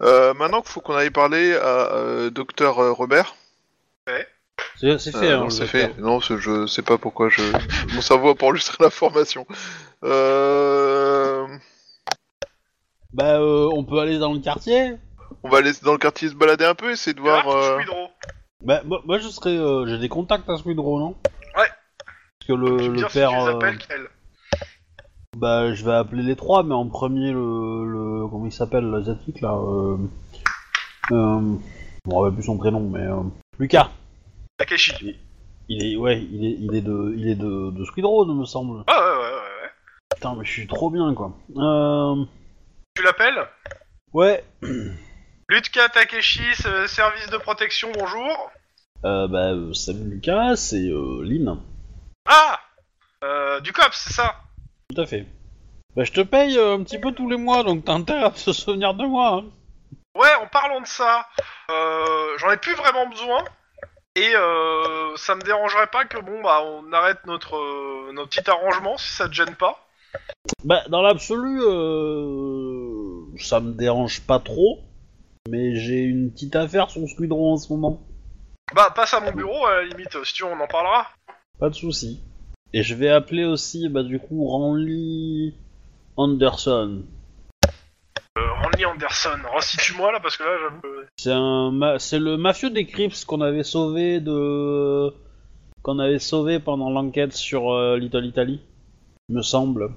[SPEAKER 3] Euh, maintenant qu'il faut qu'on aille parler à euh, Docteur euh, Robert.
[SPEAKER 1] C'est c'est fait,
[SPEAKER 3] Euh,
[SPEAKER 1] hein,
[SPEAKER 3] non,
[SPEAKER 1] le
[SPEAKER 3] c'est
[SPEAKER 1] docteur.
[SPEAKER 3] fait. Non, c'est- je sais pas pourquoi je mon cerveau a pas enregistré l'information. Euh...
[SPEAKER 1] Bah, euh, on peut aller dans le quartier.
[SPEAKER 3] On va aller dans le quartier se balader un peu, essayer de voir.
[SPEAKER 2] Garde,
[SPEAKER 3] euh,
[SPEAKER 2] Squidrow.
[SPEAKER 1] Bah, moi, moi, je serais. euh, J'ai des contacts à Squidrow, non
[SPEAKER 2] Ouais.
[SPEAKER 1] Parce que
[SPEAKER 2] Tu
[SPEAKER 1] le,
[SPEAKER 2] me
[SPEAKER 1] le
[SPEAKER 2] dis si tu les
[SPEAKER 1] père. euh,
[SPEAKER 2] appelles quel
[SPEAKER 1] bah, je vais appeler les trois, mais en premier, le. le comment il s'appelle, l'asiatique, là euh... euh, Je me rappelle plus son prénom, mais. euh, Lucas.
[SPEAKER 2] Takeshi.
[SPEAKER 1] Il est, ouais, il est, il est de, il est de, de Squidrow, me semble.
[SPEAKER 2] Ah ouais, ouais, ouais. ouais.
[SPEAKER 1] Putain, mais je suis trop bien, quoi. Euh...
[SPEAKER 2] Tu l'appelles
[SPEAKER 1] Ouais.
[SPEAKER 2] Lutka Takeshi, ce- service de protection, bonjour.
[SPEAKER 1] Euh, bah, euh, salut Lucas, c'est euh, Lynn.
[SPEAKER 2] Ah euh, Du COPS, c'est ça
[SPEAKER 1] Tout à fait. Bah, je te paye euh, un petit peu tous les mois, donc t'as intérêt à se souvenir de moi. hein.
[SPEAKER 2] Ouais, en parlant de ça, euh, j'en ai plus vraiment besoin. Et euh, ça me dérangerait pas que bon bah on arrête notre, euh, notre petit arrangement si ça te gêne pas.
[SPEAKER 1] Bah, dans l'absolu, euh, ça me dérange pas trop, mais j'ai une petite affaire sur Squidron en ce moment.
[SPEAKER 2] Bah passe à mon bureau à la limite, euh, si tu veux on en parlera.
[SPEAKER 1] Pas de souci. Et je vais appeler aussi, bah, du coup, Randy Anderson.
[SPEAKER 2] Euh, Randy Anderson, resitue-moi là parce que là j'avoue. que-
[SPEAKER 1] C'est un, ma- c'est le mafieux des Crips qu'on avait sauvé de, qu'on avait sauvé pendant l'enquête sur euh, Little Italy, me semble.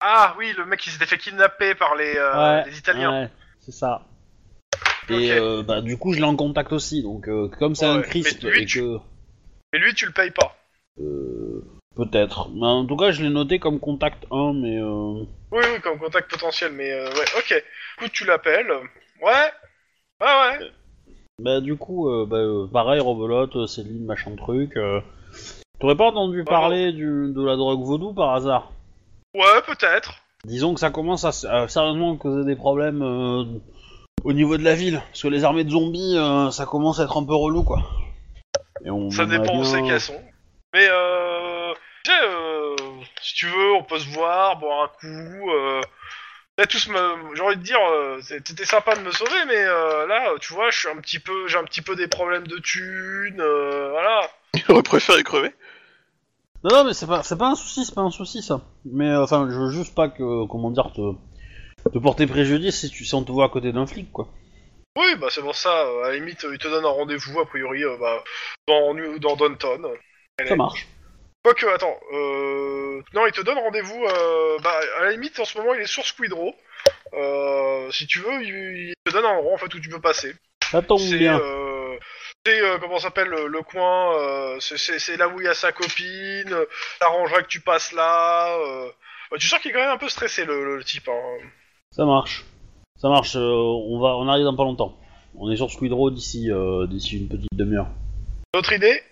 [SPEAKER 2] Ah oui, le mec qui s'était fait kidnapper par les, euh,
[SPEAKER 1] Ouais,
[SPEAKER 2] les Italiens.
[SPEAKER 1] Ouais, c'est ça.
[SPEAKER 2] Ok.
[SPEAKER 1] Et euh, bah, du coup, je l'ai en contact aussi, donc euh, comme c'est
[SPEAKER 2] Ouais,
[SPEAKER 1] un
[SPEAKER 2] mais
[SPEAKER 1] crisp
[SPEAKER 2] lui,
[SPEAKER 1] et
[SPEAKER 2] tu-
[SPEAKER 1] que.
[SPEAKER 2] Mais lui tu le payes pas.
[SPEAKER 1] Euh, Peut-être. Mais en tout cas, je l'ai noté comme contact 1, mais. Euh...
[SPEAKER 2] Oui, oui, comme contact potentiel, mais euh, ouais, ok. Du coup, tu l'appelles. Ouais, ouais, ouais.
[SPEAKER 1] Bah, du coup, euh, bah, euh, pareil, Robelote, euh, Céline, machin truc. euh. T'aurais pas entendu parler du, de la drogue vaudou par hasard
[SPEAKER 2] Ouais, peut-être.
[SPEAKER 1] Disons que ça commence à, s- à sérieusement causer des problèmes euh, au niveau de la ville. Parce que les armées de zombies, euh, ça commence à être un peu relou, quoi. Et on
[SPEAKER 2] Ça
[SPEAKER 1] aimerait
[SPEAKER 2] dépend où
[SPEAKER 1] bien-
[SPEAKER 2] c'est qu'elles sont. Mais euh, tu sais, euh, si tu veux, on peut se voir, boire un coup. Euh, là, tous me, j'ai envie de dire, euh, c'est- t'étais sympa de me sauver, mais euh, là, tu vois, je suis un petit peu, j'ai un petit peu des problèmes de thunes, euh, voilà.
[SPEAKER 3] [laughs] J'aurais préféré crever.
[SPEAKER 1] Non, non, mais c'est pas, c'est pas un souci, c'est pas un souci ça. Mais euh, enfin, je veux juste pas que, euh, comment dire, te, te porter préjudice si, tu, si on te voit à côté d'un flic, quoi.
[SPEAKER 2] Oui, bah c'est pour ça. euh, à la limite, euh, ils te donnent un rendez-vous a priori, euh, bah, dans New- dans Downton.
[SPEAKER 1] Ça marche.
[SPEAKER 2] Quoique, attends, euh... non, il te donne rendez-vous, euh... bah, à la limite, en ce moment, il est sur Squidrow. Euh... Si tu veux, il... il te donne un endroit, en fait, où tu peux passer.
[SPEAKER 1] Ça tombe
[SPEAKER 2] C'est,
[SPEAKER 1] bien.
[SPEAKER 2] euh... c'est, euh, comment ça s'appelle, le, le coin, euh... c'est- c'est c'est là où il y a sa copine, euh, t'arrangeras que tu passes là, euh... bah, tu sens qu'il est quand même un peu stressé, le, le- le type, hein.
[SPEAKER 1] Ça marche. Ça marche. euh, on va, on arrive dans pas longtemps. On est sur Squidrow d'ici, euh, d'ici une petite demi-heure.
[SPEAKER 2] D'autres idées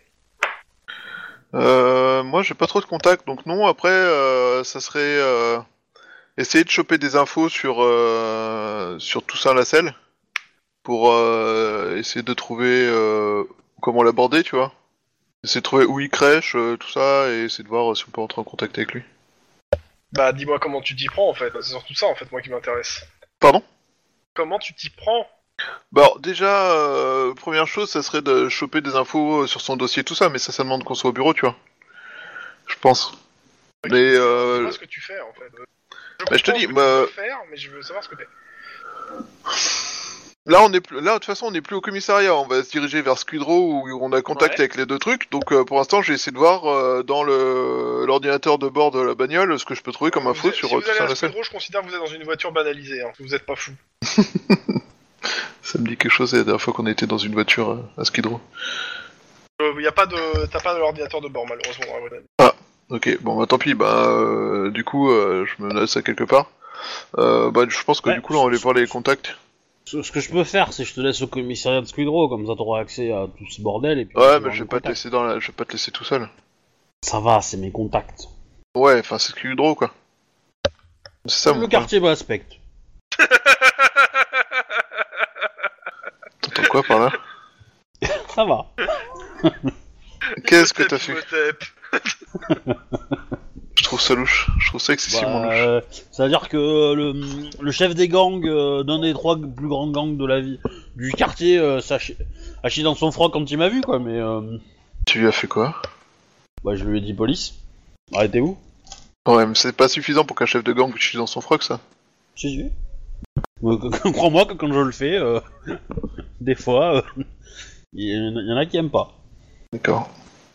[SPEAKER 3] Euh, moi, j'ai pas trop de contacts, donc non. Après, euh, ça serait euh, essayer de choper des infos sur euh, sur Toussaint Lasselle pour euh, essayer de trouver euh, comment l'aborder, tu vois. Essayer de trouver où il crèche, euh, tout ça, et essayer de voir euh, si on peut entrer en contact avec lui.
[SPEAKER 2] Bah, dis-moi comment tu t'y prends, en fait, Bah, c'est surtout ça, en fait, moi, qui m'intéresse.
[SPEAKER 3] Pardon
[SPEAKER 2] Comment tu t'y prends
[SPEAKER 3] Bah alors, déjà, euh, première chose, ça serait de choper des infos euh, sur son dossier, tout ça, mais ça, ça demande qu'on soit au bureau, tu vois. Je pense.
[SPEAKER 2] Oui.
[SPEAKER 3] Mais
[SPEAKER 2] Je
[SPEAKER 3] euh,
[SPEAKER 2] sais pas ce que tu fais, en fait.
[SPEAKER 3] Bah, je te
[SPEAKER 2] comprends
[SPEAKER 3] dis,
[SPEAKER 2] ce que tu
[SPEAKER 3] bah,
[SPEAKER 2] veux faire, mais je veux savoir ce que t'es.
[SPEAKER 3] Là, on est plus... là de toute façon, on n'est plus au commissariat. On va se diriger vers Squidrow où on a contact
[SPEAKER 2] Ouais.
[SPEAKER 3] avec les deux trucs. Donc, euh, pour l'instant, j'ai essayé de voir euh, dans le l'ordinateur de bord de la bagnole ce que je peux trouver comme
[SPEAKER 2] Vous
[SPEAKER 3] info
[SPEAKER 2] êtes-
[SPEAKER 3] sur
[SPEAKER 2] si
[SPEAKER 3] euh,
[SPEAKER 2] vous
[SPEAKER 3] tout
[SPEAKER 2] allez
[SPEAKER 3] ça.
[SPEAKER 2] à
[SPEAKER 3] la scène.
[SPEAKER 2] Squidrow, je considère que vous êtes dans une voiture banalisée, hein, vous êtes pas fou.
[SPEAKER 3] Ça me dit quelque chose la dernière fois qu'on était dans une voiture euh, à Skidrow.
[SPEAKER 2] Il Euh, y a pas de, t'as pas de l'ordinateur de bord malheureusement. hein, dans la banane.
[SPEAKER 3] Ok, bon, bah tant pis. Bah, euh, du coup, euh, je me laisse ça quelque part. Euh, bah, je pense que
[SPEAKER 1] Ouais.
[SPEAKER 3] du coup, là, on va aller voir les contacts.
[SPEAKER 1] Ce, ce que je peux faire, c'est que je te laisse au commissariat de Squidrow, comme ça t'auras accès à tout ce bordel. Et puis
[SPEAKER 3] Ouais,
[SPEAKER 1] tu
[SPEAKER 3] mais
[SPEAKER 1] auras
[SPEAKER 3] je vais
[SPEAKER 1] mes
[SPEAKER 3] pas te
[SPEAKER 1] contacts.
[SPEAKER 3] laisser dans la... je vais pas te laisser tout seul.
[SPEAKER 1] Ça va, c'est mes contacts.
[SPEAKER 3] Ouais, enfin c'est que drôle quoi. C'est ça
[SPEAKER 1] le
[SPEAKER 3] mon
[SPEAKER 1] quartier me respecte.
[SPEAKER 3] T'entends quoi
[SPEAKER 2] [laughs]
[SPEAKER 3] par là
[SPEAKER 1] Ça va.
[SPEAKER 3] Qu'est-ce que t'as fait
[SPEAKER 2] Imhotep.
[SPEAKER 3] Je trouve ça louche. Je trouve ça excessivement
[SPEAKER 1] Bah,
[SPEAKER 3] louche.
[SPEAKER 1] euh, C'est-à-dire que euh, le, le chef des gangs euh, d'un des trois plus grands gangs de la vie du quartier euh, s'est haché- haché dans son froc quand il m'a vu, quoi. Mais euh,
[SPEAKER 3] Tu lui as fait quoi
[SPEAKER 1] bah, je lui ai dit police. Arrêtez-vous.
[SPEAKER 3] Ouais, mais c'est pas suffisant pour qu'un chef de gang tue dans son froc ça.
[SPEAKER 1] Si, si. Euh, que- que- Crois-moi que quand je le fais, euh, [laughs] des fois, euh, il y, en a- il y en a qui aiment pas.
[SPEAKER 3] D'accord.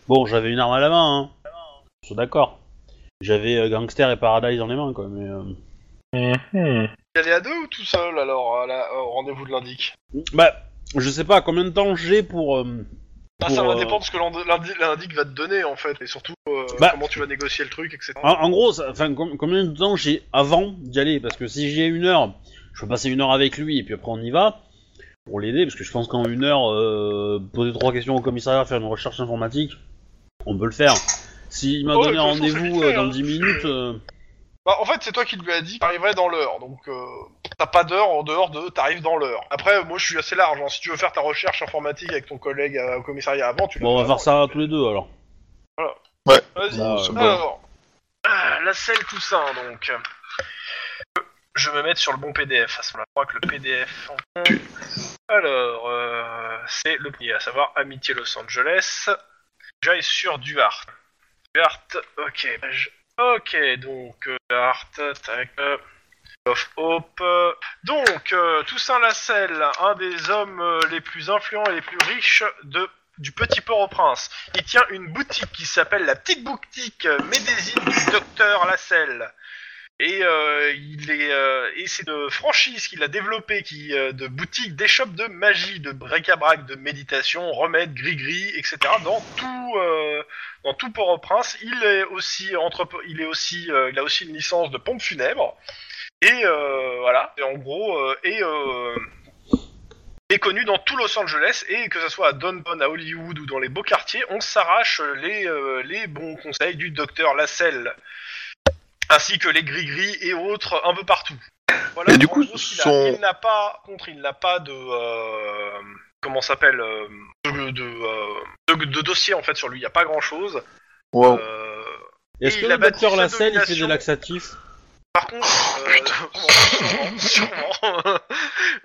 [SPEAKER 1] Bon, j'avais une arme à la main, hein. Je suis d'accord. J'avais euh, Gangster et Paradise dans les mains, quoi, mais... euh,
[SPEAKER 2] Y aller à deux ou tout seul alors à la- au rendez-vous de l'indic
[SPEAKER 1] Bah, je sais pas combien de temps j'ai pour... euh,
[SPEAKER 2] Ah, Ça
[SPEAKER 1] pour,
[SPEAKER 2] va
[SPEAKER 1] euh,
[SPEAKER 2] dépendre de ce que l'indi- l'indi- l'indic va te donner en fait, et surtout euh,
[SPEAKER 1] Bah. hein.
[SPEAKER 2] comment tu vas négocier le truc, etc.
[SPEAKER 1] En, en gros, ça- enfin, com- combien de temps j'ai avant d'y aller Parce que si j'ai une heure, je peux passer une heure avec lui et puis après on y va pour l'aider, parce que je pense qu'en une heure, euh, poser trois questions au commissariat, faire une recherche informatique, on peut le faire. S'il m'a
[SPEAKER 2] Oh,
[SPEAKER 1] donné
[SPEAKER 2] de toute façon, c'est
[SPEAKER 1] rendez-vous
[SPEAKER 2] vite fait,
[SPEAKER 1] euh, dans
[SPEAKER 2] hein.
[SPEAKER 1] 10 minutes, euh,
[SPEAKER 2] Bah, en fait, c'est toi qui lui as dit que t'arriverais dans l'heure, donc euh, t'as pas d'heure en dehors de t'arrives dans l'heure. Après, moi je suis assez large, hein. si tu veux faire ta recherche informatique avec ton collègue euh, au commissariat avant, tu le
[SPEAKER 1] bon, on
[SPEAKER 2] fais
[SPEAKER 1] va faire ça
[SPEAKER 2] avant.
[SPEAKER 1] tous les deux alors.
[SPEAKER 2] Vas-y.
[SPEAKER 1] Bah,
[SPEAKER 3] ça me va.
[SPEAKER 2] Alors, ah, la selle Toussaint, donc. Je vais me mettre sur le bon PDF, à ce moment-là, je crois que le PDF... en- Alors, euh, c'est le premier, à savoir Amitié Los Angeles. J'aille sur Duarte. Duarte, ok. page- Ok, donc, euh, Duarte, tac... euh, Of Hope. euh. Donc, euh, Toussaint Lacelle, un des hommes euh, les plus influents et les plus riches de, du petit Port-au-Prince. Il tient une boutique qui s'appelle la petite boutique euh, Médésine du docteur Lasselle. Et euh, il est euh, et c'est de franchise qu'il a développé qui euh, de boutique d'échoppe de magie, de bric-à-brac, de méditation, remède, gris-gris, etc. Dans tout euh, dans tout Port-au-Prince, il est aussi entrep- il est aussi euh, il a aussi une licence de pompe funèbre. Et euh, voilà, et en gros euh, et euh, est connu dans tout Los Angeles et que ce soit à Downtown, à Hollywood ou dans les beaux quartiers, on s'arrache les, euh, les bons conseils du docteur Lasselle, ainsi que les gris-gris et autres un peu partout. Voilà,
[SPEAKER 3] Et du
[SPEAKER 2] en
[SPEAKER 3] coup,
[SPEAKER 2] gros, ce qu'il a.
[SPEAKER 3] son-
[SPEAKER 2] il n'a pas, contre, il n'a pas de, euh, comment ça s'appelle, euh, de, de, euh, de- de dossier en fait sur lui. Il n'y a pas grand-chose.
[SPEAKER 3] Wow.
[SPEAKER 2] Euh,
[SPEAKER 1] Est-ce
[SPEAKER 2] Et
[SPEAKER 1] que
[SPEAKER 2] il a
[SPEAKER 1] le docteur
[SPEAKER 2] bâti sa
[SPEAKER 1] Lasselle, il fait des
[SPEAKER 2] domination.
[SPEAKER 1] laxatifs
[SPEAKER 2] Par contre, euh, [laughs] sûrement, sûrement. [laughs]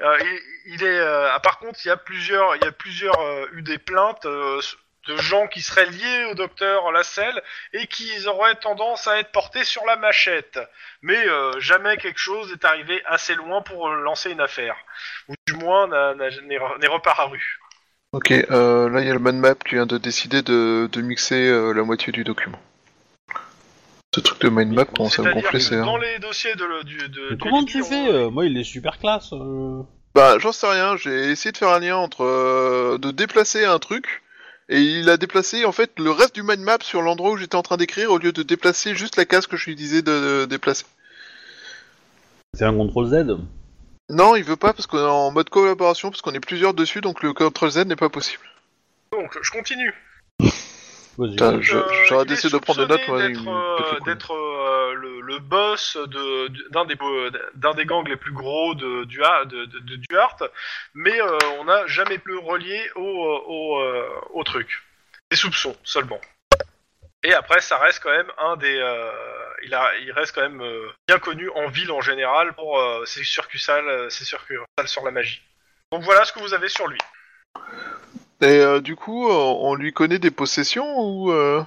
[SPEAKER 2] Euh, il, il est. euh, ah, par contre, il y a plusieurs, il y a plusieurs euh, eu des plaintes euh, de gens qui seraient liés au docteur Lasselle et qui auraient tendance à être portés sur la machette. Mais euh, jamais quelque chose n'est arrivé assez loin pour euh, lancer une affaire, ou du moins n'a- n'a- n'est re- n'est reparu.
[SPEAKER 3] Ok, euh, là il y a le manmap qui vient de décider de, de mixer euh, la moitié du document. Ce truc de mindmap, comment ça me
[SPEAKER 2] C'est-à-dire
[SPEAKER 3] gonfler,
[SPEAKER 2] que
[SPEAKER 3] c'est... hein.
[SPEAKER 2] dans les dossiers de, le- du, de-
[SPEAKER 1] Mais
[SPEAKER 2] du
[SPEAKER 1] Comment tu
[SPEAKER 2] lecture,
[SPEAKER 1] fais
[SPEAKER 2] euh,
[SPEAKER 1] euh, Moi, il est super classe. euh.
[SPEAKER 3] Bah, j'en sais rien, j'ai essayé de faire un lien entre. euh, de déplacer un truc, et il a déplacé en fait le reste du mind map sur l'endroit où j'étais en train d'écrire au lieu de déplacer juste la case que je lui disais de, de déplacer.
[SPEAKER 1] Fais un contrôle Z.
[SPEAKER 3] Non, il veut pas parce qu'on est en mode collaboration, parce qu'on est plusieurs dessus, donc le CTRL Z n'est pas possible.
[SPEAKER 2] Donc, je continue.
[SPEAKER 1] Vas-y.
[SPEAKER 3] Putain, je-
[SPEAKER 2] Euh,
[SPEAKER 3] j'aurais
[SPEAKER 2] il est
[SPEAKER 3] décidé de prendre des notes, moi.
[SPEAKER 2] soupçonné
[SPEAKER 3] il
[SPEAKER 2] d'être,
[SPEAKER 3] me pète les
[SPEAKER 2] euh,
[SPEAKER 3] couilles.
[SPEAKER 2] d'être euh, le, le boss de- d'un des bo- d'un des gangs les plus gros de, du Ha- de, de- de Duarte, mais euh, on n'a jamais plus relié au au, euh, au truc. Des soupçons seulement. Et après, ça reste quand même un des. euh, il a, il reste quand même euh, bien connu en ville en général pour euh, ses succursales, euh, ses succursales sur la magie. Donc voilà ce que vous avez sur lui.
[SPEAKER 3] Et euh, du coup, on on lui connaît des possessions ou. euh,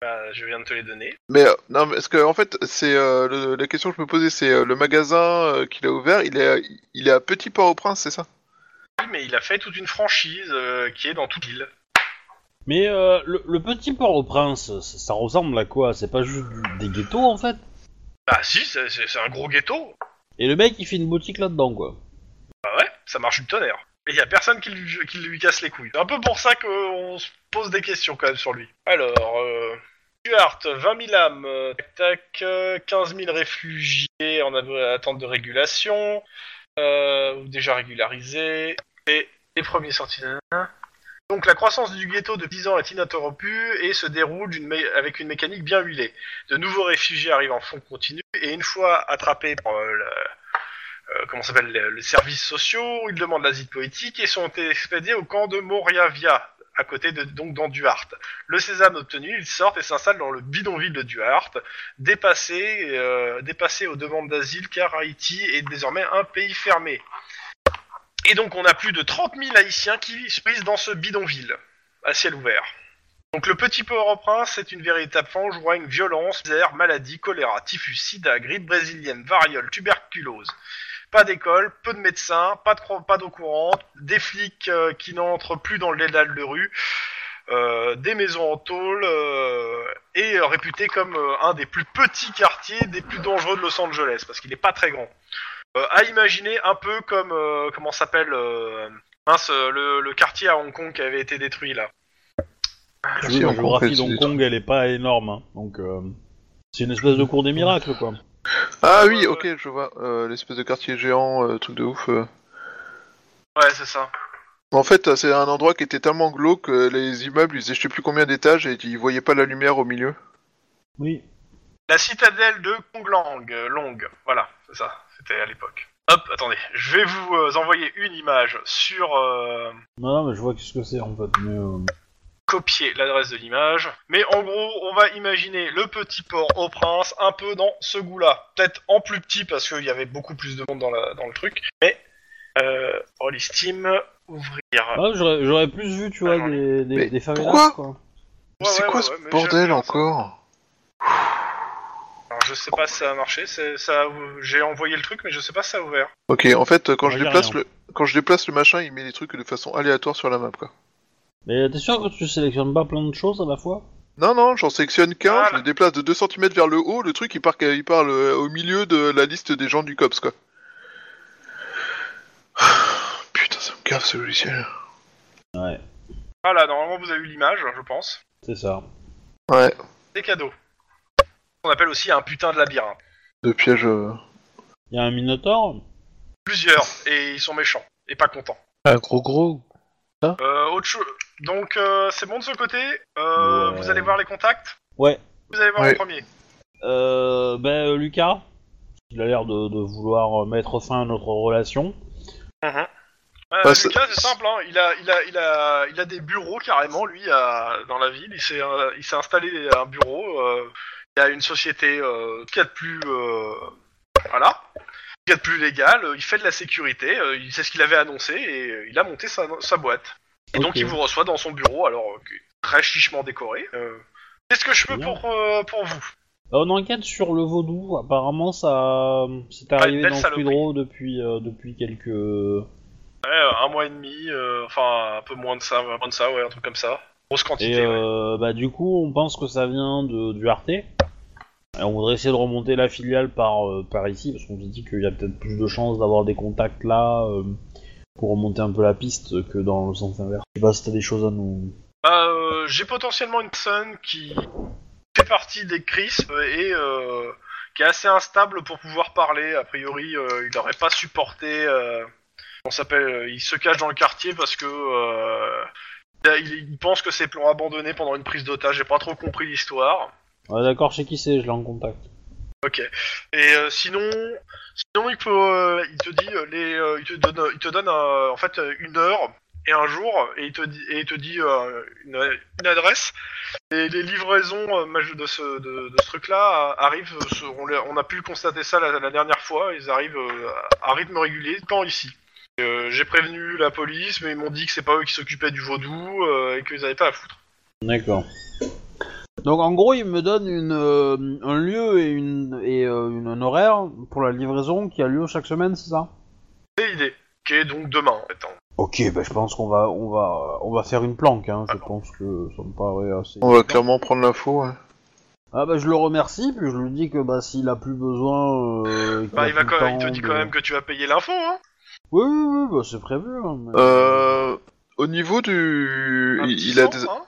[SPEAKER 2] Bah, je viens de te les donner.
[SPEAKER 3] Mais euh, non, mais parce que en fait, c'est euh, le- la question que je me posais, c'est euh, le magasin euh, qu'il a ouvert, il est, à- il est à Petit Port-au-Prince, c'est ça
[SPEAKER 2] Oui, mais il a fait toute une franchise euh, qui est dans toute l'île.
[SPEAKER 1] Mais euh, le, le petit Port-au-Prince, ça, ça ressemble à quoi C'est pas juste du- des ghettos en fait
[SPEAKER 2] Bah si, c'est- c'est c'est un gros ghetto.
[SPEAKER 1] Et le mec, il fait une boutique là-dedans quoi.
[SPEAKER 2] Bah ouais, ça marche du tonnerre. Et y a personne qui lui, qui lui casse les couilles. C'est un peu pour ça qu'on se pose des questions quand même sur lui. Alors, euh... Stuart, 20 000 âmes, euh, tac tac, euh, 15 000 réfugiés en av- attente de régulation, euh, ou déjà régularisés, et les premiers sortis. nanana. Donc la croissance du ghetto de 10 ans est ininterrompue et se déroule d'une mé- avec une mécanique bien huilée. De nouveaux réfugiés arrivent en fond continu et une fois attrapés par euh, le, euh, comment ça s'appelle, les, les services sociaux, ils demandent l'asile politique et sont expédiés au camp de Moriavia, à côté de donc dans Duarte. Le sésame obtenu, ils sortent et s'installent dans le bidonville de Duarte, dépassé, euh, dépassé aux demandes d'asile car Haïti est désormais un pays fermé. Et donc on a plus de 30 000 Haïtiens qui se prisent dans ce bidonville, à ciel ouvert. Donc le petit Port-au-Prince est une véritable fange règne violence, misère, maladie, choléra, typhus, sida, grippe brésilienne, variole, tuberculose. Pas d'école, peu de médecins, pas de cro- pas d'eau courante, des flics euh, qui n'entrent plus dans les dalles de rue, euh, des maisons en tôle, euh, et euh, réputé comme euh, un des plus petits quartiers, des plus dangereux de Los Angeles, parce qu'il n'est pas très grand. Euh, à imaginer un peu comme, euh, comment ça s'appelle, euh, mince, euh, le, le quartier à Hong Kong qui avait été détruit là.
[SPEAKER 1] Tu
[SPEAKER 2] Ah,
[SPEAKER 3] Si,
[SPEAKER 1] veux,
[SPEAKER 3] on
[SPEAKER 1] la géographie
[SPEAKER 3] comprend, c'est
[SPEAKER 1] d'Hong
[SPEAKER 3] des
[SPEAKER 1] Kong, elle est pas énorme, hein, donc euh, c'est une espèce de cours des miracles, quoi.
[SPEAKER 3] Ah oui,
[SPEAKER 2] ouais.
[SPEAKER 3] ok, je vois. euh, L'espèce de quartier géant, euh, truc de ouf. euh.
[SPEAKER 2] Ouais, c'est ça.
[SPEAKER 3] En fait, euh, c'est un endroit qui était tellement glauque que les immeubles, ils faisaient je sais plus combien d'étages et ils voyaient pas la lumière au milieu.
[SPEAKER 1] Oui.
[SPEAKER 2] La citadelle de Konglang, euh, Long, voilà, c'est ça, c'était à l'époque. Hop, attendez, je vais vous euh, envoyer une image sur euh,
[SPEAKER 1] Non, non, mais je vois ce que c'est en fait. Mais, euh,
[SPEAKER 2] copier l'adresse de l'image. Mais en gros, on va imaginer le petit port au prince un peu dans ce goût-là. Peut-être en plus petit parce qu'il y avait beaucoup plus de monde dans, la- dans le truc. Mais, euh, Roll Steam, ouvrir.
[SPEAKER 1] Ah, j'aurais j'aurais plus vu, tu vois,
[SPEAKER 2] Ah,
[SPEAKER 1] des, des,
[SPEAKER 3] Mais
[SPEAKER 1] des favelas,
[SPEAKER 3] pourquoi
[SPEAKER 1] quoi.
[SPEAKER 2] Ouais,
[SPEAKER 3] c'est
[SPEAKER 2] ouais,
[SPEAKER 3] quoi
[SPEAKER 2] ouais,
[SPEAKER 3] ce
[SPEAKER 2] ouais, mais j'aime
[SPEAKER 3] bordel
[SPEAKER 2] bien ça.
[SPEAKER 3] encore
[SPEAKER 2] Alors, je sais pas si ça a marché, c'est- ça, a- j'ai envoyé le truc, mais je sais pas si ça a ouvert.
[SPEAKER 3] Ok, en fait, euh, quand je,
[SPEAKER 1] Regarde
[SPEAKER 3] déplace
[SPEAKER 1] rien.
[SPEAKER 3] le... quand je déplace le machin, il met les trucs de façon aléatoire sur la map, quoi.
[SPEAKER 1] Mais t'es sûr que tu sélectionnes pas plein de choses à la fois
[SPEAKER 3] Non, non, j'en sélectionne qu'un,
[SPEAKER 2] Ah,
[SPEAKER 3] je
[SPEAKER 2] là.
[SPEAKER 3] le déplace de 2 cm vers le haut, le truc, il part, il part euh, au milieu de la liste des gens du COPS, quoi. [sighs] Putain, ça me cave ce logiciel.
[SPEAKER 1] Ouais,
[SPEAKER 2] Ah là, normalement, vous avez eu l'image, je pense.
[SPEAKER 1] c'est ça.
[SPEAKER 3] Ouais,
[SPEAKER 2] Des cadeaux. On appelle aussi un putain de labyrinthe.
[SPEAKER 3] deux pièges... euh.
[SPEAKER 1] Il y a un Minotaur
[SPEAKER 2] Plusieurs, et ils sont méchants, et pas contents.
[SPEAKER 6] Un Ah, gros gros.
[SPEAKER 2] Euh, autre chose. Donc, euh, c'est bon de ce côté. Euh,
[SPEAKER 1] Ouais.
[SPEAKER 2] Vous allez voir les contacts
[SPEAKER 1] Ouais.
[SPEAKER 2] Vous allez voir
[SPEAKER 3] Ouais.
[SPEAKER 2] le premier.
[SPEAKER 1] Euh, ben, euh, Lucas, il a l'air de, de vouloir euh, mettre fin à notre relation.
[SPEAKER 2] Euh,
[SPEAKER 3] Bah, c'est-
[SPEAKER 2] Lucas, c'est simple, hein. il, a, il, a, il, a, il a des bureaux carrément, lui, à, dans la ville. Il s'est, euh, il s'est installé un bureau. euh, il a une société euh, qui a de plus. Euh, voilà. Qui a de plus légal. euh, Il fait de la sécurité. euh, il sait ce qu'il avait annoncé et euh, il a monté sa, sa boîte. Et donc,
[SPEAKER 1] Ok.
[SPEAKER 2] il vous reçoit dans son bureau, alors euh, très chichement décoré. Euh, Qu'est-ce que je peux
[SPEAKER 1] Bien.
[SPEAKER 2] pour, euh, pour vous
[SPEAKER 1] Euh, on enquête sur le vaudou, apparemment ça c'est arrivé
[SPEAKER 2] belle
[SPEAKER 1] dans
[SPEAKER 2] saloperie.
[SPEAKER 1] Squidrow depuis, euh, depuis quelques...
[SPEAKER 2] Ouais, euh, un mois et demi, euh, enfin un peu moins de ça, un peu moins de ça, ouais, un truc comme ça. Grosse
[SPEAKER 1] Et
[SPEAKER 2] quantité. ouais.
[SPEAKER 1] euh, bah, du coup, on pense que ça vient de Duarte. Et on voudrait essayer de remonter la filiale par, euh, par ici, parce qu'on se dit qu'il y a peut-être plus de chances d'avoir des contacts là euh, pour remonter un peu la piste que dans le sens inverse. Je sais pas si t'as des choses à nous.
[SPEAKER 2] Bah, euh, j'ai potentiellement une personne qui fait partie des CRISP et euh, qui est assez instable pour pouvoir parler. A priori, euh, il n'aurait pas supporté. euh, on s'appelle. euh, il se cache dans le quartier parce que. euh, il a- il, il pense que ses plans abandonnés pendant une prise d'otage. J'ai pas trop compris l'histoire.
[SPEAKER 1] Ouais, D'accord, chez qui c'est Je l'ai en contact.
[SPEAKER 2] Ok. Et euh, sinon, sinon il peut, euh, il te dit euh, les, euh, il te donne, il te donne euh, en fait euh, une heure et un jour et il te dit, et il te dit euh, une, une adresse. Et les livraisons euh, maj- de ce, de, de ce truc-là euh, arrivent, euh, sur- on, les- on a pu constater ça la, la dernière fois. Ils arrivent euh, à à rythme régulier, quand ici. Euh, J'ai prévenu la police, mais ils m'ont dit que c'est pas eux qui s'occupaient du vaudou euh, et qu'ils avaient pas à foutre.
[SPEAKER 1] D'accord. Donc en gros, il me donne une, euh, un lieu et, une, et euh, une, un horaire pour la livraison qui a lieu chaque semaine, c'est ça
[SPEAKER 2] C'est l'idée. Qui est donc demain en fait. hein.
[SPEAKER 1] Ok, bah, je pense qu'on va, on va, on va faire une planque. Hein. Je pense que ça me paraît assez.
[SPEAKER 3] On va clairement prendre l'info, ouais.
[SPEAKER 1] Ah bah je le remercie, puis je lui dis que bah s'il a plus besoin... euh, qu'il
[SPEAKER 2] Bah,
[SPEAKER 1] a
[SPEAKER 2] il va
[SPEAKER 1] plus le
[SPEAKER 2] quand même, il te
[SPEAKER 1] temps euh,
[SPEAKER 2] dit
[SPEAKER 1] de-
[SPEAKER 2] quand même que tu vas payer l'info, hein.
[SPEAKER 1] Oui, oui, oui, bah c'est prévu. hein, mais-
[SPEAKER 3] Euh... Au niveau du...
[SPEAKER 2] Un
[SPEAKER 3] Il,
[SPEAKER 2] petit
[SPEAKER 3] il a
[SPEAKER 2] cent,
[SPEAKER 3] des...
[SPEAKER 2] hein.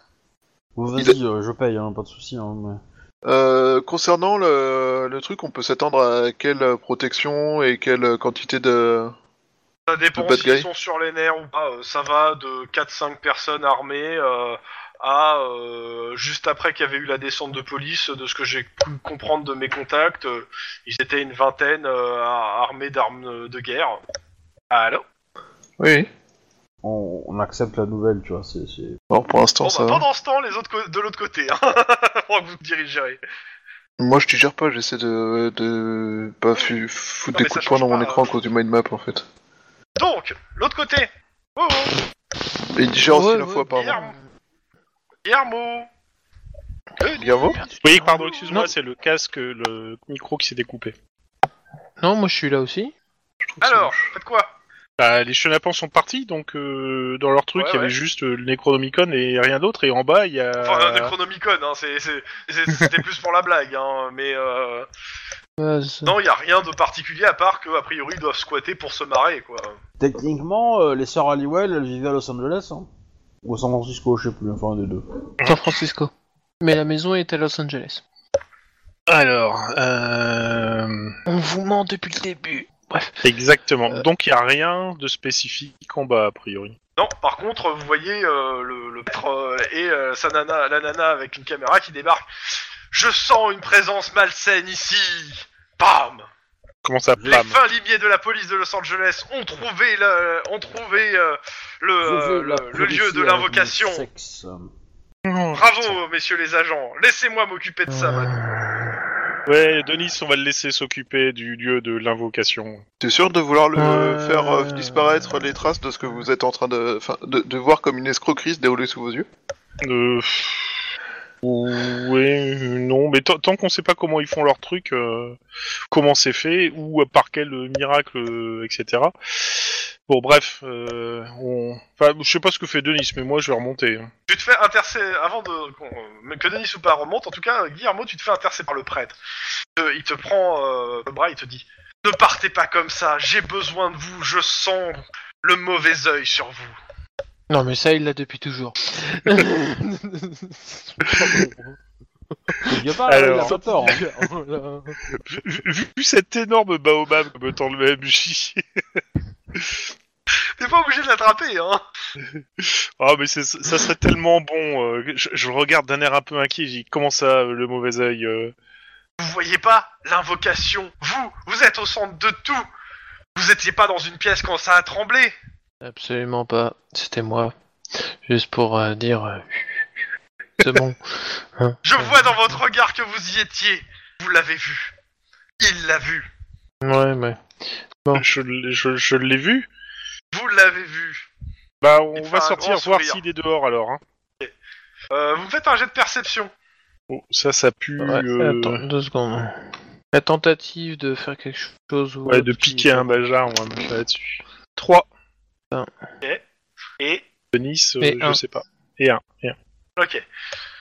[SPEAKER 1] Bon,
[SPEAKER 3] il
[SPEAKER 1] Vas-y, euh, je paye, hein, pas de soucis. Hein, mais-
[SPEAKER 3] Euh, concernant le, le truc, on peut s'attendre à quelle protection et quelle quantité de...
[SPEAKER 2] Ça dépend
[SPEAKER 3] Le bad
[SPEAKER 2] s'ils
[SPEAKER 3] guy.
[SPEAKER 2] sont sur les nerfs ou pas. Euh, Ça va de 4-5 personnes armées euh, à euh, juste après qu'il y avait eu la descente de police, de ce que j'ai pu comprendre de mes contacts, euh, ils étaient une vingtaine euh, à- armés d'armes euh, de guerre. Allô
[SPEAKER 6] Oui.
[SPEAKER 7] On, on accepte la nouvelle, tu vois. C'est, c'est...
[SPEAKER 3] Alors pour l'instant,
[SPEAKER 2] Bon,
[SPEAKER 3] ça
[SPEAKER 2] bah,
[SPEAKER 3] va.
[SPEAKER 2] pendant ce temps, les autres co- de l'autre côté, hein, [laughs] Faudra que vous dirigerez.
[SPEAKER 3] Moi, je te gère pas, j'essaie de, de pas fu- foutre
[SPEAKER 2] Non, mais
[SPEAKER 3] des
[SPEAKER 2] ça
[SPEAKER 3] coups de poing dans
[SPEAKER 2] change
[SPEAKER 3] mon
[SPEAKER 2] pas,
[SPEAKER 3] écran
[SPEAKER 2] euh.
[SPEAKER 3] à cause du mind map en fait.
[SPEAKER 2] Donc, l'autre côté Oh, oh,
[SPEAKER 3] Et il digère aussi
[SPEAKER 6] Ouais,
[SPEAKER 3] la
[SPEAKER 6] ouais,
[SPEAKER 3] fois, pardon.
[SPEAKER 2] Guillermo Guillermo
[SPEAKER 3] Guillermo
[SPEAKER 4] Oui, pardon, excuse-moi,
[SPEAKER 6] Non.
[SPEAKER 4] c'est le casque, le micro qui s'est découpé.
[SPEAKER 6] Non, moi je suis là aussi.
[SPEAKER 2] Alors, faites quoi
[SPEAKER 4] Bah, les chenapans sont partis, donc euh, dans leur truc,
[SPEAKER 2] Ouais,
[SPEAKER 4] il y avait
[SPEAKER 2] ouais.
[SPEAKER 4] juste euh, le Necronomicon et rien d'autre, et en bas, il y a...
[SPEAKER 3] Euh.
[SPEAKER 2] Enfin, le Necronomicon, hein, c'est- c'est- c'est- c'était plus pour la blague, hein, mais euh,
[SPEAKER 6] Ouais, c'est-
[SPEAKER 2] non, il y a rien de particulier à part que a priori ils doivent squatter pour se marrer, quoi.
[SPEAKER 7] Techniquement, euh, les sœurs Halliwell, elles vivaient à Los Angeles. Hein. Ou à San Francisco, je sais plus, enfin un des deux.
[SPEAKER 6] San Francisco. Mais la maison est à Los Angeles.
[SPEAKER 4] Alors, euh...
[SPEAKER 6] On vous ment depuis le début. Bref.
[SPEAKER 4] Exactement.
[SPEAKER 6] Euh.
[SPEAKER 4] Donc il n'y a rien de spécifique en bas, a priori.
[SPEAKER 2] Non, par contre, vous voyez euh, le, le maître, euh, et euh, sa nana, la nana avec une caméra qui débarque. Je sens une présence malsaine ici. Bam.
[SPEAKER 4] Comment ça,
[SPEAKER 2] Les
[SPEAKER 4] pam
[SPEAKER 2] fins limiers de la police de Los Angeles ont trouvé le, ont trouvé euh, le,
[SPEAKER 7] Je veux
[SPEAKER 2] euh,
[SPEAKER 7] la
[SPEAKER 2] le- le lieu
[SPEAKER 7] police
[SPEAKER 2] de
[SPEAKER 7] avec
[SPEAKER 2] l'invocation.
[SPEAKER 7] mon [laughs] sexe.
[SPEAKER 4] Putain.
[SPEAKER 2] Bravo, messieurs les agents. Laissez-moi m'occuper de ça. maintenant.
[SPEAKER 4] Ouais, Denis, on va le laisser s'occuper du lieu de l'invocation.
[SPEAKER 3] T'es sûr de vouloir le
[SPEAKER 6] Euh,
[SPEAKER 3] faire euh, disparaître les traces de ce que vous êtes en train de, enfin, de, de voir comme une escroquerie se dérouler sous vos yeux
[SPEAKER 4] Euh... pff, Ouais, euh, non, mais tant tant qu'on sait pas comment ils font leur truc, euh, comment c'est fait, ou par quel euh, miracle, euh, etc. Bon, bref, euh, on... enfin, je sais pas ce que fait Denis, mais moi je vais remonter.
[SPEAKER 2] Tu te fais intercepter avant de qu'on- euh, que Denis ou pas remonte. En tout cas, Guillermo, tu te fais intercepter par le prêtre. Euh, Il te prend euh, le bras, il te dit "Ne partez pas comme ça. J'ai besoin de vous. Je sens le mauvais œil sur vous."
[SPEAKER 6] Non, mais ça, il l'a depuis toujours.
[SPEAKER 7] Il y a pas, il a
[SPEAKER 4] Alors.
[SPEAKER 7] pas tort. hein. [laughs]
[SPEAKER 6] Voilà.
[SPEAKER 4] Vu- vu, vu cet énorme baobab que me tend le MJ,
[SPEAKER 2] T'es pas obligé de l'attraper, hein
[SPEAKER 4] [laughs] Ah mais c'est- ça serait tellement bon. euh, que je, je le regarde d'un air un peu inquiet. J'y comment ça euh, le mauvais œil euh
[SPEAKER 2] Vous voyez pas l'invocation Vous, vous êtes au centre de tout. Vous étiez pas dans une pièce quand ça a tremblé.
[SPEAKER 6] Absolument pas. C'était moi. Juste pour euh, dire. euh, C'est bon. Hein.
[SPEAKER 2] Je vois dans votre regard que vous y étiez. Vous l'avez vu. Il l'a vu.
[SPEAKER 6] Ouais, mais. Bon.
[SPEAKER 4] Je, l'ai- je- je l'ai vu.
[SPEAKER 2] Vous l'avez vu.
[SPEAKER 4] Bah on
[SPEAKER 2] Il fait
[SPEAKER 4] va
[SPEAKER 2] un
[SPEAKER 4] sortir
[SPEAKER 2] grand
[SPEAKER 4] voir
[SPEAKER 2] sourire.
[SPEAKER 4] s'il est dehors alors. hein.
[SPEAKER 2] Euh, vous me faites un jet de perception.
[SPEAKER 4] Oh, ça ça pue.
[SPEAKER 6] Ouais,
[SPEAKER 4] euh,
[SPEAKER 6] Attends, deux secondes. La tentative de faire quelque chose ou.
[SPEAKER 4] ouais, de
[SPEAKER 6] autre qui-
[SPEAKER 4] piquer un bajar on va me faire là-dessus. 3
[SPEAKER 2] Et
[SPEAKER 4] de Nice, euh,
[SPEAKER 6] Et
[SPEAKER 4] je
[SPEAKER 6] un.
[SPEAKER 4] sais pas. Et un. et un.
[SPEAKER 2] Ok.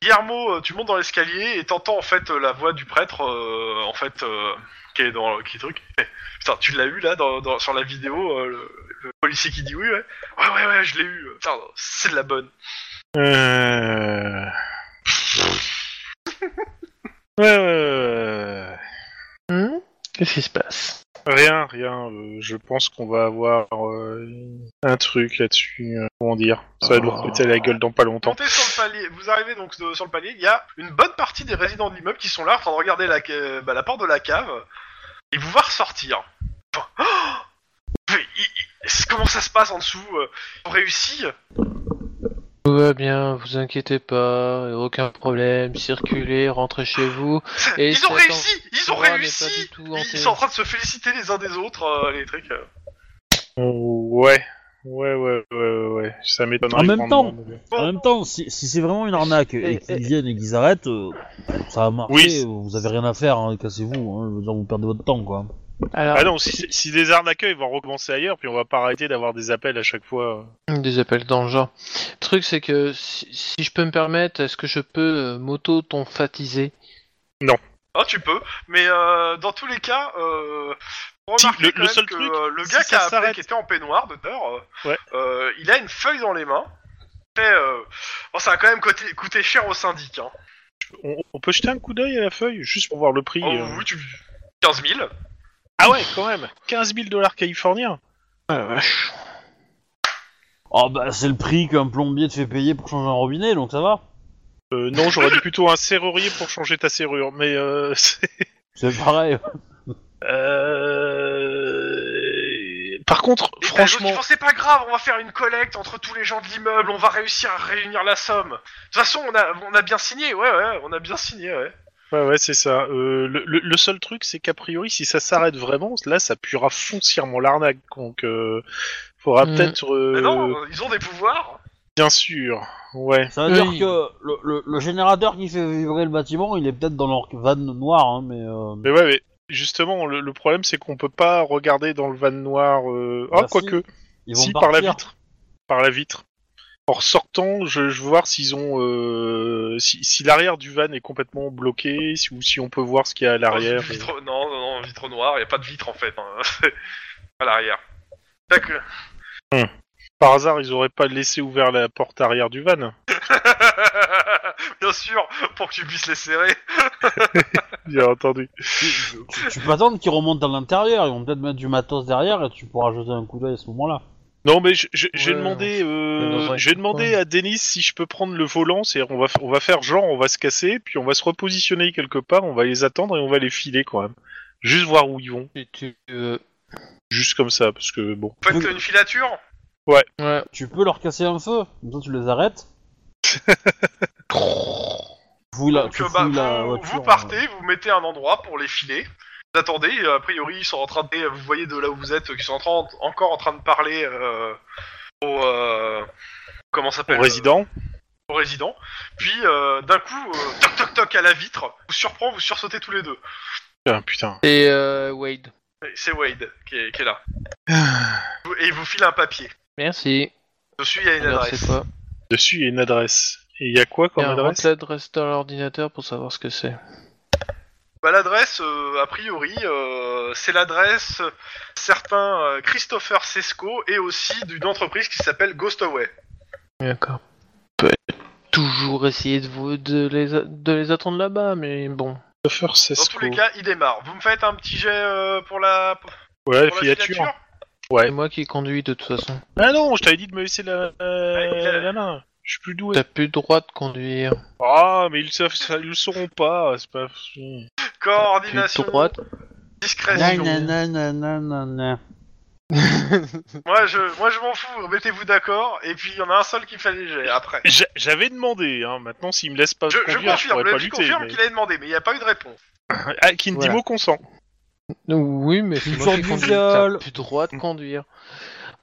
[SPEAKER 2] Guillermo, euh, tu montes dans l'escalier et t'entends en fait euh, la voix du prêtre, euh, en fait, euh, qui est dans qui est truc. Eh, Putain, tu l'as eu là dans, dans- sur la vidéo, euh, le, le policier qui dit oui, ouais. Ouais, ouais, ouais, je l'ai eu. Putain, c'est de la bonne.
[SPEAKER 4] Euh... ouais, ouais, ouais, ouais.
[SPEAKER 6] Hmm Qu'est-ce qui se passe
[SPEAKER 4] Rien, rien. euh, je pense qu'on va avoir euh, un truc là-dessus. euh, comment dire Ça va nous péter la gueule dans pas longtemps.
[SPEAKER 2] Montez sur le palier, vous arrivez donc de- sur le palier, il y a une bonne partie des résidents de l'immeuble qui sont là en train de regarder la, ca- euh, bah, la porte de la cave et vous voir sortir. Enfin, [gasps] oh Mais il- il- c'est- comment ça se passe en dessous euh, Ils ont réussi
[SPEAKER 6] Tout va bien, vous inquiétez pas, y a aucun problème, circulez, rentrez chez vous. Et
[SPEAKER 2] Ils ont
[SPEAKER 6] cet
[SPEAKER 2] réussi Ils ont
[SPEAKER 6] endroit n'est
[SPEAKER 2] réussi
[SPEAKER 6] pas du tout
[SPEAKER 2] Ils-
[SPEAKER 6] hanté.
[SPEAKER 2] Ils sont en train de se féliciter les uns des autres, euh, les trucs. euh.
[SPEAKER 4] Ouais, ouais, ouais, ouais, ouais. Ça m'étonnerait.
[SPEAKER 7] En même
[SPEAKER 4] grandement.
[SPEAKER 7] En même temps, si, si c'est vraiment une arnaque et qu'ils viennent et qu'ils arrêtent, euh, ça va marcher.
[SPEAKER 4] Oui, c'est-
[SPEAKER 7] Vous avez rien à faire, hein, cassez-vous. Hein, je veux dire, vous perdez votre temps, quoi.
[SPEAKER 6] Alors,
[SPEAKER 4] Ah non, si, si des arnaqueurs, ils vont recommencer ailleurs, puis on va pas arrêter d'avoir des appels à chaque fois.
[SPEAKER 6] Des appels dans le genre. Le truc, c'est que si, si je peux me permettre, est-ce que je peux euh, m'auto-tonfatiser
[SPEAKER 2] Ah, tu peux, mais euh, dans tous les cas, euh, faut
[SPEAKER 4] Si,
[SPEAKER 2] remarquer
[SPEAKER 4] le-
[SPEAKER 2] quand
[SPEAKER 4] le
[SPEAKER 2] même
[SPEAKER 4] seul
[SPEAKER 2] que,
[SPEAKER 4] truc,
[SPEAKER 2] euh, le
[SPEAKER 4] si
[SPEAKER 2] gars
[SPEAKER 4] ça
[SPEAKER 2] qui, a appelé,
[SPEAKER 4] s'arrête-
[SPEAKER 2] qui était en peignoir de peur, euh,
[SPEAKER 4] Ouais.
[SPEAKER 2] euh, il a une feuille dans les mains. Fait, euh, bon, ça a quand même coté- coûté cher au syndic. Hein.
[SPEAKER 4] euh, On, on peut jeter un coup d'œil à la feuille, juste pour voir le prix.
[SPEAKER 2] Oh,
[SPEAKER 4] euh.
[SPEAKER 2] oui, tu- 15 000.
[SPEAKER 4] Ah ouais, quand même 15 000 dollars californiens
[SPEAKER 6] Ah la vache.
[SPEAKER 7] Oh bah c'est le prix qu'un plombier te fait payer pour changer un robinet, donc ça va.
[SPEAKER 4] Euh, non, j'aurais dit plutôt un serrurier pour changer ta serrure, mais euh, [laughs] c'est-
[SPEAKER 7] C'est pareil.
[SPEAKER 4] euh, Par contre,
[SPEAKER 2] Et t'as
[SPEAKER 4] franchement,
[SPEAKER 2] l'autre qui fait, c'est pas grave, on va faire une collecte entre tous les gens de l'immeuble, on va réussir à réunir la somme. De toute façon, on a, on a bien signé, ouais, ouais, on a bien signé, ouais.
[SPEAKER 4] ouais, ouais, c'est ça. Euh, le, le- le seul truc, c'est qu'a priori, si ça s'arrête vraiment, là, ça puera foncièrement l'arnaque. Donc, euh, faudra
[SPEAKER 6] Mm.
[SPEAKER 4] peut-être, euh,
[SPEAKER 2] Mais Bah non, ils ont des pouvoirs.
[SPEAKER 4] bien sûr, ouais.
[SPEAKER 7] Ça veut
[SPEAKER 6] Oui.
[SPEAKER 7] dire que le, le- le générateur qui fait vibrer le bâtiment, il est peut-être dans leur van noir, hein, mais... euh,
[SPEAKER 4] Mais ouais, mais justement, le, le problème, c'est qu'on peut pas regarder dans le van noir. Euh... Ah,
[SPEAKER 7] Bah si,
[SPEAKER 4] quoique.
[SPEAKER 7] ils
[SPEAKER 4] si,
[SPEAKER 7] partir.
[SPEAKER 4] par la vitre. Par la vitre. En ressortant, je, je veux voir s'ils ont. euh, si si l'arrière du van est complètement bloqué, si, ou si on peut voir ce qu'il y a à l'arrière.
[SPEAKER 2] Vitre- Non, non, non, vitre noire, y a pas de vitre en fait, hein. [laughs] C'est à l'arrière. D'accord.
[SPEAKER 4] Par hasard, ils auraient pas laissé ouvert la porte arrière du van.
[SPEAKER 2] [laughs]
[SPEAKER 4] [laughs]
[SPEAKER 2] bien sûr, pour que tu puisses les serrer.
[SPEAKER 4] Bien entendu.
[SPEAKER 7] Tu, tu- tu peux attendre qu'ils remontent à l'intérieur, ils vont peut-être mettre du matos derrière et tu pourras jeter un coup d'œil à ce moment-là.
[SPEAKER 4] Non, mais je- je- j'ai
[SPEAKER 6] Ouais,
[SPEAKER 4] demandé,
[SPEAKER 6] mais dans
[SPEAKER 4] euh,
[SPEAKER 6] un
[SPEAKER 4] j'ai
[SPEAKER 6] coin.
[SPEAKER 4] demandé à Denis si je peux prendre le volant. C'est on va, f- on va faire genre, on va se casser, puis on va se repositionner quelque part, on va les attendre et on va les filer quand même. Juste voir où ils vont,
[SPEAKER 6] Tu, tu, euh,
[SPEAKER 4] juste comme ça, parce que bon.
[SPEAKER 2] Faites une filature.
[SPEAKER 6] ouais.
[SPEAKER 7] Tu peux leur casser un feu, comme ça tu les
[SPEAKER 4] [laughs]
[SPEAKER 7] arrêtes. Fouille la,
[SPEAKER 2] Donc,
[SPEAKER 7] tu
[SPEAKER 2] euh, bah,
[SPEAKER 7] fouilles la
[SPEAKER 2] vous,
[SPEAKER 7] voiture, euh.
[SPEAKER 2] vous partez, vous mettez un endroit pour les filer. Vous attendez, euh, a priori ils sont en train de... Vous voyez de là où vous êtes, euh, qu'ils sont en train- encore en train de parler euh, au... euh, comment ça
[SPEAKER 4] Au
[SPEAKER 2] s'appelle euh,
[SPEAKER 4] résident.
[SPEAKER 2] au résident. Puis euh, d'un coup, euh, toc toc toc à la vitre, vous surprend, vous sursautez tous les deux.
[SPEAKER 4] Putain, putain.
[SPEAKER 6] Et euh, Wade.
[SPEAKER 2] Et C'est Wade qui est, qui est là. Et il vous file un papier.
[SPEAKER 6] Merci.
[SPEAKER 2] Dessus, il y a une
[SPEAKER 6] Alors,
[SPEAKER 2] adresse.
[SPEAKER 6] c'est quoi
[SPEAKER 4] Dessus, il y a une adresse. Et il y a quoi comme
[SPEAKER 6] Bien,
[SPEAKER 4] adresse
[SPEAKER 6] rentre l'adresse dans l'ordinateur pour savoir ce que c'est.
[SPEAKER 2] Bah, l'adresse, euh, a priori, euh, c'est l'adresse certain euh, Christopher Sesco et aussi d'une entreprise qui s'appelle Ghostaway.
[SPEAKER 6] D'accord. On peut toujours essayer de, vous, de, les, a- de les attendre là-bas, mais bon.
[SPEAKER 4] Christopher
[SPEAKER 2] Dans
[SPEAKER 4] Sesco.
[SPEAKER 2] tous les cas, il démarre. Vous me faites un petit jet euh, pour la, pour
[SPEAKER 4] Ouais,
[SPEAKER 2] la
[SPEAKER 4] filature.
[SPEAKER 2] filature
[SPEAKER 4] Ouais.
[SPEAKER 6] C'est moi qui conduis de toute façon.
[SPEAKER 4] Ah non, je t'avais dit de me laisser la,
[SPEAKER 2] Ouais, il a-
[SPEAKER 4] la main. Je suis plus doué.
[SPEAKER 6] T'as plus le droit de conduire.
[SPEAKER 4] Ah, mais ils, le savent- ça- ils le sauront pas. C'est pas.
[SPEAKER 6] Plus
[SPEAKER 2] Coordination,
[SPEAKER 6] de droit.
[SPEAKER 7] hein.
[SPEAKER 2] discrétion.
[SPEAKER 7] Nananananana.
[SPEAKER 2] Moi, je, moi, je m'en fous. Mettez-vous d'accord. Et puis, il y en a un seul qui fait les jets après.
[SPEAKER 4] J'a- J'avais demandé. Hein. Maintenant, s'ils me laissent pas
[SPEAKER 2] Je, je
[SPEAKER 4] conduire, je
[SPEAKER 2] confirme,
[SPEAKER 4] pourrais
[SPEAKER 2] le
[SPEAKER 4] pas
[SPEAKER 2] dit
[SPEAKER 4] lutter.
[SPEAKER 2] confirme
[SPEAKER 4] mais-
[SPEAKER 2] qu'il avait demandé, mais il n'y a pas eu de réponse.
[SPEAKER 4] Ah, qui ne dit
[SPEAKER 6] Voilà.
[SPEAKER 4] mot consent.
[SPEAKER 6] Oui, mais c'est
[SPEAKER 7] Culture
[SPEAKER 6] moi qui
[SPEAKER 7] du
[SPEAKER 6] conduis.
[SPEAKER 7] viol.
[SPEAKER 6] T'as plus le droit de conduire.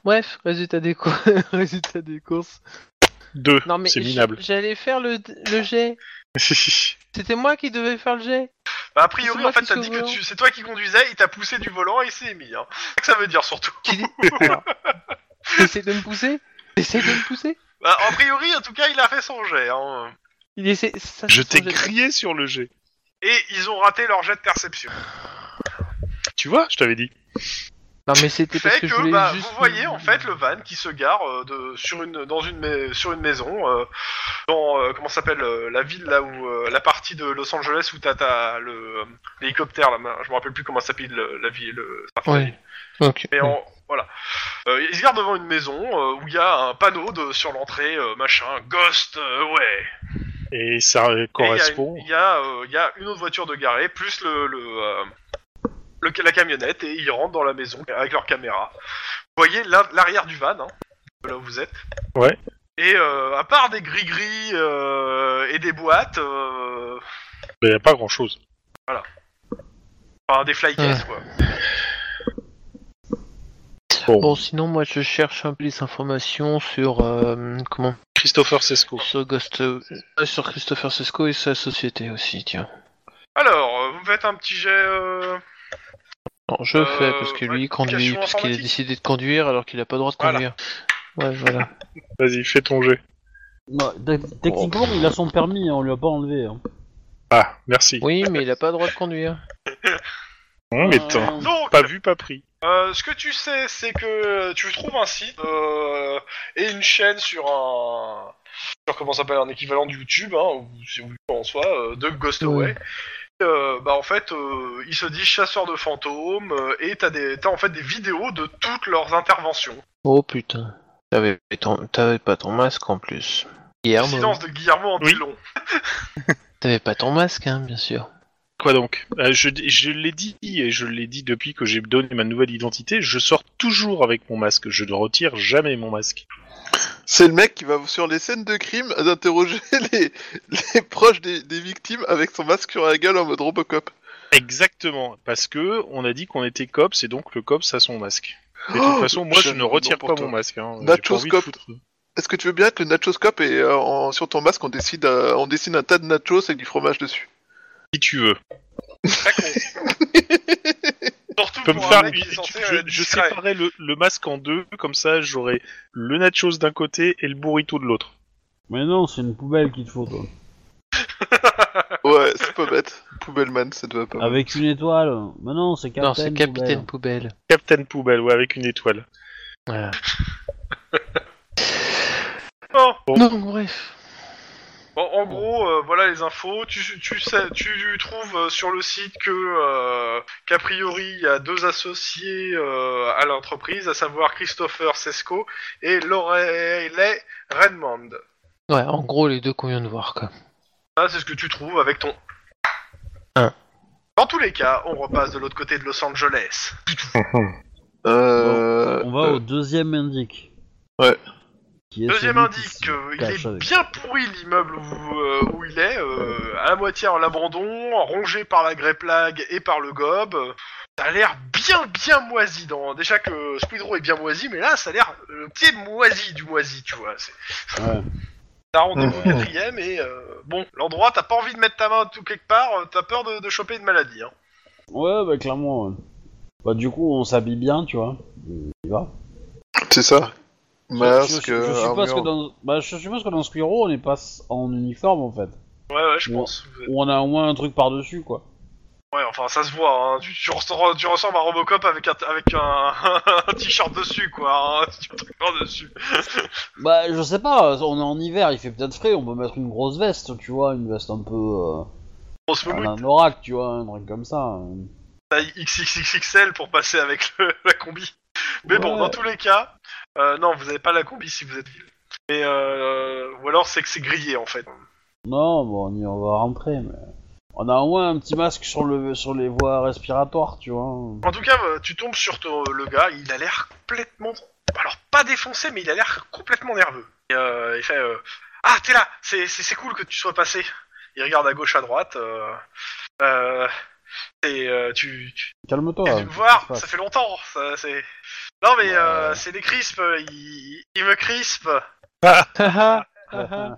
[SPEAKER 6] Bref, résultat des, cours... [laughs] résultat des courses.
[SPEAKER 4] [laughs] Deux.
[SPEAKER 6] Non mais
[SPEAKER 4] C'est
[SPEAKER 6] j-
[SPEAKER 4] minable.
[SPEAKER 6] j'allais faire le, le jet. C'était moi qui devais faire le jet.
[SPEAKER 2] Bah, a
[SPEAKER 6] C'est
[SPEAKER 2] priori,
[SPEAKER 6] moi
[SPEAKER 2] en fait,
[SPEAKER 6] qui
[SPEAKER 2] t'as
[SPEAKER 6] suis
[SPEAKER 2] dit
[SPEAKER 6] au
[SPEAKER 2] que
[SPEAKER 6] volant.
[SPEAKER 2] tu- c'est toi qui conduisais, il t'a poussé du volant et il s'est mis. Hein. [laughs] C'est ça que ça veut dire surtout.
[SPEAKER 6] T'essayes de me pousser T'essayes de me pousser
[SPEAKER 2] [laughs] Bah, a priori, en tout cas, il a fait son jet. Hein.
[SPEAKER 6] Il essaie. ça, c'est
[SPEAKER 4] je
[SPEAKER 6] son
[SPEAKER 4] t'ai
[SPEAKER 6] jet de-
[SPEAKER 4] crié sur le G.
[SPEAKER 2] Et ils ont raté leur jet de perception.
[SPEAKER 4] Tu vois, je t'avais dit.
[SPEAKER 6] Non mais c'était parce
[SPEAKER 2] Fait
[SPEAKER 6] que,
[SPEAKER 2] que,
[SPEAKER 6] je voulais
[SPEAKER 2] bah,
[SPEAKER 6] juste-
[SPEAKER 2] vous voyez en fait le van qui se gare euh, de, sur une dans une mais- sur une maison euh, dans euh, comment ça s'appelle euh, la ville là où euh, la partie de Los Angeles où t'as t'as le euh, l'hélicoptère là, je me rappelle plus comment ça s'appelle le- la ville. le- enfin, la
[SPEAKER 6] Ouais.
[SPEAKER 2] ville.
[SPEAKER 6] Ok.
[SPEAKER 2] Mais en-
[SPEAKER 4] Hmm.
[SPEAKER 2] voilà. Euh, il se garde devant une maison euh, où il y a un panneau de, sur l'entrée, euh, machin, Ghost Away.
[SPEAKER 4] Et ça euh,
[SPEAKER 2] Et il y a une-
[SPEAKER 4] correspond.
[SPEAKER 2] Il y, a, euh, il y a une autre voiture de garée, plus le, le, euh, le- la camionnette, et ils rentrent dans la maison avec leur caméra. Vous voyez l'in- l'arrière du van, hein, de là où vous êtes.
[SPEAKER 4] Ouais.
[SPEAKER 2] Et euh, à part des gris-gris euh, et des boîtes, euh,
[SPEAKER 4] Mais y a pas grand chose.
[SPEAKER 2] enfin des
[SPEAKER 4] Hmm.
[SPEAKER 2] flycases quoi.
[SPEAKER 6] Bon, sinon, moi, je cherche un peu les informations sur euh, comment
[SPEAKER 4] Christopher Sesco.
[SPEAKER 6] sur Ghost, euh, sur Christopher Sesco et sa société aussi. Tiens,
[SPEAKER 2] Alors, euh, vous me faites un petit jet. euh,
[SPEAKER 6] non, je
[SPEAKER 2] Euh,
[SPEAKER 6] fais parce que lui il conduit
[SPEAKER 2] application
[SPEAKER 6] parce qu'il a
[SPEAKER 2] informatique.
[SPEAKER 6] décidé de conduire alors qu'il a pas le droit de
[SPEAKER 2] Voilà.
[SPEAKER 6] conduire. Ouais,
[SPEAKER 2] [laughs]
[SPEAKER 6] voilà.
[SPEAKER 4] Vas-y, fais ton G.
[SPEAKER 7] Ouais, tec- techniquement, il a son permis, hein, on lui a pas enlevé. Hein.
[SPEAKER 4] Ah, merci.
[SPEAKER 6] Oui, mais il a pas le droit de conduire.
[SPEAKER 4] Hum, mais putain.
[SPEAKER 7] Euh,
[SPEAKER 2] Donc,
[SPEAKER 4] Pas vu, pas pris.
[SPEAKER 2] Euh, ce que tu sais, c'est que tu trouves un site euh, et une chaîne sur un sur comment ça s'appelle un équivalent de YouTube, hein, ou si vous voulez en soi, euh, de Ghost
[SPEAKER 6] Ouais.
[SPEAKER 2] Away. euh, bah en fait, euh, il se dit chasseur de fantômes euh, et t'as des, t'as en fait des vidéos de toutes leurs interventions.
[SPEAKER 6] Oh putain. T'avais ton- t'avais pas ton masque en plus.
[SPEAKER 2] Le
[SPEAKER 6] Guillermo. hein.
[SPEAKER 2] silence de Guillermo en dit
[SPEAKER 4] Oui.
[SPEAKER 2] long.
[SPEAKER 6] T'avais pas ton masque, hein, bien sûr.
[SPEAKER 4] Quoi donc Euh, Je, je l'ai dit et je l'ai dit depuis que j'ai donné ma nouvelle identité. Je sors toujours avec mon masque. Je ne retire jamais mon masque.
[SPEAKER 3] C'est le mec qui va sur les scènes de crime interroger [laughs] les, les proches des, des victimes avec son masque sur la gueule en mode Robocop.
[SPEAKER 4] Exactement, parce que on a dit qu'on était cops et donc le cops a son masque. Et de toute façon, moi je ne retire pas mon masque. Hein. J'ai pas
[SPEAKER 3] Nachos
[SPEAKER 4] envie de
[SPEAKER 3] cop.
[SPEAKER 4] foutre-
[SPEAKER 3] Est-ce que tu veux bien être le nachoscope et euh, en- sur ton masque on, décide, euh, on dessine un tas de nachos avec du
[SPEAKER 2] [laughs]
[SPEAKER 3] fromage dessus
[SPEAKER 4] Si tu veux.
[SPEAKER 2] Pas con.
[SPEAKER 4] [laughs]
[SPEAKER 2] Surtout
[SPEAKER 4] Tu peux me
[SPEAKER 2] pour un
[SPEAKER 4] faire.
[SPEAKER 2] mec qui
[SPEAKER 4] une-
[SPEAKER 2] est censé
[SPEAKER 4] tu- je,
[SPEAKER 2] être
[SPEAKER 4] je
[SPEAKER 2] discret.
[SPEAKER 4] séparerai le, le masque en deux, comme ça j'aurai le nachos d'un côté et le burrito de l'autre.
[SPEAKER 1] Mais non, c'est une poubelle qu'il te faut, toi.
[SPEAKER 3] Ouais, c'est pas bête. Poubelle man, ça te va pas.
[SPEAKER 1] Avec une étoile. Mais non, c'est Captain
[SPEAKER 6] non, c'est Capitaine Poubelle.
[SPEAKER 4] Captain Poubelle, ouais, avec une étoile.
[SPEAKER 6] Voilà.
[SPEAKER 2] Bon,
[SPEAKER 6] Non, bref.
[SPEAKER 2] Bon, en gros, euh, voilà les infos. Tu, tu, sais- tu trouves euh, sur le site que euh, qu'a priori il y a deux associés euh, à l'entreprise, à savoir Christopher Sesco et Lorelei Redmond.
[SPEAKER 6] Ouais, en gros, les deux qu'on vient de voir, quoi.
[SPEAKER 2] Ça, c'est ce que tu trouves avec ton.
[SPEAKER 6] Hein.
[SPEAKER 2] Dans tous les cas, on repasse de l'autre côté de Los Angeles.
[SPEAKER 3] Euh,
[SPEAKER 1] On va au deuxième indique.
[SPEAKER 3] Ouais.
[SPEAKER 1] Qui est
[SPEAKER 2] Deuxième
[SPEAKER 1] celui
[SPEAKER 2] indice,
[SPEAKER 1] qui se
[SPEAKER 2] euh, il
[SPEAKER 1] cache
[SPEAKER 2] est
[SPEAKER 1] avec.
[SPEAKER 2] bien pourri l'immeuble où, euh, où il est, euh, à la moitié en l'abandon, rongé par la grey plague et par le gob. Ça a l'air bien bien moisi dans. Déjà que Squidrow est bien moisi, mais là ça a l'air le pied moisi du moisi, tu vois. C'est
[SPEAKER 1] Ouais.
[SPEAKER 2] t'as rendez-vous au quatrième et euh, bon, l'endroit t'as pas envie de mettre ta main tout quelque part, euh, t'as peur de, de choper une maladie. Hein.
[SPEAKER 1] Ouais, bah clairement. ouais. Bah du coup, on s'habille bien, tu vois. On y va.
[SPEAKER 3] c'est ça. Masque, euh,
[SPEAKER 1] je, je- je suppose que
[SPEAKER 3] armure.
[SPEAKER 1] dans, bah, je suppose que dans Squirrel, on est pas s- en uniforme en fait.
[SPEAKER 2] Ouais ouais, je
[SPEAKER 1] Ouais.
[SPEAKER 2] pense. Vous êtes-
[SPEAKER 1] Ou on a au moins un truc par-dessus, quoi.
[SPEAKER 2] Ouais, enfin ça se voit. Hein. Tu, tu, ressembles, tu ressembles à Robocop avec un avec un, [laughs] un t-shirt dessus quoi, hein. [laughs] un truc par dessus.
[SPEAKER 1] Bah, je sais pas, on est en hiver, il fait peut-être frais, on peut mettre une grosse veste, tu vois, une veste un peu. Euh,
[SPEAKER 2] On se mouille.
[SPEAKER 1] un oracle, tu vois, un truc comme ça. hein.
[SPEAKER 2] taille XXXXL pour passer avec le- [laughs] la combi. Mais bon,
[SPEAKER 1] Ouais.
[SPEAKER 2] dans tous les cas, euh, non, vous n'avez pas la combi si vous êtes ville. Et euh, ou alors c'est que c'est grillé en fait.
[SPEAKER 1] Non, bon, on y on va rentrer, mais. On a au moins un petit masque sur, le, sur les voies respiratoires, tu vois.
[SPEAKER 2] En tout cas, euh, tu tombes sur ton- le gars, il a l'air complètement, alors pas défoncé, mais il a l'air complètement nerveux. Et, euh, il fait euh, ah t'es là, c'est c'est- c'est cool que tu sois passé. Il regarde à gauche à droite. Euh, euh, et euh, tu, tu-
[SPEAKER 1] Calme-toi.
[SPEAKER 2] T'es
[SPEAKER 1] qu'est-ce qui
[SPEAKER 2] venu [laughs] me
[SPEAKER 1] se
[SPEAKER 2] voir,
[SPEAKER 1] passe
[SPEAKER 2] ça fait longtemps. ça, c'est... Non mais
[SPEAKER 1] Ouais.
[SPEAKER 2] euh, c'est les crispes, il, il me crispe. Ouais, euh,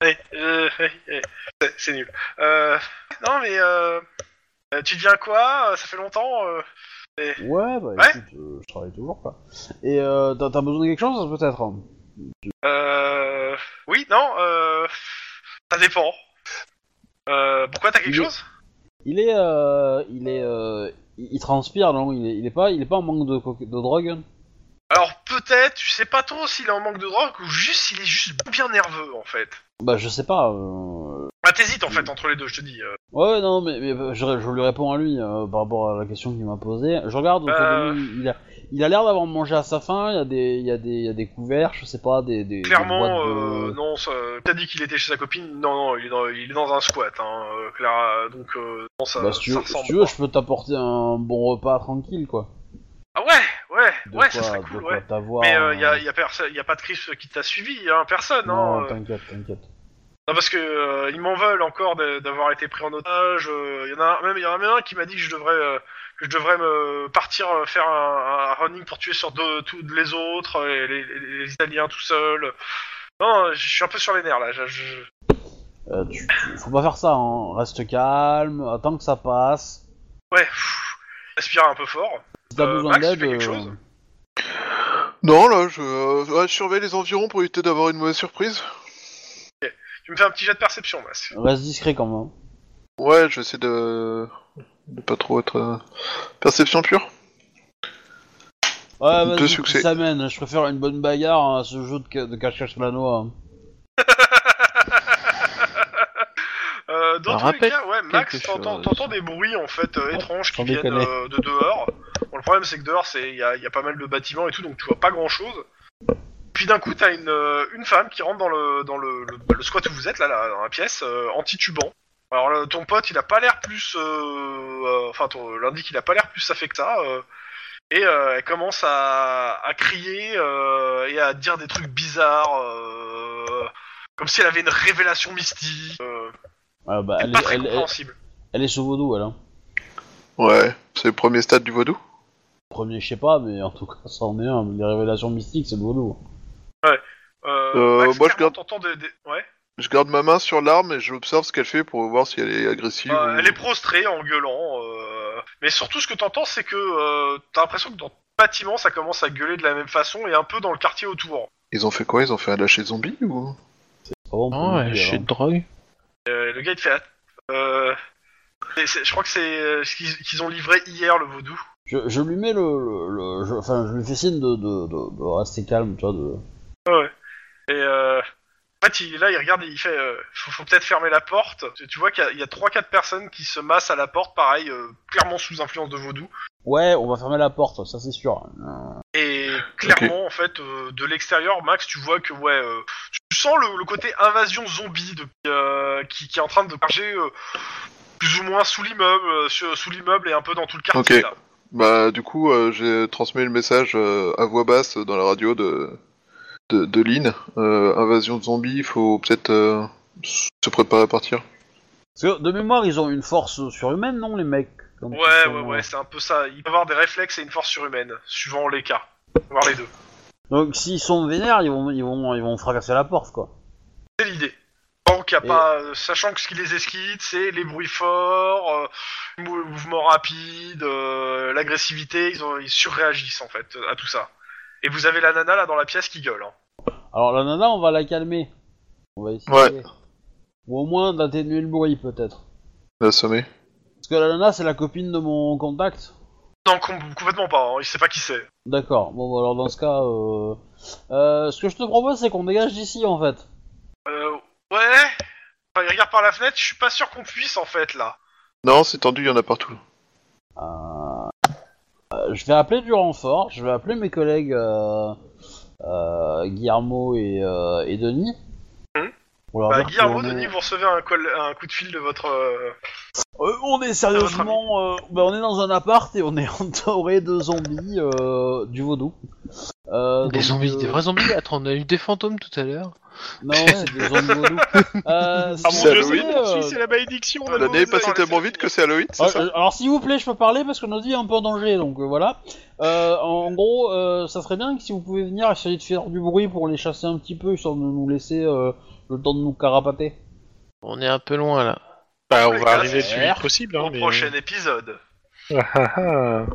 [SPEAKER 2] ouais, ouais. C'est- c'est nul. Euh, non mais euh, euh, tu deviens quoi euh, Ça fait longtemps. euh,
[SPEAKER 1] Ouais, bah
[SPEAKER 2] Ouais.
[SPEAKER 1] écoute, euh, je travaille toujours, quoi. Et euh, t'as t'as besoin de quelque chose, peut-être hein
[SPEAKER 2] euh, oui, non. euh, ça dépend. Euh, pourquoi t'as quelque
[SPEAKER 1] Il est-
[SPEAKER 2] chose
[SPEAKER 1] Il est, euh, il est, euh, il il transpire, non il est, il est pas, il est pas en manque de, coca- de drogue.
[SPEAKER 2] Alors peut-être, tu sais pas trop s'il est en manque de drogue ou juste il est juste bien nerveux en fait.
[SPEAKER 1] Bah je sais pas. euh,
[SPEAKER 2] Bah t'hésites en fait entre les deux, je te dis. euh.
[SPEAKER 1] Ouais, non, mais, mais, euh, je, je lui réponds à lui euh, par rapport à la question qu'il m'a posée. Je regarde, autour de
[SPEAKER 2] Euh.
[SPEAKER 1] lui, il a, il a l'air d'avoir mangé à sa faim. Il y a des, il y a des, il y a des couverts, je sais pas, des, des. des
[SPEAKER 2] Clairement,
[SPEAKER 1] boîtes de-
[SPEAKER 2] euh, non, ça- t'as dit qu'il était chez sa copine, non, non, il est dans, il est dans un squat, hein, euh, Clara, donc euh, non, ça,
[SPEAKER 1] Bah, si tu
[SPEAKER 2] ça
[SPEAKER 1] veux, si
[SPEAKER 2] ressemble
[SPEAKER 1] tu veux,
[SPEAKER 2] pas.
[SPEAKER 1] je peux t'apporter un bon repas tranquille, quoi.
[SPEAKER 2] Ah ouais, ouais,
[SPEAKER 1] De
[SPEAKER 2] ouais,
[SPEAKER 1] quoi,
[SPEAKER 2] ça serait
[SPEAKER 1] de
[SPEAKER 2] cool,
[SPEAKER 1] quoi
[SPEAKER 2] ouais.
[SPEAKER 1] t'avoir.
[SPEAKER 2] Mais il
[SPEAKER 1] euh,
[SPEAKER 2] y, a, y, a perso- y a pas de Chris qui t'a suivi, hein, personne,
[SPEAKER 1] Non,
[SPEAKER 2] hein, euh.
[SPEAKER 1] t'inquiète, t'inquiète.
[SPEAKER 2] Non, parce que euh, ils m'en veulent encore de- d'avoir été pris en otage. Il y en a un- même, y en a même un qui m'a dit que je devrais, euh, que je devrais me partir euh, faire un, un running pour tuer sur deux, tous les autres, euh, et les, les- les Italiens tout seuls. Non, euh, je suis un peu sur les nerfs là. je- je-
[SPEAKER 1] Euh, tu- tu- Faut pas faire ça. Hein. Reste calme, attends que ça passe.
[SPEAKER 2] Ouais, pff, respire un peu fort.
[SPEAKER 1] Si t'as
[SPEAKER 2] Euh,
[SPEAKER 1] besoin
[SPEAKER 2] Max, tu
[SPEAKER 1] d'aide,
[SPEAKER 2] fais quelque
[SPEAKER 1] euh,
[SPEAKER 2] chose
[SPEAKER 3] Non, là, je, euh, ouais, je surveille les environs pour éviter d'avoir une mauvaise surprise.
[SPEAKER 2] Tu me fais un petit jet de perception, Mas.
[SPEAKER 1] reste discret quand même.
[SPEAKER 3] Ouais, je vais essayer de... de pas trop être... euh, Perception pure
[SPEAKER 1] Ouais,
[SPEAKER 3] Deux
[SPEAKER 1] vas-y,
[SPEAKER 3] succès.
[SPEAKER 1] tu t'amènes. Je préfère une bonne bagarre à ce jeu de ca- de cache-cache la noix. hein.
[SPEAKER 2] Euh, Euh, dans
[SPEAKER 6] Alors,
[SPEAKER 2] tous les
[SPEAKER 6] répète
[SPEAKER 2] cas, ouais, Max,
[SPEAKER 6] quelque
[SPEAKER 2] t'entends
[SPEAKER 6] chose. Oh,
[SPEAKER 2] t'entends des bruits en fait euh, étranges qui
[SPEAKER 1] sans
[SPEAKER 2] viennent
[SPEAKER 1] déconner.
[SPEAKER 2] euh, de dehors. Bon, le problème c'est que dehors, c'est il y a, il y a pas mal de bâtiments et tout, donc tu vois pas grand chose. Puis d'un coup, t'as une, euh, une femme qui rentre dans le dans le, le, bah, le squat où vous êtes là, là, dans la pièce, euh, en titubant. Alors là, ton pote, il a pas l'air plus, euh, euh, enfin ton l'indique, il a pas l'air plus affecté. Euh, et euh, elle commence à, à crier euh, et à dire des trucs bizarres, euh, comme si elle avait une révélation mystique. euh,
[SPEAKER 1] Ah, bah, elle,
[SPEAKER 2] pas
[SPEAKER 1] est,
[SPEAKER 2] très
[SPEAKER 1] elle, elle,
[SPEAKER 2] compréhensible.
[SPEAKER 1] elle est sous vaudou, elle. Hein.
[SPEAKER 3] Ouais, c'est le premier stade du vaudou.
[SPEAKER 1] Premier, je sais pas, mais en tout cas, ça en est un. Les révélations mystiques, c'est le vaudou.
[SPEAKER 2] Euh,
[SPEAKER 3] Euh,
[SPEAKER 2] Max,
[SPEAKER 3] moi, je
[SPEAKER 2] clairement,
[SPEAKER 3] garde-
[SPEAKER 2] t'entends des- des- ouais.
[SPEAKER 3] Je garde ma main sur l'arme et j'observe ce qu'elle fait pour voir si elle est agressive.
[SPEAKER 2] Euh,
[SPEAKER 3] ou-
[SPEAKER 2] Elle est prostrée en gueulant. euh, Mais surtout, ce que t'entends, c'est que euh, t'as l'impression que dans le bâtiment, ça commence à gueuler de la même façon et un peu dans le quartier autour.
[SPEAKER 3] Ils ont fait quoi Ils ont fait un lâcher de zombie ou
[SPEAKER 1] C'est vraiment
[SPEAKER 6] Non,
[SPEAKER 1] pour le
[SPEAKER 6] [laughs] Ah ouais,
[SPEAKER 1] dire,
[SPEAKER 6] chez
[SPEAKER 1] hein.
[SPEAKER 6] drogue.
[SPEAKER 2] Euh, le gars, il te fait. euh, c'est- c'est- je crois que c'est euh, ce qu'ils qu'ils ont livré hier, le vaudou.
[SPEAKER 1] Je, je lui mets le. le- le- je- Enfin, je lui fais signe de, de, de- de rester calme, tu vois. De...
[SPEAKER 2] Et euh, en fait, il est là, il regarde et il fait euh, faut, faut peut-être fermer la porte. Tu, tu vois qu'il y a- il y a 3-4 personnes qui se massent à la porte, pareil, euh, clairement sous influence de vaudou.
[SPEAKER 1] Ouais, on va fermer la porte, ça c'est sûr. Euh,
[SPEAKER 2] Et clairement, en fait, euh, de l'extérieur, Max, tu vois que ouais, euh, tu sens le, le côté invasion zombie de, euh, qui, qui est en train de marcher euh, plus ou moins sous l'immeuble, euh, sur- sous l'immeuble et un peu dans tout le quartier.
[SPEAKER 3] Ok.
[SPEAKER 2] Là.
[SPEAKER 3] Bah du coup, euh, j'ai transmis le message euh, à voix basse dans la radio de de, de Lynn. Euh, invasion de zombies, il faut peut-être euh, se préparer à partir.
[SPEAKER 1] Parce que de mémoire, ils ont une force surhumaine, non, les mecs quand ils
[SPEAKER 2] Ouais,
[SPEAKER 1] sont-
[SPEAKER 2] ouais, ouais, c'est un peu ça. Il peut avoir des réflexes et une force surhumaine, suivant les cas, voir les deux.
[SPEAKER 1] Donc s'ils sont vénères, ils vont, ils, vont, ils vont fracasser la porte, quoi.
[SPEAKER 2] C'est l'idée. Tant qu'il y a
[SPEAKER 1] Et-
[SPEAKER 2] pas, euh, sachant que ce qui les esquite, c'est les bruits forts, euh, les mou- mouvements rapides, euh, l'agressivité, ils, ont- ils surréagissent en fait à tout ça. Et vous avez la nana là dans la pièce qui gueule. hein.
[SPEAKER 1] Alors la nana, on va la calmer. On va essayer.
[SPEAKER 3] Ouais.
[SPEAKER 1] Ou au moins d'atténuer le bruit, peut-être.
[SPEAKER 3] L'assommer.
[SPEAKER 1] Parce que la nana, c'est la copine de mon contact.
[SPEAKER 2] Non, com- complètement pas, hein. il sait pas qui c'est.
[SPEAKER 1] D'accord, bon bah, alors dans ce cas, euh... euh, ce que je te propose c'est qu'on dégage d'ici en fait.
[SPEAKER 2] Euh, ouais Enfin, il regarde par la fenêtre, je suis pas sûr qu'on puisse en fait là.
[SPEAKER 3] Non, c'est tendu, il y en a partout.
[SPEAKER 1] Euh, je vais appeler du renfort, je vais appeler mes collègues euh... euh, Guillermo et, euh, et Denis.
[SPEAKER 2] Mhm.
[SPEAKER 1] Pour leur
[SPEAKER 2] Bah,
[SPEAKER 1] dire
[SPEAKER 2] Guillermo,
[SPEAKER 1] qu'on Ah, est-
[SPEAKER 2] Denis, vous recevez un, col- un coup de fil de votre. euh,
[SPEAKER 1] Euh, on est sérieusement, euh, bah, on est dans un appart et on est [laughs] entouré de zombies, euh, du vaudou. Euh,
[SPEAKER 6] Des
[SPEAKER 1] donc,
[SPEAKER 6] zombies,
[SPEAKER 1] euh,
[SPEAKER 6] des vrais zombies. Attends, on a eu des fantômes tout à l'heure.
[SPEAKER 1] Non, c'est des zombies
[SPEAKER 6] [laughs]
[SPEAKER 1] vaudou. Euh,
[SPEAKER 4] Ah
[SPEAKER 1] si
[SPEAKER 4] mon
[SPEAKER 3] C'est
[SPEAKER 1] vous
[SPEAKER 4] dieu,
[SPEAKER 1] voulez,
[SPEAKER 4] ça
[SPEAKER 3] Halloween,
[SPEAKER 4] poursuit,
[SPEAKER 1] euh,
[SPEAKER 4] c'est la malédiction. on a
[SPEAKER 3] L'année
[SPEAKER 4] demandé
[SPEAKER 3] est
[SPEAKER 2] non,
[SPEAKER 3] passée
[SPEAKER 2] non,
[SPEAKER 4] d'aller-
[SPEAKER 3] tellement
[SPEAKER 2] laissez
[SPEAKER 3] vite
[SPEAKER 2] finir.
[SPEAKER 3] que c'est Halloween, c'est
[SPEAKER 1] Ah,
[SPEAKER 3] ça
[SPEAKER 1] euh, alors s'il vous plaît, je peux parler parce que notre vie est un peu en danger, donc euh, voilà. Euh, en gros, euh, ça serait bien que si vous pouvez venir essayer de faire du bruit pour les chasser un petit peu, histoire de nous laisser euh, le temps de nous carapater.
[SPEAKER 6] On est un peu loin là.
[SPEAKER 4] Bah,
[SPEAKER 2] tous
[SPEAKER 4] on
[SPEAKER 2] les
[SPEAKER 4] va
[SPEAKER 2] cas,
[SPEAKER 4] arriver le plus
[SPEAKER 1] c'est-
[SPEAKER 4] vite possible.
[SPEAKER 2] au
[SPEAKER 4] Hein, mais...
[SPEAKER 2] prochain épisode.
[SPEAKER 4] Ah, ah, ah.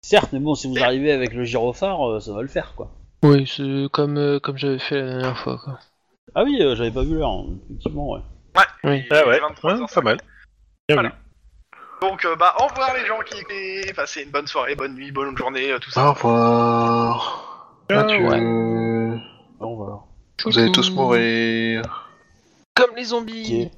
[SPEAKER 1] Certes, mais bon, si vous arrivez avec le gyrophare, euh, ça va le faire, quoi.
[SPEAKER 6] Oui, c'est comme, euh, comme j'avais fait la dernière fois. Quoi.
[SPEAKER 1] Ah oui, euh, j'avais pas vu l'heure, hein, effectivement, ouais.
[SPEAKER 2] Ouais,
[SPEAKER 6] Oui.
[SPEAKER 2] il est
[SPEAKER 4] Ah ouais,
[SPEAKER 2] 23h50.
[SPEAKER 4] ouais, pas mal. Bien
[SPEAKER 2] Voilà. Donc, euh, bah, au revoir les gens qui étaient. Passez une bonne soirée, bonne nuit, bonne journée, euh, tout ça.
[SPEAKER 3] Au revoir.
[SPEAKER 4] vu.
[SPEAKER 6] Ah, tu-
[SPEAKER 4] Euh,
[SPEAKER 3] Euh,
[SPEAKER 1] Bon, voilà.
[SPEAKER 3] Vous allez tous mourir.
[SPEAKER 6] Comme les zombies.
[SPEAKER 1] Ok.